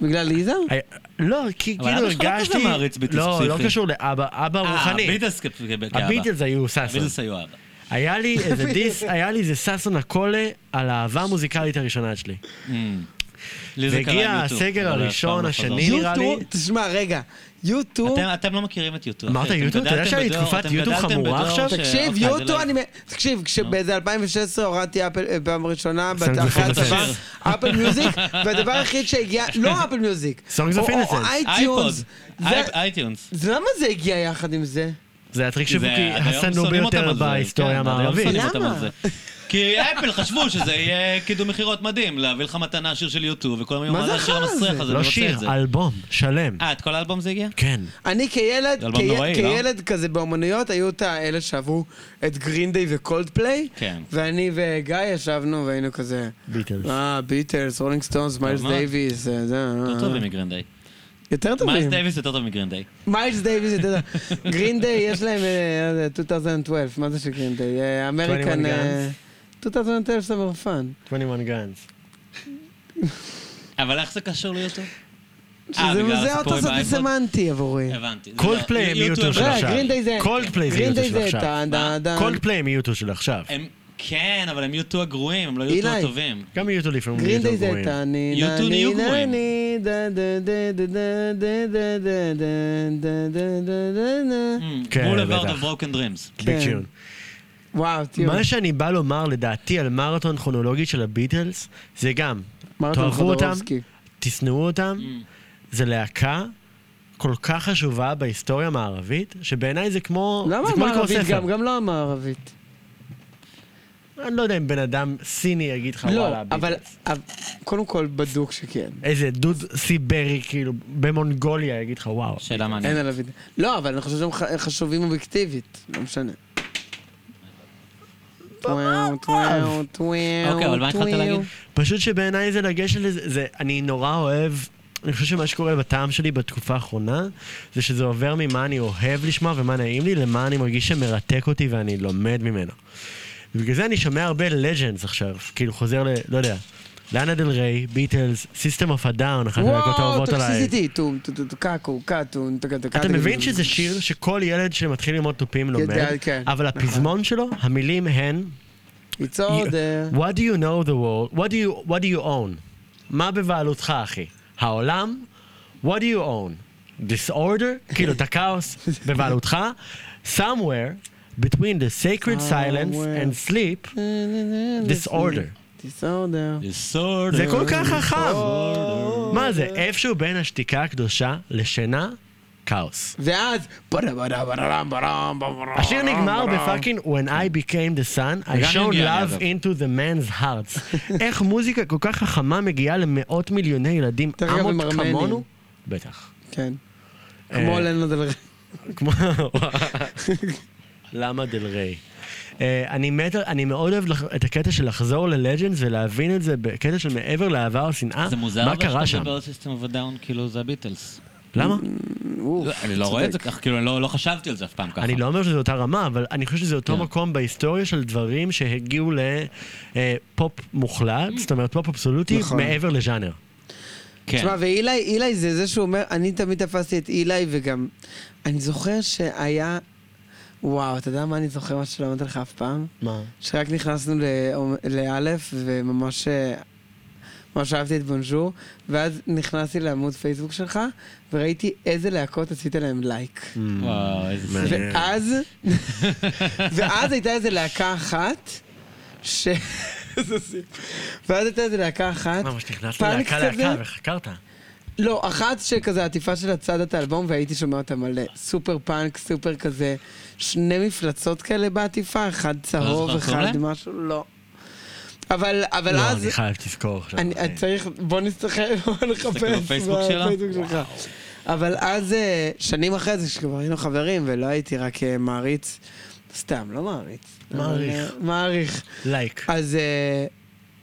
בגלל ליזה?
היה- לא, כי
אבל
כאילו
אבא שלך לא כזה
הרגשתי...
מעריץ ביטלס
לא, לא
פסיכי.
קשור לאבא, אבא
אה,
רוחני.
הביטלס כ- כאבא.
הביטלס היו ששון.
הביטלס היו אבא.
היה לי איזה דיס, היה לי איזה ששון הקולה על האהבה המוזיקלית הראשונה שלי.
לי זה קרה עם
והגיע
יוטיוב,
הסגר
אבל
הראשון,
אף פעם לא
השני
חזרתי.
נראה לי...
יוטו, תשמע, רגע. יוטו,
אתם- אתם לא מכירים את יוטיוב.
אמרת
אחי, אתם
יוטיוב? אתה יודע
גדלתם
שהיה לי
בדור-
תקופת
אתם
יוטיוב
גדלתם
חמורה
בדור
עכשיו?
ש-
תקשיב,
אוקיי, זה לא-
יוטו, אני... מ- תקשיב, כשבאיזה 2016 הורדתי אפל, אה, פעם ראשונה,
Songs of
אחרי הצבא,
Innocence.
אפל מיוזיק, והדבר היחיד שהגיע, לא אפל מיוזיק,
Songs of
או- או
אייפוד.
Innocence.
אייטיונס. זה-
אייפ- אייטיונס.
אז למה זה הגיע יחד עם זה?
זה הטריק
זה-
שיווקי
עד היום
השנוא
שונאים אותם
ביותר
על זה,
בהיסטוריה
כן, עד היום
המערבית.
שונאים אותם
למה?
על זה. כי אפל חשבו שזה יהיה קידום מכירות מדהים, להביא לך מתנה שיר של יוטיוב, וכל היום
מה
מה
זה
זה השיר
החרא הזה?
המסריח הזה, אני
לא
רוצה את זה.
שיר, אלבום שלם.
אה, את כל האלבום זה הגיע?
כן.
אני כילד,
זה אלבום
כיל-
נוראי, לא?
כילד כזה באומנויות, היו את האלה שעברו את גרינדיי וקולד פליי,
כן.
ואני וגיא ישבנו והיינו כזה,
ביטלס.
אה, ביטלס, רולינג סטונס, מיילס
מאוד.
דייוויס, אה, זה, אה,
נכון. יותר
אה.
טוב מגרנדיי.
יותר
מיילס
טובים.
דייוויס יותר טוב מגרנדיי.
מיילס דייוויס, אתה יודע. גרין דיי, יש להם אה, אה, 2012, מה זה של אה, גרין דיי? אמריקן...
21 Guns.
2012 סמר פאן.
21 גאנס.
אבל איך זה קשור ליוטיוב?
שזה
אה, בגלל
זה
הסיפור
אותו
עם
סרט
האייפוד?
סמנטי עבורי.
הבנתי. זה
קולד
לא-
פליי הם יוטיוב של
רגע,
עכשיו.
אה, גרין דיי זה...
קולד פליי זה
גרין אה.
מיוטו
דיי
של
זה
עכשיו.
טאן דאן דאן.
קולד פליי מיוטו של עכשיו.
הם- כן, אבל הם יוטיוב הגרועים, הם לא יוטיוב
אילי. כן,
הטובים.
גם מיוטו לפעמים אה,
גרין
מיוטו
דיי זה
גרועים.
טאן.
יו טו נהיו גרועים. Mm.
כן,
בולווארד
בטח.
of Broken Dreams.
ביג
כן.
שיון.
וואו, תראו.
מה שאני בא לומר לדעתי על מרתון כרונולוגי של הביטלס, זה גם,
מרתון
תאהבו אותם,
חודורובסקי.
תשנאו אותם, זה להקה כל כך חשובה בהיסטוריה המערבית, שבעיניי זה כמו...
למה
זה כמו לקרוא
המערבית
ספר.
גם? גם לא המערבית.
אני לא יודע אם בן אדם סיני יגיד לך
לא,
וואלה
אבל
הביטלס.
אבל- קודם כל בדוק שכן.
איזה דוד סיברי כאילו במונגוליה יגיד לך וואו.
שאלה
אין
מעניינת.
עליו וידאו. לא, אבל אני חושב שהם ח- חשובים אובייקטיבית, לא משנה. טוואו, טוואו, טוואו,
אוקיי, אבל מה התחלת
טוואו.
להגיד?
פשוט שבעיניי זה לגשת לזה, זה, אני נורא אוהב אני חושב שמה שקורה בטעם שלי בתקופה האחרונה, זה שזה עובר ממה אני אוהב לשמוע ומה נעים לי, למה אני מרגיש שמרתק אותי ואני לומד ממנו. ובגלל זה אני שומע הרבה לג'נדס עכשיו, כאילו חוזר ל... לא יודע. לאנה דל ריי, ביטלס, סיסטם אוף הדאון, אחת הלהקות האהובות עליי.
טוקסיסיטי, טום, טו, טו, טו, קקו, קטון, טו, טו,
אתה
קטו,
מבין
טו,
שזה שיר שכל ילד שמתחיל ללמוד תופים לומד,
יודע, כן,
אבל
נכון.
הפזמון שלו, המילים הן
It's order.
What do you know the world? What do you, what do you own? מה בבעלותך, אחי? העולם? What do you own? Disorder? כאילו, את הכאוס בבעלותך? Somewhere between the sacred silence and sleep, disorder.
Disorder.
Disorder.
זה כל כך חכם! מה זה? איפשהו בין השתיקה הקדושה לשינה, כאוס.
ואז... בדה, בדה, בדרם, בדרם, בדרם,
השיר נגמר
בדרם.
בפאקינג When I became the sun, I
וגם
showed
אינדיאני,
love
אגב.
into the man's hearts. איך מוזיקה כל כך חכמה מגיעה למאות מיליוני ילדים,
דרך אגב,
אמות
הם ארמנים.
כמונו? בטח.
כן. כמו
אה,
לנו דל...
כמו... למה דל ריי? אה, אני מת, על- אני מאוד אוהב לח- את הקטע של לחזור ללג'נדס ולהבין את זה בקטע של מעבר לאהבה או שנאה,
זה מוזר
מה
אבל
קרה
שאתה
שם?
מדבר על סיסטם אוף הדאון, כאילו זה הביטלס.
למה?
אוף,
לא, אני לא
צודק.
רואה את זה כך, כאילו אני לא לא חשבתי על זה אף פעם ככה.
אני לא אומר שזו אותה רמה, אבל אני חושב שזה אותו
כן.
מקום בהיסטוריה של דברים שהגיעו לפופ מוחלט, זאת אומרת פופ אבסולוטי,
נכון.
מעבר לז'אנר.
כן.
תשמע, ואילי, אילי זה זה שהוא אומר, אני תמיד תפסתי את אילי, וגם... אני זוכר שהיה... וואו, אתה יודע מה אני זוכר, מה שלא אמרתי לך אף פעם?
מה?
שרק נכנסנו לאומ- לאלף, וממש... אה, ממש אהבתי את בונז'ור, ואז נכנסתי לעמוד פייסבוק שלך, וראיתי איזה להקות עשית להם לייק. אה,
וואו, איזה
מעניין.
סיפור.
ואז, ואז הייתה איזה להקה אחת, ש... איזה סיפור. ואז הייתה איזה להקה אחת,
ממש נכנסת
פאנק
להקה
כזה?
להקה וחקרת.
לא, אחת שכזה עטיפה של הצד את האלבום והייתי שומע אותה מלא. סופר פאנק, סופר כזה, שני מפלצות כאלה בעטיפה, אחד צהוב,
זוכר איך
אחד
קוראים להם?
משהו, לא. אבל, אבל
לא,
אז...
אני חייב תזכור עכשיו. אה,
אני, אני צריך, בוא נסתכל, בוא נחפש
בפייסבוק שלה?
שלך. אבל אז, אה, שנים אחרי זה, שכבר היינו חברים, ולא הייתי רק אה, מעריץ, סתם, לא מעריץ.
מעריך.
אבל, אה, מעריך.
לייק.
אז, אה,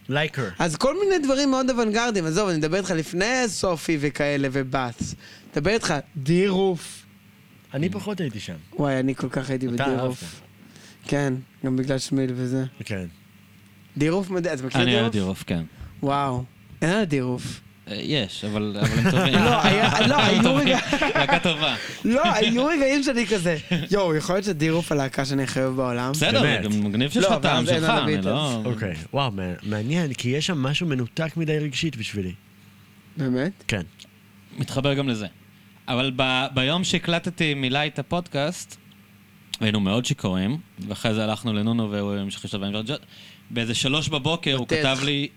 לייקר.
אז כל מיני דברים מאוד אוונגרדים, עזוב, אני מדבר איתך לפני סופי וכאלה ובץ. מדבר איתך, דירוף.
אני פחות הייתי שם.
וואי, אני כל כך הייתי
אתה
בדירוף.
אהבת.
כן, גם בגלל שמיל וזה.
כן.
דירוף מדהים, אתה מכיר
אני על
דירוף?
דירוף, כן.
וואו, אין על דירוף.
אה, יש, אבל אבל הם טובים.
לא, היה- לא, היו
טובים.
רגע-
להקה טובה.
לא, היו רגעים שאני כזה, יואו, יכול להיות שדירוף הלהקה שאני הכי אוהב בעולם?
בסדר,
באמת.
זה גם מגניב שיש
לא,
לך
אבל
טעם
זה
שלך,
אין על
אני לא...
הביטלס.
אוקיי. וואו, מע- מעניין, כי יש שם משהו מנותק מדי רגשית בשבילי.
באמת?
כן.
מתחבר גם לזה. אבל ב, ביום שהקלטתי מילה את הפודקאסט, היינו מאוד שיכורים, ואחרי זה הלכנו לנונו והוא המשיך לשלב עם ג'ורג'ה. באיזה שלוש בבוקר הוא
בטח.
כתב לי,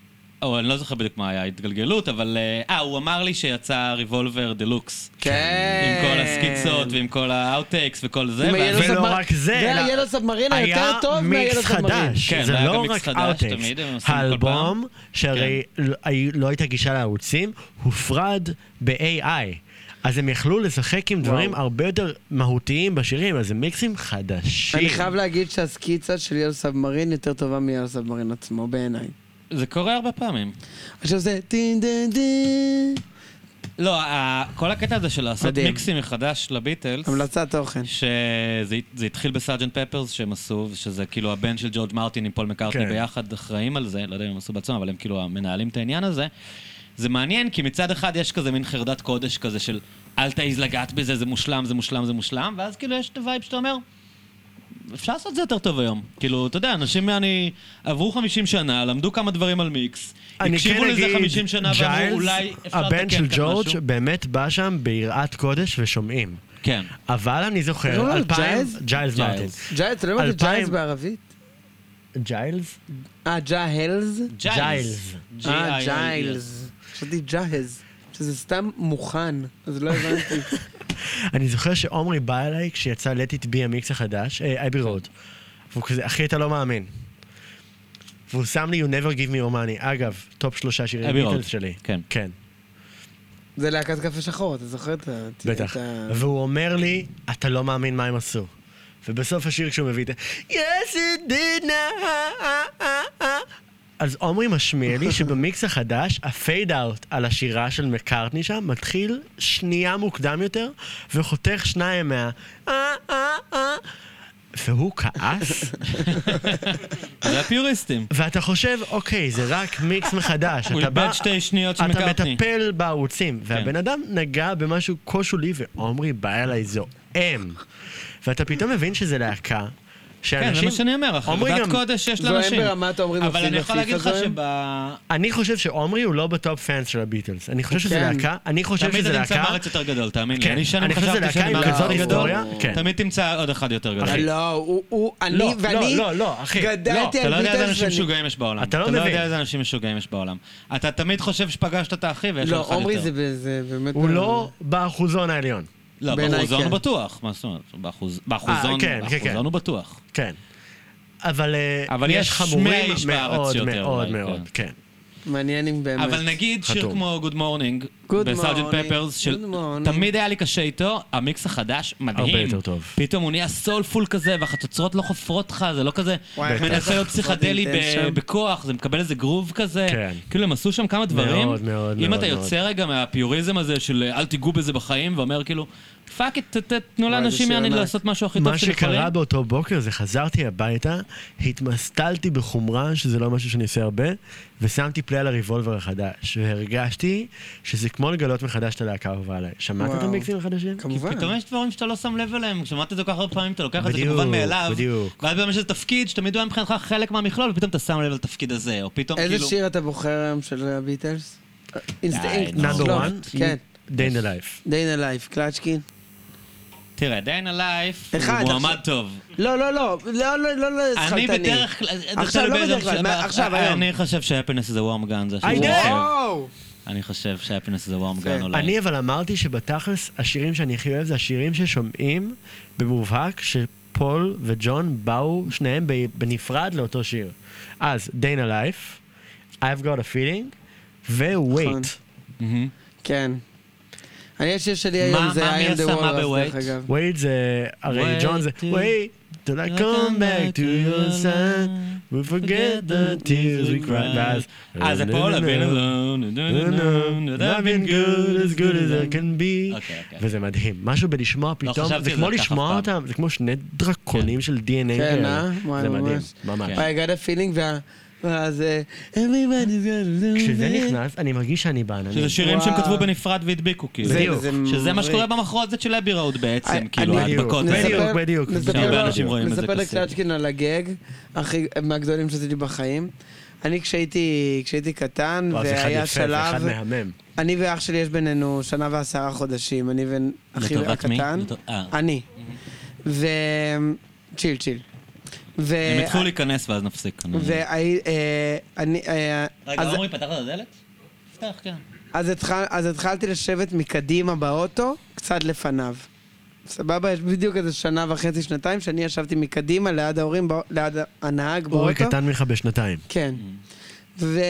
או אני לא זוכר בדיוק מה היה, התגלגלות, אבל... אה, אה, הוא אמר לי שיצא ריבולבר דה לוקס.
כן.
עם כל הסקיצות ועם כל האאוטטקס וכל זה.
עם
ואז-
ה-Yellow
ולא
סאבמר-
רק זה,
זה
אלא-
ה-Yellow Submarine
היה
היותר טוב מה-Yellow
מיקס
Submarine.
חדש,
כן,
זה
זה היה גם
לא
מיקס
רק
חדש,
אאוטקס.
תמיד הם עושים כל כן.
האלבום, שהרי לא- היו- לא הייתה גישה לערוצים, הופרד ב-AI. אז הם יכלו לשחק עם דברים הרבה יותר מהותיים בשירים, אז הם מיקסים חדשים.
אני חייב להגיד שהסקיצה של יאל סאבמרין יותר טובה מיאל סאבמרין עצמו בעיניי.
זה קורה הרבה פעמים.
עכשיו זה דין דין דין.
לא, ה- כל הקטע הזה של לעשות
מדהים.
מיקסים מחדש לביטלס.
המלצת תוכן.
שזה זה התחיל בסארג'נט פפרס שהם עשו, שזה כאילו הבן של ג'ורג' מרטין עם פול מקארטני
כן.
ביחד אחראים על זה, לא יודע אם הם עשו בעצמם, אבל הם כאילו מנהלים את העניין הזה. זה מעניין, כי מצד אחד יש כזה מין חרדת קודש כזה של אל תעז לגעת בזה, זה מושלם, זה מושלם, זה מושלם, ואז כאילו יש את הווייב שאתה אומר, אפשר לעשות את זה יותר טוב היום. כאילו, אתה יודע, אנשים, אני, עברו 50 שנה, למדו כמה דברים על מיקס,
אני
הקשיבו
כן
לזה
אגיד,
50 שנה ואמרו,
ג'יילס,
אולי אפשר לתקן
הבן של
כאן
ג'ורג'
משהו."
באמת בא שם ביראת קודש ושומעים.
כן.
אבל אני
קראו לו
זוכר, אלפיים...
ג'יילס?
ג'יילס מרטין.
לא, ג'יילס.
ג'יילס, אתה לא יודע
אלפיים-
ג'יילס בערבית?
ג'יילס?
אה, ג'הלס?
ג'יילס.
E
אה,
G-I-L-E-S.
ג'יילס. חשבתי ג'הז, שזה סתם מוכן, אז לא הבנתי.
אני זוכר שעומרי בא אליי כשיצא let it be המיקס החדש,
כן.
אייבי רוד. והוא כזה, אחי, אתה לא מאמין. והוא שם לי you never give me your money. אגב, טופ שלושה שירי
Abbey Road.
ביטלס שלי.
כן.
כן,
זה להקת קפה שחור, אתה זוכר את ה...
בטח.
את ה-
והוא אומר לי, אתה לא מאמין מה הם עשו. ובסוף השיר כשהוא מביא את ה... Yes it did not. אז עומרי משמיע לי שבמיקס החדש, הפייד אאוט על השירה של מקארטני שם מתחיל שנייה מוקדם יותר, וחותך שניים מה... אה, אה, אה. והוא כעס,
זה הפיוריסטים. כן,
ואתה חושב, אוקיי, זה רק מיקס מחדש.
הוא
אתה בא-
איבד שתי שניות כן. של
אתה
מקארטני.
מטפל בערוצים, והבן אדם נגע במשהו כה שולי, ועומרי בא אליי זועם. ואתה פתאום מבין שזה להקה, שאנשים...
כן, זה מה שאני אומר,
עומרי
חרדת
גם-
קודש יש
זוהם
לאנשים.
ברמת העומרים
אבל
מפסיד
אני יכול להגיד
לפיפ"א
לך
זוהם?
שב...
אני חושב שעומרי הוא לא בטופ פאנס של הביטלס. אני חושב שזה
כן.
להקה, אני חושב
תמיד
שזה
אתה נמצא
להקה...
בארץ יותר גדול, תאמין לי.
כן,
אני שנים
אני חושב שזה
חשבתי
להקה
שאני
עם
בארץ
כזאת
הכי גדול,
היסטוריה, כן.
תמיד תמצא עוד אחד יותר גדול.
אחי,
לא, הוא, הוא,
לא,
אני,
לא,
ואני...
לא, לא, אחי,
גדלתי
לא.
אתה לא
על
יודע איזה
ביטלס
אנשים
ואני...
משוגעים יש בעולם.
אתה לא
אתה לא
מבין.
יודע איזה אנשים משוגעים יש בעולם. אתה תמיד חושב שפגשת את האחי ויש לך
לא,
אחד
עומרי
יותר.
זה ב- זה באמת...
הוא לא באחוזון העליון.
לא,
בעיניי
באחוזון
כן.
הוא בטוח. מה זאת אומרת? באחוז-
אה,
באחוזון
כן, כן, כן.
באחוזון הוא בטוח.
כן. אבל, אה,
אבל יש
יש
100
חמורים
איש בארץ
מאוד
יותר,
מאוד
אולי,
מאוד, כן.
מעניין אם באמת.
אבל נגיד שיר
חתום.
כמו Good Morning,
Good
בסארג'נט
Morning,
פפרס, של
Good Morning.
תמיד היה לי קשה איתו, המיקס החדש מדהים.
הרבה יותר טוב.
פתאום הוא נהיה סולפול כזה, והחצוצרות לא חופרות לך, זה לא כזה
וואי, איך
מנסה להיות
אתה
פסיכדלי
ניתן
ב-
שם.
בכוח, זה מקבל איזה גרוב כזה.
כן.
כאילו הם עשו שם כמה דברים.
מאוד, מאוד,
אם
מאוד,
אתה
מאוד.
יוצא רגע מהפיוריזם הזה של אה, אל תיגעו בזה בחיים, ואומר כאילו, פאק איט, ת- ת- תנו
וואי, זה
לאנשים
שיר
יעני
ענק.
לעשות משהו הכי טוב
מה
שהם יכולים.
שקרה באותו בוקר זה חזרתי הביתה, התמסטלתי בחומרה, שזה לא משהו שאני עושה הרבה, ושמתי פליי על הריבולבר החדש, והרגשתי שזה כמו לגלות מחדש את הלהקה האהובה עליי. שמעת את
וואו.
המיקסים החדשים?
כמובן.
פתאום יש דברים שאתה לא שם לב אליהם, שמעת את זה כל כך הרבה פעמים, אתה לוקח את זה
בדיוק,
כמובן מאליו,
בדיוק.
ואז באמת שזה תפקיד שתמיד הוא היה מבחינתך חלק מהמכלול, ופתאום אתה שם לב לתפקיד הזה, או פתאום כאילו...
איזה שיר אתה בוחר היום של הביטלס? אינסטינקט.
נו.
אה, Number
לא,
one?
כן.
Day in the Life.
דיין אלייב, קלצ'קין.
תראה, דיין אלייף
אחד,
הוא
עכשיו-
מועמד טוב.
לא, לא, לא, לא, לא, לא, לא,
אני
שכלתני.
בדרך כלל... זה
עכשיו,
תלוי
לא
באיזה-
בדרך כלל, מה- עכשיו, היום. כן.
אני חושב שהפינס זה וורם גן, זה
I
השיר שהוא
know!
חושב.
וואו!
אני חושב שהפינס זה וורם
יפה.
גן אולי.
אני אבל אמרתי שבתכלס, השירים שאני הכי אוהב זה השירים ששומעים במובהק, שפול וג'ון באו שניהם ב- בנפרד לאותו שיר. אז, Day in the Life, I've got a feeling,
נכון.
ו-Wait.
מהמם.
כן. אני השיר שלי היום
מה-
זה
מה, מי
I am
עשה
the
מה
walrus, דרך
ב-Wait?
אגב.
וייד זה, הרי
Wait
ג'ון זה,
to-
wait till I come back to your side, we forget the tears we cried. Ah, ואז,
אה, זה פה, לבין
I've been good as good as I can be.
אוקיי, אוקיי.
וזה מדהים, משהו בלשמוע פתאום,
חשבתי
לא, זה
על
כמו
זה ככה
לשמוע
אף פעם.
אותם, זה כמו שני דרקונים של DNA
כן,
כאלה.
אה? וואי,
זה מדהים,
ממש.
ממש.
כן.
I got a feeling וה... ואז... אה, Everybody's got a
כשזה נכנס, אני מרגיש שאני בעננים.
שזה שירים שהם
וואו.
כתבו בנפרד והדביקו, כאילו.
זה-
בדיוק.
זה
שזה מה
מבריק.
שקורה במחרוזת של אבי ראוד בעצם,
אני-
כאילו,
אני-
ההדבקות.
בדיוק,
האלה.
נספר-
בדיוק.
נספר
הרבה
לו-
אנשים רואים את זה
נספר
כסרט.
לקלצ'קין על הגג, הכי, מהגדולים שעשיתי בחיים. אני כשהייתי, כשהייתי קטן,
וואו, זה אחד
והיה
יפה, זה אחד
שלב,
מהמם.
אני ואח שלי יש בינינו שנה ועשרה חודשים, אני ואחי
לטובת מי?
הקטן.
לטוב- אה. Mm-hmm.
אני. ו... צ'יל, צ'יל. ו...
הם יתחילו להיכנס ואז נפסיק. אני-
והי- אה, אני... אה,
רגע,
אז-
עומרי פתח את הדלת? פתח, כן.
אז, התחל, אז התחלתי לשבת מקדימה באוטו, קצת לפניו. סבבה? יש בדיוק איזה שנה וחצי, שנתיים, שאני ישבתי מקדימה ליד ההורים, בא, ליד הנהג באוטו.
אורי קטן ממך בשנתיים.
כן. ו...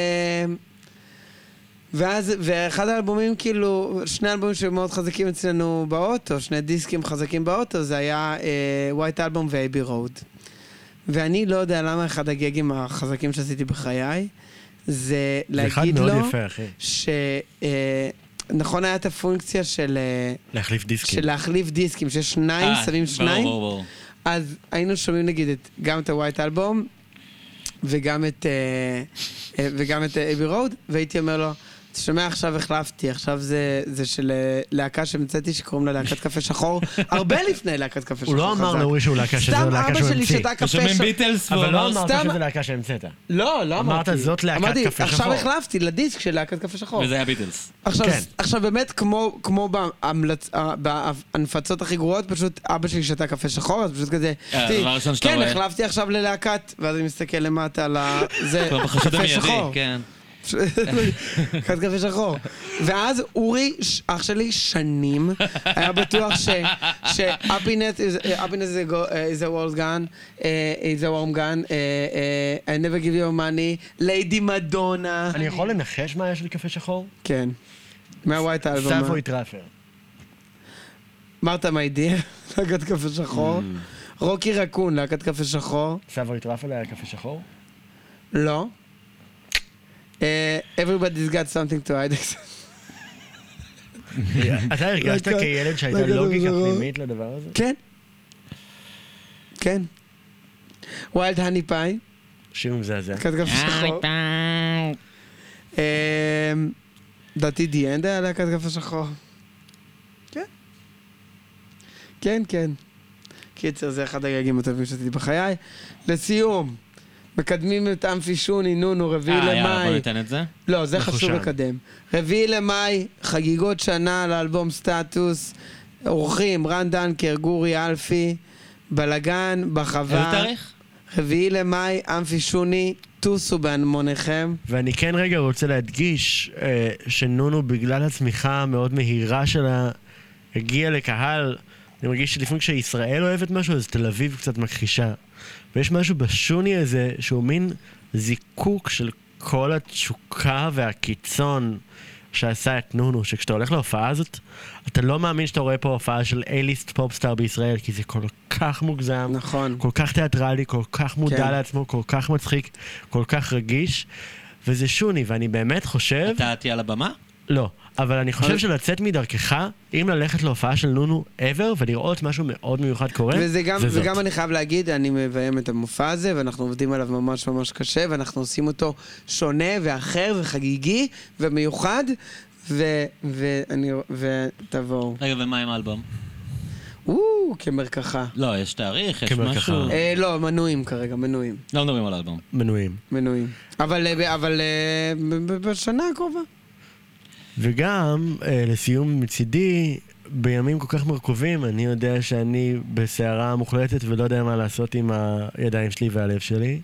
ואז, ואחד האלבומים, כאילו, שני אלבומים שהיו מאוד חזקים אצלנו באוטו, שני דיסקים חזקים באוטו, זה היה אה, ווייט אלבום ואייבי רוד. ואני לא יודע למה אחד הגגים החזקים שעשיתי בחיי, זה
זה אחד
להגיד
מאוד
לו,
יפה, אחי.
שנכון היה את הפונקציה של, אה,
להחליף דיסקים.
של להחליף דיסקים, שיש שניים,
אה,
שמים
ברור,
שניים,
ברור, ברור.
אז היינו שומעים נגיד את, גם את הווייט אלבום, וגם את אה, אה, וגם את אבי רוד, והייתי אומר לו, אתה שומע עכשיו החלפתי, עכשיו זה, זה של אה, להקה שהמצאתי שקוראים לה להקת קפה שחור, הרבה לפני להקת קפה
הוא
שחור.
לא אמר
חזק.
לאורי שהוא להקה שזה
סתם
להקה
אבא
שהוא
שלי
המציא.
שתה קפה
ושומעים
ש-
ביטלס, והוא
אבל לא
אמר...
אמרת
סתם-
שזה להקה שהמצאת.
לא, לא
אמרת,
אמרתי.
"זאת להקת
אמרתי,
קפה
עכשיו
שחור".
החלפתי לדיסק של להקת קפה שחור.
וזה היה ביטלס.
עכשיו,
כן.
עכשיו באמת, כמו, כמו בהמלצ... אה, בהנפצות הכי גרועות, פשוט אבא שלי שתה קפה שחור, אז פשוט כזה...
אה,
"תראי,
הדבר הראשון שאתה
כן,
רואה."
החלפתי עכשיו ללהקת, ואז אני מסתכל למטה על ה... זה,
כבר בחשוד
קפה
המיידי,
שחור.
כן.
קצת קפה שחור. ואז אורי, ש- אח שלי, שנים, היה בטוח ש... ש-happiness is- happiness is a go- is a world gun, uh, is a warm gun, uh, uh, I never give you money, ליידי מדונה.
אני יכול לנחש מה יש לי קפה שחור?
כן. מהווייט האלבום.
סבוי טראפר.
מרתה מיידיר, להקת קפה שחור. רוקי רקון, להקת קפה שחור.
סבוי טראפר היה קפה שחור?
לא. אה, Everybody's got something to hide.
אתה הרגשת
לקח-
כילד שהייתה
לקח את
לוגיקה
הדבר.
פנימית לדבר הזה?
כן. כן. ווילד האני פאי,
שיר מזעזע.
קטקף
אה,
השחור. אמ, לדעתי דיאנד היה להקת כף השחור. כן. כן, כן. קיצר, זה אחד הגגים הטובים שעשיתי בחיי. לסיום, מקדמים את אמפי שוני, נונו, רביעי
אה, יאללה, בוא
למאי.
ניתן את זה.
לא, זה
אנחנו
חשוב
שם.
לקדם. רביעי למאי, חגיגות שנה לאלבום סטטוס. אורחים, רן דנקר, גורי אלפי, בלגן,
איזה
בחווה.
תאריך?
רביעי למאי, אמפי שוני, טוסו בהמוניכם.
ואני כן רגע רוצה להדגיש אה, שנונו, בגלל הצמיחה המאוד מהירה שלה, הגיע לקהל, אני מרגיש שלפעמים כשישראל אוהבת משהו, אז תל אביב קצת מכחישה. ויש משהו בשוני הזה, שהוא מין זיקוק של כל התשוקה והקיצון שעשה את נונו, שכשאתה הולך להופעה הזאת, אתה לא מאמין שאתה רואה פה הופעה של אייליסט פופסטאר בישראל, כי זה כל כך מוגזם.
נכון.
כל כך תיאטרלי, כל כך מודע
כן.
כן. לעצמו, כל כך מצחיק, כל כך רגיש, וזה שוני, ואני באמת חושב,
אתה תהיה על הבמה?
לא, אבל אני
אבל-
חושב שלצאת מדרכך, אם ללכת להופעה של נונו ever ולראות משהו מאוד מיוחד קורה,
וזה גם,
זה זאת.
וגם אני חייב להגיד, אני מביים את המופע הזה, ואנחנו עובדים עליו ממש ממש קשה, ואנחנו עושים אותו שונה ואחר וחגיגי ומיוחד, ו... ואני... ותבואו.
רגע, ומה עם האלבום? אה.
וואו, כמרקחה.
לא, יש תאריך, יש
כמרקחה.
משהו.
אה, לא, מנויים כרגע, מנויים.
לא מדברים על האלבום.
מנויים.
מנויים. אבל, אה, אבל אה, ב- ב- בשנה הקרובה.
וגם, אה, לסיום מצידי, בימים כל כך מורכבים, אני יודע שאני בסערה מוחלטת ולא יודע מה לעשות עם הידיים שלי והלב שלי.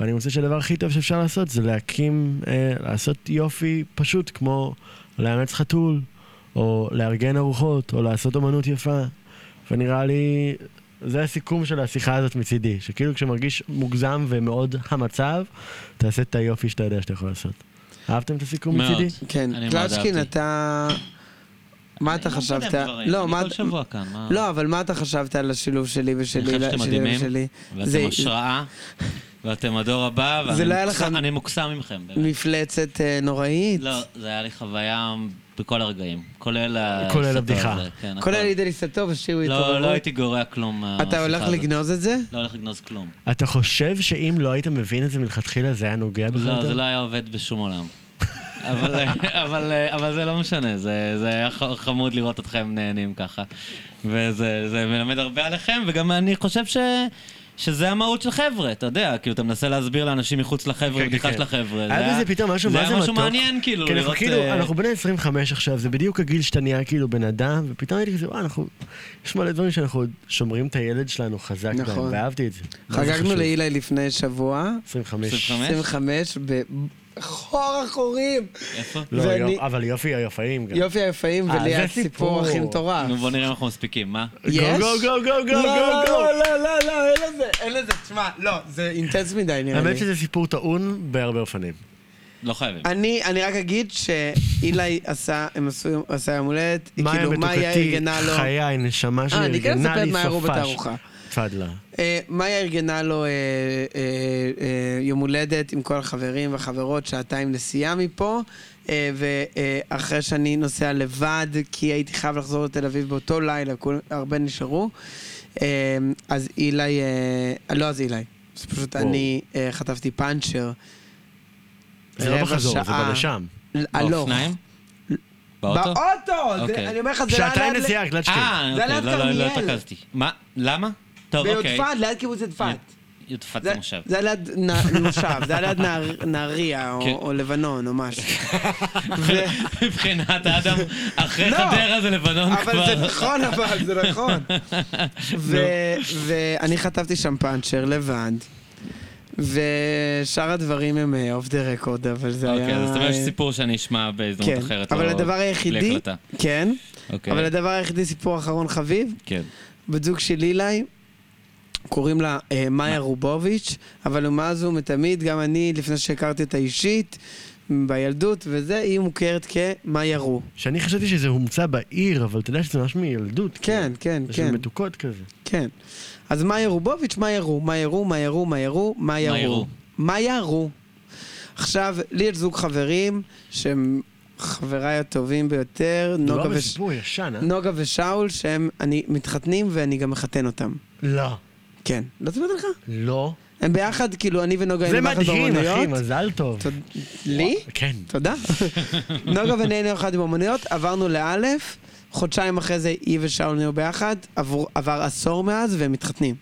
ואני מוצא שהדבר הכי טוב שאפשר לעשות זה להקים, אה, לעשות יופי פשוט כמו לאמץ חתול, או לארגן ארוחות, או לעשות אומנות יפה. ונראה לי, זה הסיכום של השיחה הזאת מצידי, שכאילו כשמרגיש מוגזם ומאוד המצב, תעשה את היופי שאתה יודע שאתה יכול לעשות. אהבתם את הסיכום
מאוד.
מצידי?
כן.
אני מאוד
קלצ'קין,
אהבתי.
אתה... מה אתה
אני לא
חשבת?
מקדם דברים,
לא, מה...
אני כל שבוע כאן, מה...
לא, אבל מה אתה חשבת על השילוב שלי ושלי?
חושב שאתם
שלי
מדהימים.
ושלי? זה-
ואתם השראה, ואתם הדור הבא,
זה לא היה
ואני
לך-
מוקסם- אני מוקסם מכם, באמת.
מפלצת אה, נוראית.
לא, זה היה לי חוויה בכל הרגעים, כולל ה...
כולל
הסרטון
הבדיחה.
הזה, כן, הכל.
כולל לידי ליסתו ושירו איתו.
לא, לא הייתי גורע כלום מהשיחה
אתה הולך
הזאת.
לגנוז את זה?
לא הולך לגנוז כלום.
אתה חושב שאם לא היית מבין את זה מלכתחילה זה היה נוגע בך?
לא,
יותר?
זה לא היה עובד בשום עולם. אבל, אבל, אבל זה לא משנה, זה, זה היה ח- חמוד לראות אתכם נהנים ככה. וזה זה מלמד הרבה עליכם, וגם אני חושב ש, שזה המהות של חבר'ה, אתה יודע, כאילו, אתה מנסה להסביר לאנשים מחוץ לחבר'ה,
כן,
בדיחה
כן.
של החבר'ה. זה
היה בזה פתאום משהו, מה זה מתוק?
זה היה משהו מעניין, כאילו,
כן, אנחנו
לראות...
כאילו,
אה,
אנחנו בני 25 עכשיו, זה בדיוק הגיל שאתה נהיה כאילו בן אדם, ופתאום הייתי כזה, וואי, אנחנו... יש מלא דברים שאנחנו עוד שומרים את הילד שלנו חזק בהם,
נכון.
ואהבתי את זה. מה זה
חגגנו
חשוב?
לאילי לפני שבוע,
25.
25?
25, בחור החורים.
איפה?
לא,
ואני-
יופ- אבל יופי היופאים גם.
יופי היפאים
אה,
וליד
זה
סיפור
סיפור.
הכי
לא.
מטורף.
נו, בוא נראה אם אנחנו מספיקים, מה?
גו,
יש?
גו, גו, גו, גו,
לא,
גו,
לא,
גו.
לא, לא, לא, לא, אין לזה, אין לזה, תשמע, לא, זה אינטנס מדי נראה לי.
האמת שזה סיפור טעון בהרבה אופנים.
לא חייבים.
אני, אני רק אגיד שאילי עשה, הם עשו, עשה יום הולדת,
מאיה
כאילו, מאיה
מתוקתי,
ארגנה לו,
חיי, נשמה שלי,
אה, אני כן
ארגנה
אספר את
לי
מה הראו
סופש.
בתערוכה.
תפאדלה.
אה, מאיה ארגנה לו אה, אה, אה, יום הולדת עם כל החברים והחברות, שעתיים נסיעה מפה, אה, ואחרי שאני נוסע לבד, כי הייתי חייב לחזור לתל אביב באותו לילה, כול, הרבה נשארו, אה, אז אילי, אה, לא אז אילי, זה פשוט
וואו.
אני אה, חטפתי פאנצ'ר.
זה לא
רבע
בחזור, זה
שעה.
בלשם. לא.
הלוך.
באופניים? אה, לא. באוטו?
באוטו! זה-
אוקיי.
אני אומר לך, זה היה
שעתיים
ליד-
נסיעה, רק גלצ'קין.
אה,
זה
אוקיי,
ליד
לא, לא, לא
כרמיאל.
התרכזתי. מה? למה? טוב, אוקיי.
ביודפת, ליד קיבוץ יודפת.
יודפת
זה
זה מושב.
זה היה ליד נ- מושב, זה היה ליד נהר- נהריה או-
כן.
או לבנון או משהו. ו-
מבחינת אדם, אחרי
לא,
חדרה זה לבנון
אבל זה
כבר.
נכון, אבל זה נכון. ו- ואני חטפתי שם פאנצ'ר לבד, ושאר הדברים הם אה, אוף דה רקורד, אבל זה היה...
אוקיי, אז זאת אומרת סיפור שאני אשמע בהזדמנות
כן,
אחרת.
אבל
לא-
הדבר
בלי
היחידי,
החלטה.
כן,
אוקיי,
אבל הדבר היחידי, סיפור אחרון חביב,
כן.
בת זוג של לילי, קוראים לה אה, מאיה רובוביץ', אבל מאז ומתמיד, גם אני, לפני שהכרתי אותה אישית, בילדות וזה, היא מוכרת כמאיה רו.
שאני חשבתי שזה הומצא בעיר, אבל אתה יודע שזה ממש מילדות.
כן, כן,
כאילו. זה
כן,
של מתוקות כזה.
כן. אז מאיה רובוביץ', מאיה רו, מאיה רו, מאיה רו, מאיה רו, מאיה
מאיה
רו.
רו.
מאיה רו. עכשיו, לי יש זוג חברים שהם חבריי הטובים ביותר, נוגה,
מדובר
וש...
לא בסיפור ישן, אה?
נוגה ושאול, שהם אני מתחתנים ואני גם מחתן אותם.
לא.
כן. לא סיפרתי לך?
לא.
הם ביחד, כאילו, אני ונוגה
זה
היינו ביחד
מדהים, אחי,
באומנויות.
מזל טוב.
תוד- לי?
כן.
תודה. נוגה ואני היינו יחד עם אמנויות, עברנו לאלף, חודשיים אחרי זה היא ושאול נהיו ביחד, עבור, עבר עשור מאז והם מתחתנים.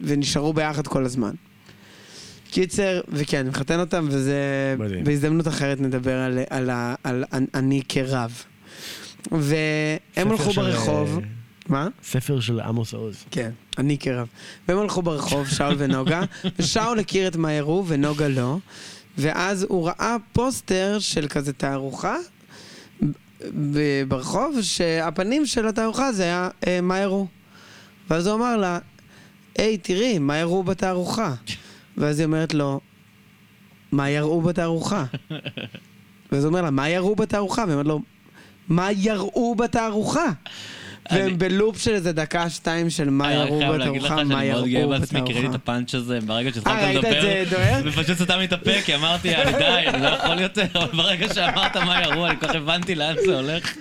ונשארו ביחד כל הזמן. קיצר, וכן, אני מחתן אותם, וזה...
מדהים.
בהזדמנות אחרת נדבר על, על, ה- על, על אני כרב. והם
ספר
הלכו
של,
ברחוב...
אה,
מה?
ספר של עמוס עוז.
כן, אני כרב. והם הלכו ברחוב, שאול ונוגה, ושאול הכיר את מאירו ונוגה לא, ואז הוא ראה פוסטר של כזה תערוכה ב- ברחוב, שהפנים של התערוכה זה היה אה, מאירו. ואז הוא אמר לה, היי, תראי, מה יראו בתערוכה? ואז היא אומרת לו, מה יראו בתערוכה? ואז הוא אומר לה, מה יראו בתערוכה? והיא אומרת לו, מה יראו בתערוכה?
אני-
והם בלופ של איזה דקה, שתיים של מה יראו
אני חייב להגיד לך
בתערוכה, מה
שאני מאוד גאה
יראו
בעצמי, כי ראיתי את
בתערוכה.
הפאנץ' הזה, ברגע שהתחלת
אה, ראית את
לדבר,
זה דוהר?
ופשוט סתם לי את הפה, כי אמרתי, "אה, די, אני לא יכול יותר, אבל ברגע שאמרת מה ירו, אני כל כך הבנתי לאן זה הולך,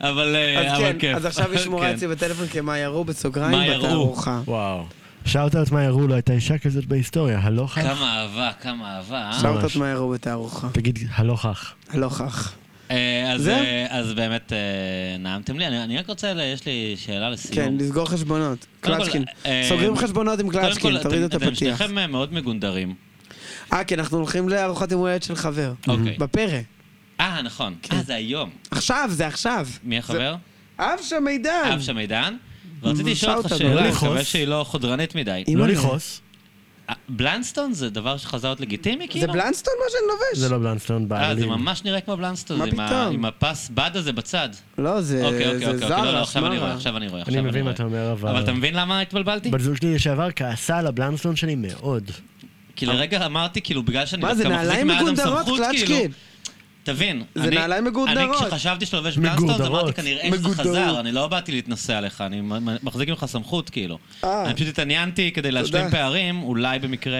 אבל אה,
אז
אבל
כן,
כיף.
אז עכשיו היא שמורה
כן.
אצלי בטלפון כמה יראו
מה
בסוגריים
יראו?
בתערוכה.
וואו. שאלת את מה יראו, לא הייתה אישה כזאת בהיסטוריה, הלוך אח?
כמה אהבה, כמה אהבה, אה?
שאלת מה יראו בתערוכה. לא
תגיד, הלוך אח.
הלוך אח.
אה, אז,
זהו.
אה, אז באמת אה, נעמתם לי, אני, אני רק רוצה, ל- יש לי שאלה
כן,
לסיום.
לסגור חשבונות.
לא. קודם כל,
קלצ'קין.
אה,
סוגרים חשבונות עם
קודם
קלצ'קין,
כל,
תוריד את
אתם- אתם
הפתיח.
שניכם אה, מאוד מגונדרים.
אה, כי אנחנו הולכים לארוחת יום הולדת של חבר.
אוקיי.
בפרא.
אה, נכון.
כן.
אה, זה היום.
עכשיו, זה עכשיו.
מי החבר?
אב שם מידן.
אב שמידן? ורציתי לשאול אותך
שאוט-אוט,
שאלה,
לא
אני
לכעוס.
מקווה שהיא לא חודרנית מדי.
אם
לא
אני-
לכעוס,
אה, בלנסטון זה דבר שחזר להיות לגיטימי, כאילו?
זה בלנסטון מה שאני לובש?
זה לא בלנסטון
אה, זה
בעלים.
ממש נראה כמו בלנסטון,
מה
עם ה-
פתאום?
עם הפס בד הזה בצד.
לא, זה
אוקיי, אוקיי,
זה
אוקיי, אוקיי, לא, לא,
זרה,
עכשיו אני רואה,
שמרה.
עכשיו אני רואה, עכשיו
אני
אני
מבין מה
רואה.
אתה אומר, אבל...
אבל אתה מבין למה התבלבלתי?
בת זוג שלי לשעבר כעסה על הבלנסטון שלי מאוד.
כי לרגע אמרתי, כאילו, בגלל שאני
מה, זה
דווקא מחזיק
נעליים
מאדם
מגונדרות,
סמכות, כאילו,
קלצ'קין?
תבין,
זה
אני-
נעליים מגודרות.
אני כשחשבתי שאתה לובש בלנסטון, אז אמרתי
מגודרות.
כנראה שזה
מגודרות.
חזר, אני לא באתי להתנסה עליך, אני מ- מ- מחזיק ממך סמכות, כאילו.
אה.
אני פשוט התעניינתי כדי להשלים
תודה.
פערים, אולי במקרה...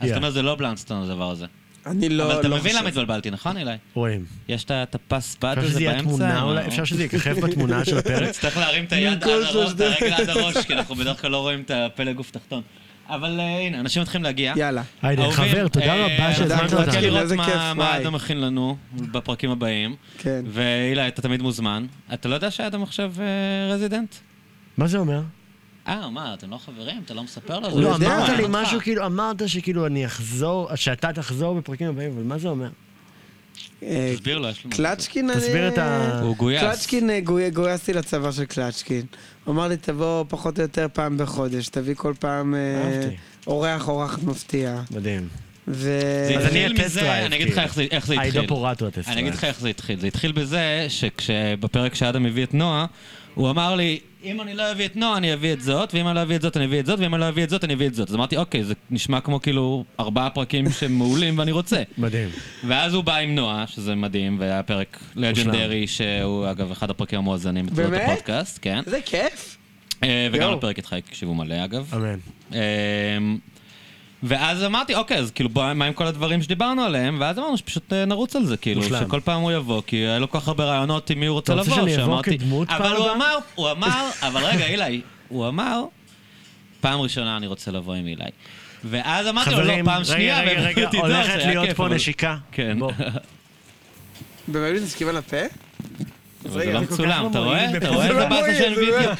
אז אתה
יא.
אומר, זה לא בלנסטון הדבר הזה.
אני לא
אבל אתה
לא
מבין
חושב.
למה התבלבלתי, נכון, אילי?
רואים.
יש את ה- את הפס בד
אפשר
הזה
שזה יהיה
באמצע?
תמונה אולי,
או-
אפשר שזה יככב בתמונה של הפרק?
נצטרך להרים את היד על
מכל
הראש, את
שלושת-
הרגל עד הראש, כי אנחנו בדרך כלל לא רואים את הפלג גוף תחתון. אבל אה, הנה, אנשים מתחילים להגיע.
יאללה.
היידה,
אהובים,
חבר, תודה
אה,
רבה שהזמנת
אנחנו נחכה
קלצ'קין,
אותנו.
לראות
איזה
מה-
כיף,
מה
וואי.
אדם מכין לנו בפרקים הבאים.
כן.
והילה, אתה תמיד מוזמן. אתה לא יודע שאדם עכשיו אה, רזידנט?
מה זה אומר?
אה, מה, אתם לא חברים? אתה לא מספר לו?
לא,
יודע,
אמרת לי
אותך.
משהו, כאילו, אמרת שכאילו אני אחזור, שאתה תחזור בפרקים הבאים, אבל מה זה אומר?
אה,
תסביר לו, יש לנו...
קלצ'קין, אני...
תסביר את ה...
הוא גויס.
קלצ'קין, אה, גוי- גויסתי לצבא של קלצ'קין. הוא אמר לי, תבוא פחות או יותר פעם בחודש, תביא כל פעם אה,
אהבתי.
אורח אורחת מפתיעה.
מדהים.
ו...
זה
אז אני
התחיל
הטסט
מזה,
דרייב,
אני אגיד לך
כאילו.
איך זה- איך זה התחיל.
עאידה פורטו הטסט
אני אגיד
דרייב.
לך איך זה התחיל. זה התחיל בזה שכשבפרק שאדם הביא את נועה, הוא אמר לי, אם אני לא אביא את נועה, אני אביא את זאת, ואם אני לא אביא את זאת, אני אביא את זאת, ואם אני לא אביא את זאת, אני אביא את זאת. אז אמרתי, אוקיי, זה נשמע כמו כאילו ארבעה פרקים שמעולים ואני רוצה.
מדהים.
ואז הוא בא עם נועה, שזה מדהים, והיה פרק לג'נדרי, שהוא אגב אחד הפרקים המואזנים בתולדות
באמת?
הפודקאסט, כן.
זה כיף!
אה, וגם
יואו.
הפרק איתך הקשיבו מלא, אגב.
אמן.
אמ, ואז אמרתי, אוקיי, אז כאילו, בוא, מה עם כל הדברים שדיברנו עליהם? ואז אמרנו שפשוט אה, נרוץ על זה, כאילו,
מושלם.
שכל פעם הוא יבוא, כי היה לו כל כך הרבה רעיונות עם מי הוא רוצה
אתה
לבוא,
רוצה שאני אבוא
שאמרתי-
כדמות פעם
אבל הוא
הבאה?
אמר, הוא אמר, אבל רגע, אילי, הוא אמר, פעם ראשונה אני רוצה לבוא עם אילי. ואז אמרתי לו, לא,
חברים,
פעם שנייה,
רגע, רגע,
ובאמת,
רגע,
תדע, זה
הולכת
היה
להיות
כיף,
פה
אבל-
נשיקה.
כן.
בוא.
באמת מתעסקים על הפה?
אבל זה
רגע,
לא
אני
כל כך
מצולם,
לא
אתה
מועיל
רואה? אתה
בפרק.
רואה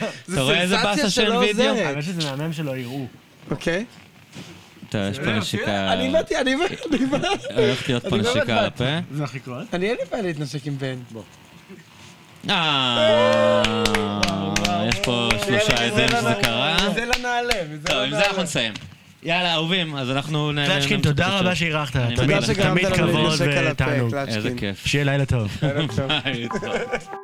זה
איזה
לא
באסה של וידאו? אתה רואה איזה
מועיל, זה לא- סנסציה
באסה של
שלא
וידאו?
עוזרת.
האמת שזה מהמם שלא יראו.
אוקיי.
אתה, יש פה נשיקה... אה,
אני באתי, אני באתי, אני באתי.
הולכת להיות פה
אני באמת
נשיקה על
באתי.
הפה.
זה הכי קרוב.
אני אין לי בעיה להתנשק עם בן.
אה, יש פה שלושה עדים
זה
שזה
לא
קרה.
נעלה, מזה לא נעלה, מזה
טוב,
לא
עם זה אנחנו
נעלה.
נסיים. יאללה, אהובים, אז אנחנו נ...
קלצ'קין,
נמשיך
תודה
את
רבה
השיר.
שהירחת.
אני
תמיד
מודה
תודה
לך.
שגרמת
תמיד
לנו
כבוד
להתנשק על הפה,
ותענוג.
קלצ'קין.
איזה כיף.
שיהיה לילה טוב.
ערב טוב.
ביי, תודה.